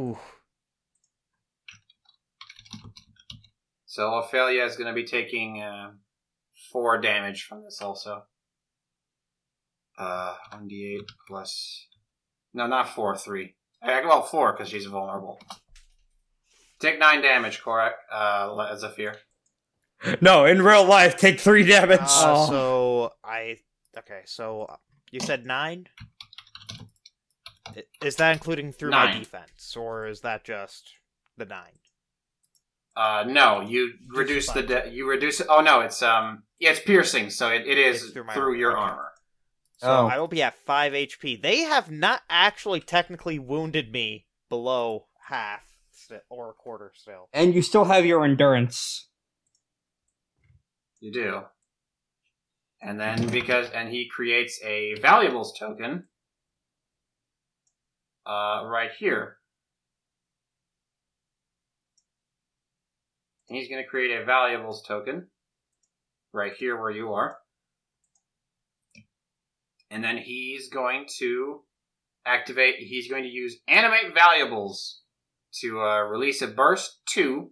Speaker 4: Ooh.
Speaker 1: So Ophelia is going to be taking uh, four damage from this also. Uh, 1d8 plus. No, not four, three. I go well, four because she's vulnerable. Take nine damage, Korak, uh, Zephyr.
Speaker 8: No, in real life, take three damage.
Speaker 7: Uh,
Speaker 4: Oh.
Speaker 7: So I okay. So uh, you said nine. I- Is that including through my
Speaker 1: Nine.
Speaker 7: defense, or is that just the nine?
Speaker 1: Uh, no, you reduce the de- you reduce. Oh no, it's um, yeah, it's piercing, so it, it is
Speaker 7: It's
Speaker 1: through,
Speaker 7: through my armor,
Speaker 1: your
Speaker 7: okay.
Speaker 1: armor.
Speaker 7: So
Speaker 8: Oh.
Speaker 7: I will be at five HP. They have not actually technically wounded me below half sti- or a quarter still.
Speaker 8: and you still have your endurance.
Speaker 1: You do. And then because and he creates a valuables token uh, right here. And he's going to create a valuables token right here where you are. And then he's going to activate he's going to use animate valuables to uh, release a burst 2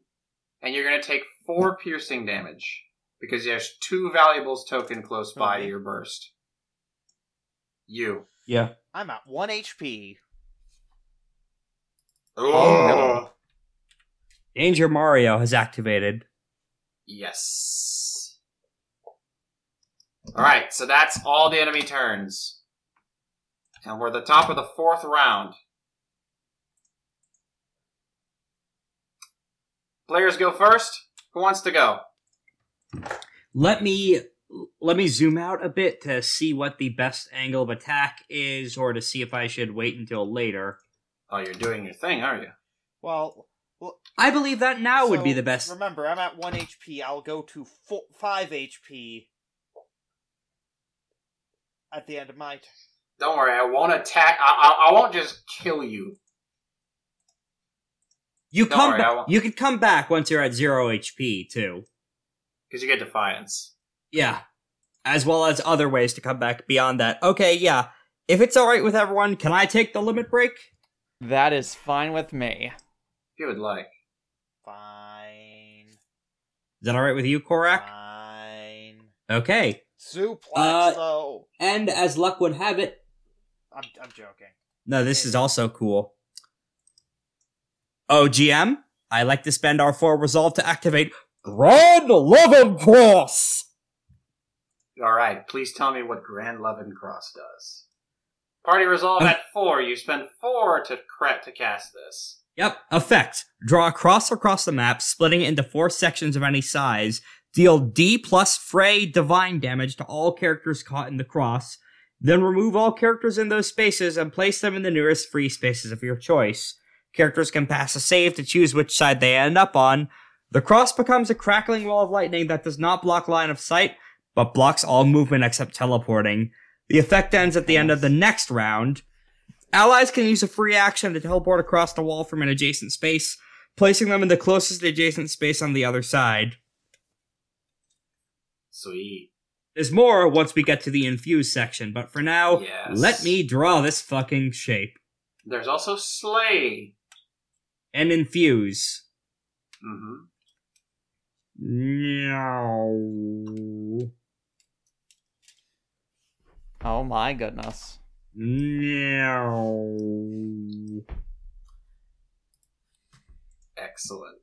Speaker 1: and you're going to take 4 piercing damage because there's two valuables token close by to your burst. You.
Speaker 2: Yeah.
Speaker 7: I'm at one HP.
Speaker 1: Oh.
Speaker 2: Danger Mario has activated.
Speaker 1: Yes. All right, so that's all the enemy turns. And we're at the top of the fourth round. Players go first. Who wants to go?
Speaker 2: Let me let me zoom out a bit to see what the best angle of attack is, or to see if I should wait until later.
Speaker 1: Oh, you're doing your thing, are you?
Speaker 7: Well,
Speaker 2: I believe that now would
Speaker 7: so,
Speaker 2: be the best.
Speaker 7: Remember, I'm at one HP. I'll go to four, five HP at the end of my turn.
Speaker 1: Don't worry, I won't attack. I, I, I won't just kill you.
Speaker 2: You
Speaker 1: Don't
Speaker 2: come.
Speaker 1: worry, I
Speaker 2: Ba-
Speaker 1: won't-
Speaker 2: you can come back once you're at zero HP too.
Speaker 1: Because you get defiance.
Speaker 2: Yeah. As well as other ways to come back beyond that. Okay, yeah. If it's all right with everyone, can I take the limit break?
Speaker 4: That is fine with me.
Speaker 1: If you would like.
Speaker 7: Fine.
Speaker 2: Is that all right with you, Korak?
Speaker 7: Fine.
Speaker 1: Uh,
Speaker 2: Okay.
Speaker 7: Suplex,
Speaker 2: Uh,
Speaker 7: though.
Speaker 2: And as luck would have it,
Speaker 7: I'm, I'm joking.
Speaker 2: no, this is also cool. Oh, GM, I like to spend our four resolve to activate Grand Loving Cross.
Speaker 1: All right, please tell me what Grand Loving Cross does. Party <laughs> resolve at four. You spend four to cra- to cast this.
Speaker 2: Yep. Effect. Draw a cross across the map, splitting it into four sections of any size. Deal D plus Frey divine damage to all characters caught in the cross. Then remove all characters in those spaces and place them in the nearest free spaces of your choice. Characters can pass a save to choose which side they end up on. The cross becomes a crackling wall of lightning that does not block line of sight, but blocks all movement except teleporting. The effect ends at the end of the next round. Allies can use a free action to teleport across the wall from an adjacent space, placing them in the closest adjacent space on the other side.
Speaker 1: Sweet.
Speaker 2: There's more once we get to the infuse section, but for now,
Speaker 1: Yes.
Speaker 2: Oh, let me draw this fucking shape
Speaker 1: There's also Slay.
Speaker 2: and infuse.
Speaker 1: hmm
Speaker 2: No.
Speaker 4: Oh my goodness.
Speaker 2: No.
Speaker 1: Excellent.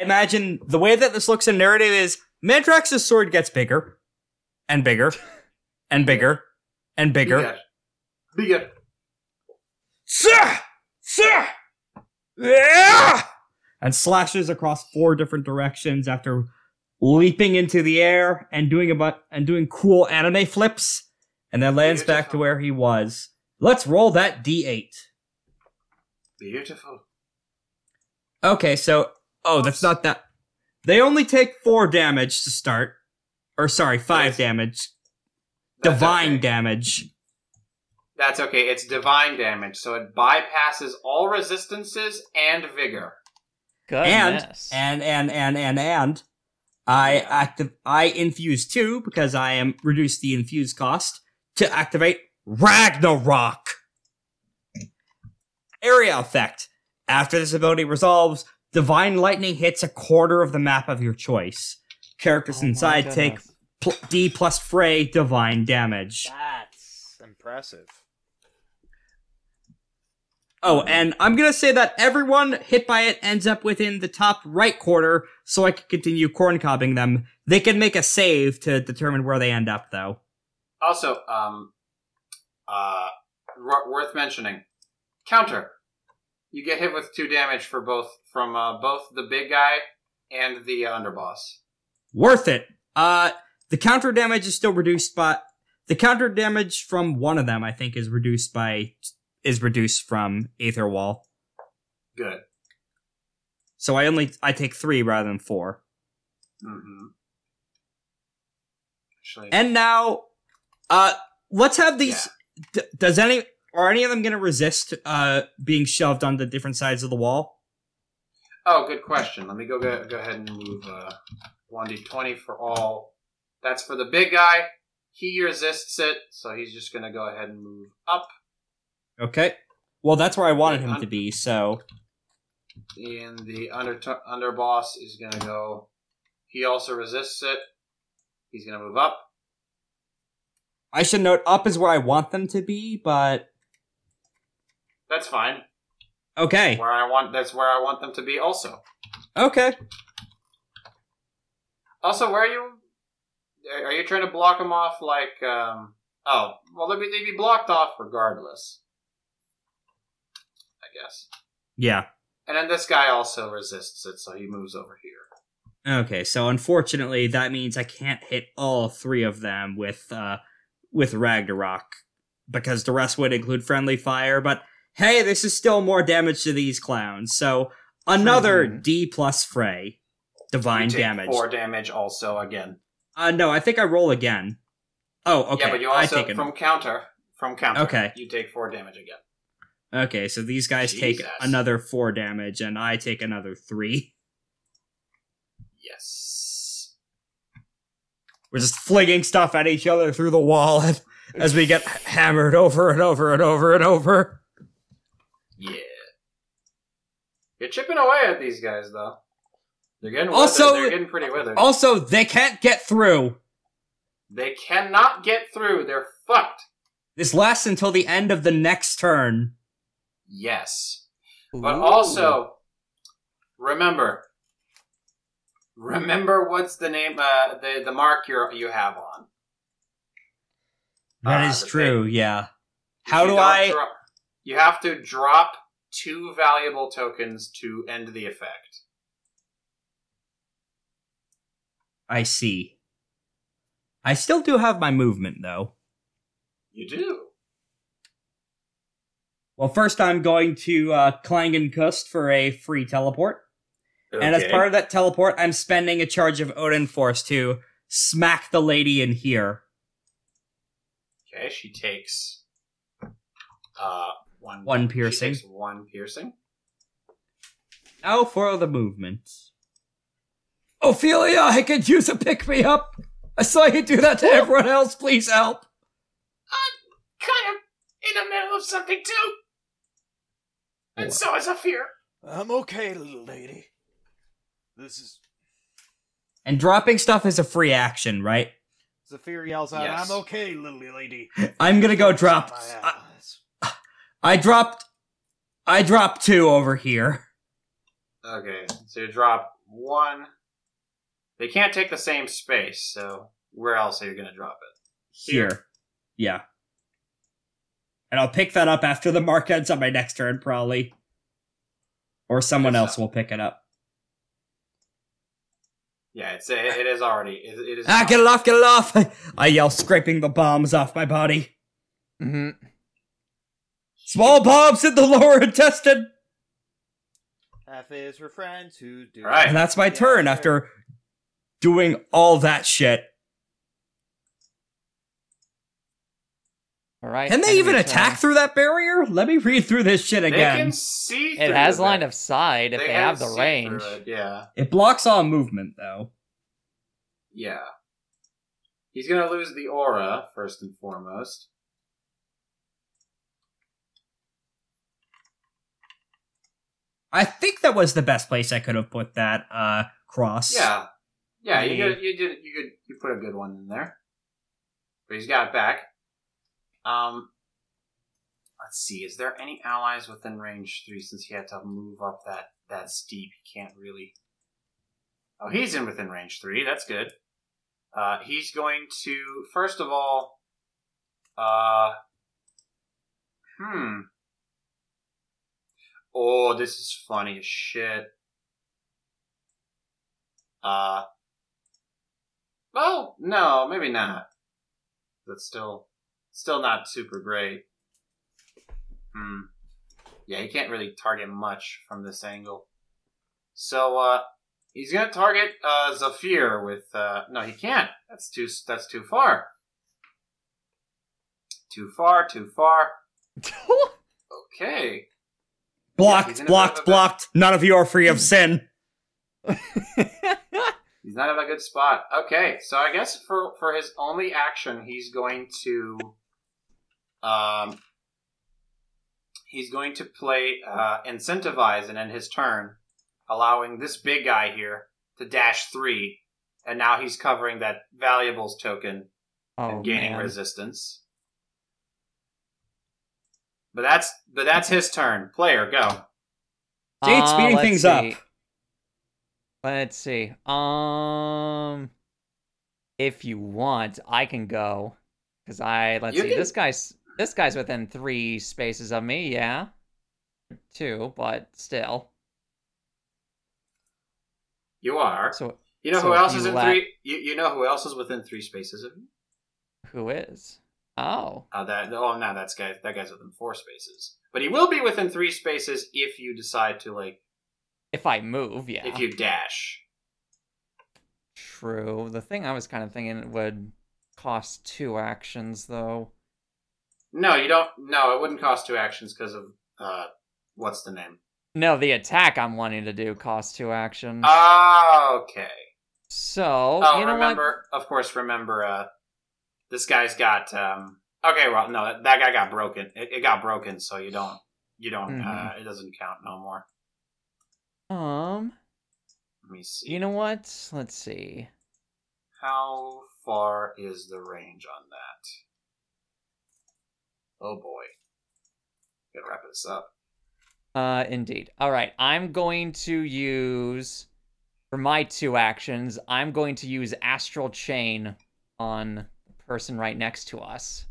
Speaker 2: Imagine the way that this looks in narrative is Mantrax's sword gets bigger and bigger and bigger and bigger.
Speaker 1: Bigger. Bigger.
Speaker 2: Sir! Sir! Yeah! And slashes across four different directions after leaping into the air and doing about and doing cool anime flips, and then lands back to where he was. Let's roll that D8.
Speaker 1: Beautiful.
Speaker 2: Okay, so oh, that's not that. They only take four damage to start, or sorry, five damage.
Speaker 1: That's
Speaker 2: Divine
Speaker 1: okay.
Speaker 2: damage.
Speaker 1: That's okay. It's divine damage, so it bypasses all resistances and vigor.
Speaker 4: Goodness.
Speaker 2: and and and and and I active I infuse two because I am reduce the infuse cost to activate Ragnarok. Area effect. After this ability resolves, divine lightning hits a quarter of the map of your choice. Characters
Speaker 4: Oh my
Speaker 2: inside take
Speaker 4: goodness.
Speaker 2: pl- D plus Frey divine damage.
Speaker 7: That's impressive.
Speaker 2: Oh, and I'm gonna say that everyone hit by it ends up within the top right quarter, so I can continue corn cobbing them. They can make a save to determine where they end up, though.
Speaker 1: Also, um, uh, wor- worth mentioning, counter. You get hit with two damage for both from uh, both the big guy and the uh, underboss.
Speaker 2: Worth it. Uh, the counter damage is still reduced by the counter damage from one of them. I think is reduced by is reduced from Aether Wall.
Speaker 1: Good.
Speaker 2: So I only I take three rather than four.
Speaker 1: hmm
Speaker 10: actually.
Speaker 2: And now, uh, let's have these. D- does any are any of them going to resist uh being shoved on the different sides of the wall?
Speaker 1: Oh, good question. Let me go go, go ahead and move uh, 1d20 for all. That's for the big guy. He resists it, so he's just going to go ahead and move up.
Speaker 2: Okay. Well, that's where I wanted him
Speaker 1: I'm-
Speaker 2: to be. So
Speaker 1: And the under underboss is going to go. He also resists it. He's going to move up.
Speaker 2: I should note up is where I want them to be, but
Speaker 1: That's fine.
Speaker 2: okay,
Speaker 1: Where I want that's where I want them to be also.
Speaker 2: okay.
Speaker 1: Also, where are you? Are are you trying to block them off? Like, um, oh, well, they'd be, they'd be blocked off regardless. I guess.
Speaker 2: Yeah.
Speaker 1: And then this guy also resists it, so he moves over here.
Speaker 2: Okay. So unfortunately, that means I can't hit all three of them with uh with Ragnarok because the rest would include friendly fire. But hey, this is still more damage to these clowns. So another D plus fray, divine
Speaker 1: You take
Speaker 2: damage.
Speaker 1: Four damage also again.
Speaker 2: Uh, no, I think I roll again. Oh, okay.
Speaker 1: Yeah, but you
Speaker 2: I
Speaker 1: also
Speaker 2: take it.
Speaker 1: from counter from counter.
Speaker 2: Okay.
Speaker 1: You take four damage again.
Speaker 2: Okay, so these guys take
Speaker 1: Jesus.
Speaker 2: another four damage, and I take another three.
Speaker 1: Yes.
Speaker 11: We're just flinging stuff at each other through the
Speaker 2: <laughs>
Speaker 11: wall as we get hammered over and over and over and over.
Speaker 1: Yeah. You're chipping away at these guys though. They're getting withered.
Speaker 2: Also-
Speaker 1: they're getting pretty withered.
Speaker 2: Also, they can't get through.
Speaker 1: They cannot get through. They're fucked.
Speaker 2: This lasts until the end of the next turn.
Speaker 1: Yes. But also, remember, remember what's the name, uh, the the mark you are you have on.
Speaker 2: That
Speaker 1: Ah,
Speaker 2: is
Speaker 1: the
Speaker 2: true. Yeah.
Speaker 1: If
Speaker 2: How
Speaker 1: you
Speaker 2: do
Speaker 1: don't
Speaker 2: I?
Speaker 1: dro- you have to drop two valuable tokens to end the effect.
Speaker 2: I see. I still do have my movement though.
Speaker 1: You do.
Speaker 2: Well, first I'm going to uh, Klangenkust for a free teleport. And as part of that teleport, I'm spending a charge of Odin Force to smack the lady in here.
Speaker 1: okay, she takes uh one
Speaker 2: One
Speaker 1: she
Speaker 2: piercing.
Speaker 1: takes one piercing.
Speaker 2: Now for the movement. Ophelia, I could use a pick me up. I saw you do that to everyone else. Please help.
Speaker 12: Kind of in the middle of something too. And so is a fear.
Speaker 7: I'm okay, little lady. This is.
Speaker 2: And dropping stuff is a free action, right?
Speaker 7: Zephyr yells out,
Speaker 1: Yes.
Speaker 7: "I'm okay, little lady."
Speaker 2: I'm gonna go drop. uh,
Speaker 7: My uh,
Speaker 2: I,
Speaker 7: ass.
Speaker 2: I dropped. I dropped two over here.
Speaker 1: Okay, so you drop one. They can't take the same space, so where else are you gonna drop it?
Speaker 2: Here. Yeah. And I'll pick that up after the mark ends on my next turn, probably. Or someone
Speaker 1: Yes,
Speaker 2: else
Speaker 1: sir.
Speaker 2: will pick it up.
Speaker 1: Yeah, it's it, it is already it, it is.
Speaker 11: Ah, get it off, get it off.
Speaker 2: <laughs> I yell, scraping the bombs off my body. Mm-hmm.
Speaker 4: hmm
Speaker 2: Small bombs in the lower intestine.
Speaker 7: F is her friends who do.
Speaker 1: All right.
Speaker 2: And that's my
Speaker 7: Yeah,
Speaker 2: turn
Speaker 7: sure.
Speaker 2: after doing all that shit.
Speaker 4: All right. uh,
Speaker 11: Can they
Speaker 4: enemy
Speaker 11: even
Speaker 4: turn.
Speaker 11: attack
Speaker 2: Through that barrier? Let me read through this shit
Speaker 1: They can
Speaker 2: again.
Speaker 1: see.
Speaker 4: It
Speaker 1: through
Speaker 4: has
Speaker 1: that.
Speaker 4: line of sight if they,
Speaker 1: can
Speaker 4: have the
Speaker 1: see through
Speaker 4: range.
Speaker 1: it, Yeah,
Speaker 2: It blocks all movement, though.
Speaker 1: yeah. He's gonna lose the aura first and foremost.
Speaker 2: I think that was the best place I could have put that uh, cross.
Speaker 1: Yeah, yeah. You
Speaker 4: Mhm.
Speaker 1: could, you did you could you put a good one in there, but he's got it back. Um, let's see. Is there any allies within range three? Since he had to move up that that steep, he can't really. Oh, he's in within range three. That's good. Uh, he's going to first of all. Uh, hmm. Oh, this is funny as shit. Uh, well, Oh, no, maybe not. That's still, still not super great. Hmm. Yeah, he can't really target much from this angle. So, uh, he's gonna target, uh, Zafir with, uh, no, he can't. That's That's too. That's too far. Too far. Too far.
Speaker 2: <laughs>
Speaker 1: Okay. Yeah, he's
Speaker 2: Blocked,
Speaker 1: gonna have
Speaker 2: blocked,
Speaker 1: a-
Speaker 2: blocked. None of you are free
Speaker 1: <laughs>
Speaker 2: of sin.
Speaker 1: He's not in a good spot. Okay, so I guess for for his only action, he's going to, um, he's going to play uh, incentivize, and in his turn, allowing this big guy here to dash three, and now he's covering that valuables token
Speaker 4: Oh,
Speaker 1: and gaining
Speaker 4: man.
Speaker 1: resistance. But that's but that's his turn. Player, go.
Speaker 2: Jade,
Speaker 4: Uh,
Speaker 2: speeding
Speaker 4: let's
Speaker 2: things
Speaker 4: see.
Speaker 2: up.
Speaker 4: Let's see. Um, if you want, I can go because I let's
Speaker 1: You
Speaker 4: see.
Speaker 1: can-
Speaker 4: This guy's this guy's within three spaces of me. Yeah, two, but still.
Speaker 1: You are.
Speaker 4: So
Speaker 1: You know
Speaker 4: so
Speaker 1: who
Speaker 4: if
Speaker 1: else
Speaker 4: you
Speaker 1: is in
Speaker 4: la-
Speaker 1: three? You, you know who else is within three spaces of you?
Speaker 4: who is? Oh,
Speaker 1: Uh, that oh no, that's guy. That guy's within four spaces, but he will be within three spaces if you decide to like
Speaker 4: if I move, yeah.
Speaker 1: if you dash.
Speaker 4: True. The thing I was kind of thinking it would cost two actions though.
Speaker 1: No, you don't. No, it wouldn't cost two actions because of uh, what's the name?
Speaker 4: No, the attack I'm wanting to do costs two actions.
Speaker 1: Ah, Okay.
Speaker 4: so
Speaker 1: Uh, Oh,
Speaker 4: you know what?
Speaker 1: remember, of course, remember. Uh, this guy's got. Um, okay, well, no, that, that guy got broken. It, it got broken, so you don't. You don't. Uh,
Speaker 4: Mhm.
Speaker 1: it doesn't count no more.
Speaker 4: Um,
Speaker 1: Let me see.
Speaker 4: you know what? Let's see.
Speaker 1: How far is the range on that? Oh boy. Gotta wrap this up.
Speaker 4: Uh, indeed. All right, I'm going to use for my two actions. I'm going to use Astral Chain on the person right next to us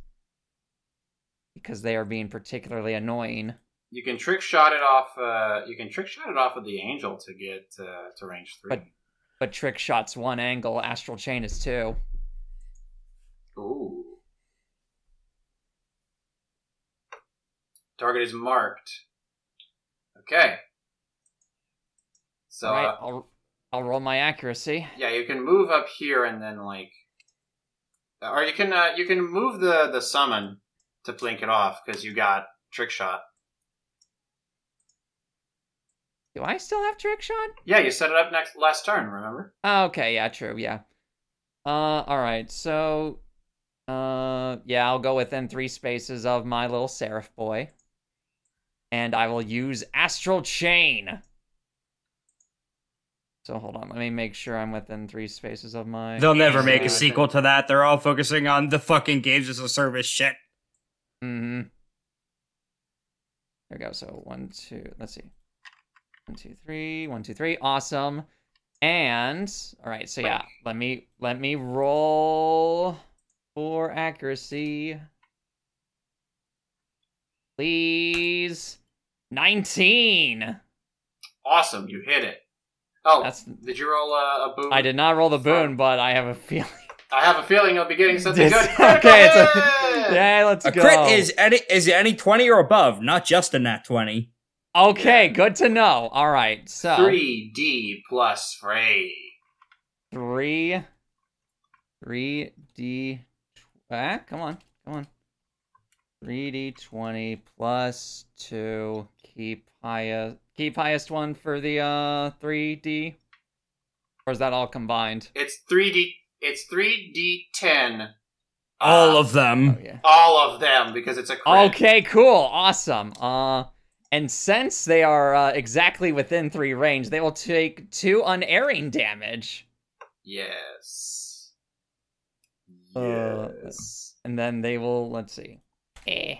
Speaker 4: because they are being particularly annoying.
Speaker 1: You can trick shot it off. Uh, you can trick shot it off of the angel to get uh, to range three.
Speaker 4: But Trick Shot's one angle, Astral Chain is two.
Speaker 1: Ooh. Target is marked. Okay. So
Speaker 4: All right,
Speaker 1: uh,
Speaker 4: I'll I'll roll my accuracy.
Speaker 1: yeah, you can move up here and then like, or you can uh, you can move the the summon to blink it off because you got trick shot.
Speaker 4: Do I still have Trick Shot?
Speaker 1: Yeah, you set it up next last turn. Remember?
Speaker 4: Oh, okay, yeah, true, yeah. Uh, all right, so, uh, yeah, I'll go within three spaces of my little Seraph boy, and I will use Astral Chain. So hold on, let me make sure I'm within three spaces of my.
Speaker 2: They'll never make
Speaker 1: Yeah.
Speaker 2: a sequel to that. They're all focusing on the fucking games as a service shit.
Speaker 4: Mm-hmm. There we go. So one, two, let's see. One, two, three, one, two, three. Awesome. And all right, so yeah, let me let me roll for accuracy. Please. 19.
Speaker 1: Awesome, you hit it. Oh,
Speaker 4: That's
Speaker 1: did you roll uh, a, a boon?
Speaker 4: I did not roll the boon, but I have a feeling.
Speaker 1: I have a feeling you'll be getting something
Speaker 4: This-
Speaker 1: good. Critical
Speaker 4: <laughs> okay, it's a-
Speaker 1: hit!
Speaker 4: Yeah, let's
Speaker 2: A
Speaker 4: go.
Speaker 2: crit is any is any twenty or above, not just a nat twenty.
Speaker 4: Okay, good to know. All right. So
Speaker 1: three D plus three.
Speaker 4: three, three D. Ah, come on, come on. Three D twenty plus two. Keep highest. Keep highest one for the uh three D. Or is that all combined?
Speaker 1: It's three D. It's three D ten. Uh,
Speaker 2: All of them.
Speaker 4: Oh yeah.
Speaker 1: all of them because it's a crit.
Speaker 4: Okay, cool, awesome. Uh, and since they are uh, exactly within three range, they will take two unerring damage.
Speaker 1: Yes.
Speaker 4: Uh,
Speaker 1: Yes.
Speaker 4: And then they will, let's see. Eh.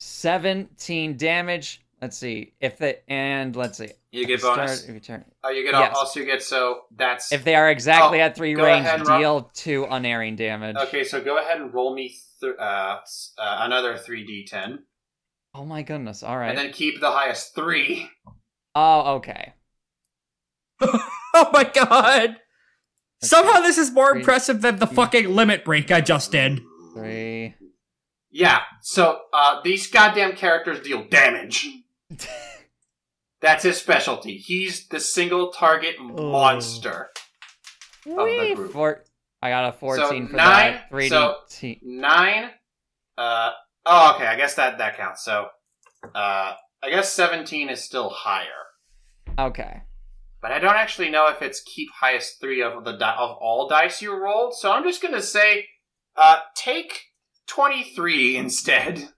Speaker 4: 17 damage. Let's see. If they, and let's see.
Speaker 1: you get
Speaker 4: Start-
Speaker 1: bonus.
Speaker 4: if, you turn-
Speaker 1: oh, you get
Speaker 4: yes.
Speaker 1: also you get so that's
Speaker 4: if they are exactly
Speaker 1: Oh,
Speaker 4: at three
Speaker 1: go
Speaker 4: range,
Speaker 1: ahead, Rob.
Speaker 4: deal two unerring damage.
Speaker 1: okay. So go ahead and roll me th- uh, s- uh, another three d ten,
Speaker 4: Oh my goodness. All right.
Speaker 1: and then keep the highest three.
Speaker 4: oh, okay.
Speaker 2: Oh my god! Somehow this is more
Speaker 4: Three.
Speaker 2: impressive than the fucking limit break I just did.
Speaker 4: Three.
Speaker 1: Yeah. So uh, these goddamn characters deal
Speaker 4: <laughs>
Speaker 1: damage. that's his
Speaker 4: Oh.
Speaker 1: specialty. He's Oh, the single target monster.
Speaker 4: Whee!
Speaker 1: group.
Speaker 4: Four, I got a 14 for
Speaker 1: nine,
Speaker 4: that. 3D.
Speaker 1: so-
Speaker 4: t-
Speaker 1: Nine. Uh, oh, okay. I guess that that counts. So, uh, I guess seventeen is still higher,
Speaker 4: okay.
Speaker 1: but I don't actually know if it's keep highest three of the di- of all dice you rolled. So I'm just gonna say, uh, take twenty three <laughs> instead.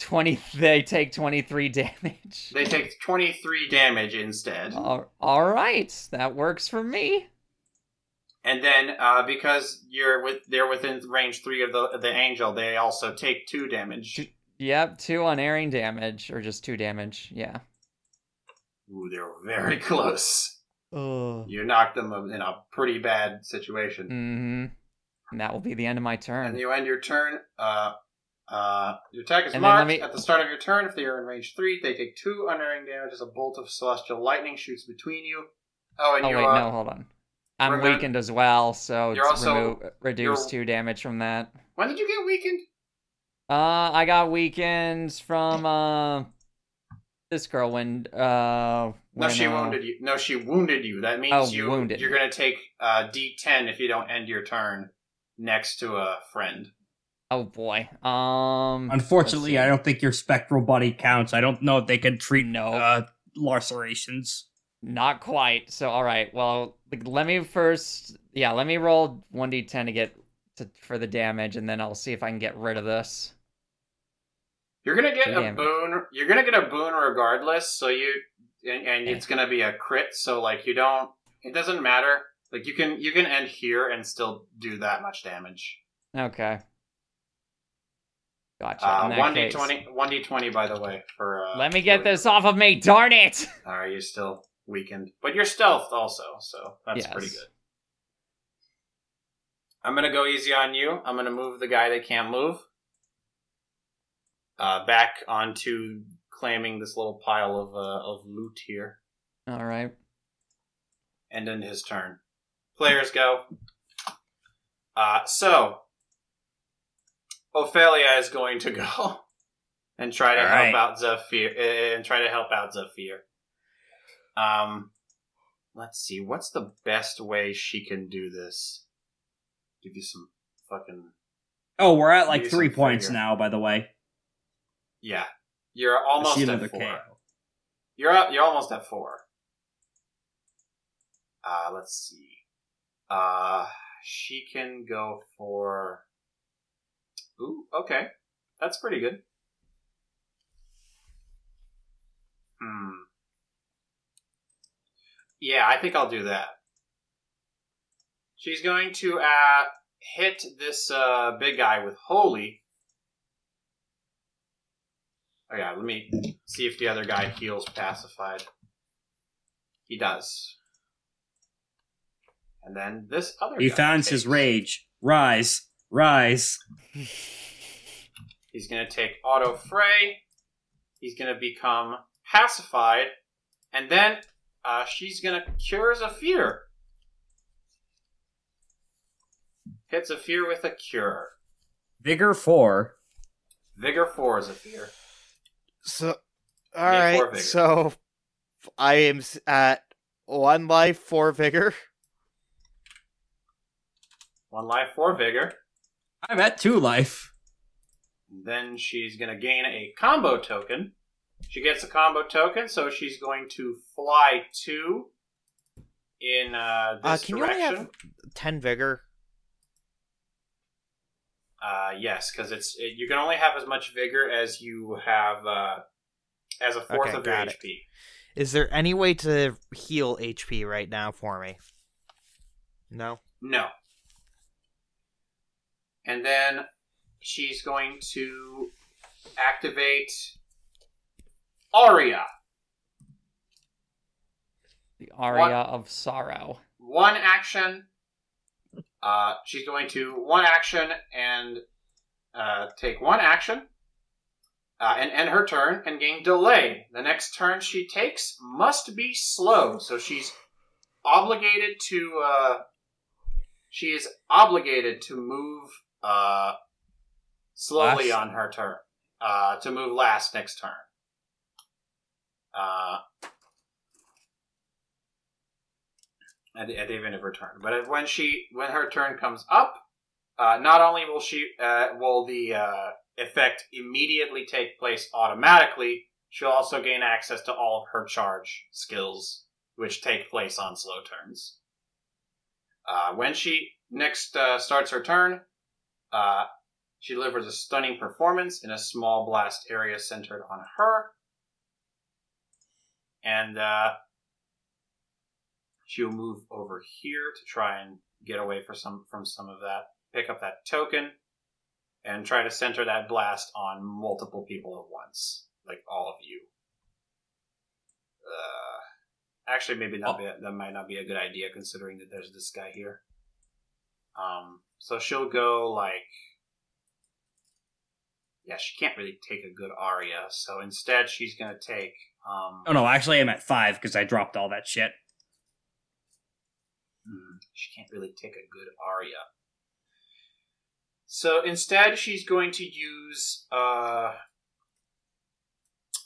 Speaker 4: 20 they take 23 damage.
Speaker 1: They take twenty three damage instead,
Speaker 4: Al- all right. That works for me.
Speaker 1: and then uh, because you're with they're within range three of the the angel, they also take two damage.
Speaker 4: Yep, 2 unerring damage or just 2 damage. Yeah.
Speaker 1: Ooh, they're very <laughs> close.
Speaker 4: Oh.
Speaker 1: You knocked them in a pretty bad situation.
Speaker 4: Mhm. And that will be the end of my turn.
Speaker 1: and you end your turn. Uh, uh, your attack is
Speaker 4: And then let
Speaker 1: marked
Speaker 4: me-
Speaker 1: at the start of your turn. If they are in range three, they take two unerring damage as a bolt of celestial lightning shoots between you. Oh, and
Speaker 4: oh
Speaker 1: you
Speaker 4: wait,
Speaker 1: uh,
Speaker 4: no, hold on. I'm
Speaker 1: remem-
Speaker 4: weakened as well, so
Speaker 1: You're
Speaker 4: it's
Speaker 1: also-
Speaker 4: remo- reduce
Speaker 1: you're-
Speaker 4: 2 damage from that.
Speaker 1: when did you get weakened?
Speaker 4: Uh, I got weekends from uh this girl when uh
Speaker 1: No,
Speaker 4: when,
Speaker 1: she
Speaker 4: uh,
Speaker 1: wounded you. No, she wounded you. That means
Speaker 4: Oh,
Speaker 1: you
Speaker 4: wounded
Speaker 1: you're
Speaker 4: me.
Speaker 1: gonna take uh, D10 if you don't end your turn next to a friend.
Speaker 4: Oh boy. Um.
Speaker 2: Unfortunately,
Speaker 4: let's see.
Speaker 2: I don't think your spectral body counts. I don't know if they could treat
Speaker 4: No.
Speaker 2: uh, lacerations.
Speaker 4: Not quite. So all right. Well, like, let me first. Yeah, let me roll one d10 to get to for the damage, and then I'll see if I can get rid of this.
Speaker 1: You're gonna get a
Speaker 4: Damn it.
Speaker 1: boon. You're gonna get a boon regardless. So you and, and
Speaker 4: Okay.
Speaker 1: it's gonna be a crit. So like you don't. It doesn't matter. Like you can you can end here and still do that much damage.
Speaker 4: Okay. Gotcha. in
Speaker 1: Uh,
Speaker 4: that
Speaker 1: One d
Speaker 4: case.
Speaker 1: twenty. One d twenty. By the way, for uh,
Speaker 4: Let me get
Speaker 1: for-
Speaker 4: this off of me. Darn it.
Speaker 1: All right, you're still weakened, but you're stealthed also, so that's
Speaker 4: Yes.
Speaker 1: pretty good. I'm gonna go easy on you. I'm gonna move the guy that can't move uh, back onto claiming this little pile of uh, of loot here.
Speaker 4: All right.
Speaker 1: and end his turn. Players go. Uh, so, Ophelia is going to <laughs> go and try to
Speaker 8: All
Speaker 1: help
Speaker 8: right.
Speaker 1: out Zephyr eh, and try to help out Zephyr. Um, let's see, what's the best way she can do this? Give you some fucking
Speaker 8: Oh, we're at like
Speaker 1: Use
Speaker 8: three
Speaker 1: some
Speaker 8: points
Speaker 1: figure.
Speaker 8: now, by the way.
Speaker 1: yeah. You're
Speaker 8: I
Speaker 1: almost
Speaker 8: see
Speaker 1: at
Speaker 8: another
Speaker 1: four.
Speaker 8: KO.
Speaker 1: You're up, you're almost at four. Uh, let's see. Uh, she can go for. Ooh, okay, that's pretty good. Hmm. Yeah, I think I'll do that. She's going to uh, hit this uh, big guy with holy. Oh yeah, let me see if the other guy heals pacified. He does. And then this other
Speaker 2: He
Speaker 1: guy
Speaker 2: founds his
Speaker 1: takes-
Speaker 2: rage. Rise, rise.
Speaker 1: He's going to take auto fray. He's going to become pacified, and then uh, she's going to cure Zephyr. Hit Zephyr with a cure.
Speaker 2: Vigor four.
Speaker 1: Vigor four Zephyr.
Speaker 7: So,
Speaker 1: Make
Speaker 7: all right.
Speaker 1: four vigor.
Speaker 7: So, I am s- at one life, four vigor.
Speaker 1: One life, four vigor.
Speaker 2: I'm at two life.
Speaker 1: Then she's going to gain a combo token. She gets a combo token, so she's going to fly two in uh,
Speaker 7: Uh,
Speaker 1: this
Speaker 7: can you only
Speaker 1: direction.
Speaker 7: have ten vigor?
Speaker 1: Uh, yes, because it's it, you can only have as much vigor as you have uh, as a fourth
Speaker 7: Okay,
Speaker 1: of your
Speaker 7: got
Speaker 1: HP.
Speaker 7: it. Is there any way to heal HP right now for me? No.
Speaker 1: No. And then she's going to activate Aria.
Speaker 4: The aria of sorrow.
Speaker 1: One action. Uh, she's going to one action and uh, take one action uh, and end her turn and gain delay. The next turn she takes must be slow, so she's obligated to. Uh, she is obligated to move uh, slowly
Speaker 2: Last?
Speaker 1: on her turn. Uh, to move last next turn. Uh, at, at the end of her turn. But if, when she when her turn comes up, uh, not only will she uh, will the uh, effect immediately take place automatically, she'll also gain access to all of her charge skills, which take place on slow turns. Uh, when she next uh, starts her turn, uh, she delivers a stunning performance in a small blast area centered on her. And uh, she'll move over here to try and get away for some from some of that. Pick up that token and try to center that blast on multiple people at once, like all of you. Uh, actually, maybe not. Be, that might not be a good idea considering that there's this guy here. Um, so she'll go like yeah, she can't really take a good aria, so instead she's gonna take um
Speaker 8: Oh no, actually I'm at five because I dropped all that shit.
Speaker 1: hmm, she can't really take a good aria. So instead she's going to use uh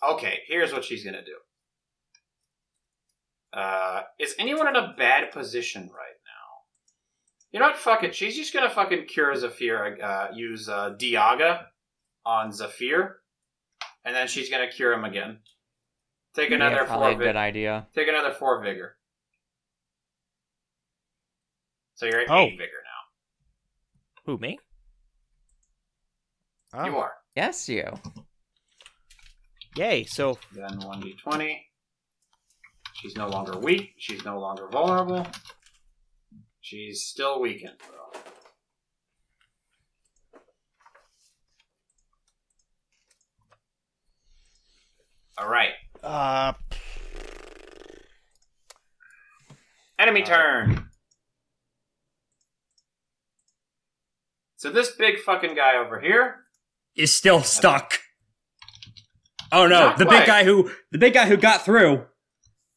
Speaker 1: Okay, here's what she's gonna do. Uh is anyone in a bad position right now? You know what? Fuck it. She's just gonna fucking cure Zephyr. Uh, use uh, Diaga on Zephyr, and then she's gonna cure him again. Take another
Speaker 4: yeah,
Speaker 1: four.
Speaker 4: probably a
Speaker 1: vi-
Speaker 4: good idea.
Speaker 1: Take another four vigor. So you're at
Speaker 7: Oh.
Speaker 1: eight vigor now.
Speaker 7: Who me? Oh,
Speaker 1: You are.
Speaker 4: Yes, you.
Speaker 7: Yay! So
Speaker 1: Then one d twenty. She's no longer weak. She's no longer vulnerable. She's still weakened. though. All right.
Speaker 7: uh,
Speaker 1: Enemy turn. So this big fucking guy over here.
Speaker 8: Is still stuck. Oh no,
Speaker 1: Not
Speaker 8: the
Speaker 1: quite.
Speaker 8: big guy who the big guy who got through.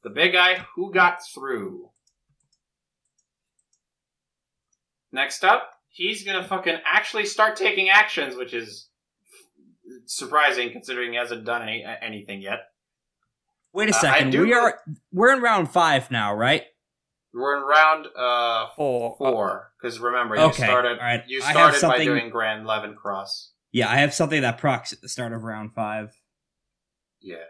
Speaker 1: The big guy who got through. Next up, he's gonna fucking actually start taking actions, which is surprising considering he hasn't done any, anything yet.
Speaker 8: Wait a
Speaker 1: Uh, I
Speaker 8: second.
Speaker 1: do-
Speaker 8: we are we're in round five now, right?
Speaker 1: We're in round uh
Speaker 4: Or
Speaker 1: four because remember you
Speaker 8: Oh. Okay,
Speaker 1: started
Speaker 8: alright.
Speaker 1: you
Speaker 8: I have
Speaker 1: started by
Speaker 8: something-
Speaker 1: doing Grand Levin Cross.
Speaker 8: Yeah, I have something that procs at the start of round five.
Speaker 1: Yeah.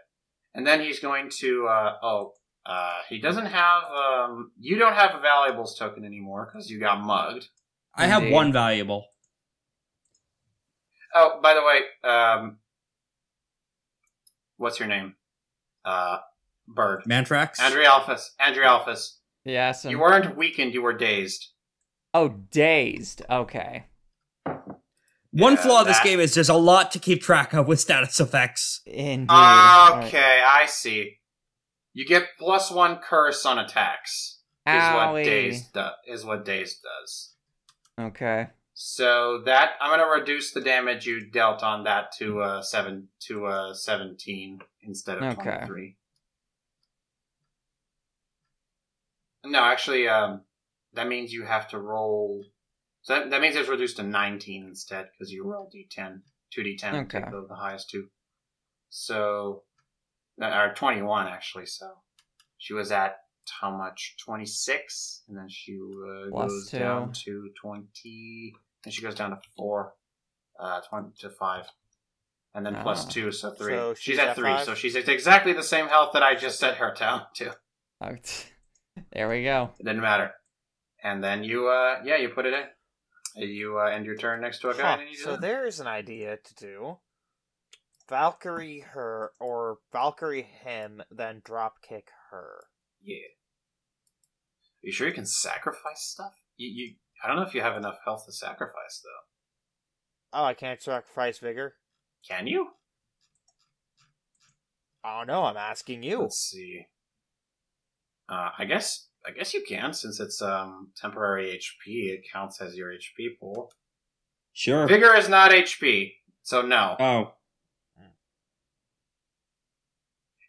Speaker 1: And then he's going to uh oh uh he doesn't have um you don't have a valuables token anymore because you got mugged.
Speaker 8: I have
Speaker 4: Indeed.
Speaker 8: one valuable.
Speaker 1: Oh, by the way, um what's your name? Uh Bird.
Speaker 8: Mantrax?
Speaker 1: Andrew Alphys. Andrew Alphys.
Speaker 4: yes, and
Speaker 1: You weren't weakened, you were dazed.
Speaker 4: oh, dazed. Okay.
Speaker 8: One
Speaker 1: Yeah,
Speaker 8: flaw of this
Speaker 1: that-
Speaker 8: game is there's a lot to keep track of with status effects.
Speaker 4: Indeed. Alright.
Speaker 1: Ah, Okay, I see. You get plus one curse on attacks. Is what
Speaker 4: Owie.
Speaker 1: dazed do- is what dazed does.
Speaker 4: Okay.
Speaker 1: So that I'm gonna reduce the damage you dealt on that to uh seven to uh seventeen instead of
Speaker 4: Okay.
Speaker 1: twenty three. No, actually, um, that means you have to roll. So that, that means it's reduced to nineteen instead because you roll d10, two d10,
Speaker 4: Okay.
Speaker 1: take the, the highest two. So, no, or twenty one actually. So she was at how much? Twenty six, and then she uh,
Speaker 4: Plus
Speaker 1: goes
Speaker 4: two.
Speaker 1: down to twenty, and she goes down to four, uh, twenty to five, and then plus
Speaker 4: Ah.
Speaker 1: two, so three.
Speaker 7: So
Speaker 1: she's,
Speaker 7: she's
Speaker 1: at
Speaker 7: at
Speaker 1: three,
Speaker 7: five?
Speaker 1: so she's at exactly the same health that I just set her down <laughs> to.
Speaker 4: Oh, <laughs> There we go.
Speaker 1: It didn't matter. And then you, uh, yeah, you put it in. You uh, end your turn next to a guy.
Speaker 7: huh,
Speaker 1: And you
Speaker 7: so there's an idea to do. Valkyrie her or Valkyrie him, then drop kick her.
Speaker 1: Yeah. You sure you can sacrifice stuff? You, you, I don't know if you have enough health to sacrifice though.
Speaker 7: Oh, I can't sacrifice vigor.
Speaker 1: Can you?
Speaker 7: Oh no, I'm asking you.
Speaker 1: Let's see. Uh, I guess I guess you can since it's um temporary HP. It counts as your HP pool.
Speaker 8: Sure.
Speaker 1: Vigor is not HP, so no.
Speaker 8: Oh.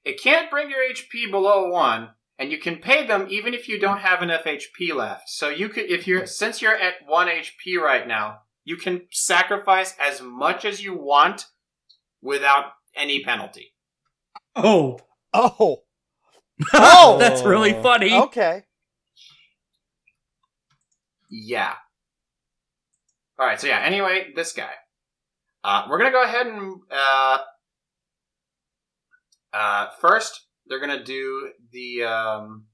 Speaker 1: It can't bring your HP below one, and you can pay them even if you don't have enough HP left. So you could, if you're since you're at one HP right now, you can sacrifice as much as you want without any penalty.
Speaker 8: Oh.
Speaker 7: <laughs> Oh,
Speaker 8: <laughs>
Speaker 1: Oh.
Speaker 8: That's really funny.
Speaker 7: okay.
Speaker 1: Yeah. All right. So yeah. Anyway, this guy. Uh, we're gonna go ahead and uh, uh, first they're gonna do the um,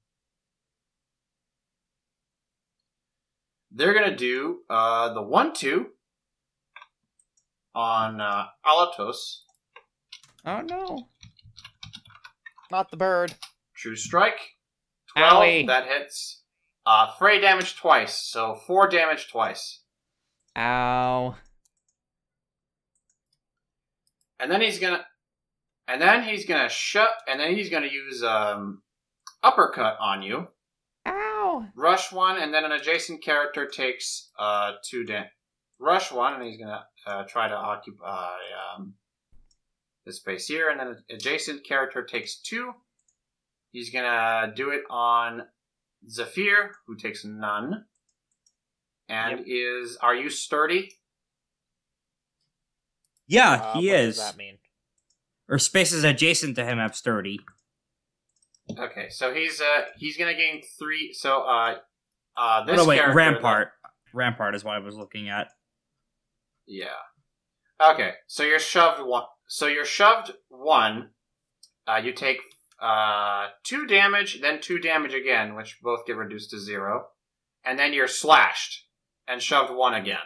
Speaker 1: they're gonna do uh, the one two on uh, Alatos.
Speaker 4: Oh no.
Speaker 7: Not the bird.
Speaker 1: True strike. Twelve.
Speaker 7: Owie.
Speaker 1: That hits. Uh, fray damage twice. So four damage twice.
Speaker 4: Ow.
Speaker 1: and then he's gonna and then he's gonna shut and then he's gonna use um uppercut on you
Speaker 4: Ow.
Speaker 1: rush one and then an adjacent character takes uh two damage rush one and he's gonna uh, try to occupy um the space here and then an adjacent character takes two he's gonna do it on zephyr who takes none and is are you sturdy
Speaker 2: Yeah,
Speaker 7: Uh,
Speaker 2: he
Speaker 7: what
Speaker 2: is.
Speaker 7: Does that mean?
Speaker 2: Or spaces adjacent to him have sturdy.
Speaker 1: Okay, so he's uh he's gonna gain three. So uh uh
Speaker 2: Oh,
Speaker 1: this
Speaker 2: no, wait,
Speaker 1: character-
Speaker 2: Rampart. Rampart is what I was looking at.
Speaker 1: yeah. Okay, so you're shoved one. So you're shoved one. Uh, you take uh two damage, then two damage again, which both get reduced to zero, and then you're slashed and shoved one again.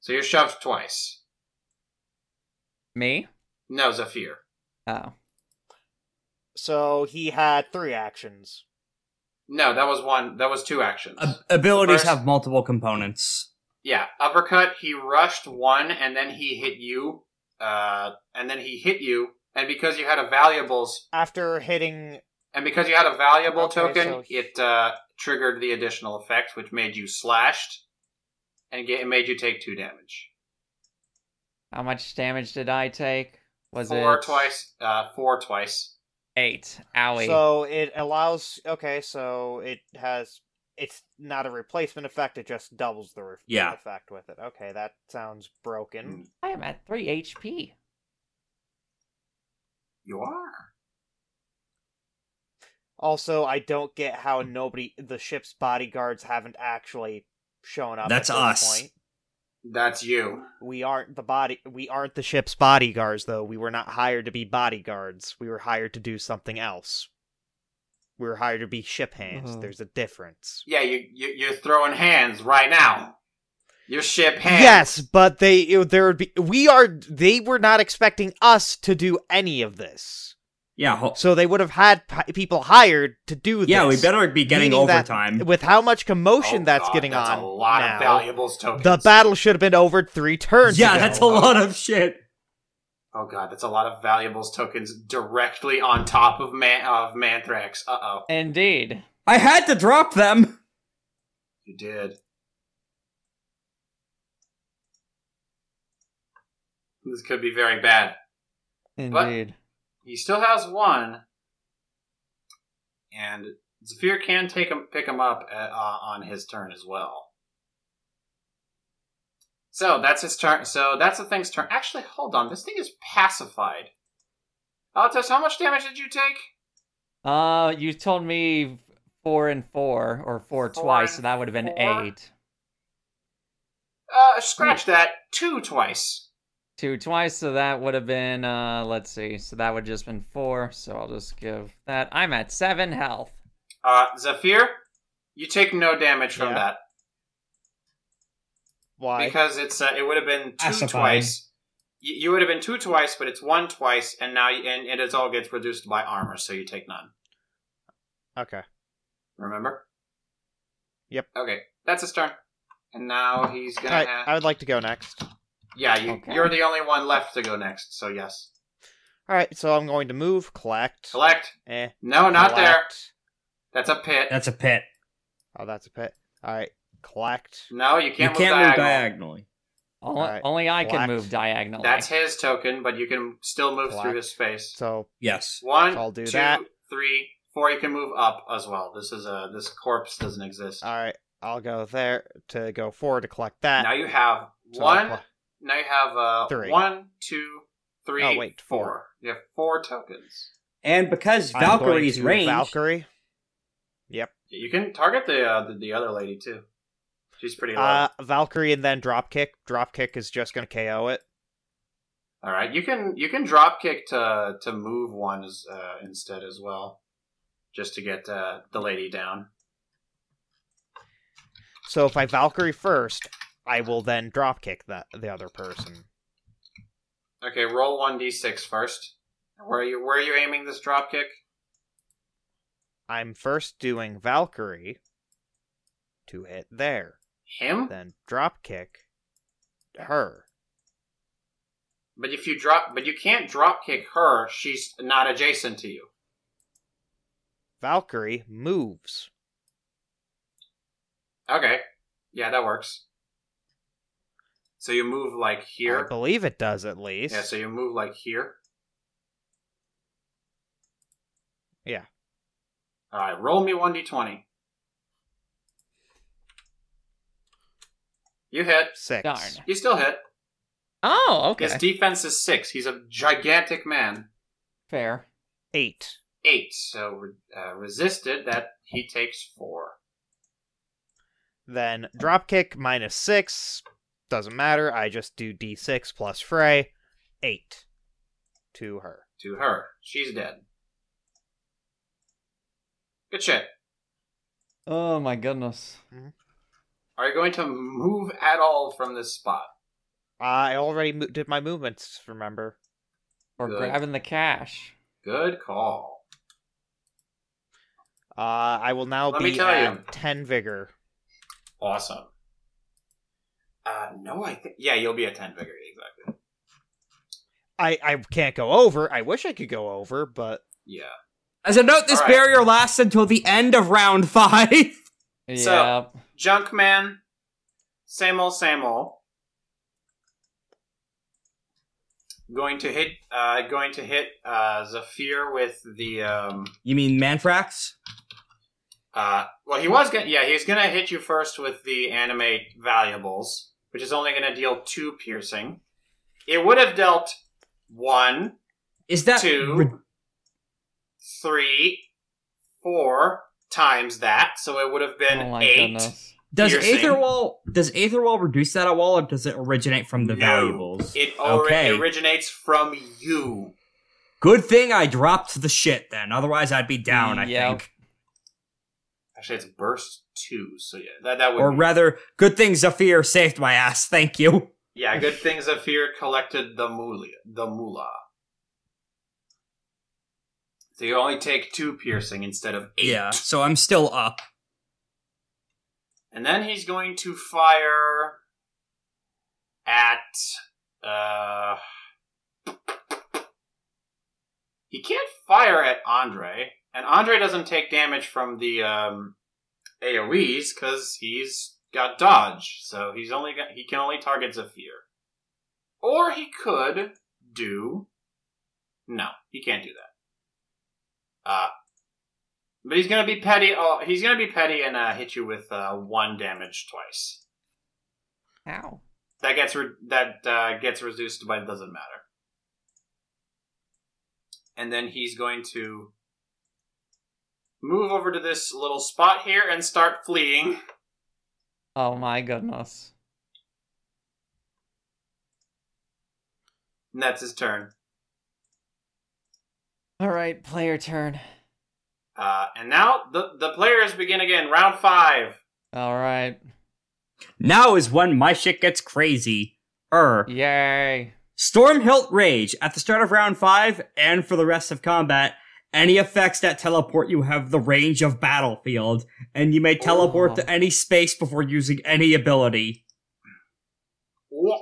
Speaker 1: So you're shoved twice.
Speaker 4: Me?
Speaker 1: No, Zephyr.
Speaker 4: Oh.
Speaker 7: So he had three actions.
Speaker 1: No, that was one. That was two actions.
Speaker 2: Ab- abilities
Speaker 1: First-
Speaker 2: have multiple components.
Speaker 1: Yeah, uppercut. He rushed one, and then he hit you. Uh, and then he hit you, and because you had a valuables,
Speaker 7: After hitting
Speaker 1: and because you had a valuable
Speaker 7: Okay,
Speaker 1: token,
Speaker 7: so-
Speaker 1: it uh, triggered the additional effect, which made you slashed, and get, it made you take two damage.
Speaker 4: How much damage did I take? Was
Speaker 1: four
Speaker 4: it
Speaker 1: twice. Uh, four twice.
Speaker 4: Eight. Owie.
Speaker 7: So it allows. Okay, so it has. It's not a replacement effect. It just doubles the re-
Speaker 2: Yeah.
Speaker 7: effect with it. Okay, that sounds broken.
Speaker 4: I am at three HP.
Speaker 1: You are.
Speaker 7: Also, I don't get how nobody, the ship's bodyguards, haven't actually shown up.
Speaker 2: That's
Speaker 7: at this
Speaker 2: us.
Speaker 7: Point.
Speaker 1: That's you.
Speaker 7: We aren't the body. We aren't the ship's bodyguards, though. We were not hired to be bodyguards. We were hired to do something else. We were hired to be ship hands.
Speaker 4: Mhm.
Speaker 7: There's a difference.
Speaker 1: Yeah, you, you you're throwing hands right now. Your ship hands.
Speaker 7: Yes, but they it, there would be we are they were not expecting us to do any of this.
Speaker 2: Yeah, ho-
Speaker 7: So they would have had p- people hired to do this.
Speaker 2: yeah, we better be getting
Speaker 7: Meaning that
Speaker 2: overtime.
Speaker 7: with how much commotion
Speaker 1: Oh,
Speaker 7: that's
Speaker 1: God,
Speaker 7: getting
Speaker 1: that's
Speaker 7: on
Speaker 1: A lot
Speaker 7: now,
Speaker 1: of valuables tokens.
Speaker 7: The battle should have been over 3 turns
Speaker 2: yeah,
Speaker 7: ago.
Speaker 2: that's a lot of shit.
Speaker 1: Oh god, that's a lot of valuables tokens directly on top of man of Manthrax. Uh oh,
Speaker 4: Indeed.
Speaker 2: I had to drop them.
Speaker 1: you did. This could be very bad.
Speaker 4: Indeed.
Speaker 1: He still has one, and Zephyr can take him, pick him up uh, uh, on his turn as well. So that's his turn. So that's the thing's turn. Actually, hold on. This thing is pacified. Altos, how much damage did you take?
Speaker 4: Uh, you told me four and four, or four,
Speaker 1: Four
Speaker 4: twice,
Speaker 1: and
Speaker 4: so that would have been
Speaker 1: four.
Speaker 4: eight.
Speaker 1: Uh, scratch that. Two twice.
Speaker 4: Two twice, so that would have been, uh, let's see, so that would have just been four, so I'll just give that. I'm at seven health.
Speaker 1: Uh, Zephyr, you take no damage from
Speaker 7: Yeah.
Speaker 1: that
Speaker 7: Why?
Speaker 1: because it's uh, it would have been two
Speaker 2: Pacified.
Speaker 1: twice. You, you would have been two twice, but it's one twice, and now you, and, and it all gets reduced by armor, so you take none.
Speaker 7: okay.
Speaker 1: Remember?
Speaker 7: Yep.
Speaker 1: Okay, that's his turn, and now he's gonna.
Speaker 7: Alright,
Speaker 3: uh,
Speaker 1: have,
Speaker 7: I would like to go next.
Speaker 1: yeah, you,
Speaker 4: Okay.
Speaker 1: you're the only one left to go next. So yes,
Speaker 7: All right, so I'm going to move, collect.
Speaker 1: collect.
Speaker 7: Eh,
Speaker 1: No, not there.
Speaker 7: collect.
Speaker 1: That's a pit.
Speaker 2: That's a pit.
Speaker 7: Oh, that's a pit. All right, collect.
Speaker 1: no, you can't,
Speaker 2: you can't move
Speaker 1: diagonal.
Speaker 2: diagonally.
Speaker 4: Only,
Speaker 7: Alright,
Speaker 4: only I can
Speaker 7: collect.
Speaker 4: move diagonally.
Speaker 1: That's his token, but you can still move
Speaker 7: Collect.
Speaker 1: through his space.
Speaker 7: So
Speaker 2: Yes.
Speaker 1: One,
Speaker 7: So I'll do
Speaker 1: two,
Speaker 7: that.
Speaker 1: three, four. You can move up as well. This is a this corpse doesn't exist.
Speaker 7: All right, I'll go there to go forward to collect that.
Speaker 1: now you have
Speaker 7: So I'll
Speaker 1: one.
Speaker 7: collect-
Speaker 1: Now you have uh,
Speaker 7: Three.
Speaker 1: one, two, three,
Speaker 7: Oh, wait, four.
Speaker 1: You have four tokens.
Speaker 2: And because
Speaker 7: I'm going
Speaker 2: Valkyrie's
Speaker 7: to
Speaker 2: range,
Speaker 7: Valkyrie. Yep.
Speaker 1: You can target the uh, the, the other lady too. She's pretty low.
Speaker 7: Uh, Valkyrie and then dropkick. Dropkick is just gonna KO it.
Speaker 1: All right, you can you can drop kick to to move one as, uh, instead as well, just to get uh, the lady down.
Speaker 7: So if I Valkyrie first, I will then dropkick the the other person.
Speaker 1: Okay, roll one d6 first. Where are you where are you aiming this drop kick?
Speaker 7: I'm first doing Valkyrie to hit there,
Speaker 1: Him.
Speaker 7: then dropkick her.
Speaker 1: But if you drop, but you can't drop kick her. She's not adjacent to you.
Speaker 7: Valkyrie moves.
Speaker 1: Okay, yeah, that works. So you move like
Speaker 7: I
Speaker 1: here.
Speaker 7: believe it does at least.
Speaker 1: Yeah, so you move like here.
Speaker 7: Yeah.
Speaker 1: All right, roll me one d twenty. You hit.
Speaker 7: Six.
Speaker 4: Darn.
Speaker 1: You still hit.
Speaker 4: Oh, okay.
Speaker 1: His defense is six. He's a gigantic man.
Speaker 4: Fair.
Speaker 7: Eight.
Speaker 1: Eight. So re- uh, resisted. That he takes four.
Speaker 7: Then dropkick minus six. Doesn't matter. I just do d6 plus fray. Eight to her.
Speaker 1: to her. She's dead. Good shit.
Speaker 4: Oh my goodness.
Speaker 1: Are you going to move at all from this spot?
Speaker 7: I already mo- did my movements. Remember,
Speaker 4: Or
Speaker 1: Good.
Speaker 4: grabbing the cash.
Speaker 1: Good call.
Speaker 7: uh, I will now
Speaker 1: Let me
Speaker 7: be
Speaker 1: tell
Speaker 7: at
Speaker 1: you.
Speaker 7: ten vigor.
Speaker 1: Awesome. Uh, no, I think yeah, you'll be a ten vigor exactly.
Speaker 7: I I can't go over. I wish I could go over, but
Speaker 1: Yeah.
Speaker 13: As a note, this
Speaker 1: All right.
Speaker 13: barrier lasts until the end of round five.
Speaker 1: So-
Speaker 4: Yeah.
Speaker 1: Junk man. Same old, same old. Going to hit. Uh, going to hit uh, Zafir with the um,
Speaker 2: <laughs> You mean Manfrax?
Speaker 1: Uh, well, he was gonna. Yeah, he's gonna hit you first with the animate valuables, which is only gonna deal two piercing. It would have dealt one,
Speaker 2: Is that re-
Speaker 1: two, three, four times that, so it would have been
Speaker 4: oh my
Speaker 1: eight.
Speaker 4: goodness.
Speaker 2: does
Speaker 1: piercing.
Speaker 2: Aetherwall does Aetherwall reduce that at all, or does it originate from the
Speaker 1: No.
Speaker 2: valuables?
Speaker 1: It already
Speaker 2: Okay.
Speaker 1: originates from you.
Speaker 2: Good thing I dropped the shit then, otherwise I'd be down. I
Speaker 4: Yeah.
Speaker 2: think,
Speaker 1: Actually, it's burst two, so yeah, that that would.
Speaker 2: or rather, good thing Zafir saved my ass. Thank you.
Speaker 1: yeah, good thing Zafir collected the mula. The mula. So you only take two piercing instead of eight.
Speaker 2: Yeah, so I'm still up.
Speaker 1: And then he's going to fire at uh He can't fire at Andre, and Andre doesn't take damage from the um AoEs cuz he's got dodge. So he's only got he can only target Zephyr. Or he could do No, he can't do that. Uh but he's gonna be petty. Oh, he's gonna be petty and uh, hit you with uh, one damage twice.
Speaker 4: How?
Speaker 1: That gets re- that uh, gets reduced, but it doesn't matter. And then he's going to move over to this little spot here and start fleeing.
Speaker 4: Oh my goodness.
Speaker 1: And that's his turn.
Speaker 4: All right, player turn.
Speaker 1: Uh, and now the the players begin again. Round five.
Speaker 4: All right.
Speaker 2: Now is when my shit gets crazy. Er.
Speaker 4: Yay.
Speaker 2: Stormhilt Rage. At the start of round 5 and for the rest of combat, any effects that teleport you have the range of battlefield, and you may teleport
Speaker 4: Ooh.
Speaker 2: to any space before using any ability.
Speaker 1: Yeah.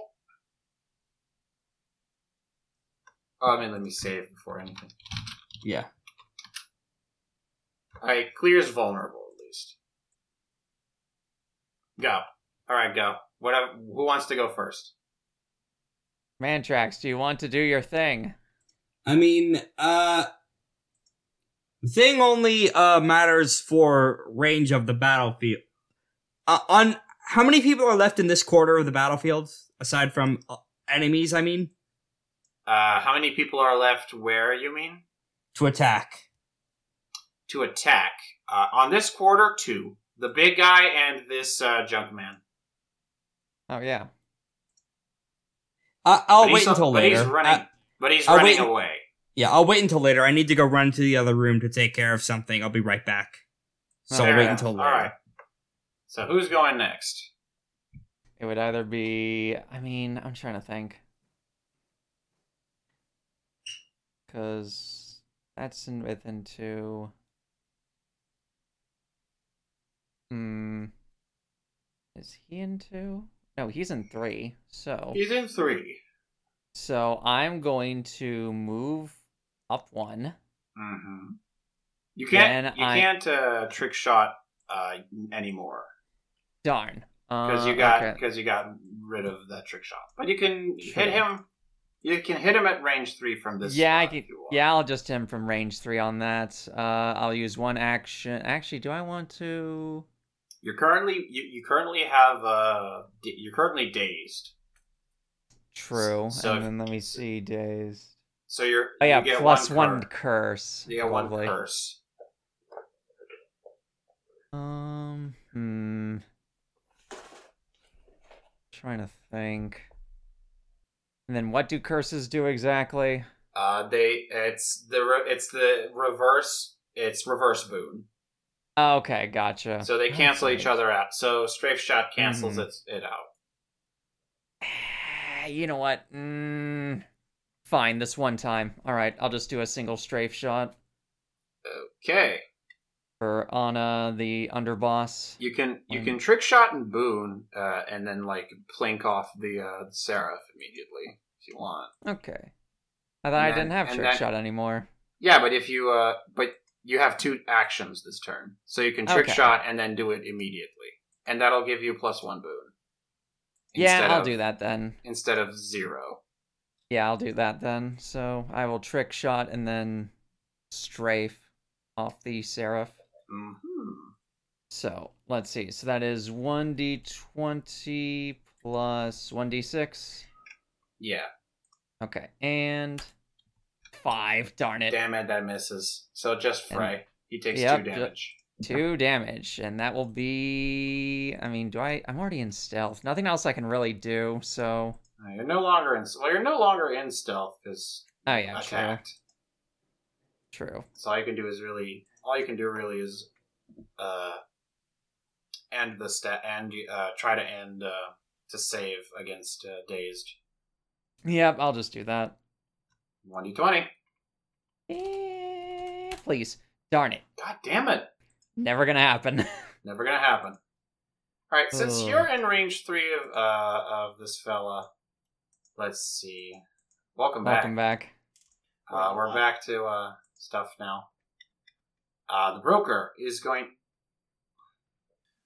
Speaker 1: Oh, I mean, let me save before anything.
Speaker 2: Yeah.
Speaker 1: All right, clears vulnerable at least. Go. All right, go. Whatever. Who wants to go first?
Speaker 4: Mantrax, do you want to do your thing?
Speaker 2: I mean, uh. Thing only uh matters for range of the battlefield. Uh, on how many people are left in this quarter of the battlefield aside from uh, enemies? I mean,
Speaker 1: Uh, how many people are left? Where you mean
Speaker 2: to attack.
Speaker 1: to attack? Uh, on this quarter, two. The big guy and this uh, junk man.
Speaker 4: Oh yeah.
Speaker 2: I- I'll
Speaker 1: But he's
Speaker 2: Oh, wait
Speaker 1: up-
Speaker 2: until
Speaker 1: but
Speaker 2: later.
Speaker 1: He's running,
Speaker 2: I-
Speaker 1: but he's
Speaker 2: I'll
Speaker 1: running
Speaker 2: wait-
Speaker 1: away.
Speaker 2: yeah, I'll wait until later. I need to go run to the other room to take care of something. I'll be right back. So
Speaker 1: Fair
Speaker 2: I'll wait
Speaker 1: enough.
Speaker 2: until later.
Speaker 1: All right. So who's going next?
Speaker 4: It would either be. I mean, I'm trying to think. Because that's in, within two. Hmm. Is he in two? No, he's in three. So.
Speaker 1: He's in three.
Speaker 4: So I'm going to move up one.
Speaker 1: Mm-hmm. You can't.
Speaker 4: Then
Speaker 1: you
Speaker 4: I-
Speaker 1: can't uh, trick shot uh, anymore
Speaker 4: Darn.
Speaker 1: because
Speaker 4: Uh,
Speaker 1: you got
Speaker 4: okay.
Speaker 1: because you got rid of the trick shot. But you can
Speaker 4: Sure.
Speaker 1: hit him. You can hit him at range three from this.
Speaker 4: Yeah, I
Speaker 1: spot
Speaker 4: can,
Speaker 1: if you want.
Speaker 4: yeah, I'll just him from range three on that. Uh, I'll use one action. Actually, do I want to?
Speaker 1: You're currently you, you currently have uh d- you're currently dazed.
Speaker 4: True.
Speaker 1: so-
Speaker 4: and then let me see days.
Speaker 1: So you're
Speaker 4: Oh yeah,
Speaker 1: you get
Speaker 4: plus one,
Speaker 1: one. cur-
Speaker 4: curse.
Speaker 1: You get one
Speaker 4: Lovely.
Speaker 1: curse.
Speaker 4: Um. Hmm. Trying to think. And then what do curses do exactly?
Speaker 1: Uh, they it's the re- it's the reverse it's reverse boon.
Speaker 4: Oh, Okay, gotcha.
Speaker 1: So they cancel each
Speaker 4: Okay.
Speaker 1: other out. So strafe shot cancels
Speaker 4: Mhm.
Speaker 1: it, it out.
Speaker 4: Ah, you know what? Mm, fine, this one time. All right, I'll just do a single strafe shot
Speaker 1: Okay,
Speaker 4: for Anna, the underboss.
Speaker 1: you can you
Speaker 4: Mm.
Speaker 1: can trick shot and boon, uh, and then like plink off the uh, seraph immediately if you want.
Speaker 4: Okay. I thought I
Speaker 1: And
Speaker 4: didn't
Speaker 1: that-
Speaker 4: have
Speaker 1: and
Speaker 4: trick
Speaker 1: that-
Speaker 4: shot anymore.
Speaker 1: Yeah, but if you uh, but you have two actions this turn, so you can trick
Speaker 4: Okay.
Speaker 1: shot and then do it immediately, and that'll give you plus one boon.
Speaker 4: Yeah,
Speaker 1: Instead
Speaker 4: I'll
Speaker 1: of-
Speaker 4: do that then.
Speaker 1: instead of zero.
Speaker 4: Yeah, I'll do that then. So I will trick shot and then strafe off the seraph.
Speaker 1: Mm-hmm.
Speaker 4: So let's see. So that is 1d20 plus 1d6.
Speaker 1: Yeah,
Speaker 4: Okay, and five. Darn it.
Speaker 1: damn it, that misses. So just
Speaker 4: And-
Speaker 1: Frey, he takes
Speaker 4: Yep,
Speaker 1: two
Speaker 4: ju-
Speaker 1: damage.
Speaker 4: Two damage, and that will be. I mean, do I? I'm already in stealth. Nothing else I can really do. So.
Speaker 1: Uh, You're no longer in. Well, you're no longer in stealth because
Speaker 4: Oh yeah,
Speaker 1: attacked.
Speaker 4: true, true.
Speaker 1: So all you can do is really all you can do really is uh end the stat and uh try to end uh to save against uh, dazed
Speaker 4: Yep, I'll just do that.
Speaker 1: 1d20.
Speaker 4: Eh, Please, darn it,
Speaker 1: God damn it.
Speaker 4: never gonna happen.
Speaker 1: Never gonna happen. All right, since
Speaker 4: Ugh.
Speaker 1: you're in range 3 of uh of this fella, let's see. Welcome back.
Speaker 4: Welcome back.
Speaker 1: Uh, we're back to uh, stuff now. Uh, the broker is going.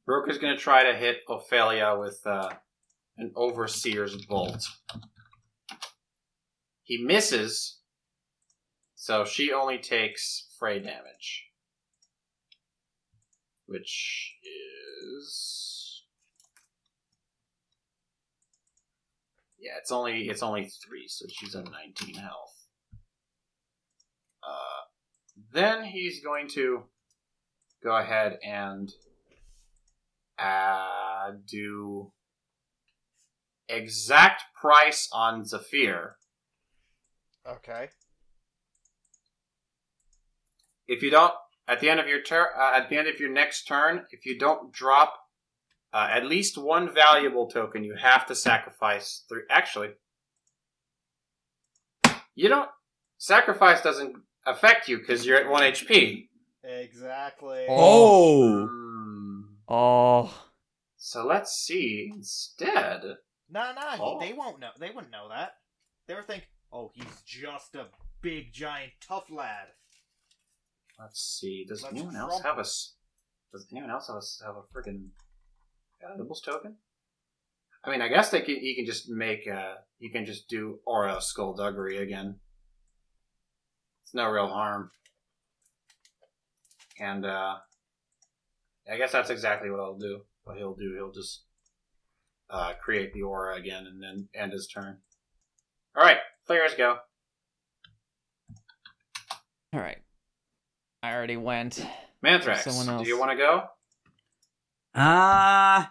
Speaker 1: Broker's going to try to hit Ophelia with uh, an overseer's bolt. He misses, so she only takes fray damage, which is yeah, it's only it's only three, so she's at nineteen health. Uh, then he's going to go ahead and uh, do exact price on Zephyr.
Speaker 7: Okay.
Speaker 1: If you don't, at the end of your turn, uh, at the end of your next turn, if you don't drop uh, at least one valuable token, you have to sacrifice three. Actually, you don't sacrifice doesn't affect you because you're at one HP.
Speaker 5: Exactly.
Speaker 4: Oh.
Speaker 1: Hmm.
Speaker 4: Oh.
Speaker 1: So let's see instead.
Speaker 5: No, no, he-
Speaker 1: Oh.
Speaker 5: they won't know. They wouldn't know that. They were thinking, "Oh, he's just a big, giant, tough lad."
Speaker 1: Let's see. Does
Speaker 5: Let's
Speaker 1: anyone else
Speaker 5: crumple.
Speaker 1: have a? s- Does anyone else have a, s- have a friggin' valuables token? I mean, I guess they can. You can just make. Uh, you can just do aura skullduggery again. It's no real harm. And uh, I guess that's exactly what I'll do. What he'll do, he'll just uh, create the aura again, and then end his turn. All right, players go.
Speaker 4: All right. I already went.
Speaker 1: Manthrax,
Speaker 4: Someone else.
Speaker 1: do you want to go?
Speaker 2: Uh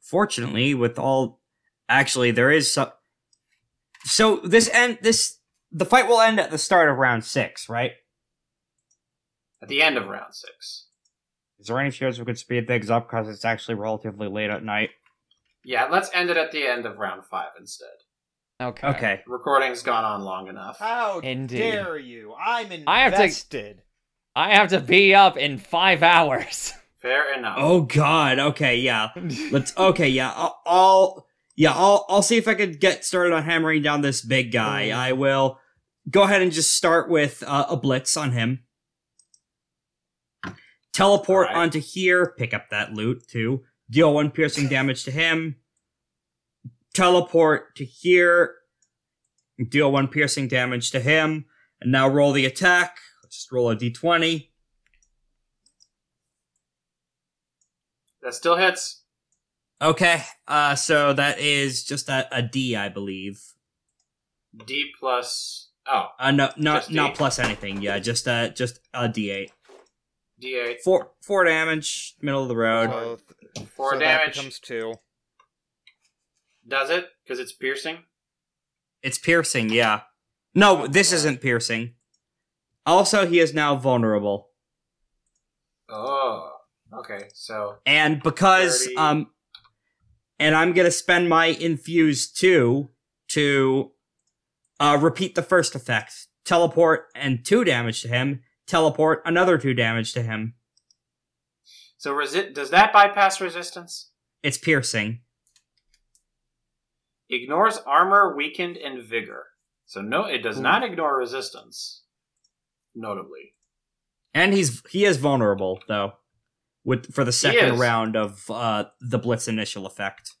Speaker 2: fortunately, with all actually there is so so this end this the fight will end at the start of round six, right?
Speaker 1: At the end of round six.
Speaker 2: Is there any chance we could speed things up because it's actually relatively late at night?
Speaker 1: Yeah, let's end it at the end of round five instead.
Speaker 4: Okay.
Speaker 2: Okay.
Speaker 1: Recording's gone on long enough.
Speaker 7: How
Speaker 4: Indeed.
Speaker 7: dare you? I'm invested.
Speaker 4: I have to- I have to be up in five hours. <laughs>
Speaker 1: Fair enough.
Speaker 2: Oh God. Okay. Yeah. Let's. Okay. Yeah. I'll. I'll yeah. I'll. I'll see if I could get started on hammering down this big guy. I will go ahead and just start with uh, a blitz on him. Teleport
Speaker 1: Alright.
Speaker 2: onto here. Pick up that loot too. Deal one piercing damage to him. Teleport to here. Deal one piercing damage to him. And now roll the attack. Let's just roll a d20.
Speaker 1: That still hits.
Speaker 2: Okay, uh, so that is just a, a D, I believe.
Speaker 1: D plus. Oh,
Speaker 2: Uh, no, not
Speaker 1: Just D.
Speaker 2: not plus anything. Yeah, just uh, just a D eight.
Speaker 1: D8.
Speaker 2: Four four damage, middle of the road.
Speaker 3: So,
Speaker 1: Four
Speaker 3: so
Speaker 1: damage.
Speaker 3: That becomes two.
Speaker 1: Does it? Because it's piercing?
Speaker 2: It's piercing. Yeah. No, this isn't piercing. Also, he is now vulnerable,
Speaker 1: Oh. Okay, so.
Speaker 2: and because
Speaker 1: 30.
Speaker 2: um, and I'm gonna spend my infuse two to, uh, repeat the first effect. Teleport and two damage to him. Teleport another two damage to him.
Speaker 1: So resi- does that bypass resistance?
Speaker 2: It's piercing.
Speaker 1: Ignores armor, weakened, and vigor. So no, it
Speaker 3: Hmm.
Speaker 1: does not ignore resistance. Notably.
Speaker 2: And he's he is vulnerable though, with for the second
Speaker 1: is.
Speaker 2: round of uh the blitz initial effect.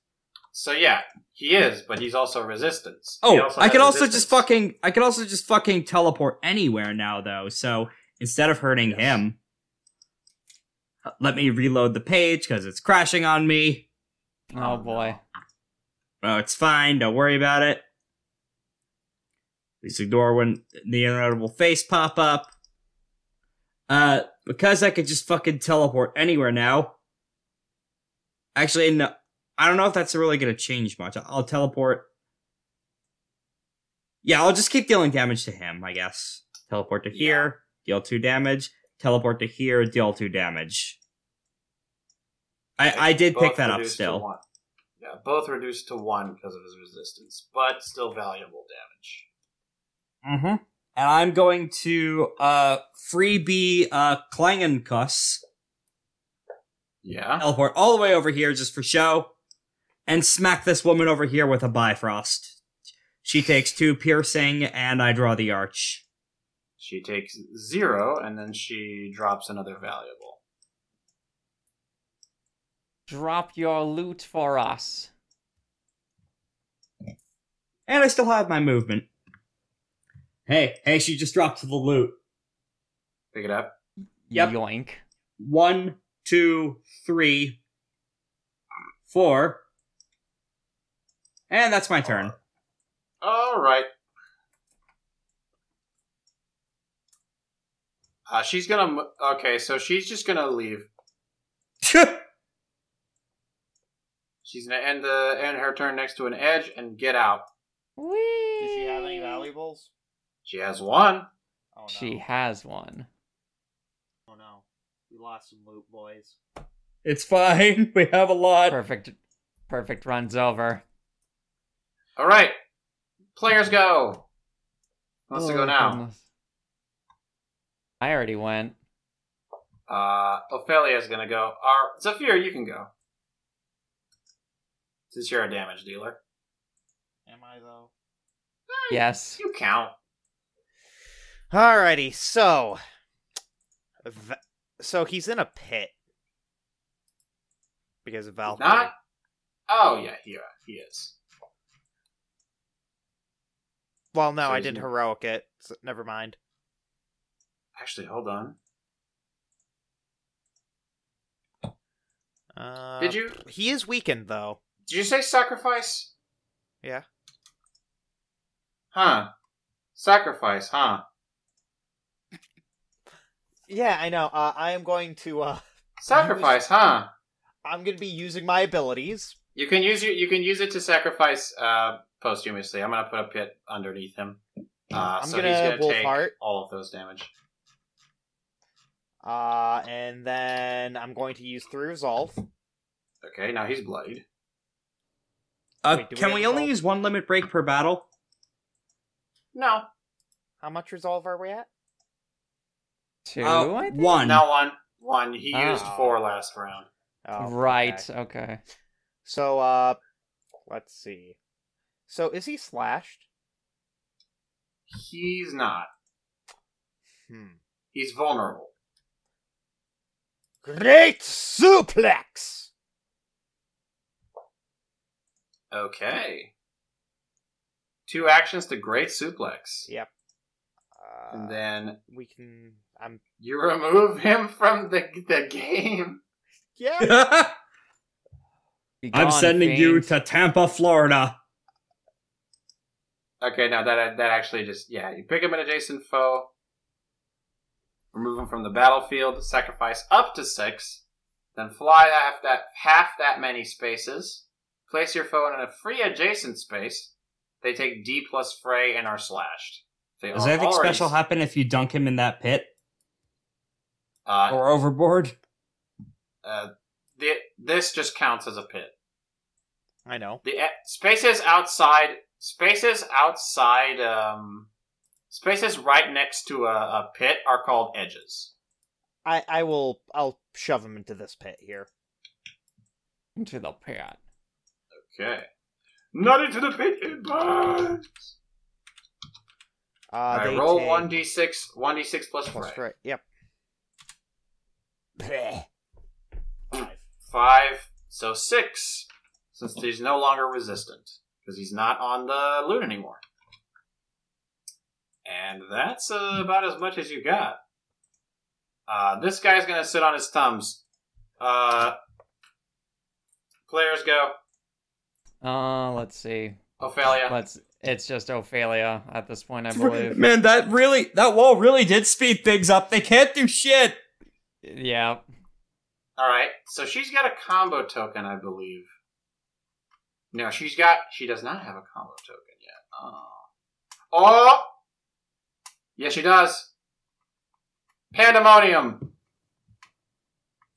Speaker 1: So yeah, he is, but he's also resistant. He
Speaker 2: Oh, I
Speaker 1: has
Speaker 2: could also
Speaker 1: resistance.
Speaker 2: just fucking I could also just fucking teleport anywhere now though. So instead of hurting him, uh, let me reload the page because it's crashing on me.
Speaker 4: Oh, boy.
Speaker 2: Oh, it's fine. Don't worry about it. Please ignore when the inevitable face pop up. Uh, because I could just fucking teleport anywhere now. Actually, no, I don't know if that's really gonna change much. I'll teleport. Yeah, I'll just keep dealing damage to him, I guess. Teleport to here, deal two damage. Teleport to here, deal two damage. I I did pick
Speaker 1: Both
Speaker 2: that up
Speaker 1: reduced to
Speaker 2: still.
Speaker 1: one. Yeah, both reduced to one because of his resistance, but still valuable damage.
Speaker 2: Mm-hmm. And I'm going to uh freebie uh Klangenkuss
Speaker 1: Yeah.
Speaker 2: teleport all the way over here just for show, and smack this woman over here with a Bifrost. She takes two piercing, and I draw the arch.
Speaker 1: She takes zero, and then she drops another valuable.
Speaker 4: Drop your loot for us.
Speaker 2: And I still have my movement. Hey, hey, she just dropped the loot.
Speaker 1: Pick it up.
Speaker 2: Yep.
Speaker 4: Yoink.
Speaker 2: One, two, three, four. And that's my turn. <laughs>
Speaker 1: All right. Uh, she's gonna. mo- Okay, so she's just gonna leave. She's gonna end the end her turn next to an edge and get out.
Speaker 7: Does she have any valuables?
Speaker 1: She has one.
Speaker 7: Oh no.
Speaker 4: She has one.
Speaker 7: Oh no. We lost some loot, boys.
Speaker 2: it's fine. <laughs> We have a lot.
Speaker 4: Perfect. Perfect runs over.
Speaker 1: All right. Players go. Who Wants to
Speaker 4: Oh,
Speaker 1: go now.
Speaker 4: goodness. I already went.
Speaker 1: Uh, Ophelia's gonna go. Our Zephyr, you can go. Since you're a damage dealer,
Speaker 7: Am I though?
Speaker 4: Yes.
Speaker 1: you count.
Speaker 3: Alrighty, so. V- so he's in a pit. Because of Valkyrie.
Speaker 1: Not. Oh yeah, he he is.
Speaker 3: well, no,
Speaker 1: so
Speaker 3: I
Speaker 1: he's
Speaker 3: did
Speaker 1: in-
Speaker 3: heroic it. So never mind.
Speaker 1: Actually, hold on.
Speaker 3: Uh,
Speaker 1: Did you
Speaker 3: He is weakened, though.
Speaker 1: did you say sacrifice?
Speaker 3: Yeah.
Speaker 1: Huh. Sacrifice, huh?
Speaker 7: Yeah, I know. Uh, I am going to. Uh, <laughs>
Speaker 1: Sacrifice, huh?
Speaker 7: I'm going to be using my abilities.
Speaker 1: You can use your, you can use it to sacrifice uh, posthumously. I'm gonna put a pit underneath him. Uh,
Speaker 7: I'm
Speaker 1: so
Speaker 7: gonna
Speaker 1: he's gonna
Speaker 7: wolf
Speaker 1: take
Speaker 7: heart.
Speaker 1: all of those damage.
Speaker 7: Uh, and then I'm going to use three resolve.
Speaker 1: Okay, now he's bloodied.
Speaker 8: Uh,
Speaker 7: Wait, do we
Speaker 8: can
Speaker 7: have
Speaker 8: we only
Speaker 7: resolve?
Speaker 8: use one limit break per battle?
Speaker 6: No.
Speaker 7: How much resolve are we at?
Speaker 4: Two.
Speaker 8: Uh,
Speaker 2: Oh,
Speaker 4: I think?
Speaker 8: one.
Speaker 2: <laughs>
Speaker 1: Now one, one. He used
Speaker 7: Oh.
Speaker 1: four last round.
Speaker 7: Oh,
Speaker 4: Right.
Speaker 7: okay.
Speaker 4: Okay.
Speaker 7: So, uh, let's see. So is he slashed?
Speaker 1: He's not.
Speaker 7: Hmm.
Speaker 1: He's vulnerable.
Speaker 7: Great suplex.
Speaker 1: Okay. Two actions to great suplex,
Speaker 7: Yep.
Speaker 1: and
Speaker 7: Uh, hmm,
Speaker 1: then
Speaker 7: we can. I'm.
Speaker 1: you remove him from the the game.
Speaker 7: Yeah.
Speaker 4: Be
Speaker 2: I'm
Speaker 4: gone,
Speaker 2: sending you
Speaker 4: fiend.
Speaker 2: to Tampa, Florida.
Speaker 1: Okay, now that that actually just yeah, you pick up an adjacent foe, remove him from the battlefield, sacrifice up to six, then fly half that half that many spaces, place your foe in a free adjacent space. They take D plus fray and are slashed. They
Speaker 2: Does
Speaker 1: are
Speaker 2: anything
Speaker 1: already-
Speaker 2: special happen if you dunk him in that pit
Speaker 1: Uh,
Speaker 2: or overboard?
Speaker 1: uh, thi- this just counts as a pit.
Speaker 7: I know.
Speaker 1: The e- spaces outside, spaces outside, um, spaces right next to a, a pit are called edges.
Speaker 7: I. I will. I'll shove him into this pit here.
Speaker 4: into the pit.
Speaker 1: Okay. Not into the pit, it burns!
Speaker 7: Uh,
Speaker 1: Alright,
Speaker 7: they
Speaker 1: roll
Speaker 7: take-
Speaker 1: 1d6, 1d6 plus 4.
Speaker 7: That's right. Yep. Bleh.
Speaker 1: 5, so 6, since he's no longer resistant, because he's not on the loot anymore. And that's uh, about as much as you got. Uh, this guy's going to sit on his thumbs. Uh, players go.
Speaker 4: Uh, let's see.
Speaker 1: Ophelia.
Speaker 4: Let's. It's just Ophelia at this point, I believe.
Speaker 2: Man, that really that wall really did speed things up. They can't do shit.
Speaker 4: yeah.
Speaker 1: All right. So she's got a combo token, I believe. No, she's got. She does not have a combo token yet. Oh. Oh. Yes, she does. Pandemonium.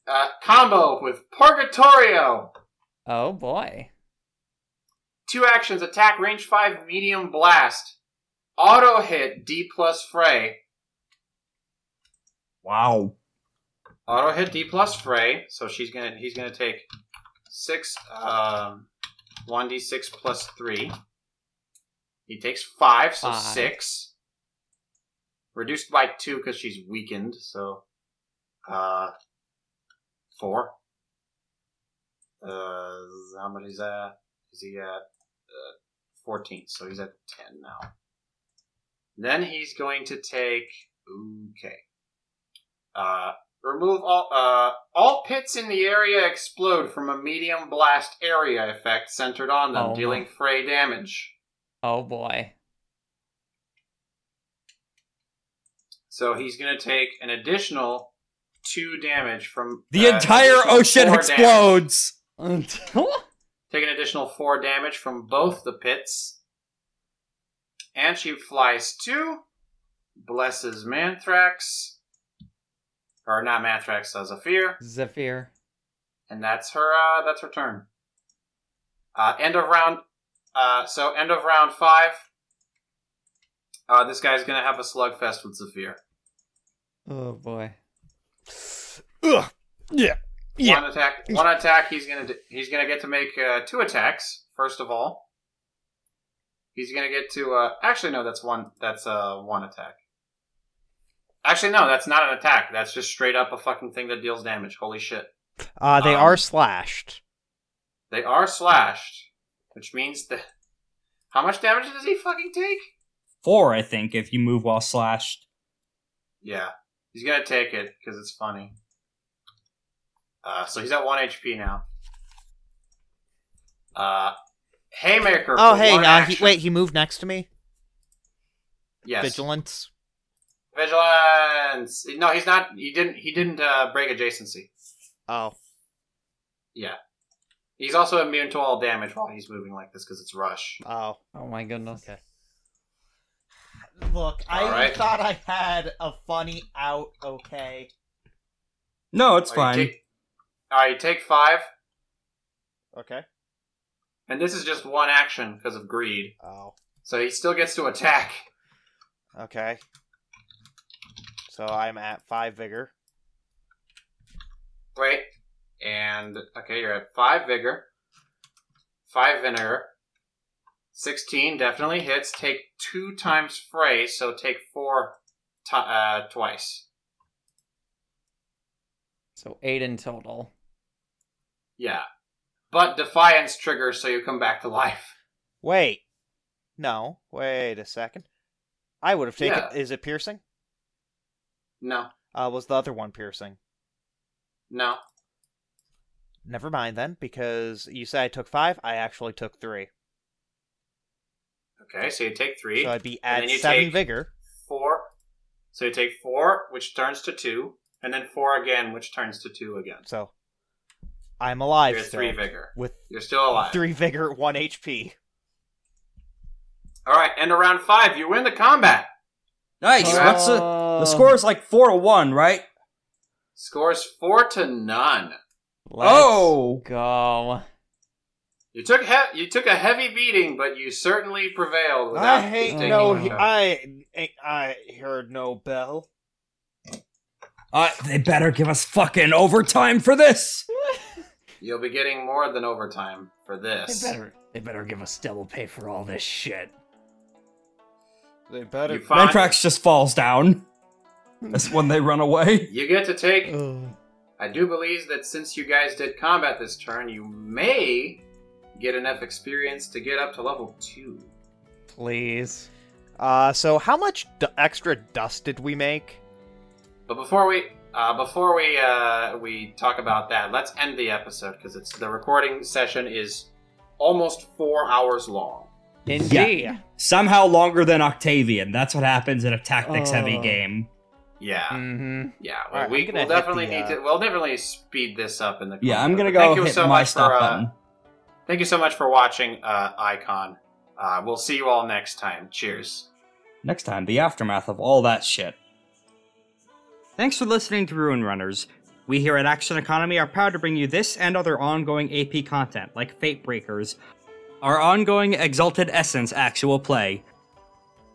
Speaker 1: Uh, combo with Purgatorio.
Speaker 4: Oh boy.
Speaker 1: Two actions: attack, range five, medium blast, auto hit, D plus fray.
Speaker 2: Wow.
Speaker 1: Auto hit D plus fray, so she's gonna he's gonna take six um one D six plus three. He takes five, so
Speaker 4: Five.
Speaker 1: six. Reduced by two because she's weakened, so uh four. Uh how much is that? Is he at uh, fourteen, so he's at ten now. Then he's going to take okay. Uh Remove all uh, all pits in the area explode from a medium blast area effect centered on them,
Speaker 4: Oh,
Speaker 1: dealing
Speaker 4: my.
Speaker 1: fray damage.
Speaker 4: Oh boy. <laughs>
Speaker 1: So he's going to take an additional two damage from
Speaker 2: The
Speaker 1: uh,
Speaker 2: entire
Speaker 1: additional
Speaker 2: ocean
Speaker 1: four damage.
Speaker 2: explodes.
Speaker 1: Take an additional four damage from both the pits, and she flies two. Blesses Manthrax, or not Manthrax, uh, Zephyr.
Speaker 4: Zephyr.
Speaker 1: and that's her uh, that's her turn. Uh, end of round. Uh, so end of round five. Uh, this guy's gonna have a slugfest with Zephyr.
Speaker 4: Oh boy.
Speaker 7: Ugh. Yeah. Yeah.
Speaker 1: One attack. One attack. He's gonna d- he's gonna get to make uh, two attacks. First of all, he's gonna get to uh, actually no, that's one that's uh, one attack. Actually, no, that's not an attack. That's just straight up a fucking thing that deals damage. Holy shit.
Speaker 7: Uh, they
Speaker 1: Um,
Speaker 7: are slashed.
Speaker 1: They are slashed, which means that. How much damage does he fucking take?
Speaker 8: Four, I think, if you move while slashed.
Speaker 1: Yeah, he's gonna take it because it's funny. Uh, so he's at one HP now. Uh, haymaker.
Speaker 7: Oh
Speaker 1: for
Speaker 7: hey,
Speaker 1: one
Speaker 7: uh, he,
Speaker 1: action.
Speaker 7: wait, he moved next to me.
Speaker 1: Yes,
Speaker 7: Vigilance.
Speaker 1: Vigilance. No, he's not. He didn't. He didn't uh, break adjacency.
Speaker 7: Oh,
Speaker 1: He's also immune to all damage while he's moving like this because it's rush.
Speaker 7: oh,
Speaker 4: Oh my goodness.
Speaker 7: okay.
Speaker 5: Look, I
Speaker 1: Alright.
Speaker 5: thought I had a funny out. Okay.
Speaker 2: No, Oh, it's
Speaker 1: All right,
Speaker 2: fine.
Speaker 1: take- all right, take five,
Speaker 7: Okay.
Speaker 1: and this is just one action because of greed.
Speaker 7: Oh,
Speaker 1: So he still gets to attack.
Speaker 7: okay. So I'm at five vigor.
Speaker 1: Wait, and okay, you're at five vigor, five vinegar, sixteen definitely hits. Take two times fray, so take four ti uh, twice.
Speaker 4: So eight in total.
Speaker 1: Yeah, but defiance triggers, so you come back to life. <laughs>
Speaker 7: Wait. No. Wait a second. I would have taken.
Speaker 1: Yeah.
Speaker 7: Is it piercing?
Speaker 1: No,
Speaker 7: Uh, was the other one piercing?
Speaker 1: no.
Speaker 7: Never mind then, because you said I took five. I actually took three.
Speaker 1: Okay, so you take three,
Speaker 7: So I'd be
Speaker 1: And
Speaker 7: at
Speaker 1: then you
Speaker 7: seven
Speaker 1: take-
Speaker 7: vigor.
Speaker 1: four. So you take four, which turns to two, and then four again, which turns to two again.
Speaker 7: So I'm alive.
Speaker 1: You're at
Speaker 7: still,
Speaker 1: three vigor.
Speaker 7: With
Speaker 1: You're still alive.
Speaker 7: three vigor, one HP.
Speaker 1: All right, and around five, you win the combat.
Speaker 2: Nice.
Speaker 4: Uh,
Speaker 1: Oh.
Speaker 2: What's the, the score? Is like four to one, right?
Speaker 1: Scores four to none.
Speaker 4: Let's
Speaker 2: Oh.
Speaker 4: go.
Speaker 1: You took he- you took a heavy beating, but you certainly prevailed. Without
Speaker 7: I hate
Speaker 1: taking
Speaker 7: no.
Speaker 1: much
Speaker 4: he-
Speaker 1: of-
Speaker 7: I I heard no bell.
Speaker 2: Uh, they better give us fucking overtime for this.
Speaker 1: You'll be getting more than overtime for this.
Speaker 2: They better give us double pay for all this shit.
Speaker 7: They
Speaker 1: You,
Speaker 7: better.
Speaker 1: find-
Speaker 2: Rentrax just falls down. That's when they run away.
Speaker 1: you get to
Speaker 7: Uh.
Speaker 1: take.
Speaker 4: Oh,
Speaker 1: I do believe that since you guys did combat this turn, you may get enough experience to get up to level two.
Speaker 7: Please. Uh, so how much d- extra dust did we make?
Speaker 1: But before we uh, before we uh, we talk about that, let's end the episode because it's the recording session is almost four hours long.
Speaker 4: Indeed.
Speaker 2: Somehow longer than Octavian. That's what happens in a tactics-heavy
Speaker 4: Oh.
Speaker 2: game.
Speaker 1: Yeah,
Speaker 4: Mm-hmm.
Speaker 1: yeah.
Speaker 7: All right,
Speaker 1: we,
Speaker 7: I'm gonna
Speaker 1: will
Speaker 7: hit
Speaker 1: definitely
Speaker 7: the,
Speaker 1: need to.
Speaker 7: uh,
Speaker 1: We'll definitely speed this up in the.
Speaker 2: Yeah, I'm
Speaker 1: combo.
Speaker 2: gonna
Speaker 1: But
Speaker 2: go
Speaker 1: thank you
Speaker 2: hit
Speaker 1: so
Speaker 2: my
Speaker 1: much
Speaker 2: stop
Speaker 1: for, uh,
Speaker 2: button.
Speaker 1: Thank you so much for watching, uh, Icon. Uh, we'll see you all next time. Cheers.
Speaker 2: Next time, the aftermath of all that shit. Thanks for listening to Ruin Runners. We here at Action Economy are proud to bring you this and other ongoing AP content, like Fate Breakers, our ongoing Exalted Essence actual play.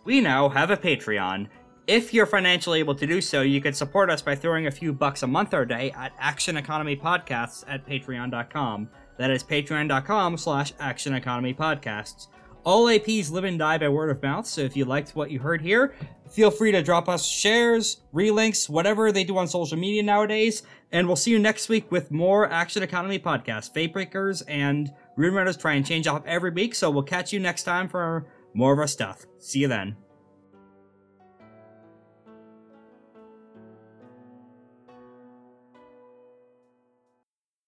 Speaker 2: We now have a Patreon. If you're financially able to do so, you can support us by throwing a few bucks a month or day at Action Economy Podcasts at patreon.com. That is patreon.com slash Action Economy Podcasts. All APs live and die by word of mouth, so if you liked what you heard here, feel free to drop us shares, relinks, whatever they do on social media nowadays. And we'll see you next week with more Action Economy podcast, Fate Breakers, and Rune Runners try and change up every week. So we'll catch you next time for more of our stuff. See you then.